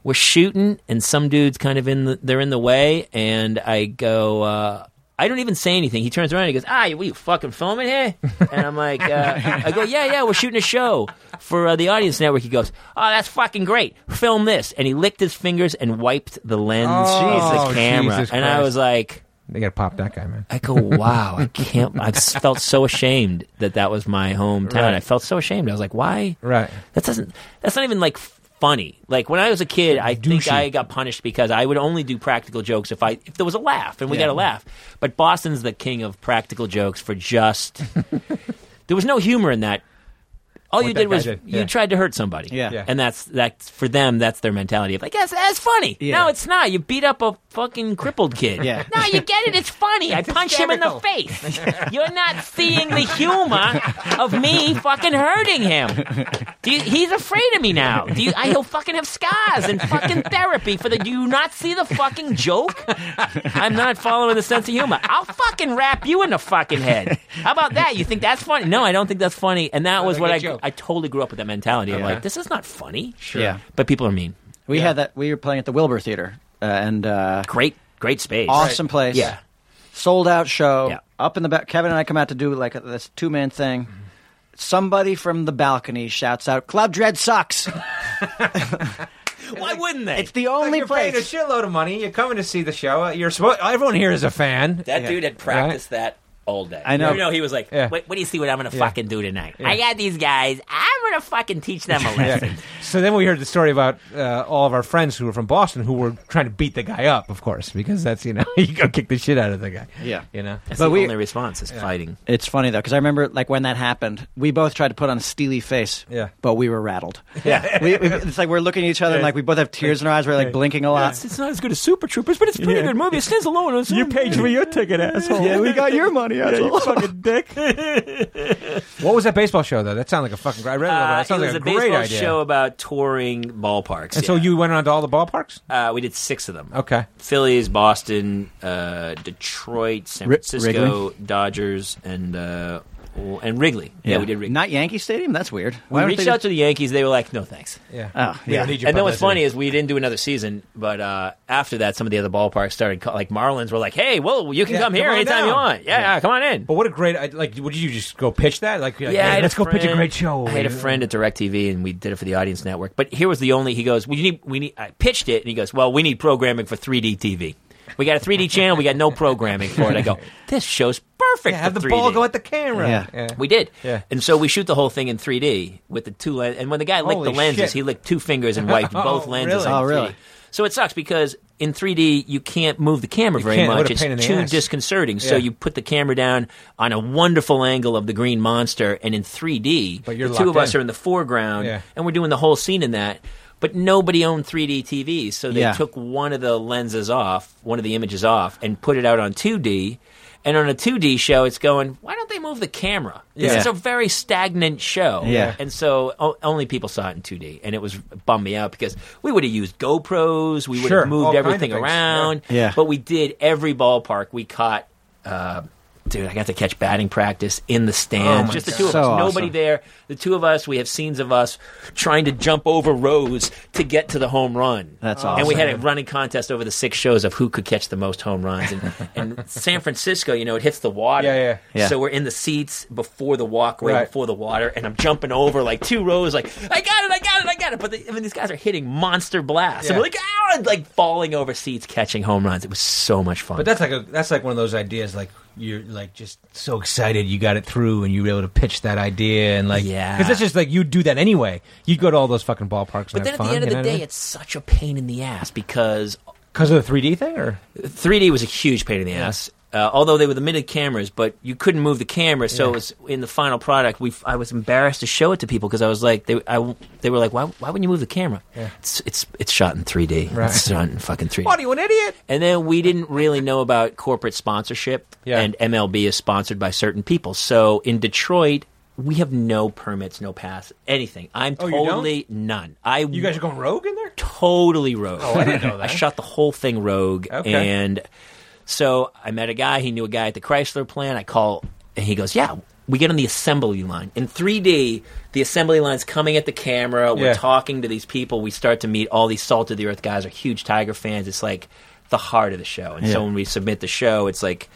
[SPEAKER 5] we're shooting and some dude's kind of in the, they're in the way and i go uh I don't even say anything. He turns around and he goes, "Ah, what are you fucking filming here?" And I'm like, uh, "I go, yeah, yeah, we're shooting a show for uh, the Audience Network." He goes, "Oh, that's fucking great. Film this." And he licked his fingers and wiped the lens
[SPEAKER 1] Oh,
[SPEAKER 5] of the camera.
[SPEAKER 1] Jesus
[SPEAKER 5] and I
[SPEAKER 1] Christ.
[SPEAKER 5] was like,
[SPEAKER 1] they got to pop that guy, man.
[SPEAKER 5] I go, wow, I can't. I felt so ashamed that that was my hometown.
[SPEAKER 1] Right.
[SPEAKER 5] I felt so ashamed. I was like, why?
[SPEAKER 1] Right.
[SPEAKER 5] That doesn't. That's not even like f- funny. Like when I was a kid, I think
[SPEAKER 1] Douchey.
[SPEAKER 5] I got punished because I would only do practical jokes if I if there was a laugh and we got a laugh. But Boston's the king of practical jokes for just. there was no humor in that. All you
[SPEAKER 1] that
[SPEAKER 5] did
[SPEAKER 1] guy
[SPEAKER 5] was
[SPEAKER 1] did,
[SPEAKER 5] you
[SPEAKER 1] yeah.
[SPEAKER 5] tried to hurt somebody.
[SPEAKER 7] Yeah. Yeah.
[SPEAKER 5] And that's that's for them. That's their mentality of like, yes, that's funny.
[SPEAKER 7] Yeah.
[SPEAKER 5] No, it's not. You beat up a fucking crippled kid.
[SPEAKER 7] Yeah.
[SPEAKER 5] No, you get it. It's funny. I punch him in the face. You're not seeing the humor of me fucking hurting him. Do you, he's afraid of me now. Do you, I, he'll fucking have scars and fucking therapy for the. Do you not see the fucking joke? I'm not following the sense of humor. I'll fucking wrap you in the fucking head. How about that? You think that's funny? No, I don't think that's funny. And that was
[SPEAKER 1] a
[SPEAKER 5] what
[SPEAKER 1] good
[SPEAKER 5] I
[SPEAKER 1] joke.
[SPEAKER 5] I totally grew up with that mentality. I'm
[SPEAKER 1] Yeah.
[SPEAKER 5] like, this is not funny. Sure.
[SPEAKER 7] Yeah.
[SPEAKER 5] But people are mean.
[SPEAKER 7] We had that. We were playing at the Wilbur Theater, uh, and uh,
[SPEAKER 5] Great, great space.
[SPEAKER 7] awesome place.
[SPEAKER 5] Yeah.
[SPEAKER 7] sold out show.
[SPEAKER 5] Yeah.
[SPEAKER 7] Up in the back, Kevin and I come out to do like a, this two man thing. Somebody from the balcony shouts out, "Club Dread sucks."
[SPEAKER 5] Why wouldn't they?
[SPEAKER 7] It's the only
[SPEAKER 1] you're paying a
[SPEAKER 7] place.
[SPEAKER 1] shitload of money. You're coming to see the show. You're supposed. Everyone here is a fan.
[SPEAKER 5] That dude had practiced that all day.
[SPEAKER 7] I know.
[SPEAKER 5] You know, he was like,
[SPEAKER 1] Yeah.
[SPEAKER 5] "What- what do you see what I'm going to fucking do tonight? I got these guys. I'm going to fucking teach them a lesson.
[SPEAKER 1] So then we heard the story about uh, all of our friends who were from Boston who were trying to beat the guy up, of course, because that's you know you go kick the shit out of the guy.
[SPEAKER 7] Yeah.
[SPEAKER 1] you know.
[SPEAKER 5] That's
[SPEAKER 7] But
[SPEAKER 5] the
[SPEAKER 7] we-
[SPEAKER 5] only response is fighting.
[SPEAKER 7] It's funny though, because I remember like when that happened, we both tried to put on a steely face.
[SPEAKER 1] Yeah.
[SPEAKER 7] but we were rattled.
[SPEAKER 5] Yeah.
[SPEAKER 7] we, we- it's like we're looking at each other and like we both have tears in our eyes. We're like blinking a lot.
[SPEAKER 5] not as good as Super Troopers, but it's a pretty good movie. It stands alone.
[SPEAKER 1] your ticket, asshole.
[SPEAKER 7] yeah, we got your money. the asshole.
[SPEAKER 5] fucking dick.
[SPEAKER 1] What was that baseball show though? That sounded like a fucking. I read it.
[SPEAKER 5] Uh,
[SPEAKER 1] that
[SPEAKER 5] it
[SPEAKER 1] sounds
[SPEAKER 5] was
[SPEAKER 1] like
[SPEAKER 5] a
[SPEAKER 1] a, great
[SPEAKER 5] baseball
[SPEAKER 1] idea.
[SPEAKER 5] show about touring ballparks.
[SPEAKER 1] and so
[SPEAKER 5] yeah.
[SPEAKER 1] you went around to all the ballparks.
[SPEAKER 5] uh, we did six of them.
[SPEAKER 1] Okay.
[SPEAKER 5] Phillies, Boston, uh, Detroit, San
[SPEAKER 7] Ri-
[SPEAKER 5] Francisco, Dodgers, and uh, well, and Wrigley. Yeah, we did Wrigley.
[SPEAKER 7] Not Yankee Stadium. That's weird.
[SPEAKER 5] we
[SPEAKER 7] don't
[SPEAKER 5] reached
[SPEAKER 7] they
[SPEAKER 5] out to the Yankees. They were like, "No, thanks."
[SPEAKER 1] Yeah.
[SPEAKER 7] Oh,
[SPEAKER 1] We don't
[SPEAKER 7] yeah.
[SPEAKER 1] need your
[SPEAKER 5] And then what's
[SPEAKER 1] publicity.
[SPEAKER 5] funny is we didn't do another season, but uh, after that, some of the other ballparks started call- like Marlins were like, "Hey, well, you can
[SPEAKER 1] Yeah,
[SPEAKER 5] come here
[SPEAKER 1] come on
[SPEAKER 5] anytime you
[SPEAKER 1] down.
[SPEAKER 5] want. Yeah,
[SPEAKER 1] Yeah.
[SPEAKER 5] yeah, come on in."
[SPEAKER 1] But what a great I- like! Would you just go pitch that? Like, you're like,
[SPEAKER 5] I
[SPEAKER 1] hey,
[SPEAKER 5] had a
[SPEAKER 1] let's go pitch a
[SPEAKER 5] friend-
[SPEAKER 1] great show.
[SPEAKER 5] I had a friend at Directv, and we did it for the Audience Network. But here was the only he goes, "We need, we need." I pitched it, and he goes, "Well, we need programming for 3D TV. We got a 3D channel. We got no programming for it." I go, "This show's perfect."
[SPEAKER 1] Yeah, have
[SPEAKER 5] for
[SPEAKER 1] the ball
[SPEAKER 5] 3D."
[SPEAKER 1] go at the camera.
[SPEAKER 7] Yeah.
[SPEAKER 5] We did,
[SPEAKER 1] Yeah.
[SPEAKER 5] and so we shoot the whole thing in 3D with the two lenses. And when the guy licked
[SPEAKER 1] Holy
[SPEAKER 5] the lenses,
[SPEAKER 1] shit.
[SPEAKER 5] he licked two fingers and wiped
[SPEAKER 1] Oh,
[SPEAKER 5] both lenses.
[SPEAKER 1] really?
[SPEAKER 5] on
[SPEAKER 7] Oh,
[SPEAKER 5] 3D.
[SPEAKER 7] really?
[SPEAKER 5] So it sucks because in 3D you can't move the camera very
[SPEAKER 1] can't. What
[SPEAKER 5] much.
[SPEAKER 1] a
[SPEAKER 5] It's
[SPEAKER 1] pain in the
[SPEAKER 5] too
[SPEAKER 1] ass.
[SPEAKER 5] disconcerting. So
[SPEAKER 1] Yeah.
[SPEAKER 5] you put the camera down on a wonderful angle of the green monster, and in 3D,
[SPEAKER 1] But you're
[SPEAKER 5] the two of
[SPEAKER 1] locked
[SPEAKER 5] us
[SPEAKER 1] in.
[SPEAKER 5] are in the foreground,
[SPEAKER 1] Yeah.
[SPEAKER 5] and we're doing the whole scene in that. But nobody owned 3D TVs, so they
[SPEAKER 7] Yeah.
[SPEAKER 5] took one of the lenses off, one of the images off, and put it out on 2D. And on a 2D show, it's going. Why don't they move the camera? This
[SPEAKER 1] Yeah.
[SPEAKER 5] is a very stagnant show.
[SPEAKER 7] Yeah.
[SPEAKER 5] And so o- only people saw it in 2D, and it was bummed me out because we would have used GoPros, we would
[SPEAKER 1] Sure,
[SPEAKER 5] have moved
[SPEAKER 1] all kind of
[SPEAKER 5] everything
[SPEAKER 1] things,
[SPEAKER 5] around.
[SPEAKER 7] yeah. Yeah.
[SPEAKER 5] But we did every ballpark. We caught, uh, dude, I got to catch batting practice in the stands.
[SPEAKER 1] Oh my
[SPEAKER 5] Just the
[SPEAKER 1] God.
[SPEAKER 5] two of
[SPEAKER 7] So
[SPEAKER 5] us,
[SPEAKER 7] awesome.
[SPEAKER 5] nobody there. The two of us. We have scenes of us trying to jump over rows to get to the home run.
[SPEAKER 7] That's
[SPEAKER 5] And we
[SPEAKER 7] awesome.
[SPEAKER 5] had a running contest over the six shows of who could catch the most home runs. And, and San Francisco, you know, it hits the water.
[SPEAKER 1] Yeah, yeah.
[SPEAKER 7] Yeah.
[SPEAKER 5] So we're in the seats before the walkway,
[SPEAKER 1] Right.
[SPEAKER 5] before the water, and I'm jumping over like two rows, like I got it, I got it, I got it. But the, I mean, these guys are hitting monster blasts, and
[SPEAKER 1] Yeah.
[SPEAKER 5] we're like, ah, and, like falling over seats, catching home runs. It was so much fun.
[SPEAKER 1] But that's like a that's like one of those ideas like you're like just so excited you got it through and you were able to pitch that idea and like
[SPEAKER 5] Yeah.
[SPEAKER 1] because that's just like you do that anyway you go to all those fucking ballparks
[SPEAKER 5] but then at the end of the day, it's such a pain in the ass because
[SPEAKER 1] because of the 3D thing or
[SPEAKER 5] 3D was a huge pain in the ass. Uh, although they were limited cameras, but you couldn't move the camera, so it was in the final product. We I was embarrassed to show it to people because I was like, they I, they were like, why why wouldn't you move the camera? It's it's it's shot in 3D.
[SPEAKER 1] Right.
[SPEAKER 5] It's shot in fucking 3D.
[SPEAKER 1] you an idiot
[SPEAKER 5] And then we didn't really know about corporate sponsorship,
[SPEAKER 1] Yeah.
[SPEAKER 5] and MLB is sponsored by certain people. So in Detroit, we have no permits, no pass, anything. I'm
[SPEAKER 1] Oh, you don't?
[SPEAKER 5] totally none. I
[SPEAKER 1] you guys are going rogue in there
[SPEAKER 5] totally rogue.
[SPEAKER 1] Oh, I didn't know
[SPEAKER 5] I
[SPEAKER 1] that.
[SPEAKER 5] shot the whole thing rogue,
[SPEAKER 1] Okay.
[SPEAKER 5] and so I met a guy. He knew a guy at the Chrysler plant. I call, and he goes, "Yeah." We get on the assembly line. In 3D, the assembly line's coming at the camera. We're
[SPEAKER 1] Yeah.
[SPEAKER 5] talking to these people. We start to meet all these Salt of the Earth guys are huge Tiger fans. It's like the heart of the show. And so when we submit the show, it's like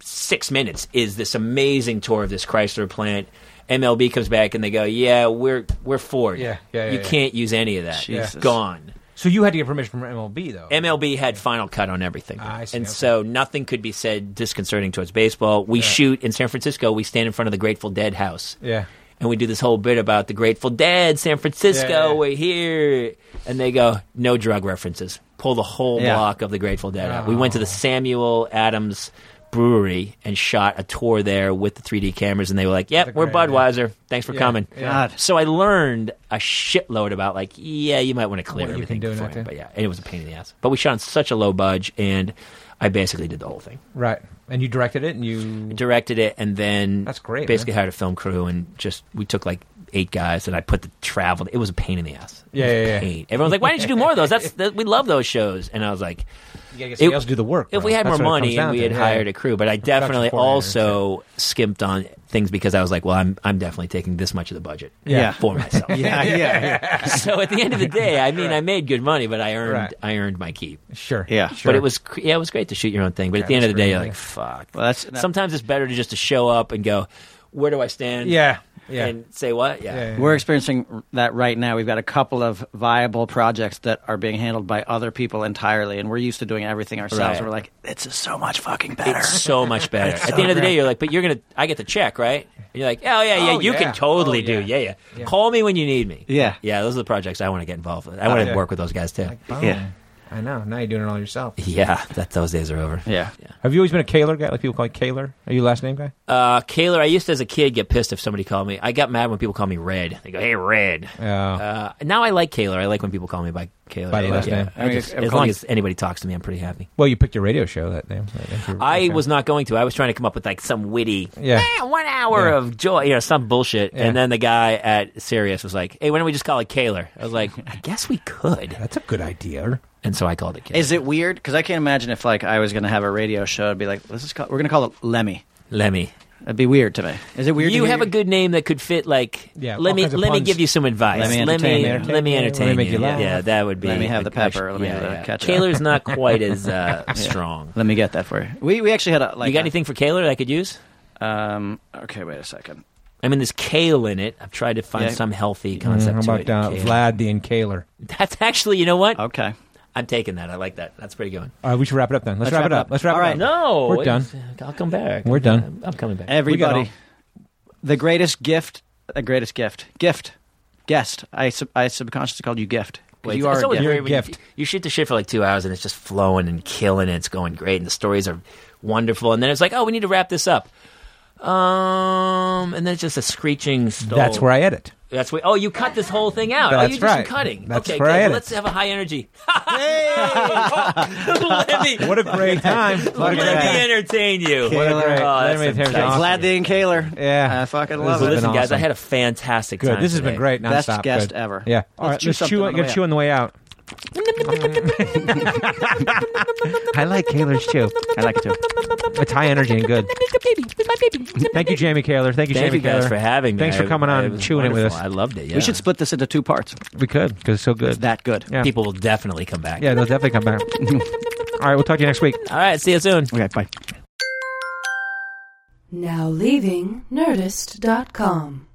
[SPEAKER 5] six minutes is this amazing tour of this Chrysler plant. MLB comes back and they go, "Yeah, we're we're Ford.
[SPEAKER 1] Yeah, yeah, yeah,
[SPEAKER 5] you
[SPEAKER 1] yeah.
[SPEAKER 5] can't use any of that.
[SPEAKER 7] Jesus.
[SPEAKER 5] It's gone."
[SPEAKER 1] so you had to get permission from MLB though
[SPEAKER 5] MLB had final cut on everything,
[SPEAKER 1] Ah, I see,
[SPEAKER 5] and
[SPEAKER 1] okay.
[SPEAKER 5] so nothing could be said disconcerting towards baseball. We shoot in San Francisco. We stand in front of the Grateful Dead house,
[SPEAKER 1] yeah
[SPEAKER 5] and we do this whole bit about the Grateful Dead, San Francisco.
[SPEAKER 1] Yeah, yeah.
[SPEAKER 5] We're here, and they go no drug references. Pull the whole
[SPEAKER 7] Yeah.
[SPEAKER 5] block of the Grateful Dead out. We went to the Samuel Adams Brewery and shot a tour there with the 3D cameras, and they were like, "Yep,
[SPEAKER 1] That's a
[SPEAKER 5] we're
[SPEAKER 1] great idea.
[SPEAKER 5] Budweiser. Thanks for coming."
[SPEAKER 7] God.
[SPEAKER 5] So I learned a shitload about like, yeah, you might want to clear
[SPEAKER 1] What you can
[SPEAKER 5] everything.
[SPEAKER 1] do and
[SPEAKER 5] before-
[SPEAKER 1] not do.
[SPEAKER 5] But yeah, and it was a pain in the ass. But we shot on such a low budge, and I basically did the whole thing,
[SPEAKER 1] right and you directed it and you
[SPEAKER 5] directed it, and then
[SPEAKER 1] That's great,
[SPEAKER 5] Basically hired a film crew, and just we took like eight guys, and I put the travel. It was a pain in the ass. It
[SPEAKER 1] Yeah,
[SPEAKER 5] was a
[SPEAKER 1] yeah, yeah.
[SPEAKER 5] pain. Everyone's like, why didn't you do more of those? That's that, we love those shows, and I was like,
[SPEAKER 1] you gotta get somebody
[SPEAKER 5] it-
[SPEAKER 1] else to do the work
[SPEAKER 5] if
[SPEAKER 1] bro.
[SPEAKER 5] we had
[SPEAKER 1] That's
[SPEAKER 5] more
[SPEAKER 1] what it comes
[SPEAKER 5] money and
[SPEAKER 1] down
[SPEAKER 5] we
[SPEAKER 1] to,
[SPEAKER 5] had
[SPEAKER 1] yeah.
[SPEAKER 5] hired a crew, but I definitely
[SPEAKER 1] coordinator,
[SPEAKER 5] also skimped on things because I was like, well, I'm I'm definitely taking this much of the budget
[SPEAKER 7] Yeah.
[SPEAKER 5] for myself.
[SPEAKER 7] yeah, yeah, yeah.
[SPEAKER 5] so at the end of the day, I mean, I made good money, but I earned
[SPEAKER 1] Right.
[SPEAKER 5] I earned my keep.
[SPEAKER 1] sure
[SPEAKER 7] Yeah.
[SPEAKER 5] But it was cr- yeah, it was great to shoot your own thing. But at the end of the day, you're like fuck.
[SPEAKER 7] Well, that's- that-
[SPEAKER 5] sometimes it's better to just to show up and go, where do I stand?
[SPEAKER 1] yeah yeah
[SPEAKER 5] and say what? Yeah.
[SPEAKER 1] Yeah, yeah.
[SPEAKER 7] We're experiencing that right now. We've got a couple of viable projects that are being handled by other people entirely, and we're used to doing everything ourselves.
[SPEAKER 5] Right.
[SPEAKER 7] And we're like, it's just so much fucking better.
[SPEAKER 5] It's so much better. At the end of the day, you're like, but you're gonna, I get the check, right? And you're like, oh yeah, yeah,
[SPEAKER 1] Oh,
[SPEAKER 5] you
[SPEAKER 1] yeah.
[SPEAKER 5] can totally
[SPEAKER 1] Oh,
[SPEAKER 5] do,
[SPEAKER 1] yeah.
[SPEAKER 5] yeah. yeah, Call me when you need me.
[SPEAKER 7] Yeah.
[SPEAKER 5] yeah. Those are the projects I want to get involved with. I want to
[SPEAKER 1] yeah.
[SPEAKER 5] work with those guys too.
[SPEAKER 1] Boom.
[SPEAKER 7] Yeah.
[SPEAKER 1] I know. Now you're doing it all yourself.
[SPEAKER 5] Yeah, that those days are over.
[SPEAKER 7] Yeah.
[SPEAKER 1] Have you always been a Kaler guy? Like people call you Kaler? Are you a last name guy?
[SPEAKER 5] Uh, Kaler, I used to as a kid get pissed if somebody called me. I got mad when people called me Red. They go, "Hey, Red." Uh, now I like Kaler. I like when people call me by Kaler.
[SPEAKER 1] By the last
[SPEAKER 5] Yeah.
[SPEAKER 1] name.
[SPEAKER 5] I
[SPEAKER 7] I mean,
[SPEAKER 5] just-
[SPEAKER 7] if- if
[SPEAKER 5] as long as anybody talks to me, I'm pretty happy.
[SPEAKER 1] well, you picked your radio show that name.
[SPEAKER 5] I was not going to. I was trying to come up with like some witty,
[SPEAKER 1] Yeah.
[SPEAKER 5] "Eh, one hour
[SPEAKER 1] Yeah.
[SPEAKER 5] of joy, you know, some bullshit.
[SPEAKER 1] Yeah.
[SPEAKER 5] And then the guy at Sirius was like, "Hey, why don't we just call it Kaler?" I was like, "I guess we could."
[SPEAKER 1] That's a good idea.
[SPEAKER 5] And so I called it Kaler.
[SPEAKER 7] Is it weird? Because I can't imagine if like I was going to have a radio show, I'd be like, "This is call- we're going to call it Lemmy."
[SPEAKER 5] Lemmy.
[SPEAKER 7] That'd be weird to me. Is it weird? to
[SPEAKER 5] You
[SPEAKER 7] hear-
[SPEAKER 5] have a good name that could fit like
[SPEAKER 1] Yeah, all
[SPEAKER 5] let me
[SPEAKER 1] kinds of
[SPEAKER 5] let me
[SPEAKER 1] puns.
[SPEAKER 5] give you some advice.
[SPEAKER 7] Let me
[SPEAKER 5] let me
[SPEAKER 7] entertain you.
[SPEAKER 5] let me
[SPEAKER 1] Let me
[SPEAKER 5] entertain
[SPEAKER 1] make you
[SPEAKER 5] you.
[SPEAKER 1] laugh.
[SPEAKER 5] Yeah, that would be
[SPEAKER 7] Let me have the
[SPEAKER 5] I sh-
[SPEAKER 7] pepper. Let me
[SPEAKER 5] yeah,
[SPEAKER 7] have the
[SPEAKER 5] yeah.
[SPEAKER 7] ketchup.
[SPEAKER 5] Kaler's not quite as uh, strong.
[SPEAKER 7] Let me get that for you. We we actually had a like.
[SPEAKER 5] you got
[SPEAKER 7] a-
[SPEAKER 5] anything for Kaler that I could use?
[SPEAKER 7] Um. Okay. Wait a second.
[SPEAKER 5] I mean, there's kale in it. I've tried to find
[SPEAKER 7] Yeah.
[SPEAKER 5] some healthy
[SPEAKER 1] How
[SPEAKER 5] concept
[SPEAKER 1] about
[SPEAKER 5] to it.
[SPEAKER 1] uh,
[SPEAKER 5] Kale.
[SPEAKER 1] Vlad the Kaler?
[SPEAKER 5] That's actually, you know what?
[SPEAKER 7] Okay.
[SPEAKER 5] I'm taking that. I like that. That's pretty good.
[SPEAKER 1] All right, we should wrap it up then. Let's, wrap, it up. Let's wrap
[SPEAKER 7] All
[SPEAKER 1] it
[SPEAKER 7] right,
[SPEAKER 1] up.
[SPEAKER 5] No,
[SPEAKER 1] We're done.
[SPEAKER 5] it's- I'll come back.
[SPEAKER 1] We're done.
[SPEAKER 5] I'm coming back.
[SPEAKER 1] all-
[SPEAKER 7] Everybody, the greatest gift. The greatest gift. Gift. Guest. I sub- I subconsciously called you gift. 'Cause
[SPEAKER 5] Wait,
[SPEAKER 7] you are.
[SPEAKER 5] it's
[SPEAKER 7] A
[SPEAKER 5] always
[SPEAKER 7] gift.
[SPEAKER 1] You're a
[SPEAKER 5] great when you-
[SPEAKER 1] gift.
[SPEAKER 5] You shoot the shit for like two hours and it's just flowing and killing and it's going great and the stories are wonderful and then it's like, oh, we need to wrap this up. Um, and then it's just a screeching. Stole.
[SPEAKER 1] That's where I edit.
[SPEAKER 5] That's where. Oh, you cut this whole thing out. oh,
[SPEAKER 1] That's
[SPEAKER 5] you did some
[SPEAKER 1] right.
[SPEAKER 5] cutting.
[SPEAKER 1] That's
[SPEAKER 5] okay,
[SPEAKER 1] where I
[SPEAKER 5] good.
[SPEAKER 1] edit.
[SPEAKER 5] Let's have a high energy. Let me,
[SPEAKER 1] What a great time. What a great
[SPEAKER 5] let me
[SPEAKER 1] time.
[SPEAKER 5] entertain you.
[SPEAKER 1] What a great
[SPEAKER 5] Oh,
[SPEAKER 1] let
[SPEAKER 5] that's
[SPEAKER 1] me
[SPEAKER 5] the
[SPEAKER 1] entertain you.
[SPEAKER 5] best.
[SPEAKER 1] Awesome.
[SPEAKER 7] Vlad the Inhaler.
[SPEAKER 1] Yeah.
[SPEAKER 7] I fucking
[SPEAKER 1] This
[SPEAKER 7] love
[SPEAKER 1] is
[SPEAKER 5] Well,
[SPEAKER 7] it.
[SPEAKER 5] listen,
[SPEAKER 1] been
[SPEAKER 5] guys, I
[SPEAKER 1] awesome.
[SPEAKER 5] had a fantastic
[SPEAKER 1] Good.
[SPEAKER 5] time.
[SPEAKER 1] This has been
[SPEAKER 5] today.
[SPEAKER 1] great.
[SPEAKER 7] Best
[SPEAKER 1] Nonstop.
[SPEAKER 7] guest
[SPEAKER 1] Good.
[SPEAKER 7] ever.
[SPEAKER 1] Yeah.
[SPEAKER 7] Let's
[SPEAKER 1] All right.
[SPEAKER 7] chew
[SPEAKER 1] Let's
[SPEAKER 7] something
[SPEAKER 1] chew.
[SPEAKER 7] on
[SPEAKER 1] I'm
[SPEAKER 7] the
[SPEAKER 1] gonna
[SPEAKER 7] way
[SPEAKER 1] chew
[SPEAKER 7] out.
[SPEAKER 1] on the way out. I like Kaler's chew.
[SPEAKER 7] I like it too.
[SPEAKER 1] It's high energy and good. Thank you, Jamie Kaler. Thank you,
[SPEAKER 5] Thank
[SPEAKER 1] Jamie
[SPEAKER 5] you guys
[SPEAKER 1] Kaler.
[SPEAKER 5] for having me.
[SPEAKER 1] Thanks for
[SPEAKER 5] I-
[SPEAKER 1] coming on
[SPEAKER 5] it
[SPEAKER 1] and
[SPEAKER 5] was
[SPEAKER 1] chewing it with
[SPEAKER 5] wonderful.
[SPEAKER 1] us.
[SPEAKER 5] I loved it. Yeah.
[SPEAKER 7] We should split this into two parts.
[SPEAKER 1] We could because it's so good.
[SPEAKER 7] That good.
[SPEAKER 1] Yeah.
[SPEAKER 5] People will definitely come back.
[SPEAKER 1] Yeah, they'll definitely come back. All right, we'll talk to you next week.
[SPEAKER 5] All right. See you soon.
[SPEAKER 7] Okay. Bye.
[SPEAKER 2] Now leaving Nerdist.com.